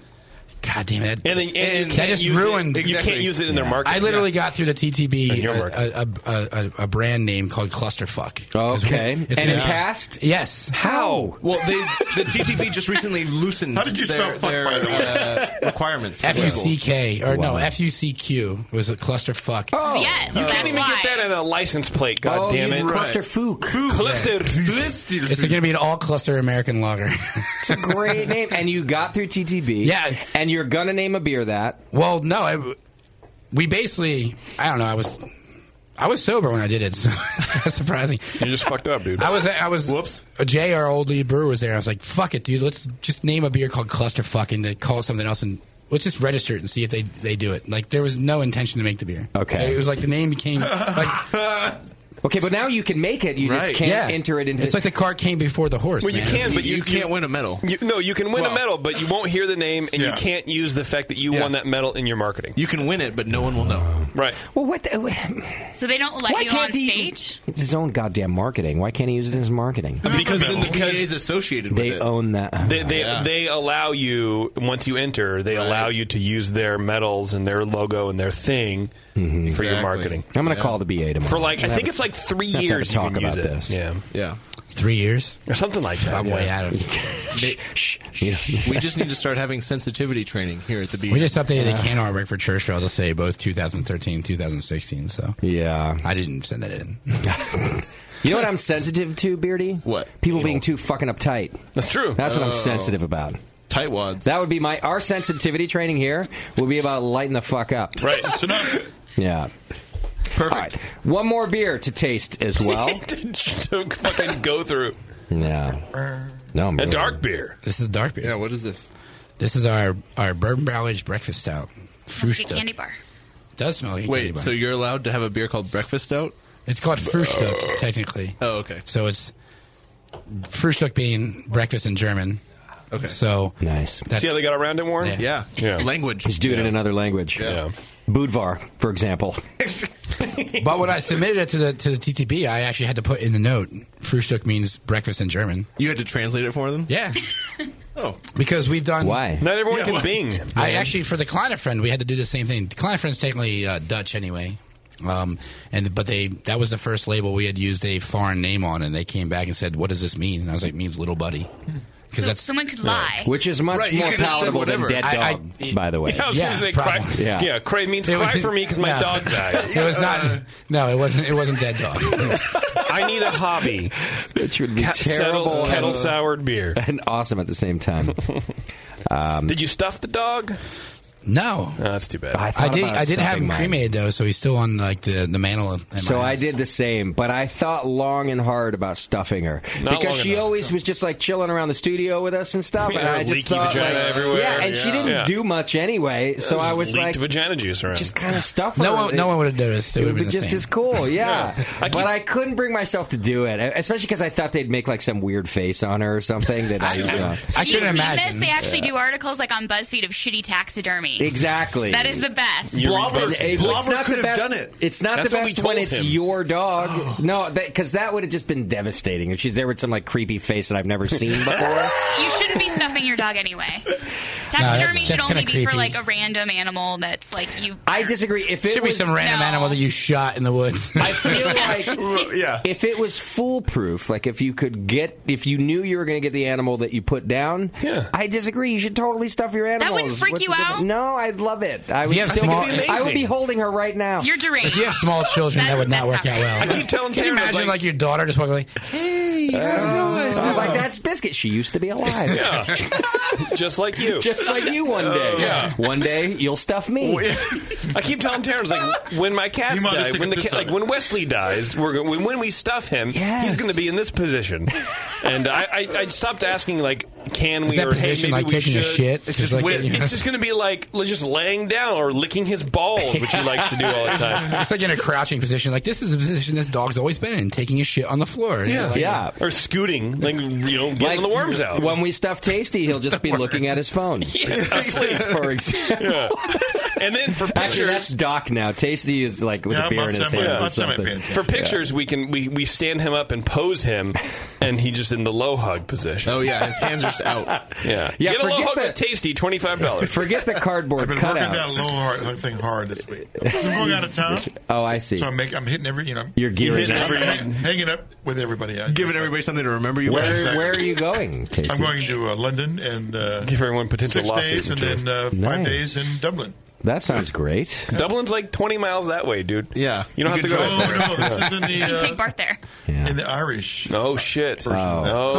Speaker 18: God damn it!
Speaker 2: And, then, and, you
Speaker 18: that
Speaker 2: can't
Speaker 18: just
Speaker 2: use
Speaker 18: ruined.
Speaker 2: It, you can't use it in their market.
Speaker 18: I literally got through the
Speaker 2: In
Speaker 18: TTB
Speaker 2: your
Speaker 18: a, a, uh, a, a, a brand name called Clusterfuck.
Speaker 1: Okay.
Speaker 18: It's
Speaker 1: And it
Speaker 18: gonna-
Speaker 1: passed?
Speaker 18: Yes.
Speaker 1: How?
Speaker 4: Well, they, the TTP just recently loosened
Speaker 18: How did you
Speaker 4: their,
Speaker 18: spell fuck,
Speaker 4: their,
Speaker 18: by the way?
Speaker 4: uh, requirements. for
Speaker 18: FUCK or no
Speaker 4: Wow.
Speaker 18: FUCQ was a Clusterfuck.
Speaker 2: Oh,
Speaker 6: yeah,
Speaker 2: you can't even get that in a license plate. God
Speaker 18: Oh,
Speaker 2: damn
Speaker 18: you're
Speaker 2: it,
Speaker 18: right. Clusterfuck.
Speaker 2: Cluster.
Speaker 18: It's going to be an all cluster American lager. [laughs]
Speaker 1: It's a great name, and you got through TTB. Yeah, and you're gonna name a beer that.
Speaker 18: Well, no, I, we basically. I don't know. I was. I was sober when I did it. [laughs] So that's surprising.
Speaker 2: You just fucked up, dude.
Speaker 18: I was. I was. Whoops. Jay, our old lead brewer, was there. I was like, "Fuck it, dude. Let's just name a beer called Clusterfuck and then call it something else, and let's just register it and see if they they do it." Like there was no intention to make the beer.
Speaker 1: Okay.
Speaker 18: It was like the name became like.
Speaker 2: [laughs]
Speaker 1: Okay, but now you can make it. You just can't enter it into.
Speaker 18: It's like the cart came before the horse.
Speaker 2: Well, you
Speaker 18: man.
Speaker 2: can, but you,
Speaker 4: win a medal.
Speaker 2: no, you can win
Speaker 18: Well-
Speaker 2: a medal, but you won't hear the name, and
Speaker 18: Yeah.
Speaker 2: you can't use the fact that you
Speaker 4: Yeah.
Speaker 2: won that medal in your marketing.
Speaker 4: You can win it, but no one will know.
Speaker 2: Right.
Speaker 1: Well, what? The,
Speaker 6: So they don't let
Speaker 1: Why
Speaker 6: you on
Speaker 1: can't he-
Speaker 6: stage.
Speaker 1: it's his own goddamn marketing. Why can't he use it in his marketing?
Speaker 2: Because
Speaker 1: [laughs]
Speaker 2: the
Speaker 4: PA is associated
Speaker 1: they own that.
Speaker 2: They they, they allow you once you enter, they allow you to use their medals and their logo and their thing for your marketing.
Speaker 1: Mm-hmm. I'm gonna call the BA tomorrow
Speaker 2: For like, I think it's like like three
Speaker 18: Not to have
Speaker 2: years
Speaker 18: to
Speaker 2: you
Speaker 18: talk
Speaker 2: can use
Speaker 18: about
Speaker 2: it.
Speaker 18: this.
Speaker 2: Yeah.
Speaker 4: Yeah.
Speaker 1: [laughs]
Speaker 18: Three years?
Speaker 2: Or something like that.
Speaker 18: I'm
Speaker 2: yeah.
Speaker 18: way out of
Speaker 1: [laughs]
Speaker 4: we just need to start having sensitivity training here at the beginning.
Speaker 18: We just updated the can art for church fail to say both 2013 2016. So yeah, I didn't send that in.
Speaker 1: You know what I'm sensitive to, Beardy? What? People being too fucking uptight.
Speaker 2: That's true.
Speaker 1: That's what
Speaker 4: Oh.
Speaker 1: I'm sensitive about.
Speaker 4: Tight wads.
Speaker 1: That would be my our sensitivity training here will be about lighting the fuck up.
Speaker 4: Right.
Speaker 1: yeah. Perfect. One more beer to taste as
Speaker 2: [laughs]
Speaker 1: well.
Speaker 2: to fucking go through.
Speaker 1: yeah. No, I'm
Speaker 2: A dark beer.
Speaker 18: This is dark beer. Yeah.
Speaker 4: What is this?
Speaker 18: This is our our bourbon barrel aged breakfast stout. Frusta.
Speaker 6: Candy bar.
Speaker 18: Does smell like a
Speaker 4: Wait,
Speaker 18: candy bar.
Speaker 4: so you're allowed to have a beer called breakfast out?
Speaker 18: It's called Frühstück, technically.
Speaker 4: Oh, okay.
Speaker 18: So it's Frühstück being breakfast in German.
Speaker 4: Okay.
Speaker 18: So
Speaker 1: nice.
Speaker 2: See how they got
Speaker 1: [laughs]
Speaker 2: around it, Warren?
Speaker 4: Yeah. Language.
Speaker 1: He's doing it in another language.
Speaker 18: Yeah.
Speaker 1: Budvar, for
Speaker 2: [laughs]
Speaker 1: example.
Speaker 18: [laughs] but when I submitted it to the to the TTB, I actually had to put in the note Frühstück means breakfast in German.
Speaker 4: You had to translate
Speaker 18: [laughs]
Speaker 4: it for them?
Speaker 2: [laughs]
Speaker 18: Yeah.
Speaker 4: oh.
Speaker 18: Because we've done
Speaker 1: why
Speaker 2: Not everyone can Bing.
Speaker 18: I
Speaker 2: man.
Speaker 18: actually for the Kleiner friend we had to do the same thing. Kleiner friend's technically uh, Dutch anyway, um, and but they that was the first label we had used a foreign name on, and they came back and said, "What does this mean?" And I was like, "It means little buddy."
Speaker 2: Hmm.
Speaker 18: Because that's
Speaker 6: Someone could lie.
Speaker 1: Which is much
Speaker 18: Right, you
Speaker 1: more
Speaker 18: could have said
Speaker 1: palatable than
Speaker 18: whatever.
Speaker 1: dead dog,
Speaker 18: I- I-
Speaker 1: by the way.
Speaker 2: [laughs] Yeah, I was gonna say cry,
Speaker 18: probably.
Speaker 2: yeah. cray means
Speaker 18: It
Speaker 2: cry
Speaker 18: was-
Speaker 2: for me because my
Speaker 18: no.
Speaker 2: dog died.
Speaker 18: [laughs]
Speaker 2: Uh,
Speaker 18: It was not. no, it wasn't. It wasn't dead
Speaker 2: [laughs]
Speaker 18: dog.
Speaker 2: I need a hobby.
Speaker 1: Which would be
Speaker 2: Cat-
Speaker 1: terrible.
Speaker 2: settle-
Speaker 1: and-
Speaker 2: kettle soured [laughs] beer.
Speaker 1: And awesome at the same
Speaker 2: [laughs]
Speaker 1: time. Um,
Speaker 2: Did you stuff the dog?
Speaker 18: No,
Speaker 2: that's too bad.
Speaker 1: I,
Speaker 18: I, did. I did have him cremated though, so he's still on like the the mantle. Of, in
Speaker 1: So
Speaker 18: my
Speaker 1: I did the same, but I thought long and hard about stuffing her
Speaker 18: Not
Speaker 1: because
Speaker 18: long
Speaker 1: she
Speaker 18: enough,
Speaker 1: always was just like chilling around the studio with us and
Speaker 2: [laughs]
Speaker 1: stuff, and
Speaker 2: Yeah,
Speaker 1: I just
Speaker 2: leaky
Speaker 1: thought
Speaker 2: vagina
Speaker 1: like,
Speaker 2: everywhere.
Speaker 1: yeah, and she
Speaker 2: Yeah.
Speaker 1: didn't
Speaker 2: Yeah.
Speaker 1: do much anyway, so
Speaker 2: Just
Speaker 1: I was
Speaker 2: leaked
Speaker 1: like,
Speaker 2: vagina juice around.
Speaker 1: just kind of stuff her.
Speaker 18: No one, no one would have noticed.
Speaker 1: It would
Speaker 18: would've
Speaker 1: be
Speaker 18: been the
Speaker 1: just
Speaker 18: same.
Speaker 1: as
Speaker 2: [laughs]
Speaker 1: cool, yeah.
Speaker 18: Yeah. I
Speaker 1: but I couldn't bring myself to do it, especially because I thought they'd make like some weird face on her or something. That I, uh, you know.
Speaker 18: [laughs] I
Speaker 6: Have you seen This? They actually do articles like on BuzzFeed of shitty taxidermy.
Speaker 1: Exactly.
Speaker 6: That is the best.
Speaker 1: You read Blobber- BuzzFeed. Blobber could have done it. It's not
Speaker 6: That's
Speaker 1: the
Speaker 6: what we
Speaker 1: best when
Speaker 6: told
Speaker 1: it's
Speaker 6: him.
Speaker 1: your dog. no, because that, would have just been devastating if she's there with some like creepy face that I've never seen before.
Speaker 6: You shouldn't be stuffing your
Speaker 1: [laughs]
Speaker 6: dog anyway. Taxidermy
Speaker 1: that's
Speaker 6: should only be
Speaker 1: kinda
Speaker 6: for
Speaker 1: creepy.
Speaker 6: like a random animal that's like you.
Speaker 1: I disagree. If it
Speaker 18: should
Speaker 1: was
Speaker 18: be some random animal that you shot in the woods. [laughs]
Speaker 1: I feel like yeah. if it was foolproof, like if you could get, if you knew you were going to get the animal that you put down, I disagree. You should totally stuff your animals.
Speaker 6: wouldn't freak
Speaker 1: What's
Speaker 6: you
Speaker 1: the difference?
Speaker 6: out?
Speaker 1: No, I'd love it. I
Speaker 18: If
Speaker 1: would
Speaker 18: you have
Speaker 1: still.
Speaker 18: small-
Speaker 1: I would be holding her right now.
Speaker 6: You're deranged.
Speaker 18: If you have small children, that, would not work out well.
Speaker 1: I keep telling
Speaker 18: Can you
Speaker 1: Taryn, I was
Speaker 18: imagine like,
Speaker 1: like-
Speaker 18: your daughter just walking like, "Hey, how's it going?"
Speaker 1: I'm Oh. like that's biscuit. She used to be alive.
Speaker 2: [laughs] Yeah. just like you. Uh,
Speaker 1: Just like you one day.
Speaker 2: yeah.
Speaker 1: One day you'll stuff me.
Speaker 2: I keep telling Terrence like when my cats
Speaker 1: You might just
Speaker 2: die,
Speaker 1: think
Speaker 2: when the
Speaker 1: of
Speaker 2: cat,
Speaker 1: this
Speaker 2: like when Wesley dies, we're, go- when when we stuff him, he's going to be in this position. And I, I, I stopped asking like, can
Speaker 18: Is
Speaker 2: we
Speaker 18: that
Speaker 2: or hey,
Speaker 18: position
Speaker 2: maybe
Speaker 18: like
Speaker 2: we
Speaker 18: taking
Speaker 2: should.
Speaker 18: a shit?
Speaker 2: It's
Speaker 18: It's
Speaker 2: just
Speaker 18: like-
Speaker 2: when- it's just going to be like li- just laying down or licking his balls, [laughs] which he likes to do all the
Speaker 18: [laughs]
Speaker 2: time.
Speaker 18: It's like in a crouching position. Like this is the position this dog's always been in, taking a shit on the floor. It's like-
Speaker 2: or scooting, like you know, getting the worms out.
Speaker 1: When we stuff Tasty, he'll just
Speaker 2: [laughs]
Speaker 1: be looking at his phone. [laughs] For example.
Speaker 2: And then for
Speaker 1: Actually, that's Doc now. Tasty is like with a beer in his hand or something.
Speaker 2: For pictures, we can we, we stand him up and pose him, and he just in the low hug position.
Speaker 4: Oh yeah, his hands are just out.
Speaker 2: [laughs] Yeah,
Speaker 4: Yeah,
Speaker 2: Get a low
Speaker 4: forget
Speaker 2: hug with Tasty, twenty
Speaker 1: [laughs]
Speaker 2: five dollars.
Speaker 1: Oh, Forget the cardboard
Speaker 3: I've been working that
Speaker 1: cutouts.
Speaker 3: little hard, that thing hard this week. 'Cause I'm going out of town,
Speaker 1: Oh, I see.
Speaker 3: so I'm making, I'm hitting every, you know,
Speaker 1: You're gearing
Speaker 3: hitting
Speaker 1: up.
Speaker 3: every- hang- hanging up with everybody. I,
Speaker 4: Giving everybody something to remember you.
Speaker 3: Where-
Speaker 4: by.
Speaker 3: Exactly.
Speaker 1: Where are you going? Casey?
Speaker 3: I'm going to uh, London and uh,
Speaker 2: Give everyone potential
Speaker 3: six
Speaker 2: lawsuit
Speaker 3: days, and
Speaker 2: material.
Speaker 3: then uh, five
Speaker 2: Nice.
Speaker 3: days in Dublin.
Speaker 1: That sounds great.
Speaker 3: Uh,
Speaker 2: Dublin's like twenty miles that way, dude. Yeah, you don't
Speaker 3: You
Speaker 2: have to
Speaker 3: could
Speaker 2: go.
Speaker 3: drive-
Speaker 2: that far.
Speaker 3: Oh,
Speaker 1: [laughs]
Speaker 3: no, this is in the, uh,
Speaker 6: [laughs] take Bart there.
Speaker 3: in the Irish.
Speaker 2: Oh shit! Oh,
Speaker 3: that.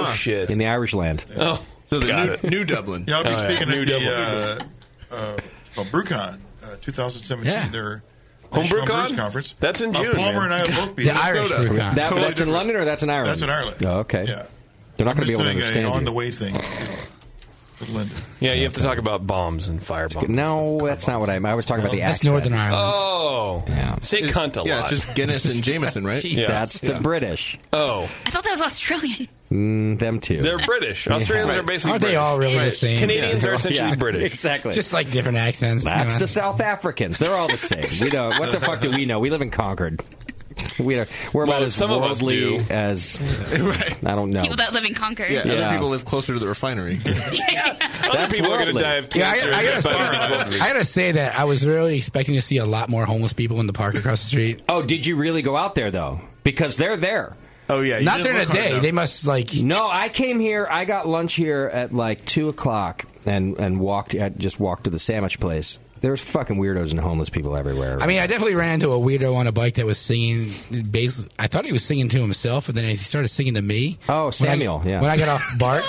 Speaker 3: Huh.
Speaker 2: shit!
Speaker 1: In the Irish land.
Speaker 2: Oh,
Speaker 4: So the
Speaker 2: got
Speaker 4: new-
Speaker 2: it.
Speaker 4: new Dublin.
Speaker 3: Yeah, I'll be
Speaker 2: All right.
Speaker 3: speaking
Speaker 2: New
Speaker 3: at the
Speaker 2: Dublin.
Speaker 3: uh, uh, well, BrewCon uh, 2017.
Speaker 2: Yeah.
Speaker 3: Their
Speaker 2: Home
Speaker 3: National
Speaker 2: BrewCon?
Speaker 3: Brewers Conference.
Speaker 2: That's in
Speaker 3: Uh,
Speaker 2: June,
Speaker 3: Palmer and
Speaker 2: man.
Speaker 3: I will both be
Speaker 2: The
Speaker 3: in
Speaker 2: Irish
Speaker 3: Minnesota.
Speaker 2: BrewCon.
Speaker 1: That, that's
Speaker 3: Totally
Speaker 1: in
Speaker 3: different.
Speaker 1: London or that's in Ireland?
Speaker 3: That's in Ireland.
Speaker 1: Oh, okay.
Speaker 3: Yeah.
Speaker 1: They're not going
Speaker 3: I'm
Speaker 1: to be
Speaker 3: just
Speaker 1: able to
Speaker 3: doing
Speaker 1: understand
Speaker 3: a
Speaker 1: you.
Speaker 3: on the way thing. with London.
Speaker 2: Yeah, you have to talk about bombs and firebombs.
Speaker 1: No, that's not what I'm. I was talking about the
Speaker 2: That's
Speaker 1: accent.
Speaker 2: Northern Ireland. Oh, say cunt a lot.
Speaker 4: Yeah, it's just Guinness and Jameson,
Speaker 1: [laughs]
Speaker 4: right?
Speaker 2: [laughs] Yeah.
Speaker 1: That's the
Speaker 2: Yeah.
Speaker 1: British.
Speaker 2: Oh,
Speaker 6: I thought that
Speaker 1: [laughs]
Speaker 6: was Australian.
Speaker 1: Mm, them too.
Speaker 2: they're British. Australians
Speaker 1: Yeah.
Speaker 2: are basically.
Speaker 18: Aren't they all really the same?
Speaker 2: Canadians are essentially
Speaker 1: Yeah,
Speaker 2: British.
Speaker 1: Exactly.
Speaker 18: Just like different accents.
Speaker 1: That's
Speaker 18: you know.
Speaker 1: the South Africans. They're all the same. We don't. What the fuck do we know? We live in Concord. We are, we're about
Speaker 24: Well,
Speaker 1: as
Speaker 24: some of us
Speaker 1: worldly
Speaker 24: do.
Speaker 1: as I don't know.
Speaker 6: People that live in Concord.
Speaker 4: Yeah, other
Speaker 6: [laughs]
Speaker 4: people live closer to the refinery.
Speaker 1: That's
Speaker 4: people are gonna
Speaker 1: worldly.
Speaker 4: die of
Speaker 18: Yeah, I-
Speaker 4: cancer
Speaker 18: I,
Speaker 4: in
Speaker 18: gotta
Speaker 4: the
Speaker 18: say,
Speaker 4: environment.
Speaker 18: I gotta say that I was really expecting to see a lot more homeless people in the park across the street.
Speaker 1: Oh, did you really go out there though? Because they're there.
Speaker 4: Oh yeah,
Speaker 18: you Not didn't during the look hard day. enough. They must like.
Speaker 1: No, I came here. I got lunch here at like two o'clock and and walked. I just walked to the sandwich place. There's fucking weirdos and homeless people everywhere.
Speaker 18: I mean, I definitely ran into a weirdo on a bike that was singing. Basically, I thought he was singing to himself, and then he started singing to me. Oh,
Speaker 1: Samuel,
Speaker 18: When I,
Speaker 1: yeah.
Speaker 18: When I got off BART,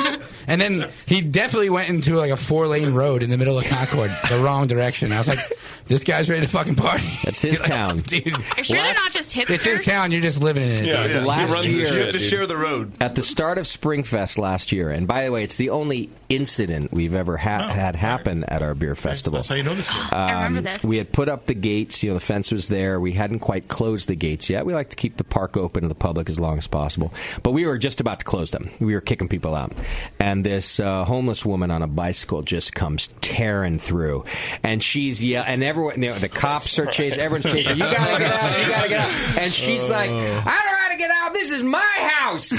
Speaker 18: and then he definitely went into like a four lane road in the middle of Concord, the wrong direction. I was like, this guy's ready to fucking party.
Speaker 1: That's his town,
Speaker 18: dude.
Speaker 6: Are you sure they're not just hipsters?
Speaker 18: It's his town. You're just living in it.
Speaker 1: Yeah,
Speaker 18: dude.
Speaker 1: yeah. Last year- You have to share
Speaker 4: the road.
Speaker 1: At the start of Springfest last year, and by the way, it's the only incident we've ever ha- had happen at our beer festival. Oh, That's how
Speaker 3: you know this.
Speaker 1: I remember this. We had put up the gates. You know, the fence was there. We hadn't quite closed the gates yet. We like to keep the park open to the public as long as possible, but we were just about to close them. We were kicking people out, and this uh, homeless woman on a bicycle just comes tearing through, and she's yeah, and everyone, you know, the cops are chasing. Everyone's chasing. You gotta get out! You gotta get out! And she's
Speaker 2: Oh.
Speaker 1: like, I don't know how to get out. This is my house.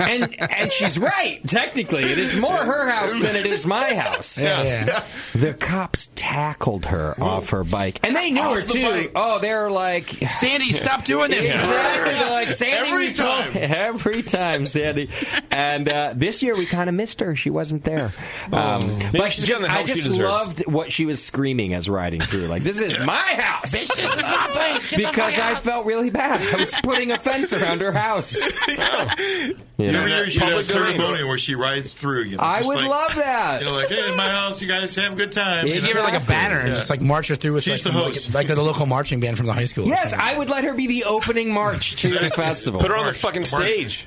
Speaker 1: and and she's
Speaker 2: [laughs]
Speaker 1: right. Technically, it is more her house than it is my house.
Speaker 18: Yeah, yeah.
Speaker 1: [laughs] The cops tackled her off her bike, and they knew
Speaker 18: Off
Speaker 1: her
Speaker 18: the
Speaker 1: too.
Speaker 18: bike.
Speaker 1: Oh, they're like,
Speaker 18: Sandy, stop doing this.
Speaker 1: Exactly. They're like, Sandy,
Speaker 18: Every
Speaker 1: we told-
Speaker 18: time.
Speaker 1: [laughs] every time, Sandy. And uh, this year we kind of missed her. She wasn't there. Um,
Speaker 2: Oh. Maybe
Speaker 1: but
Speaker 2: she's
Speaker 1: just-
Speaker 2: gotten the
Speaker 1: I
Speaker 2: help she
Speaker 1: just
Speaker 2: deserves.
Speaker 1: loved what she was screaming as riding through. Like, this is my house.
Speaker 2: Bitch, this is my place. Get the
Speaker 1: because
Speaker 2: fuck
Speaker 1: I
Speaker 2: out.
Speaker 1: felt really bad. I was putting a fence around her
Speaker 2: [laughs]
Speaker 1: house.
Speaker 3: You
Speaker 1: know?
Speaker 3: know, you should have a Public domain. ceremony where she rides through. You know,
Speaker 1: I
Speaker 3: just
Speaker 1: would
Speaker 3: like-
Speaker 1: love that.
Speaker 3: You know, like, hey, in my house, you guys have a good time.
Speaker 18: You
Speaker 3: You
Speaker 18: should
Speaker 3: know?
Speaker 18: give her like a banner and
Speaker 3: Yeah.
Speaker 18: just like march her through with like,
Speaker 3: She's the
Speaker 18: like-
Speaker 3: host.
Speaker 18: like, the local marching band from the high school. or
Speaker 1: Yes,
Speaker 18: something.
Speaker 1: I would let her be the opening march to
Speaker 2: [laughs]
Speaker 1: the festival.
Speaker 2: Put her on the fucking stage.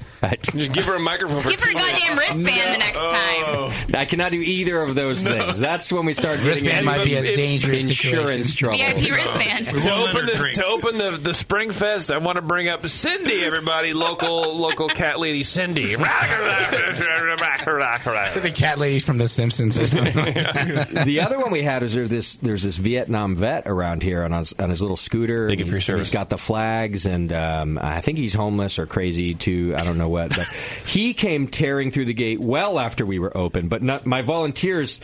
Speaker 2: Just give her a microphone. For
Speaker 6: Give her a
Speaker 2: two minutes.
Speaker 6: goddamn wristband the next
Speaker 1: [laughs]
Speaker 6: [laughs] time.
Speaker 1: Oh. I cannot do either of those things. That's when we start getting
Speaker 18: Wristband
Speaker 1: into
Speaker 18: might be a
Speaker 1: in-
Speaker 18: dangerous
Speaker 1: insurance trouble.
Speaker 6: VIP wristband.
Speaker 2: Uh, to open the to open the, the spring fest, I want to bring up Cindy, everybody, local local cat
Speaker 1: [laughs]
Speaker 2: lady Cindy. [laughs]
Speaker 18: I think cat ladies from The Simpsons or something. like that.
Speaker 1: [laughs] the other one we had is there this there's this Vietnam vet around here on his, on his little scooter. Thank you for your service. He's got the flags, and um, I think he's homeless or crazy too. I don't know what. [laughs] But he came tearing through the gate well after we were open, but not, my volunteers.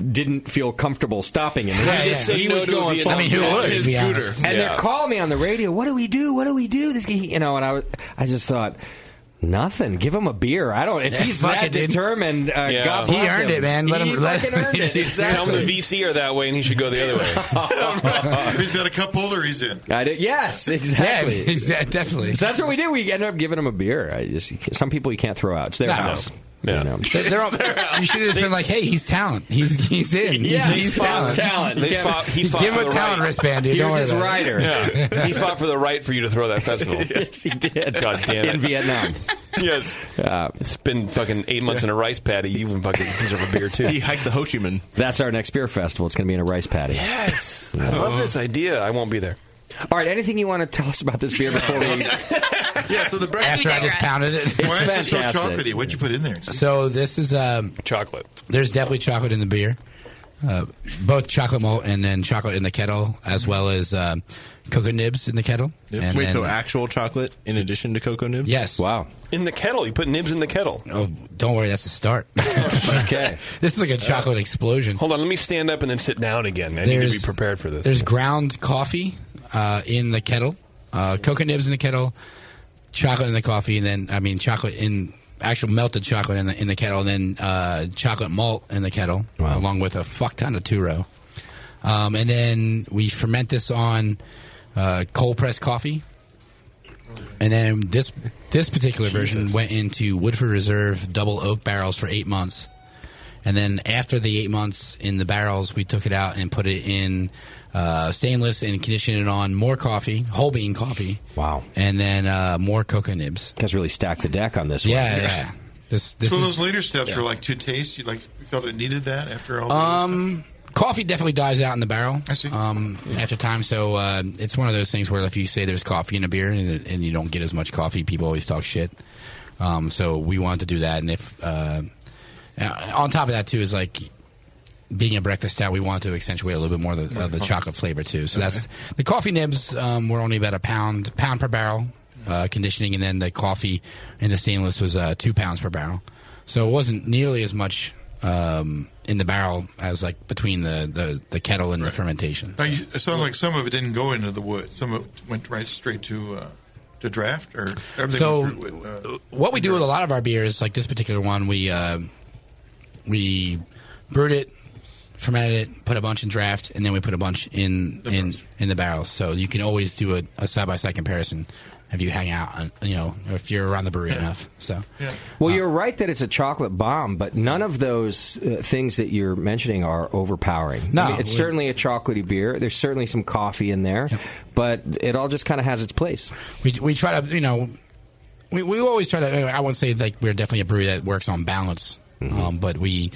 Speaker 1: Didn't feel comfortable stopping him.
Speaker 18: Yeah,
Speaker 1: he
Speaker 18: yeah. Say
Speaker 1: he
Speaker 18: no
Speaker 1: was
Speaker 18: to a
Speaker 1: going.
Speaker 18: Vietnam
Speaker 1: full
Speaker 18: I mean, who
Speaker 1: jet.
Speaker 18: would, to be honest?
Speaker 1: And
Speaker 18: Yeah.
Speaker 1: they're calling me on the radio. What do we do? What do we do? This, guy, you know. And I, was, I just thought, nothing. Give him a beer. I don't. If
Speaker 18: Yeah,
Speaker 1: he's
Speaker 18: fuck
Speaker 1: that
Speaker 18: it, dude.
Speaker 1: determined, uh,
Speaker 2: Yeah.
Speaker 1: God
Speaker 2: He
Speaker 1: bless
Speaker 2: earned it, man. Let
Speaker 1: He
Speaker 2: him- let-
Speaker 1: fucking
Speaker 2: [laughs]
Speaker 1: earned
Speaker 18: [laughs]
Speaker 1: it.
Speaker 2: Tell him the VC are that way, and he should go the
Speaker 1: [laughs]
Speaker 2: other way.
Speaker 3: If he's got a cup holder, he's in.
Speaker 1: I did, yes, exactly.
Speaker 18: [laughs]
Speaker 3: Yeah, yeah, definitely.
Speaker 1: So that's what we did. We ended up giving them a beer. I just some people you can't throw out. It's their
Speaker 18: No.
Speaker 1: house.
Speaker 2: Yeah.
Speaker 1: You know.
Speaker 18: They- [laughs] They're all, you should have just been like, "Hey, [laughs] he's talent. He's he's in.
Speaker 1: Yeah,
Speaker 18: he's, he's
Speaker 1: he's
Speaker 18: talent.
Speaker 1: talent.
Speaker 2: They fought, he fought
Speaker 18: Give him
Speaker 2: for
Speaker 18: a
Speaker 2: the
Speaker 18: talent
Speaker 2: right.
Speaker 18: wristband, dude. Don't worry about it.
Speaker 1: [laughs]
Speaker 2: Yeah. He fought for the right for you to throw that festival.
Speaker 1: yes, he did.
Speaker 2: God damn it.
Speaker 1: In Vietnam.
Speaker 2: [laughs] Yes. it's been fucking eight months in a rice paddy. You even fucking deserve a beer, too.
Speaker 1: He
Speaker 4: hiked the Ho Chi Minh.
Speaker 1: That's our next beer festival. It's going to be in a rice paddy. [laughs]
Speaker 2: Yes. I love this idea. I won't be there.
Speaker 1: All right. Anything you want to tell us about this beer before we?
Speaker 4: yeah, so the
Speaker 18: [laughs] After I just pounded it.
Speaker 3: Why is it so
Speaker 18: fantastic.
Speaker 3: chocolatey? What'd you put in there?
Speaker 18: [laughs] So this is um,
Speaker 2: chocolate.
Speaker 18: There's definitely chocolate in the beer, uh, both chocolate malt and then chocolate in the kettle, as well as um, cocoa nibs in the kettle. And
Speaker 4: Wait,
Speaker 18: then- uh,
Speaker 4: so actual chocolate in addition to cocoa nibs?
Speaker 18: Yes. Wow.
Speaker 2: In the kettle. You put nibs in the kettle.
Speaker 18: Oh, don't worry, that's the
Speaker 2: [laughs]
Speaker 18: start.
Speaker 2: okay.
Speaker 18: [laughs] This is like a chocolate explosion.
Speaker 2: Hold on. Let me stand up and then sit down again. I need to be
Speaker 18: There's-
Speaker 2: prepared for this.
Speaker 18: There's ground coffee uh, in the kettle, uh, cocoa nibs in the kettle, chocolate in the coffee, and then I mean chocolate in actual melted chocolate in the in the kettle, and then uh, chocolate malt in the kettle, along with a fuck ton of turo. Um, and then we ferment this on uh, cold pressed coffee, and then this this
Speaker 1: [laughs]
Speaker 18: particular version went into Woodford Reserve double oak barrels for eight months. And then after the eight months in the barrels, we took it out and put it in uh, stainless and conditioned it on more coffee, whole bean coffee.
Speaker 1: Wow.
Speaker 18: And then uh, more cocoa nibs.
Speaker 1: You guys really stacked the deck on this
Speaker 18: Yeah,
Speaker 1: one.
Speaker 18: yeah. This, this
Speaker 3: so
Speaker 18: is-
Speaker 3: those later steps
Speaker 18: yeah.
Speaker 3: were like two tastes. You like you felt it needed that after all. the-
Speaker 1: Uh,
Speaker 18: Um, coffee definitely dies out in the barrel. Um, after time, so uh, it's one of those things where if you say there's coffee in a beer and, and you don't get as much coffee, people always talk shit. Um, so we wanted to do that, and if uh, uh, on top of that too is like being a breakfast stout, we want to accentuate a little bit more of the, of
Speaker 3: Uh-huh.
Speaker 18: the chocolate flavor too. So that's the coffee nibs um, were only about a pound pound per barrel uh, conditioning, and then the coffee in the stainless was uh, two pounds per barrel. So it wasn't nearly as much um, in the barrel as like between the the, the kettle and the fermentation.
Speaker 3: Now, you, it sounds like some of it didn't go into the wood. Some of it went right straight to uh, to draft, or everything.
Speaker 18: So,
Speaker 3: went through, uh,
Speaker 18: what we do with a lot of our beers, like this particular one, we uh, we brewed it, fermented it, put a bunch in draft, and then we put a bunch in in, in the barrels. So you can always do a- a side by side comparison if you hang out, and, you know, if you're around the
Speaker 3: [laughs]
Speaker 18: brewery enough. So
Speaker 1: Well, you're right that it's a chocolate bomb, but none of those uh, things that you're mentioning are overpowering.
Speaker 18: No.
Speaker 1: I mean, it's certainly a chocolatey beer. There's certainly some coffee in there, but it all just kind of has its place.
Speaker 18: We we try to you know we, we always try to. I won't say like we're definitely a brewery that works on balance,
Speaker 1: Mm-hmm.
Speaker 18: um, but we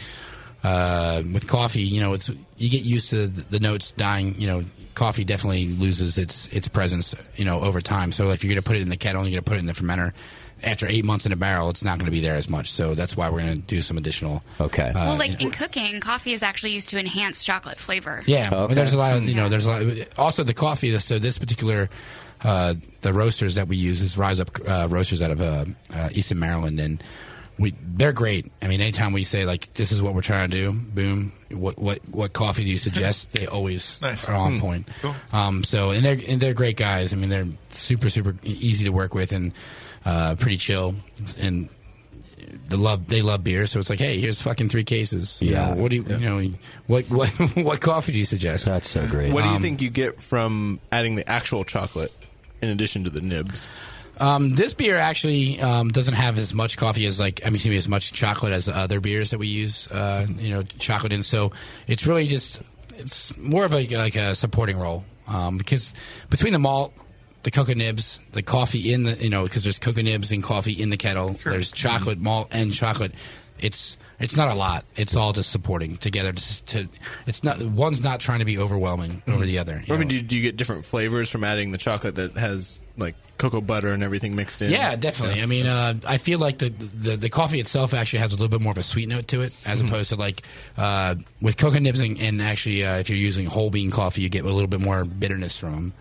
Speaker 18: uh, with coffee, you know, it's you get used to the, the notes dying. You know, coffee definitely loses its its presence, you know, over time. So if you're going to put it in the kettle, and you're going to put it in the fermenter. After eight months in a barrel, it's not going to be there as much. So that's why we're going to do some additional. uh,
Speaker 1: Okay.
Speaker 6: well, like in cooking, coffee is actually used to enhance chocolate flavor.
Speaker 18: Yeah, but there's a lot of you know. There's a lot. also, the coffee. So this particular, uh, the roasters that we use is Rise Up uh, roasters out of uh, uh, Easton, Maryland, and we they're great. I mean, anytime we say like this is what we're trying to do, boom. What what what coffee do you
Speaker 3: [laughs]
Speaker 18: suggest? They always
Speaker 3: Nice.
Speaker 18: are on
Speaker 3: Hmm.
Speaker 18: point.
Speaker 3: Cool.
Speaker 18: Um, so and they're and they're great guys. I mean, they're super super e-, easy to work with and uh, pretty chill and. The love they love beer, so it's like, hey, here's fucking three cases. You
Speaker 4: Yeah.
Speaker 18: know, what do you, you know, what what [laughs] what coffee do you suggest?
Speaker 1: That's so great.
Speaker 4: What
Speaker 18: Um,
Speaker 4: do you think you get from adding the actual chocolate in addition to the nibs?
Speaker 18: Um, this beer actually um, doesn't have as much coffee as like I mean, excuse me, as much chocolate as the other beers that we use. Uh, you know, chocolate in. So it's really just it's more of a, like a supporting role um, because between the malt. The cocoa nibs, the coffee in the you know because there's cocoa nibs and coffee in the kettle. There's chocolate malt and chocolate. It's it's not a lot. It's all just supporting together. To, to it's not one's not trying to be overwhelming over the other.
Speaker 4: I mean, do, do you get different flavors from adding the chocolate that has like cocoa butter and everything mixed in?
Speaker 18: Yeah, definitely. I
Speaker 4: [laughs]
Speaker 18: mean, uh, I feel like the, the the coffee itself actually has a little bit more of a sweet note to it, as opposed to like uh, with cocoa nibs and, and actually uh, if you're using whole bean coffee, you get a little bit more bitterness from 'em.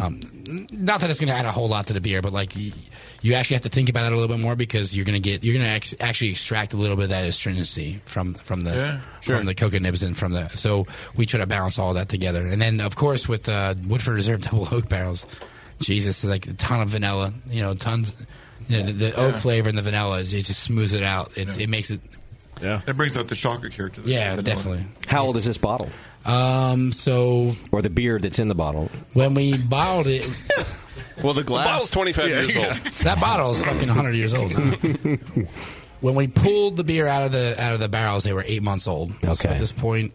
Speaker 18: Um, n- not that it's going to add a whole lot to the beer, but like y- you actually have to think about it a little bit more because you're going to get you're going to ex- actually extract a little bit of that astringency from from the
Speaker 3: Yeah, sure.
Speaker 18: from the cocoa nibs and from the so we try to balance all that together. And then of course with uh, Woodford Reserve [laughs] double oak barrels, Jesus, like a ton of vanilla, you know, tons. You know, the, the oak
Speaker 3: Yeah.
Speaker 18: flavor and the vanilla is it just smooths it out. It's, It makes it.
Speaker 4: Yeah,
Speaker 3: it brings out the chocolate character.
Speaker 18: Yeah, definitely.
Speaker 1: How old is this bottle?
Speaker 18: Um, so
Speaker 1: or the beer that's in the bottle.
Speaker 18: When we bottled it, [laughs]
Speaker 4: well, the
Speaker 18: glass-
Speaker 2: bottle's 25 years
Speaker 3: [laughs]
Speaker 2: old.
Speaker 18: that bottle is fucking 100 years old. when we pulled the beer out of the out of the barrels, they were eight months old. So
Speaker 1: Okay.
Speaker 18: at this point,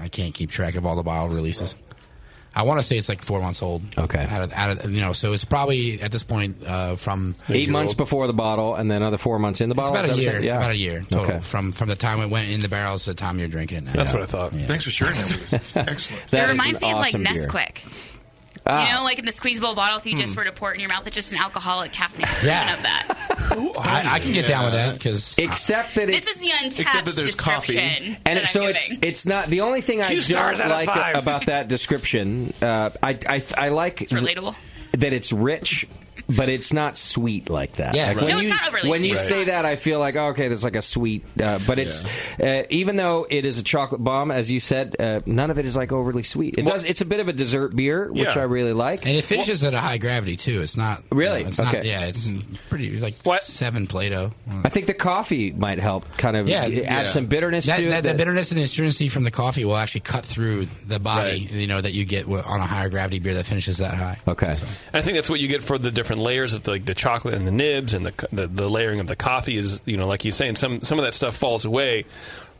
Speaker 18: I can't keep track of all the bottle releases. I want to say it's like four months old. Okay. Out of, out of you know, so it's probably at this point uh, from
Speaker 1: Eight months before the bottle, and then another four months in the
Speaker 18: It's
Speaker 1: bottle.
Speaker 18: about a
Speaker 1: Is that what
Speaker 18: year.
Speaker 1: it- Yeah.
Speaker 18: About a year total
Speaker 1: Okay.
Speaker 18: from from the time it went in the barrels to the time you're drinking it now.
Speaker 1: That's what I thought.
Speaker 3: Thanks for sharing that
Speaker 18: [laughs]
Speaker 3: with us. Excellent.
Speaker 6: It reminds me of like Nesquik.
Speaker 1: Ah.
Speaker 6: You know, like in the squeezable bottle, if you just
Speaker 18: Hmm.
Speaker 6: were to pour it in your mouth, it's just an alcoholic caffeinated
Speaker 18: Yeah.
Speaker 6: version of that.
Speaker 18: I, I can get down with that because
Speaker 1: Except that
Speaker 6: This
Speaker 1: it's
Speaker 6: is the untapped Except that there's coffee. description
Speaker 1: and
Speaker 6: that
Speaker 1: it- so
Speaker 6: I'm
Speaker 1: it's it's not the only thing
Speaker 6: Two
Speaker 1: I
Speaker 6: stars
Speaker 1: don't
Speaker 6: out of
Speaker 1: like uh,
Speaker 6: five. [laughs]
Speaker 1: about that description. Uh, I, I I like it's
Speaker 6: relatable.
Speaker 1: that it's rich, but it's not sweet like that.
Speaker 6: Yeah,
Speaker 1: Like,
Speaker 6: right.
Speaker 1: when
Speaker 6: No, it's
Speaker 1: you
Speaker 6: not overly
Speaker 1: when you
Speaker 6: sweet.
Speaker 1: say that, I feel like oh, okay, there's like a sweet, uh, but it's uh, even though it is a chocolate bomb, as you said, uh, none of it is like overly sweet. It
Speaker 18: Well-
Speaker 1: does. It's a bit of a dessert beer, which
Speaker 18: Yeah.
Speaker 1: I really like,
Speaker 18: and it finishes at a high gravity too. It's not
Speaker 1: Really?
Speaker 18: you know, it's
Speaker 1: Okay.
Speaker 18: Not, yeah, it's pretty like seven Play-Doh.
Speaker 1: I think the coffee might help kind of
Speaker 18: Yeah,
Speaker 1: add
Speaker 18: yeah.
Speaker 1: some bitterness
Speaker 18: That,
Speaker 1: to it.
Speaker 18: that, the bitterness and astringency from the coffee will actually cut through the body. You know that you get wi- on a higher gravity beer that finishes that high.
Speaker 1: Okay.
Speaker 2: I think that's what you get for the different layers of the, like the chocolate and the nibs and the, co- the the layering of the coffee is you know like you're saying some some of that stuff falls away,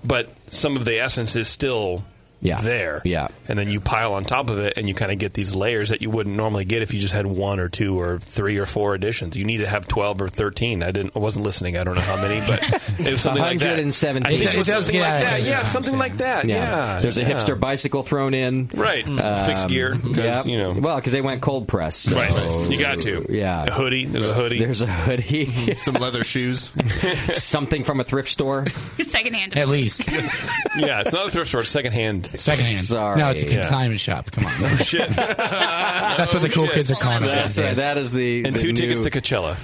Speaker 2: but some of the essence is still
Speaker 1: Yeah.
Speaker 2: there.
Speaker 1: Yeah.
Speaker 2: And then you pile on top of it and you kind of get these layers that you wouldn't normally get if you just had one or two or three or four editions. You need to have 12 or 13. I didn't I wasn't listening. I don't know how many,
Speaker 1: [laughs]
Speaker 2: but it was something like that.
Speaker 1: 117.
Speaker 2: I think it was something like that. Yeah, something like that. Yeah.
Speaker 1: There's a
Speaker 2: Yeah.
Speaker 1: hipster bicycle thrown in. Um,
Speaker 2: Right. Fixed gear, 'cause, you know.
Speaker 1: Well, because they went cold press. so-
Speaker 2: Right. You got to.
Speaker 1: Yeah.
Speaker 2: A hoodie. There's a hoodie.
Speaker 1: There's a
Speaker 18: [laughs]
Speaker 1: hoodie.
Speaker 4: Some leather shoes.
Speaker 1: [laughs] Something from a thrift store.
Speaker 6: [laughs] Secondhand.
Speaker 1: At least.
Speaker 2: yeah, it's not a thrift store. It's secondhand.
Speaker 18: Secondhand.
Speaker 1: Sorry.
Speaker 18: No, it's a
Speaker 1: Yeah.
Speaker 18: consignment shop. Come on.
Speaker 6: [laughs]
Speaker 18: [laughs]
Speaker 2: Oh, shit.
Speaker 18: That's what the cool kids are calling it.
Speaker 2: That's
Speaker 18: these
Speaker 2: it.
Speaker 18: days.
Speaker 2: That is
Speaker 1: the
Speaker 2: And
Speaker 1: the
Speaker 2: two tickets
Speaker 1: new-
Speaker 18: [laughs]
Speaker 2: to Coachella.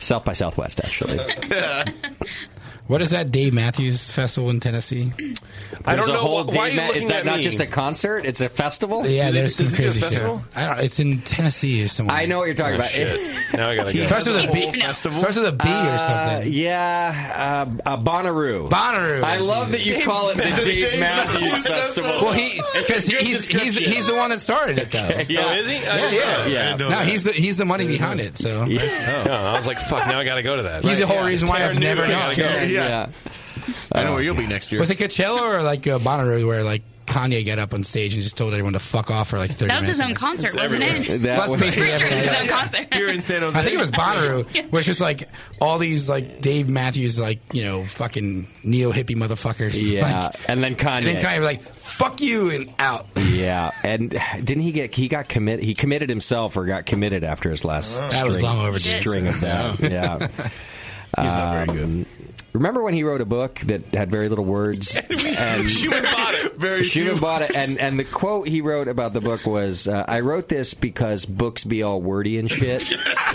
Speaker 1: South by Southwest, actually.
Speaker 18: [laughs] What is that Dave Matthews Festival in Tennessee?
Speaker 1: There's
Speaker 18: don't
Speaker 1: a
Speaker 18: know
Speaker 1: whole
Speaker 18: wh-
Speaker 1: day
Speaker 18: why are you
Speaker 1: ma- Is
Speaker 18: looking
Speaker 1: that
Speaker 18: at
Speaker 1: not
Speaker 18: me?
Speaker 1: just a concert? It's a festival.
Speaker 18: Yeah, there's some crazy shit. I don't, it's in Tennessee or somewhere.
Speaker 1: I know what you're
Speaker 2: Oh,
Speaker 18: Oh,
Speaker 1: talking about.
Speaker 2: Now I gotta
Speaker 18: He
Speaker 2: go.
Speaker 18: starts with a B. Starts with a B or
Speaker 1: Uh,
Speaker 18: something.
Speaker 1: yeah, uh, uh, Bonnaroo.
Speaker 18: Bonnaroo.
Speaker 1: I love that you
Speaker 18: Dave
Speaker 1: call it the
Speaker 18: Matthews-
Speaker 1: Dave,
Speaker 18: Dave
Speaker 1: Matthews,
Speaker 18: Matthews
Speaker 1: Festival.
Speaker 18: Well, he because he's, he's he's the one that started it though.
Speaker 2: [laughs] Yeah. Oh, is he?
Speaker 18: Yeah,
Speaker 2: I didn't
Speaker 18: yeah,
Speaker 2: know. I didn't know
Speaker 18: No,
Speaker 2: that.
Speaker 18: he's the he's the money behind it. So
Speaker 2: No, I was like, fuck, now I gotta go to that.
Speaker 18: He's the whole reason why
Speaker 2: Tara
Speaker 18: I've never
Speaker 2: Newton,
Speaker 18: gone.
Speaker 2: I gotta go.
Speaker 18: Yeah.
Speaker 4: I know where you'll be next year.
Speaker 18: was it Coachella or like uh, Bonnaroo where like Kanye got up on stage and just told everyone to fuck off for like thirty.
Speaker 6: That was his
Speaker 18: minutes?
Speaker 6: own concert, wasn't it?
Speaker 4: [laughs]
Speaker 18: Well, that's basically everything.
Speaker 6: His own concert.
Speaker 4: Here in San
Speaker 18: I think it was
Speaker 4: [laughs]
Speaker 18: Bonnaroo, where it's just like all these like Dave Matthews, like you know, fucking neo hippie motherfuckers. [laughs]
Speaker 1: Yeah,
Speaker 18: like,
Speaker 1: and then Kanye.
Speaker 18: and then Kanye was like, "Fuck you," and out.
Speaker 1: yeah, and didn't he get he got commit he committed himself or got committed after his last
Speaker 18: That
Speaker 1: string,
Speaker 18: was long overdue.
Speaker 1: string of that.
Speaker 18: Yeah.
Speaker 1: yeah.
Speaker 18: [laughs]
Speaker 1: He's not very good. Um, Remember when he wrote a book that had very little [laughs] words? and
Speaker 2: Schumann bought it.
Speaker 1: Very bought it, and and the quote he wrote about the book was, uh, "I wrote this because books be all wordy and [laughs] shit."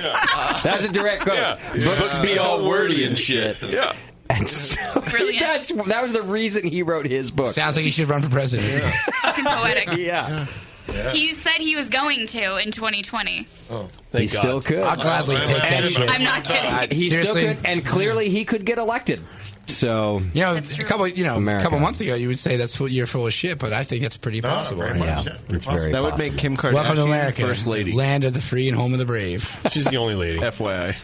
Speaker 1: That's a direct quote. Books be all wordy and shit.
Speaker 2: Yeah.
Speaker 1: And so that's that was the reason he wrote his book.
Speaker 18: Sounds like he should run for president.
Speaker 6: Fucking
Speaker 1: [laughs]
Speaker 6: poetic.
Speaker 1: yeah.
Speaker 6: He said he was going to in 2020.
Speaker 18: Oh,
Speaker 1: He still could.
Speaker 18: I'll gladly take that shit.
Speaker 6: I'm not kidding.
Speaker 1: He
Speaker 18: Seriously?
Speaker 1: still could, and clearly he could get elected. So
Speaker 18: You know, a couple, you know,
Speaker 1: America.
Speaker 18: a couple months ago, you would say that's full, you're full of shit, but I think that's pretty possible.
Speaker 4: Oh, very much, Yeah, yeah,
Speaker 1: it's possible. very
Speaker 4: That would make Kim Kardashian
Speaker 18: Welcome to America,
Speaker 4: first lady.
Speaker 18: land of the free and home of the brave.
Speaker 2: She's the only lady.
Speaker 4: FYI.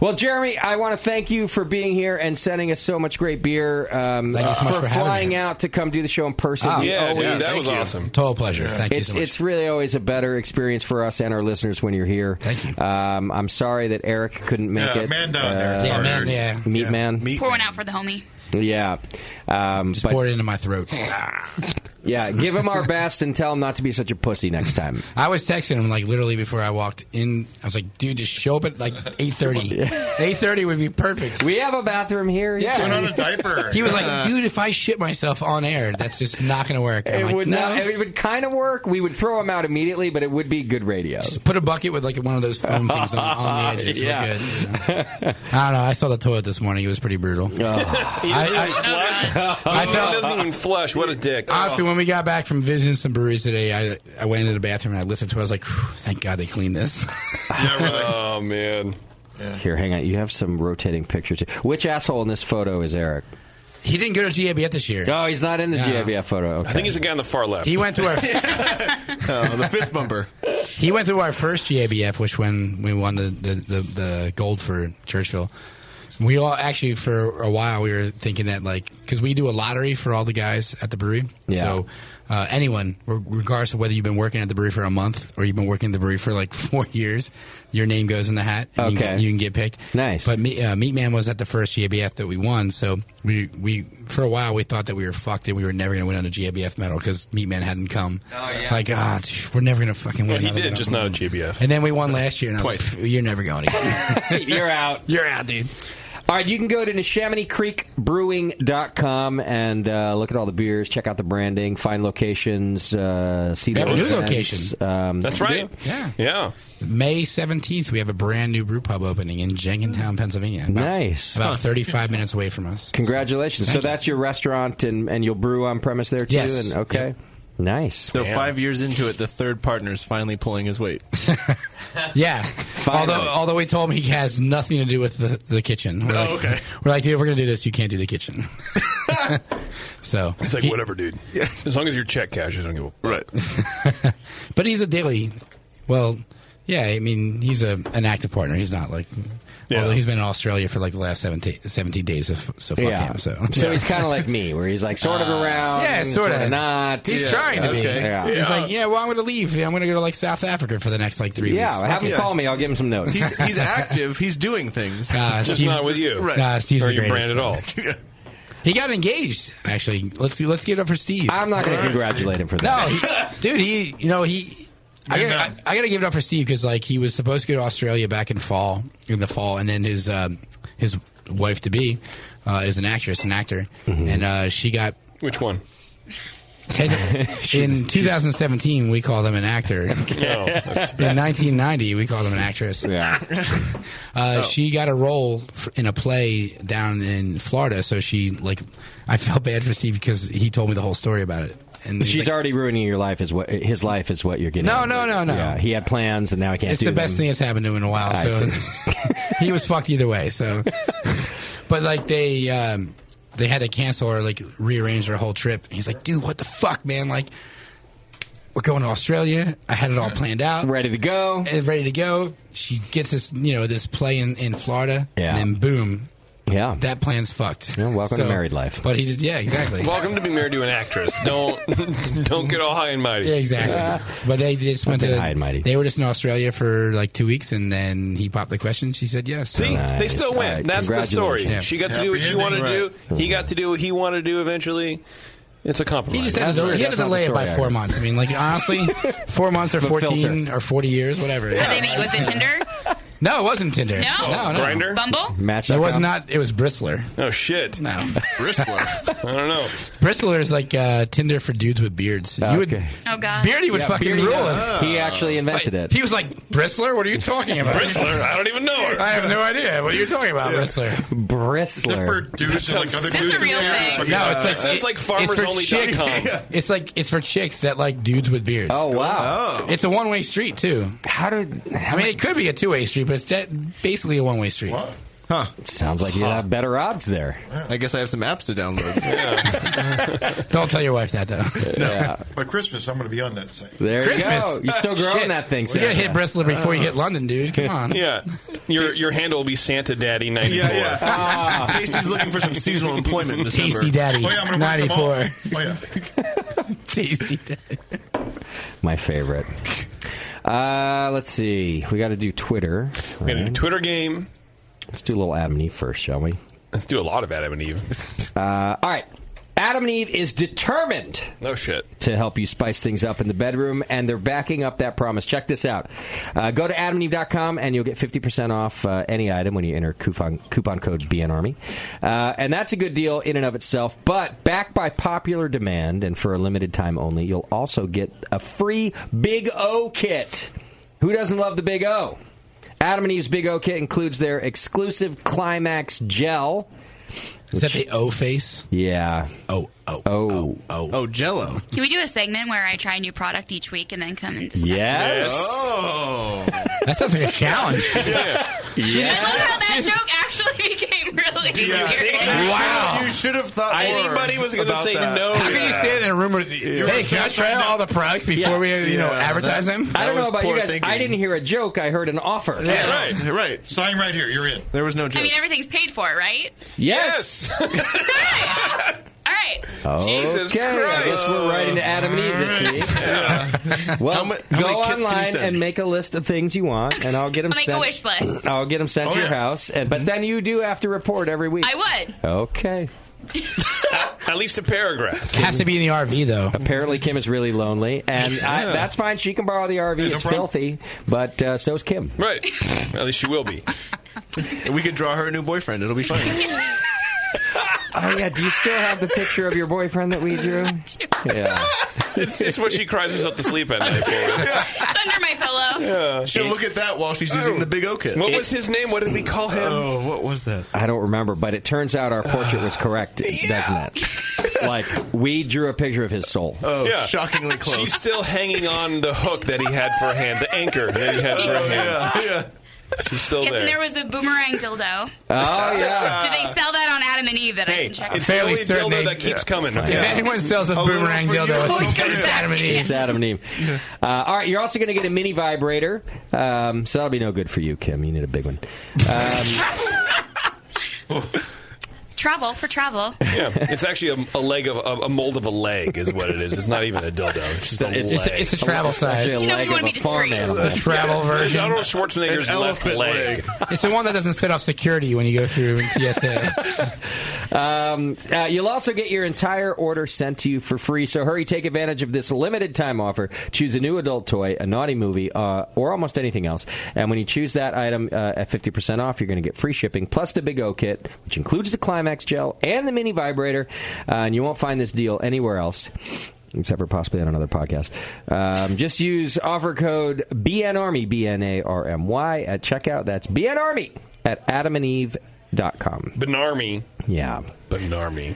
Speaker 1: Well, Jeremy, I want to thank you for being here and sending us so much great beer. Um,
Speaker 18: Thank you so much
Speaker 1: for,
Speaker 18: for having
Speaker 1: flying out to come do the show in person.
Speaker 18: Ah,
Speaker 1: We
Speaker 18: yeah, dude,
Speaker 1: always-
Speaker 18: that was Thank you. awesome. Total pleasure. Thank you
Speaker 1: it's,
Speaker 18: so much.
Speaker 1: It's really always a better experience for us and our listeners when you're here. Thank you. Um, I'm sorry that Eric couldn't make
Speaker 3: Yeah,
Speaker 1: it. uh,
Speaker 3: man down there. Yeah, man, yeah.
Speaker 1: Meat man.
Speaker 6: Pour one out for the homie.
Speaker 1: Yeah. Um, Just
Speaker 18: pour it into my [laughs] throat.
Speaker 1: yeah, give him our best and tell him not to be such a pussy next time.
Speaker 18: I was texting him like literally before I walked in. I was like, "Dude, just show up at like
Speaker 2: [laughs]
Speaker 18: 8.30. 8.30 would be perfect."
Speaker 1: We have a bathroom here.
Speaker 18: Yeah,
Speaker 3: Put on a diaper.
Speaker 18: [laughs] He was like, "Dude, if I shit myself on air, that's just not going to work." I'm
Speaker 1: It
Speaker 18: like,
Speaker 1: would
Speaker 18: "No."
Speaker 1: not, it would kind of work. We would throw him out immediately, but it would be good radio.
Speaker 18: Put a bucket with like one of those foam things on, on the edges. We're
Speaker 1: Yeah.
Speaker 18: good, you know. I don't know. I saw the toilet this morning. It was pretty brutal. [laughs]
Speaker 2: He
Speaker 18: I,
Speaker 2: doesn't even flush.
Speaker 18: I
Speaker 2: He
Speaker 18: felt-
Speaker 2: doesn't even flush. What a dick.
Speaker 18: Honestly, when we got back from visiting some breweries today, I I went into the bathroom and I listened to. it. I was like, "Phew, "Thank God they cleaned this." [laughs]
Speaker 2: Oh man.
Speaker 1: Here, hang on. You have some rotating pictures. Which asshole in this photo is Eric?
Speaker 18: he didn't go to GABF this year.
Speaker 1: Oh, he's not in the GABF photo. Okay.
Speaker 2: I think he's the guy on the far left.
Speaker 18: He went to our
Speaker 4: [laughs] Oh, the fist bumper.
Speaker 18: he went to our first GABF, which when we won the the, the, the gold for Churchville. We all actually for a while we were thinking that like because we do a lottery for all the guys at the brewery.
Speaker 1: Yeah.
Speaker 18: So uh, anyone, re- regardless of whether you've been working at the brewery for a month or you've been working at the brewery for like [laughs] four years, your name goes in the hat. and You can,
Speaker 1: Okay.
Speaker 18: get, you can get picked.
Speaker 1: Nice.
Speaker 18: But me, uh, Meat Man was at the first GABF that we won, so we we for a while we thought that we were fucked and we were never going to win on a GABF medal because Meat Man hadn't come. Oh yeah. Like ah, we're never going to fucking win.
Speaker 2: Well, he
Speaker 18: another
Speaker 2: did,
Speaker 18: medal.
Speaker 2: just not a
Speaker 18: [laughs]
Speaker 2: GBF.
Speaker 18: And then we won last year, and I was like, "Pff, "You're never going again."
Speaker 1: [laughs] You're out.
Speaker 18: You're out, dude.
Speaker 1: All right, you can [laughs] go to NeshaminyCreekBrewing.com and uh, look at all the beers, check out the branding, find locations, uh, see
Speaker 18: We
Speaker 1: the
Speaker 18: have a new
Speaker 1: events.
Speaker 18: location.
Speaker 1: Um,
Speaker 2: That's right. Yeah. Yeah.
Speaker 18: May seventeenth, we have a brand new brew pub opening in Jenkintown, Pennsylvania. About,
Speaker 1: Nice.
Speaker 18: About thirty-five minutes away from us.
Speaker 1: Congratulations. So
Speaker 18: Thank you.
Speaker 1: that's your restaurant, and, and you'll brew on premise there too.
Speaker 4: Yes.
Speaker 1: And okay,
Speaker 4: Yep.
Speaker 1: nice.
Speaker 4: So five years into it, the third partner is finally pulling his weight.
Speaker 18: Yeah. Although, although we told him he has nothing to do with the, the kitchen. We're
Speaker 4: Oh,
Speaker 18: like,
Speaker 4: okay.
Speaker 18: We're like, dude, if we're gonna do this. You can't do the
Speaker 2: [laughs]
Speaker 18: kitchen. [laughs] so
Speaker 2: It's like whatever, dude.
Speaker 18: [laughs]
Speaker 2: As long as your check cash, I don't give a right.
Speaker 18: But he's a daily. Well, Yeah, I mean, he's a an active partner. He's not like. Although he's been in Australia for like the last 17, 17 days, so, f- so fuck
Speaker 1: Yeah.
Speaker 18: him. So, Uh,
Speaker 1: So he's kinda like me, where he's like sort of around,
Speaker 18: yeah, sort
Speaker 1: sorta
Speaker 18: of
Speaker 1: not.
Speaker 18: He's
Speaker 1: Yeah,
Speaker 18: trying to be.
Speaker 1: okay. Yeah.
Speaker 18: He's
Speaker 1: Yeah.
Speaker 18: like, yeah, well, I'm going to leave. I'm going to go to like South Africa for the next like three
Speaker 1: Yeah,
Speaker 18: weeks.
Speaker 1: have him call me. I'll give him some notes.
Speaker 4: He's, he's active. He's doing things.
Speaker 18: Nah, Just Steve's- not with you. nah, Steve's
Speaker 4: Or
Speaker 18: the
Speaker 4: your
Speaker 18: greatest.
Speaker 4: brand at all.
Speaker 18: [laughs] He got engaged. Actually, let's see. Let's get up for Steve. I'm
Speaker 1: not gonna congratulate him for that.
Speaker 18: No, he, dude, he. You know he. I gotta, I, I gotta give it up for Steve because like he was supposed to go to Australia back in fall in the fall, and then his um, his wife to be uh, is an actress, an actor,
Speaker 1: Mm-hmm.
Speaker 18: and uh, she got
Speaker 2: which one?
Speaker 1: [laughs]
Speaker 18: in 2017, we call them an actor.
Speaker 2: No, that's too
Speaker 18: in 1990, we call them an actress.
Speaker 1: Yeah.
Speaker 18: [laughs] Uh,
Speaker 1: Oh.
Speaker 18: She got a role f- in a play down in Florida, so she like. I felt bad for Steve because he told me the whole story about it. And he's
Speaker 1: She's
Speaker 18: like,
Speaker 1: already ruining your life. Is what his life is what you're getting.
Speaker 18: No,
Speaker 1: at.
Speaker 18: no, no, no.
Speaker 1: Yeah, he had plans, and now he can't.
Speaker 18: it's
Speaker 1: do
Speaker 18: the best
Speaker 1: them.
Speaker 18: thing that's happened to him in a while.
Speaker 1: I
Speaker 18: So [laughs] he was fucked either way. So, [laughs] but like they um, they had to cancel or like rearrange their whole trip. And he's like, dude, what the fuck, man? Like, we're going to Australia. I had it all planned out,
Speaker 1: ready to go,
Speaker 18: and ready to go. She gets this, you know, this play in, in Florida,
Speaker 1: Yeah.
Speaker 18: and then boom,
Speaker 1: yeah,
Speaker 18: that plan's fucked.
Speaker 1: welcome to married life.
Speaker 18: But he did, yeah, exactly.
Speaker 1: [laughs]
Speaker 2: Welcome to be married to an actress. Don't [laughs] don't get all high and mighty.
Speaker 18: Yeah,
Speaker 6: [laughs]
Speaker 18: exactly. but they just went
Speaker 2: I've been
Speaker 18: to
Speaker 2: high and mighty.
Speaker 18: They were just in Australia for like two weeks, and then he popped the question. She said yes.
Speaker 2: See, they still win. That's the story. She got to do what she wanted to do. He got to do what he wanted to do eventually. It's a compromise.
Speaker 18: He just had to, he had to delay it by four months. I mean, like honestly,
Speaker 2: [laughs]
Speaker 18: four months or
Speaker 2: The
Speaker 18: fourteen or forty years, whatever.
Speaker 6: Did they meet? Was it Tinder?
Speaker 18: No, it wasn't Tinder.
Speaker 6: No?
Speaker 18: no, no.
Speaker 6: Grindr? Bumble?
Speaker 18: Match. It was not. It was Bristler.
Speaker 2: Oh shit!
Speaker 18: No,
Speaker 2: Bristler. [laughs] I don't know.
Speaker 18: Bristler is like uh, Tinder for dudes with beards. You would.
Speaker 6: Oh god.
Speaker 18: Beardy would
Speaker 1: Yeah,
Speaker 18: fucking
Speaker 1: Beardy
Speaker 18: rule
Speaker 1: does.
Speaker 18: it.
Speaker 1: He actually invented it.
Speaker 18: He was like Bristler. What are you talking about?
Speaker 2: Bristler? I don't even know her.
Speaker 18: I have no idea. What are you talking about,
Speaker 2: Yeah.
Speaker 18: Bristler?
Speaker 1: [laughs] Bristler.
Speaker 3: Dudes are like other
Speaker 2: That's
Speaker 3: dudes.
Speaker 2: a real thing.
Speaker 18: No,
Speaker 2: Yeah.
Speaker 18: it's like
Speaker 2: That's like farmersonly.com.
Speaker 18: chicks. [laughs] It's like it's for chicks that like dudes with beards.
Speaker 1: Oh, wow.
Speaker 18: It's a one way street too.
Speaker 1: How did?
Speaker 18: I mean, it could be a two way street, but it's that basically a one way street.
Speaker 4: Huh.
Speaker 1: Sounds like you have better odds there.
Speaker 4: I guess I have some apps
Speaker 18: [laughs]
Speaker 4: to download.
Speaker 18: Don't tell your wife that though.
Speaker 1: Yeah.
Speaker 3: By Christmas, I'm going to be on that site.
Speaker 1: There
Speaker 18: Christmas.
Speaker 1: you go. You're still growing
Speaker 18: [laughs] Shit.
Speaker 1: that thing.
Speaker 18: You gotta
Speaker 1: Sam.
Speaker 18: hit Bristler before you hit London, dude. Come on.
Speaker 2: Yeah, your your handle will be Santa Daddy ninety four.
Speaker 4: Tasty's Ah. looking for some seasonal employment in December.
Speaker 18: Tasty Daddy,
Speaker 3: Oh, yeah, I'm gonna work them
Speaker 18: 94.
Speaker 3: all. Oh, yeah.
Speaker 18: [laughs] Tasty Daddy.
Speaker 1: [laughs] My favorite. Uh, let's see. We got to do Twitter.
Speaker 2: We're gonna do Twitter game.
Speaker 1: Let's do a little Adam and Eve first, shall we?
Speaker 2: Let's do a lot of Adam and Eve.
Speaker 1: Uh, all right. Adam and Eve is determined.
Speaker 2: No shit.
Speaker 1: To help you spice things up in the bedroom, and they're backing up that promise. Check this out. Uh, go to adamandeve.com and you'll get 50% off uh, any item when you enter coupon, coupon code BNARMY. Uh, and that's a good deal in and of itself, but backed by popular demand and for a limited time only, you'll also get a free Big O kit. Who doesn't love the Big O? Adam and Eve's Big O kit includes their exclusive Climax gel.
Speaker 18: Is that the O face?
Speaker 1: Yeah.
Speaker 18: Oh, oh,
Speaker 1: oh,
Speaker 18: oh,
Speaker 4: oh, Jello.
Speaker 6: Can we do a segment where I try a new product each week and then come and discuss?
Speaker 1: Yes.
Speaker 4: Oh.
Speaker 18: That sounds like a
Speaker 2: [laughs]
Speaker 18: challenge.
Speaker 6: I love how
Speaker 4: [laughs]
Speaker 6: that joke actually [laughs] became really weird.
Speaker 4: Wow. You should have thought
Speaker 2: Anybody was gonna say no.
Speaker 18: How can you stand in a room with hey, can I try out all the products before we, you know, advertise them?
Speaker 1: I don't know about you guys. I didn't hear a joke. I heard an offer.
Speaker 4: right. Right.
Speaker 3: Sign right here. You're in.
Speaker 4: There was no joke.
Speaker 6: I mean, everything's paid for, right?
Speaker 1: Yes.
Speaker 6: All right.
Speaker 1: Jesus okay, I guess we're right into Adam and Eve this week. Well, go
Speaker 4: how many kits can you
Speaker 1: online
Speaker 4: send?
Speaker 1: and make a list of things you want, and I'll get them
Speaker 6: I'll make a
Speaker 1: sent.
Speaker 6: wish list.
Speaker 1: I'll get them sent
Speaker 18: Oh,
Speaker 1: to your house, and
Speaker 18: Mm-hmm.
Speaker 1: but then you do have to report every week.
Speaker 6: I would.
Speaker 1: Okay.
Speaker 2: At least a paragraph.
Speaker 18: Has to be in the RV though.
Speaker 1: Apparently, Kim is really lonely, and I,
Speaker 2: Yeah.
Speaker 1: that's fine. She can borrow the RV. it's filthy, but uh, so is Kim.
Speaker 2: Right. At least she will be.
Speaker 4: [laughs] We could draw her a new boyfriend. It'll be fun.
Speaker 1: Oh yeah. Do you still have the picture of your boyfriend that we
Speaker 6: [laughs]
Speaker 1: drew? Yeah.
Speaker 2: [laughs] It's, it's what she cries herself to sleep at night.
Speaker 18: [laughs]
Speaker 6: It's under my pillow.
Speaker 4: She'll look at that while she's using the big O kit.
Speaker 2: Oh. What was his name? What did we call him?
Speaker 4: Oh, [laughs] what was that?
Speaker 1: I don't remember, but it turns out our portrait was [sighs] correct, [laughs] doesn't it? Like we drew a picture of his soul.
Speaker 4: Oh, shockingly close.
Speaker 2: She's still hanging on the hook that he had for a hand, the anchor that he had for a hand.
Speaker 4: Oh, yeah.
Speaker 2: She's still
Speaker 6: yes,
Speaker 2: there.
Speaker 6: and there was a boomerang dildo.
Speaker 2: [laughs] Oh, yeah.
Speaker 6: Did they sell that on Adam and Eve that I
Speaker 2: Hey,
Speaker 6: can check?
Speaker 2: it's
Speaker 6: out?
Speaker 2: the only dildo that keeps coming.
Speaker 1: If anyone
Speaker 18: sells a boomerang dildo,
Speaker 1: [laughs] it's Adam and Eve. It's Adam and Eve. Uh, all right, you're also going to get a mini vibrator, um, so that'll be no good for you, Kim. You need a big one. Um, [laughs]
Speaker 6: Travel for travel.
Speaker 2: Yeah, it's actually a, a leg of a, a mold of a leg is what it is. It's not even a dildo. It's just a
Speaker 18: It's-
Speaker 2: leg.
Speaker 18: it's- it's a travel size. You know, we wanna be discreet.
Speaker 4: [laughs]
Speaker 18: The travel version.
Speaker 2: Arnold Schwarzenegger's
Speaker 18: An
Speaker 2: left
Speaker 18: elephant
Speaker 2: leg.
Speaker 18: [laughs] it's the one that doesn't set off security when you go through [laughs] in TSA.
Speaker 1: Um, uh, you'll also get your entire order sent to you for free. So hurry, take advantage of this limited time offer. Choose a new adult toy, a naughty movie, uh, or almost anything else. And when you choose that item uh, at 50% off, you're going to get free shipping plus the Big O kit, which includes the Climax gel and the mini vibrator. Uh, and you won't find this deal anywhere else. Except for possibly on another podcast. Um, just use offer code BNARMY, B N A R M Y, at checkout. That's BNARMY at adamandeve.com.
Speaker 2: Benarmy.
Speaker 1: Yeah.
Speaker 2: Benarmy.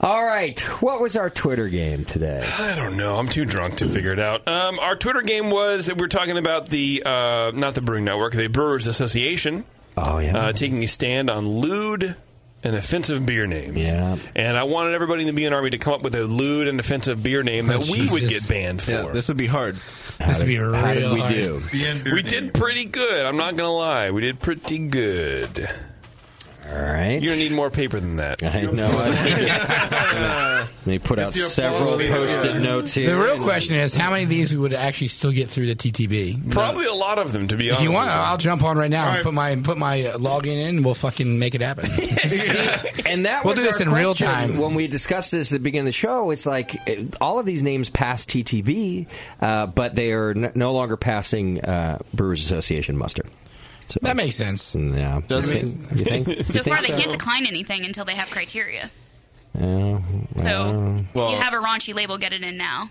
Speaker 1: All right. What was our Twitter game today?
Speaker 2: I don't know. I'm too drunk to figure it out. Um, our Twitter game was we were talking about the uh, not the Brewing Network, the Brewers Association.
Speaker 1: Oh yeah,
Speaker 2: uh, taking a stand on lewd and offensive beer names. Yeah, and I wanted everybody in the beer army to come up with a lewd and offensive beer name that
Speaker 4: Oh,
Speaker 2: we would
Speaker 4: Jesus.
Speaker 2: get banned for.
Speaker 4: Yeah, this would be hard.
Speaker 18: This would be real
Speaker 2: how did
Speaker 18: we
Speaker 2: hard.
Speaker 18: do?
Speaker 2: we did pretty good. I'm not gonna lie. We did pretty good.
Speaker 1: All right.
Speaker 2: You're gonna need more paper than that.
Speaker 1: I know. They put out several post-it notes here.
Speaker 18: The real question is, how many of these would actually still get through the TTB?
Speaker 2: Probably a lot of them, to be honest.
Speaker 18: If you want,
Speaker 2: with
Speaker 18: I'll jump on right now
Speaker 2: All
Speaker 18: and
Speaker 2: right.
Speaker 18: put my put my uh, login in. and We'll fucking make it happen.
Speaker 2: [laughs]
Speaker 18: [laughs]
Speaker 1: and that
Speaker 18: [sighs] We'll
Speaker 1: was
Speaker 18: do this
Speaker 1: our
Speaker 18: in real
Speaker 1: question
Speaker 18: time.
Speaker 1: When we discussed this at the beginning of the show, it's like eh, all of these names pass TTB, uh, but they are n- no longer passing uh, Brewers Association muster. So, that
Speaker 18: makes sense.
Speaker 1: Yeah,
Speaker 18: Does
Speaker 1: You
Speaker 18: it?
Speaker 1: think- You
Speaker 18: [laughs]
Speaker 1: think? you
Speaker 6: So
Speaker 1: think
Speaker 6: far, they can't decline anything until they have criteria.
Speaker 1: Yeah,
Speaker 6: So,
Speaker 1: well,
Speaker 6: if you have a raunchy label, get it in now.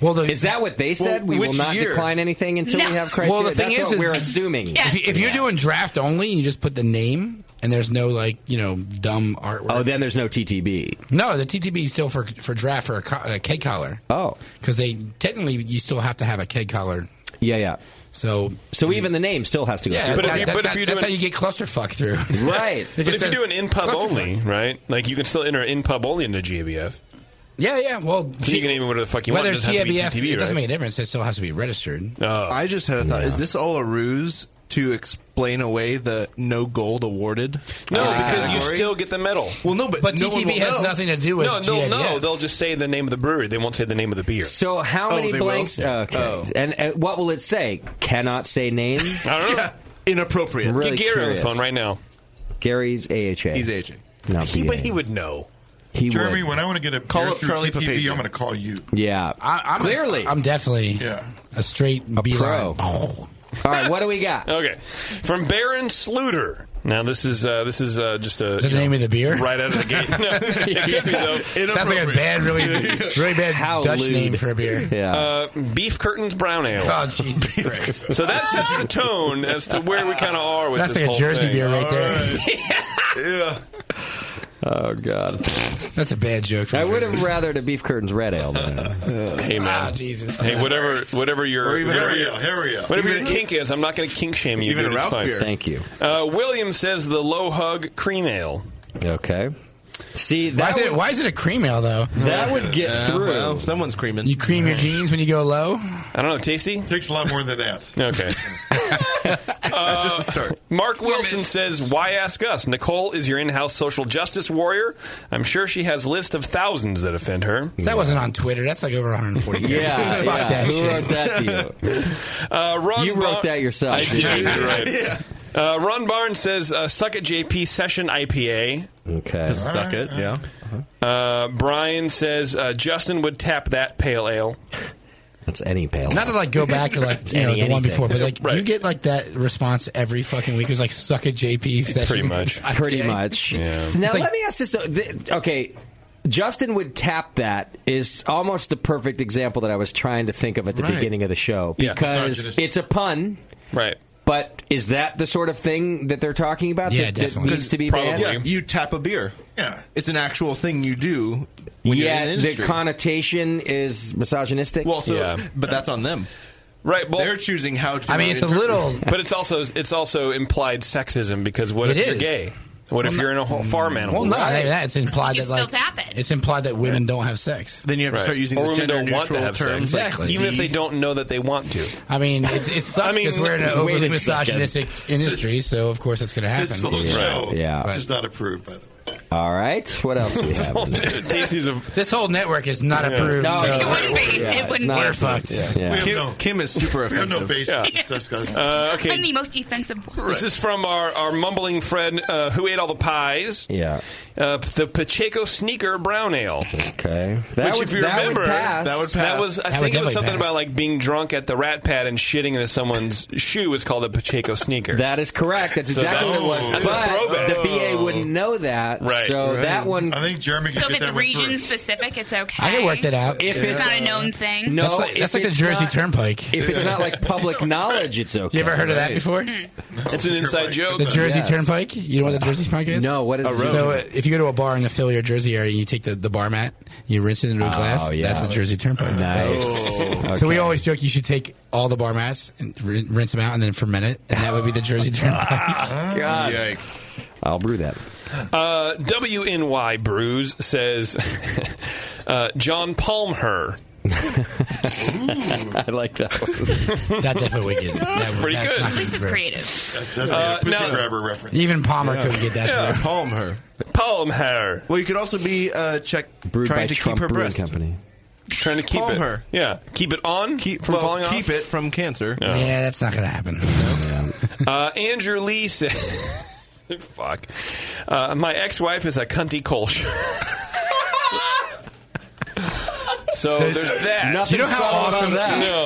Speaker 18: well, the,
Speaker 1: is that what they said? we will
Speaker 18: which
Speaker 1: not
Speaker 18: year?
Speaker 1: decline anything until
Speaker 6: No.
Speaker 1: we have criteria.
Speaker 18: Well, the thing
Speaker 1: That's
Speaker 18: is,
Speaker 1: what
Speaker 18: is-
Speaker 1: we're assuming.
Speaker 18: If, you- if you're doing draft only, you just put the name, and there's no like you know dumb artwork.
Speaker 1: oh, then there's no TTB.
Speaker 18: No, the TTB is still for for draft for a, co- a keg collar.
Speaker 1: Oh,
Speaker 18: because they technically you still have to have a keg collar.
Speaker 1: Yeah, yeah.
Speaker 18: So,
Speaker 1: so even the name still has to go.
Speaker 18: Yeah,
Speaker 1: through.
Speaker 18: but if you, that's, how, that's how you get clusterfuck through.
Speaker 1: Right.
Speaker 18: [laughs] It
Speaker 2: But
Speaker 18: just
Speaker 2: if you
Speaker 18: says
Speaker 2: do an in pub
Speaker 18: clusterfuck.
Speaker 2: only, right? Like you can still enter in pub only into GABF.
Speaker 18: Yeah, yeah. Well,
Speaker 2: So you can name it whatever the fuck you
Speaker 18: whether
Speaker 2: want. It
Speaker 18: it's
Speaker 2: doesn't have to be
Speaker 18: TABF,
Speaker 2: TTB,
Speaker 18: it doesn't
Speaker 2: right?
Speaker 18: make a difference. It still has to be registered.
Speaker 2: Oh.
Speaker 4: I just had a thought. Is this all a ruse to explain away the no gold awarded?
Speaker 2: No,
Speaker 4: Uh,
Speaker 2: because you
Speaker 4: category?
Speaker 2: still get the medal.
Speaker 4: Well, no, but,
Speaker 18: But
Speaker 4: no one
Speaker 18: TTB
Speaker 4: will
Speaker 18: has
Speaker 4: know.
Speaker 18: nothing to do with
Speaker 2: no, they'll, no,
Speaker 18: GABF.
Speaker 2: they'll just say the name of the brewery. They won't say the name of the beer.
Speaker 1: So how
Speaker 2: Oh,
Speaker 18: Oh,
Speaker 1: many blanks? Okay. And, and what will it say? Cannot say name.
Speaker 2: [laughs] I don't know.
Speaker 4: Inappropriate.
Speaker 1: Really
Speaker 2: Get Gary
Speaker 1: curious.
Speaker 2: on the phone right now.
Speaker 1: Gary's AHA. He's
Speaker 4: AHA.
Speaker 1: Not
Speaker 2: He- but
Speaker 1: BA.
Speaker 2: he would know.
Speaker 1: He
Speaker 3: Jeremy,
Speaker 1: would.
Speaker 3: when I want to get a
Speaker 1: Call
Speaker 3: beer
Speaker 1: up
Speaker 3: through
Speaker 1: Charlie
Speaker 3: TTB,
Speaker 1: Papazian.
Speaker 3: I'm going to call you.
Speaker 1: Yeah.
Speaker 18: I, I'm
Speaker 1: Clearly.
Speaker 18: I'm definitely a straight
Speaker 1: A
Speaker 18: B
Speaker 1: pro. Oh, All right, what do we got?
Speaker 2: [laughs] Okay, from Baron Sluter. Now this is uh, this is uh, just a
Speaker 18: Is that the
Speaker 2: you know,
Speaker 18: name of the beer?
Speaker 2: right out of the
Speaker 18: [laughs]
Speaker 2: gate. No, it could be though.
Speaker 18: Sounds like a bad,
Speaker 2: [laughs]
Speaker 18: really, really bad Dutch name for a beer.
Speaker 2: Uh, beef curtains brown ale.
Speaker 18: Oh
Speaker 2: [laughs]
Speaker 18: Jesus Christ!
Speaker 2: So that sets the tone as to where we kind of are with
Speaker 18: That's
Speaker 2: this
Speaker 18: like a
Speaker 2: whole
Speaker 18: Jersey
Speaker 2: thing.
Speaker 18: beer right there.
Speaker 2: [laughs] yeah.
Speaker 1: Oh God,
Speaker 18: that's a bad joke.
Speaker 1: I would have rathered a beef curtains red ale.
Speaker 18: [laughs]
Speaker 1: Than
Speaker 2: Hey man,
Speaker 18: Ah, Jesus.
Speaker 2: Hey, whatever, whatever your
Speaker 1: Or even
Speaker 2: whatever,
Speaker 1: a-
Speaker 2: your-
Speaker 1: Ariel.
Speaker 2: whatever your
Speaker 1: Even a-
Speaker 2: kink is, I'm not going to kink shame you.
Speaker 1: Even
Speaker 2: dude,
Speaker 1: a
Speaker 2: it's
Speaker 1: Ralph
Speaker 2: fine.
Speaker 1: beer. Thank you.
Speaker 2: Uh, William says the low hug cream ale.
Speaker 1: Okay. See,
Speaker 18: Why
Speaker 2: that
Speaker 18: is, it,
Speaker 2: would-
Speaker 18: why is it a cream ale though?
Speaker 2: That
Speaker 18: Uh,
Speaker 2: would get Yeah, through. well,
Speaker 4: someone's creaming.
Speaker 18: You cream your jeans when you go low.
Speaker 2: I don't know, tasty.
Speaker 3: Takes a lot more than that.
Speaker 2: [laughs] Okay. That's just the start. Uh, Mark Wilson says, "Why ask us? Nicole is your in-house social justice warrior. I'm sure she has list of thousands that offend her."
Speaker 18: That wasn't on Twitter. That's like over 140.
Speaker 1: Yeah,
Speaker 18: [laughs]
Speaker 2: [laughs]
Speaker 18: Fuck
Speaker 1: yeah.
Speaker 18: that
Speaker 1: Who
Speaker 18: shit.
Speaker 1: wrote that to you?
Speaker 2: Uh, Ron
Speaker 1: You wrote
Speaker 2: Bar-
Speaker 1: that yourself,
Speaker 2: I
Speaker 1: didn't
Speaker 2: did.
Speaker 1: you?
Speaker 2: You're
Speaker 18: [laughs]
Speaker 2: right. Uh, Ron Barnes says, uh, "Suck it, JP session IPA."
Speaker 1: Okay.
Speaker 4: Suck it. Yeah.
Speaker 2: Uh, Brian says uh, Justin would tap that pale ale.
Speaker 1: That's any pale.
Speaker 18: Not to like go back
Speaker 1: [laughs]
Speaker 18: to like you know,
Speaker 2: Any-
Speaker 18: the one
Speaker 2: anything.
Speaker 18: before, but like you get like that response every fucking week. It was like suck at JP session. [laughs]
Speaker 2: Pretty much.
Speaker 1: Pretty much.
Speaker 2: Yeah.
Speaker 1: Now let me ask this. Though. Th- okay, Justin would tap that is almost the perfect example that I was trying to think of at the
Speaker 2: Right.
Speaker 1: beginning of the show
Speaker 2: Yeah.
Speaker 1: because
Speaker 2: Misogynist.
Speaker 1: it's a pun,
Speaker 2: right?
Speaker 1: But is that the sort of thing that they're talking about? that, that needs to be banned.
Speaker 4: Yeah, you tap a beer. Yeah. It's an actual thing you do when you're
Speaker 1: yeah,
Speaker 4: in the
Speaker 1: the
Speaker 4: industry.
Speaker 1: connotation is misogynistic.
Speaker 4: well, so, but that's on them.
Speaker 2: Right, well,
Speaker 4: they're choosing how to. interpret-
Speaker 2: but it's also it's also implied sexism because what
Speaker 18: It
Speaker 2: if
Speaker 18: is.
Speaker 2: you're gay? What if you're in a whole farm animal?
Speaker 18: mm, Well, no, I mean, that it's implied that like
Speaker 6: tap it.
Speaker 18: it's implied that women don't have sex.
Speaker 4: Then you have
Speaker 2: Right. or women don't want to have sex.
Speaker 18: Exactly.
Speaker 2: Even if they don't know that they want to.
Speaker 18: I mean, it, it sucks
Speaker 2: [laughs] I mean,
Speaker 18: because we're in an
Speaker 2: wait
Speaker 18: overly
Speaker 2: a second.
Speaker 18: misogynistic industry, so of course it's going to happen.
Speaker 1: Yeah. yeah.
Speaker 3: It's not approved, by the way.
Speaker 1: All right. What else do we have? in this?
Speaker 18: this whole network is not approved.
Speaker 1: No,
Speaker 18: so-
Speaker 1: it wouldn't be.
Speaker 18: Yeah,
Speaker 1: It
Speaker 18: it's
Speaker 1: wouldn't
Speaker 18: not
Speaker 1: be.
Speaker 18: We're fucked.
Speaker 1: Yeah.
Speaker 3: Kim-
Speaker 4: Kim is super
Speaker 3: We have no
Speaker 2: offensive.
Speaker 3: basis to discuss.
Speaker 2: Uh, okay.
Speaker 6: I'm the most defensive one.
Speaker 2: This is from our, our mumbling friend uh, who ate all the pies.
Speaker 1: Yeah.
Speaker 2: Uh, the Pacheco Sneaker Brown Ale.
Speaker 1: Okay.
Speaker 2: Which, if you remember, That was, I think it was something about like being drunk at the Rat Pad and shitting
Speaker 1: [laughs]
Speaker 2: into someone's shoe is called a Pacheco sneaker.
Speaker 1: That is correct. That's
Speaker 2: So
Speaker 1: exactly
Speaker 2: that-
Speaker 1: what it was.
Speaker 2: That's
Speaker 1: but
Speaker 2: a throwback. Oh.
Speaker 1: the BA wouldn't know that.
Speaker 2: Right.
Speaker 1: So
Speaker 2: Right.
Speaker 1: that one.
Speaker 3: I think Jeremy
Speaker 6: So if it's region specific, it's okay.
Speaker 1: I can work that out. If
Speaker 6: If
Speaker 1: it's-
Speaker 6: it's not a known thing.
Speaker 1: No,
Speaker 18: That's like-
Speaker 1: if
Speaker 18: that's like the
Speaker 1: it's
Speaker 18: Jersey
Speaker 1: not-
Speaker 18: Turnpike.
Speaker 1: If it's not like
Speaker 2: [laughs]
Speaker 1: public knowledge, it's okay.
Speaker 18: You ever heard of that before?
Speaker 2: it's an inside joke.
Speaker 18: The Jersey
Speaker 1: Yes.
Speaker 18: Turnpike? You know what the Jersey Turnpike is?
Speaker 1: No, what is A it? road.
Speaker 18: So uh, if you go to a bar in the Philly or Jersey area and you take the, the bar mat, you rinse it into a
Speaker 1: Oh,
Speaker 18: glass,
Speaker 1: yeah.
Speaker 18: that's the Jersey Turnpike.
Speaker 1: Nice.
Speaker 18: So we always joke you should take all the bar mats and rin- rinse them out and then ferment it, and that would be
Speaker 1: [laughs]
Speaker 18: the Jersey Turnpike.
Speaker 2: God.
Speaker 1: I'll brew that.
Speaker 2: Uh, WNY Brews says [laughs] uh, John Palmer.
Speaker 1: [laughs] I like that
Speaker 2: one.
Speaker 18: That definitely would get- that would-
Speaker 2: pretty
Speaker 18: that's
Speaker 2: good.
Speaker 18: not This is great.
Speaker 6: creative.
Speaker 3: That's, that's
Speaker 18: Uh,
Speaker 3: a pussy
Speaker 18: now-
Speaker 3: grabber reference.
Speaker 18: Even Palmer couldn't get that
Speaker 4: Yeah.
Speaker 18: through.
Speaker 4: Palm her.
Speaker 2: Palm her.
Speaker 4: Well, you could also be uh, check
Speaker 1: Brewed by
Speaker 4: trying to
Speaker 1: Trump
Speaker 4: keep her
Speaker 1: Brewing
Speaker 4: breast.
Speaker 1: Company.
Speaker 2: Trying to keep
Speaker 4: Palm
Speaker 2: it.
Speaker 4: her.
Speaker 2: Yeah. Keep it on
Speaker 4: keep,
Speaker 2: from
Speaker 4: well,
Speaker 2: falling off?
Speaker 4: keep it from cancer.
Speaker 2: Yeah. Yeah,
Speaker 18: that's not going to happen.
Speaker 2: Uh, Andrew Lee said, [laughs] "Fuck, uh, my ex-wife is a cunty Kolsch."
Speaker 1: [laughs]
Speaker 2: so there's that.
Speaker 18: Do you know how awesome?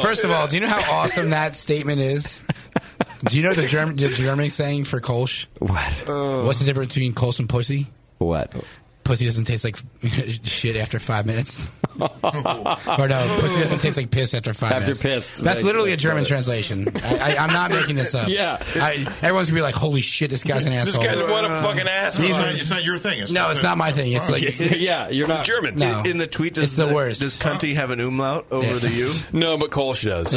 Speaker 18: First of all, do you know
Speaker 2: [laughs]
Speaker 18: how awesome that statement is? Do you know the German the German saying for Kolsch?
Speaker 1: What?
Speaker 2: Uh.
Speaker 18: What's the difference between Kolsch and pussy?
Speaker 1: What?
Speaker 18: Pussy doesn't taste like [laughs] shit after
Speaker 1: [laughs]
Speaker 18: five minutes. or no, pussy doesn't taste like piss after five
Speaker 1: After
Speaker 18: minutes.
Speaker 1: piss.
Speaker 18: That's
Speaker 1: Like,
Speaker 18: literally a
Speaker 1: that's
Speaker 18: German
Speaker 1: better.
Speaker 18: translation. I, I, I'm not making this up.
Speaker 1: [laughs] Yeah.
Speaker 18: I, everyone's gonna be like, "Holy shit, this guy's an
Speaker 2: This
Speaker 18: asshole."
Speaker 2: guy's what a fucking asshole.
Speaker 18: These
Speaker 3: It's
Speaker 18: are-
Speaker 3: not- it's not your thing. It's
Speaker 18: no,
Speaker 3: not
Speaker 18: it's
Speaker 3: the-
Speaker 18: not my thing. It's
Speaker 4: [laughs]
Speaker 18: like,
Speaker 1: yeah, you're
Speaker 2: not German.
Speaker 18: No.
Speaker 4: In the tweet, does
Speaker 18: It's the worst.
Speaker 4: Does cunty have an umlaut over the u?
Speaker 2: No, but Kolsch does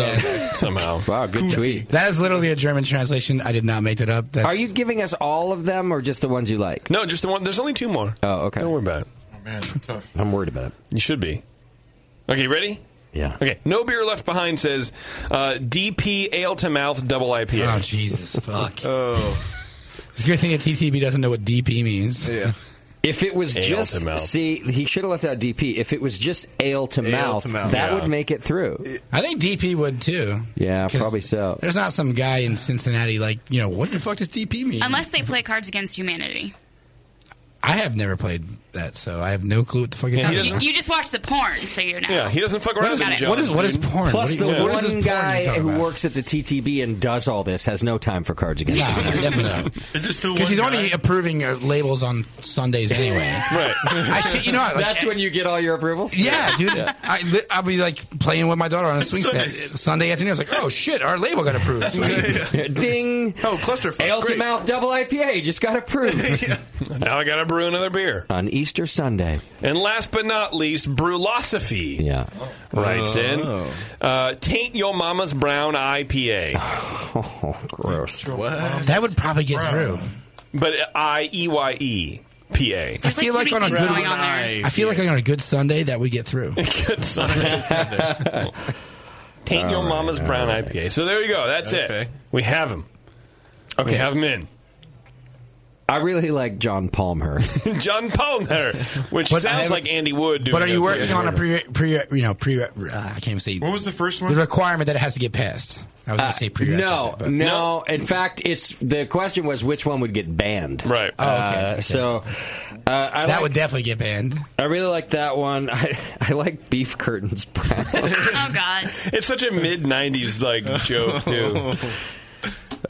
Speaker 2: somehow.
Speaker 1: Wow, good tweet.
Speaker 18: That is literally a German translation. I did not make that up. That's,
Speaker 1: Are you giving us all of them or just the ones you like?
Speaker 2: No, just the one. There's only two more.
Speaker 1: Oh, okay.
Speaker 2: Don't worry about it.
Speaker 3: Man, tough.
Speaker 1: I'm worried about it.
Speaker 2: You should be. [laughs] Okay, you ready?
Speaker 1: Yeah.
Speaker 2: Okay. No beer left behind says uh, DP ale to mouth double IPA.
Speaker 18: Oh Jesus, fuck!
Speaker 4: oh,
Speaker 18: it's a good thing that TTB doesn't know what DP means.
Speaker 4: Yeah.
Speaker 1: If it was
Speaker 18: Ale
Speaker 1: just
Speaker 18: to mouth.
Speaker 1: see, he should have left out DP. If it was just ale to,
Speaker 18: Ale to
Speaker 1: mouth,
Speaker 18: mouth.
Speaker 1: that
Speaker 18: Yeah.
Speaker 1: would make it through.
Speaker 18: I think DP would too.
Speaker 1: Yeah,
Speaker 18: 'Cause
Speaker 1: probably so.
Speaker 18: There's not some guy in Cincinnati like you know what the fuck does DP mean?
Speaker 6: Unless they play Cards Against Humanity.
Speaker 18: I have never played that, so I have no clue what the fuck it
Speaker 2: Yeah, he
Speaker 18: is.
Speaker 6: You, you just watch the porn, so you know.
Speaker 2: Yeah, he doesn't fuck around.
Speaker 6: What is-
Speaker 2: with you,
Speaker 18: what is-
Speaker 2: John.
Speaker 18: what is porn?
Speaker 1: Plus,
Speaker 18: What
Speaker 1: the
Speaker 18: do you- yeah.
Speaker 1: one
Speaker 18: What is this porn
Speaker 1: guy
Speaker 18: you're talking
Speaker 1: who
Speaker 18: about?
Speaker 1: works at the TTB and does all this has no time for Cards Against
Speaker 18: Nah,
Speaker 1: Humanity.
Speaker 18: definitely
Speaker 3: Is this still
Speaker 18: Because he's only approving uh, labels on Sundays anyway.
Speaker 1: [laughs]
Speaker 2: right.
Speaker 18: I shit you not. Like,
Speaker 1: That's when you get all your approvals.
Speaker 18: Yeah, dude. I, li- I'll be like playing with my daughter on a swing set Sunday afternoon. I was like, oh shit, our label got approved.
Speaker 1: [laughs] Ding.
Speaker 4: Oh, clusterfuck.
Speaker 1: Ale to
Speaker 4: Great.
Speaker 1: mouth double IPA just got
Speaker 2: [laughs]
Speaker 1: approved
Speaker 2: Now I gotta brew another beer.
Speaker 1: on Easter Sunday.
Speaker 2: And last but not least, Brewlosophy.
Speaker 1: Yeah.
Speaker 2: Writes in.
Speaker 1: Oh.
Speaker 2: Uh, Taint Your Mama's Brown IPA.
Speaker 1: Oh, [laughs] gross.
Speaker 3: What?
Speaker 18: that would probably get through.
Speaker 2: But I E Y E P A.
Speaker 18: I feel like, on a good I feel like on a good Sunday that would get through.
Speaker 2: [laughs] Good son of a Sunday. Taint
Speaker 1: Oh,
Speaker 2: Your Mama's Brown IPA. So there you go. That's it. We have them. Okay. We have them in.
Speaker 1: I really like John Palmer.
Speaker 2: [laughs] John Palmer, which
Speaker 18: But
Speaker 2: sounds
Speaker 18: I'm-
Speaker 2: like Andy Wood. Doing
Speaker 18: But are you
Speaker 2: a-
Speaker 18: working on a pre, pre you know pre? Uh, I can't even say. What was the first one? The requirement that it has to get passed. I was going
Speaker 1: Uh,
Speaker 18: to say pre.
Speaker 1: no, no, In fact, it's the question was which one would get banned.
Speaker 2: Right.
Speaker 18: Oh, okay,
Speaker 1: Uh,
Speaker 18: okay.
Speaker 1: So uh, I
Speaker 18: that
Speaker 1: like-
Speaker 18: would definitely get banned.
Speaker 1: I really like that one. [laughs] I, I like beef curtains. brown.
Speaker 18: [laughs]
Speaker 6: Oh God.
Speaker 2: It's such a mid
Speaker 4: [laughs]
Speaker 2: '90s like
Speaker 1: [laughs]
Speaker 2: joke too.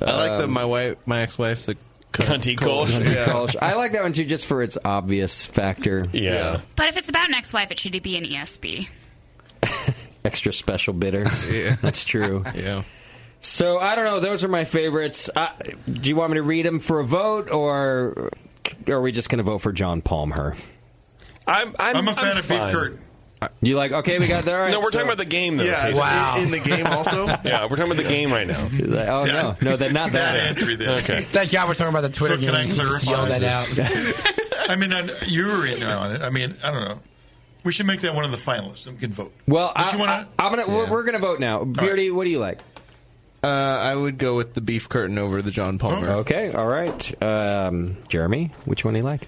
Speaker 4: I like that. My wife, my ex-wife's a
Speaker 2: Cunty Kolsch.
Speaker 4: Yeah.
Speaker 1: I like that one too, just for its obvious factor.
Speaker 2: Yeah.
Speaker 6: But if it's about an ex-wife, it should be an E ESB.
Speaker 1: Extra special bitter.
Speaker 4: [laughs] Yeah.
Speaker 1: That's true.
Speaker 4: Yeah.
Speaker 1: So I don't know. Those are my favorites. Uh, do you want me to read them for a vote, or are we just going to vote for John Palmer?
Speaker 2: I'm, I'm,
Speaker 3: I'm a fan
Speaker 2: I'm
Speaker 3: of beef
Speaker 2: fine.
Speaker 3: curtain.
Speaker 1: You like? Okay, we got there. All right,
Speaker 2: no, we're
Speaker 1: so-
Speaker 2: talking about the game though.
Speaker 1: Yeah,
Speaker 2: Jason.
Speaker 1: wow. in- in the game [laughs] also?
Speaker 2: yeah, we're talking about the game right now.
Speaker 1: oh no, no, that not that.
Speaker 3: [laughs] entry there.
Speaker 2: Okay.
Speaker 18: Thank God we're talking about the Twitter
Speaker 3: So can I
Speaker 18: game. Just
Speaker 3: clarify
Speaker 18: yell that
Speaker 3: this?
Speaker 18: out.
Speaker 3: [laughs] I mean, I, you were in on it. I mean, I don't know. We should make that one of the finalists. We can vote.
Speaker 1: Well,
Speaker 3: Unless
Speaker 1: I,
Speaker 3: you wanna-
Speaker 1: I, am gonna. We're,
Speaker 3: Yeah.
Speaker 1: we're gonna vote now. Beardy, what do you like?
Speaker 4: Uh, I would go with the beef curtain over the John Palmer.
Speaker 1: Okay, all right. Um, Jeremy, which one do you like?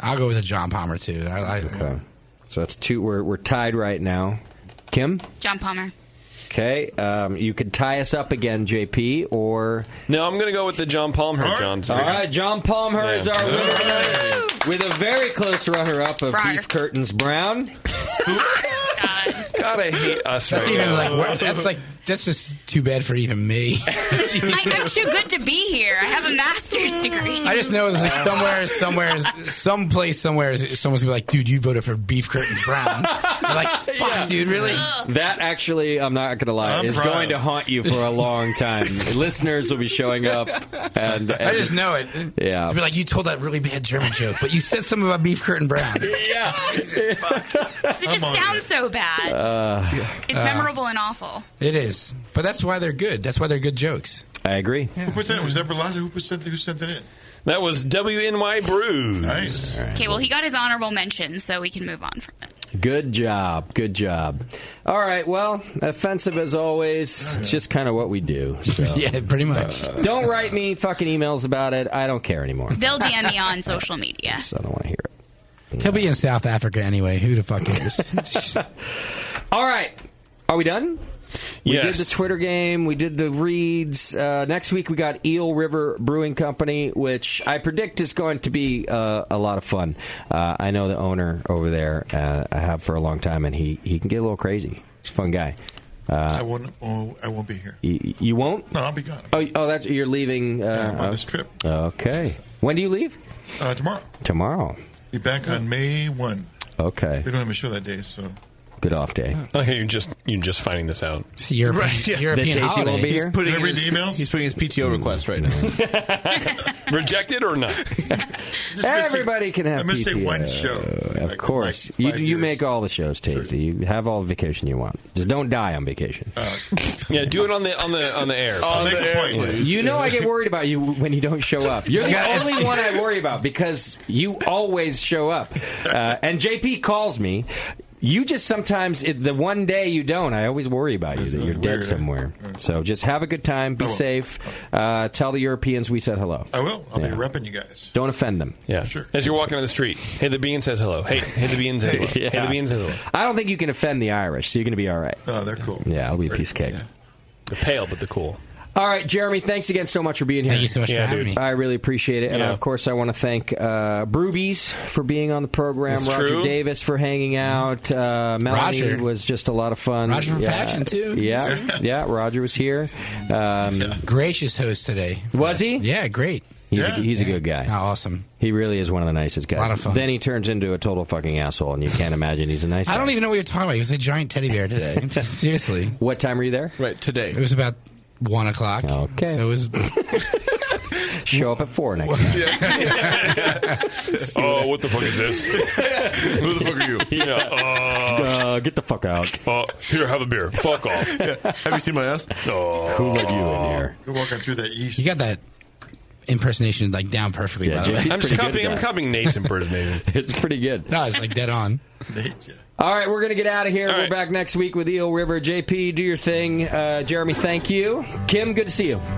Speaker 18: I'll go with a John Palmer too. I, I,
Speaker 1: okay. So that's two. We're we're tied right now. Kim.
Speaker 6: John
Speaker 2: [laughs]
Speaker 6: Palmer.
Speaker 1: Okay, um, you could tie us up again, JP, or
Speaker 2: No, I'm going to go with the John Palmhurst. John.
Speaker 1: all right, John Palmer is
Speaker 2: Yeah.
Speaker 1: our winner tonight with a very close runner-up of
Speaker 2: Briar.
Speaker 1: Beef Curtains Brown.
Speaker 2: God, I hate us.
Speaker 18: That's
Speaker 2: right
Speaker 18: even
Speaker 2: now.
Speaker 18: like wor- that's like that's just too bad for even me.
Speaker 6: I,
Speaker 18: [laughs]
Speaker 6: I'm too good to be here. I have a master's degree.
Speaker 18: I just know there's like somewhere, somewhere, some place, somewhere, someone's gonna be like, "Dude, you voted for Beef Curtains Brown."
Speaker 1: [laughs]
Speaker 18: You're like, "Fuck, dude, really?"
Speaker 1: That actually, I'm not going to lie,
Speaker 18: I'm
Speaker 1: is
Speaker 18: proud.
Speaker 1: going to haunt you for a long time.
Speaker 18: [laughs]
Speaker 1: Listeners will be showing up, and, and
Speaker 18: I just know it.
Speaker 1: Yeah.
Speaker 18: To be like, "You told that really bad German joke, but you said something about Beef
Speaker 6: [laughs]
Speaker 18: Curtain Brown."
Speaker 3: yeah.
Speaker 1: [laughs]
Speaker 3: Jesus,
Speaker 6: Does it just sounds so
Speaker 1: Uh,
Speaker 6: bad? it's
Speaker 18: Uh,
Speaker 6: memorable and awful.
Speaker 18: It is, but that's why they're good. That's why they're good jokes.
Speaker 1: I agree.
Speaker 3: Who put that? in? Was that Berlazzo? Who put sent? Who sent it in?
Speaker 2: That was WNY Brews.
Speaker 3: Nice.
Speaker 6: Okay, well, he got his honorable mention, so we can move on from it.
Speaker 1: Good job. Good job. All right. Well, offensive as always. It's just kind of what we do. So.
Speaker 18: [laughs] yeah, pretty much.
Speaker 1: don't write me fucking emails about it. I don't care anymore.
Speaker 6: They'll DM me on social media.
Speaker 1: So I don't want to hear it.
Speaker 18: He'll be in South Africa anyway. Who the fuck cares?
Speaker 1: All right. Are we done? We
Speaker 18: Yes.
Speaker 1: did the Twitter game. We did the reads. Uh, next week we got Eel River Brewing Company, which I predict is going to be uh, a lot of fun. Uh, I know the owner over there. Uh, I have for a long time, and he, he can get a little crazy. He's a fun guy. Uh,
Speaker 3: I won't. Oh, I won't be here.
Speaker 1: you, you won't?
Speaker 3: No, I'll be gone.
Speaker 1: Oh, oh, that's you're leaving. Uh,
Speaker 3: on
Speaker 1: oh.
Speaker 3: this trip.
Speaker 1: Okay. When do you leave?
Speaker 3: Uh, tomorrow.
Speaker 1: Tomorrow.
Speaker 3: Be back on May one.
Speaker 1: Okay.
Speaker 3: They don't have a show that day, so
Speaker 1: Good off day.
Speaker 2: Okay, you're just you're just finding this out.
Speaker 18: European, European holiday.
Speaker 4: He's putting
Speaker 3: Did I read
Speaker 4: his,
Speaker 3: the
Speaker 4: [laughs]
Speaker 3: emails?
Speaker 4: He's putting his PTO request right
Speaker 3: [laughs]
Speaker 4: now.
Speaker 2: Rejected or not?
Speaker 1: Everybody can have.
Speaker 3: I'm gonna say
Speaker 1: PTO.
Speaker 3: one show.
Speaker 1: Of course, you you make all the shows, Tasty. You have all the vacation you want. Just don't die on vacation.
Speaker 3: Uh,
Speaker 2: Yeah, do it on the on the on the air.
Speaker 3: On Make the a air, point, please.
Speaker 1: You know I get worried about you when you don't show up.
Speaker 3: [laughs]
Speaker 1: You're the
Speaker 2: Yeah.
Speaker 1: only one I worry about because you always show up. Uh, and JP calls me. You just sometimes it, the one day you don't. I always worry about you that you're dead somewhere. So just have a good time. Be safe. Uh, tell the Europeans we said hello.
Speaker 3: I will. I'll
Speaker 1: Yeah.
Speaker 3: be repping you guys.
Speaker 1: Don't offend them.
Speaker 2: Yeah, sure. As you're walking on the street, hey, the bean says hello. Hey, hey, the bean
Speaker 1: [laughs]
Speaker 2: says hello.
Speaker 1: Yeah.
Speaker 2: Hey, the bean says hello.
Speaker 1: I don't think you can offend the Irish, so you're going to be all right.
Speaker 3: Oh, they're cool.
Speaker 1: Yeah, I'll be a piece of cake.
Speaker 2: The pale, but
Speaker 1: [laughs]
Speaker 2: the cool.
Speaker 1: [laughs] All right, Jeremy, thanks again so much for being here.
Speaker 2: Thank you so much for Yeah, having dude. me.
Speaker 1: I really appreciate it. And
Speaker 2: Yeah.
Speaker 1: of course, I want to thank uh, Broobies for being on the program,
Speaker 18: That's
Speaker 1: Roger
Speaker 18: true.
Speaker 1: Davis for hanging out. Uh, Melanie
Speaker 18: Roger.
Speaker 1: was just a lot of fun.
Speaker 18: Roger from Faction, too.
Speaker 1: Yeah, yeah, Roger was here. Um,
Speaker 18: Gracious host today.
Speaker 1: Was he?
Speaker 18: Yeah, great. Oh,
Speaker 1: He's, a, he's a good guy.
Speaker 18: awesome.
Speaker 1: He really is one of the nicest guys.
Speaker 18: Lot of fun.
Speaker 1: Then he turns into a total fucking asshole, and you can't imagine he's a nice
Speaker 18: I
Speaker 1: guy.
Speaker 18: don't even know what you're talking about. He was a giant teddy bear today.
Speaker 1: [laughs]
Speaker 18: [laughs] Seriously.
Speaker 1: What time were you there?
Speaker 4: Right, today.
Speaker 18: It was about one o'clock.
Speaker 1: Okay.
Speaker 18: So it was
Speaker 1: Show up at four
Speaker 18: [laughs]
Speaker 1: next time.
Speaker 2: Oh, what the fuck is
Speaker 1: [laughs]
Speaker 2: this? Who the fuck are you? Yeah. Uh,
Speaker 1: Uh, get the fuck out.
Speaker 2: uh, here, have a beer. Fuck off.
Speaker 4: Have you seen my ass?
Speaker 2: Oh.
Speaker 1: Who let you in here?
Speaker 3: You're walking through that yeast.
Speaker 18: You got that impersonation like down perfectly.
Speaker 1: Yeah,
Speaker 18: by the way.
Speaker 1: Jay-
Speaker 2: I'm just copying. I'm copying Nate's impersonation.
Speaker 1: It's pretty good.
Speaker 18: No, it's like dead on.
Speaker 1: All right, we're going to get out of here. We're back next week with Eel River. JP, do your thing. Uh, Jeremy, thank you. Kim, good to see you. [laughs]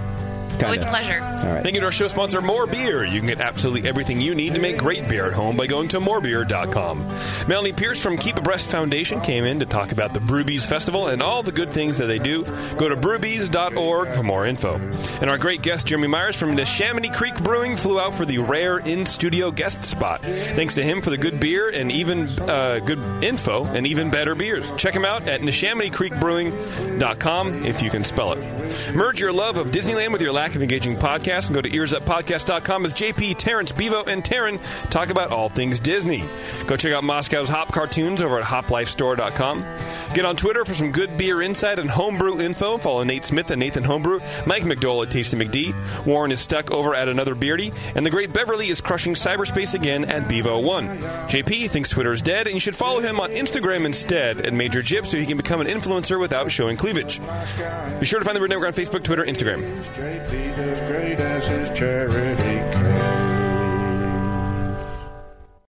Speaker 1: Kinda.
Speaker 6: Always a pleasure.
Speaker 1: All right.
Speaker 2: Thank you to our show sponsor, More Beer. You can get absolutely everything you need to make great beer at home by going to morebeer.com. Melanie Pierce from Keep Abreast Foundation came in to talk about the Brewbees Festival and all the good things that they do. Go to brewbees.org for more info. And our great guest, Jeremy Myers from the Chamonix Creek Brewing, flew out for the rare in studio guest spot. Thanks to him for the good beer and even uh, good info and even better beers. Check him out at NeshamonyCreekBrewing.com if you can spell it. Merge your love of Disneyland with your lack of engaging podcasts and go to earsuppodcast.com as JP, Terrence, Bevo, and Taryn talk about all things Disney. Go check out Moscow's Hop cartoons over at hoplifestore.com. Get on Twitter for some good beer insight and homebrew info. Follow Nate Smith and Nathan Homebrew, Mike McDowell at Tasty McD, Warren is stuck over at Another Beardy, and the great Beverly is crushing cyberspace again at Bevo1. JP thinks Twitter is dead, and you should follow him on Instagram instead at Major Jib so he can become an influencer without showing cleavage. Be sure to find the Bird Network on Facebook, Twitter, Instagram.
Speaker 25: JP does great as his charity.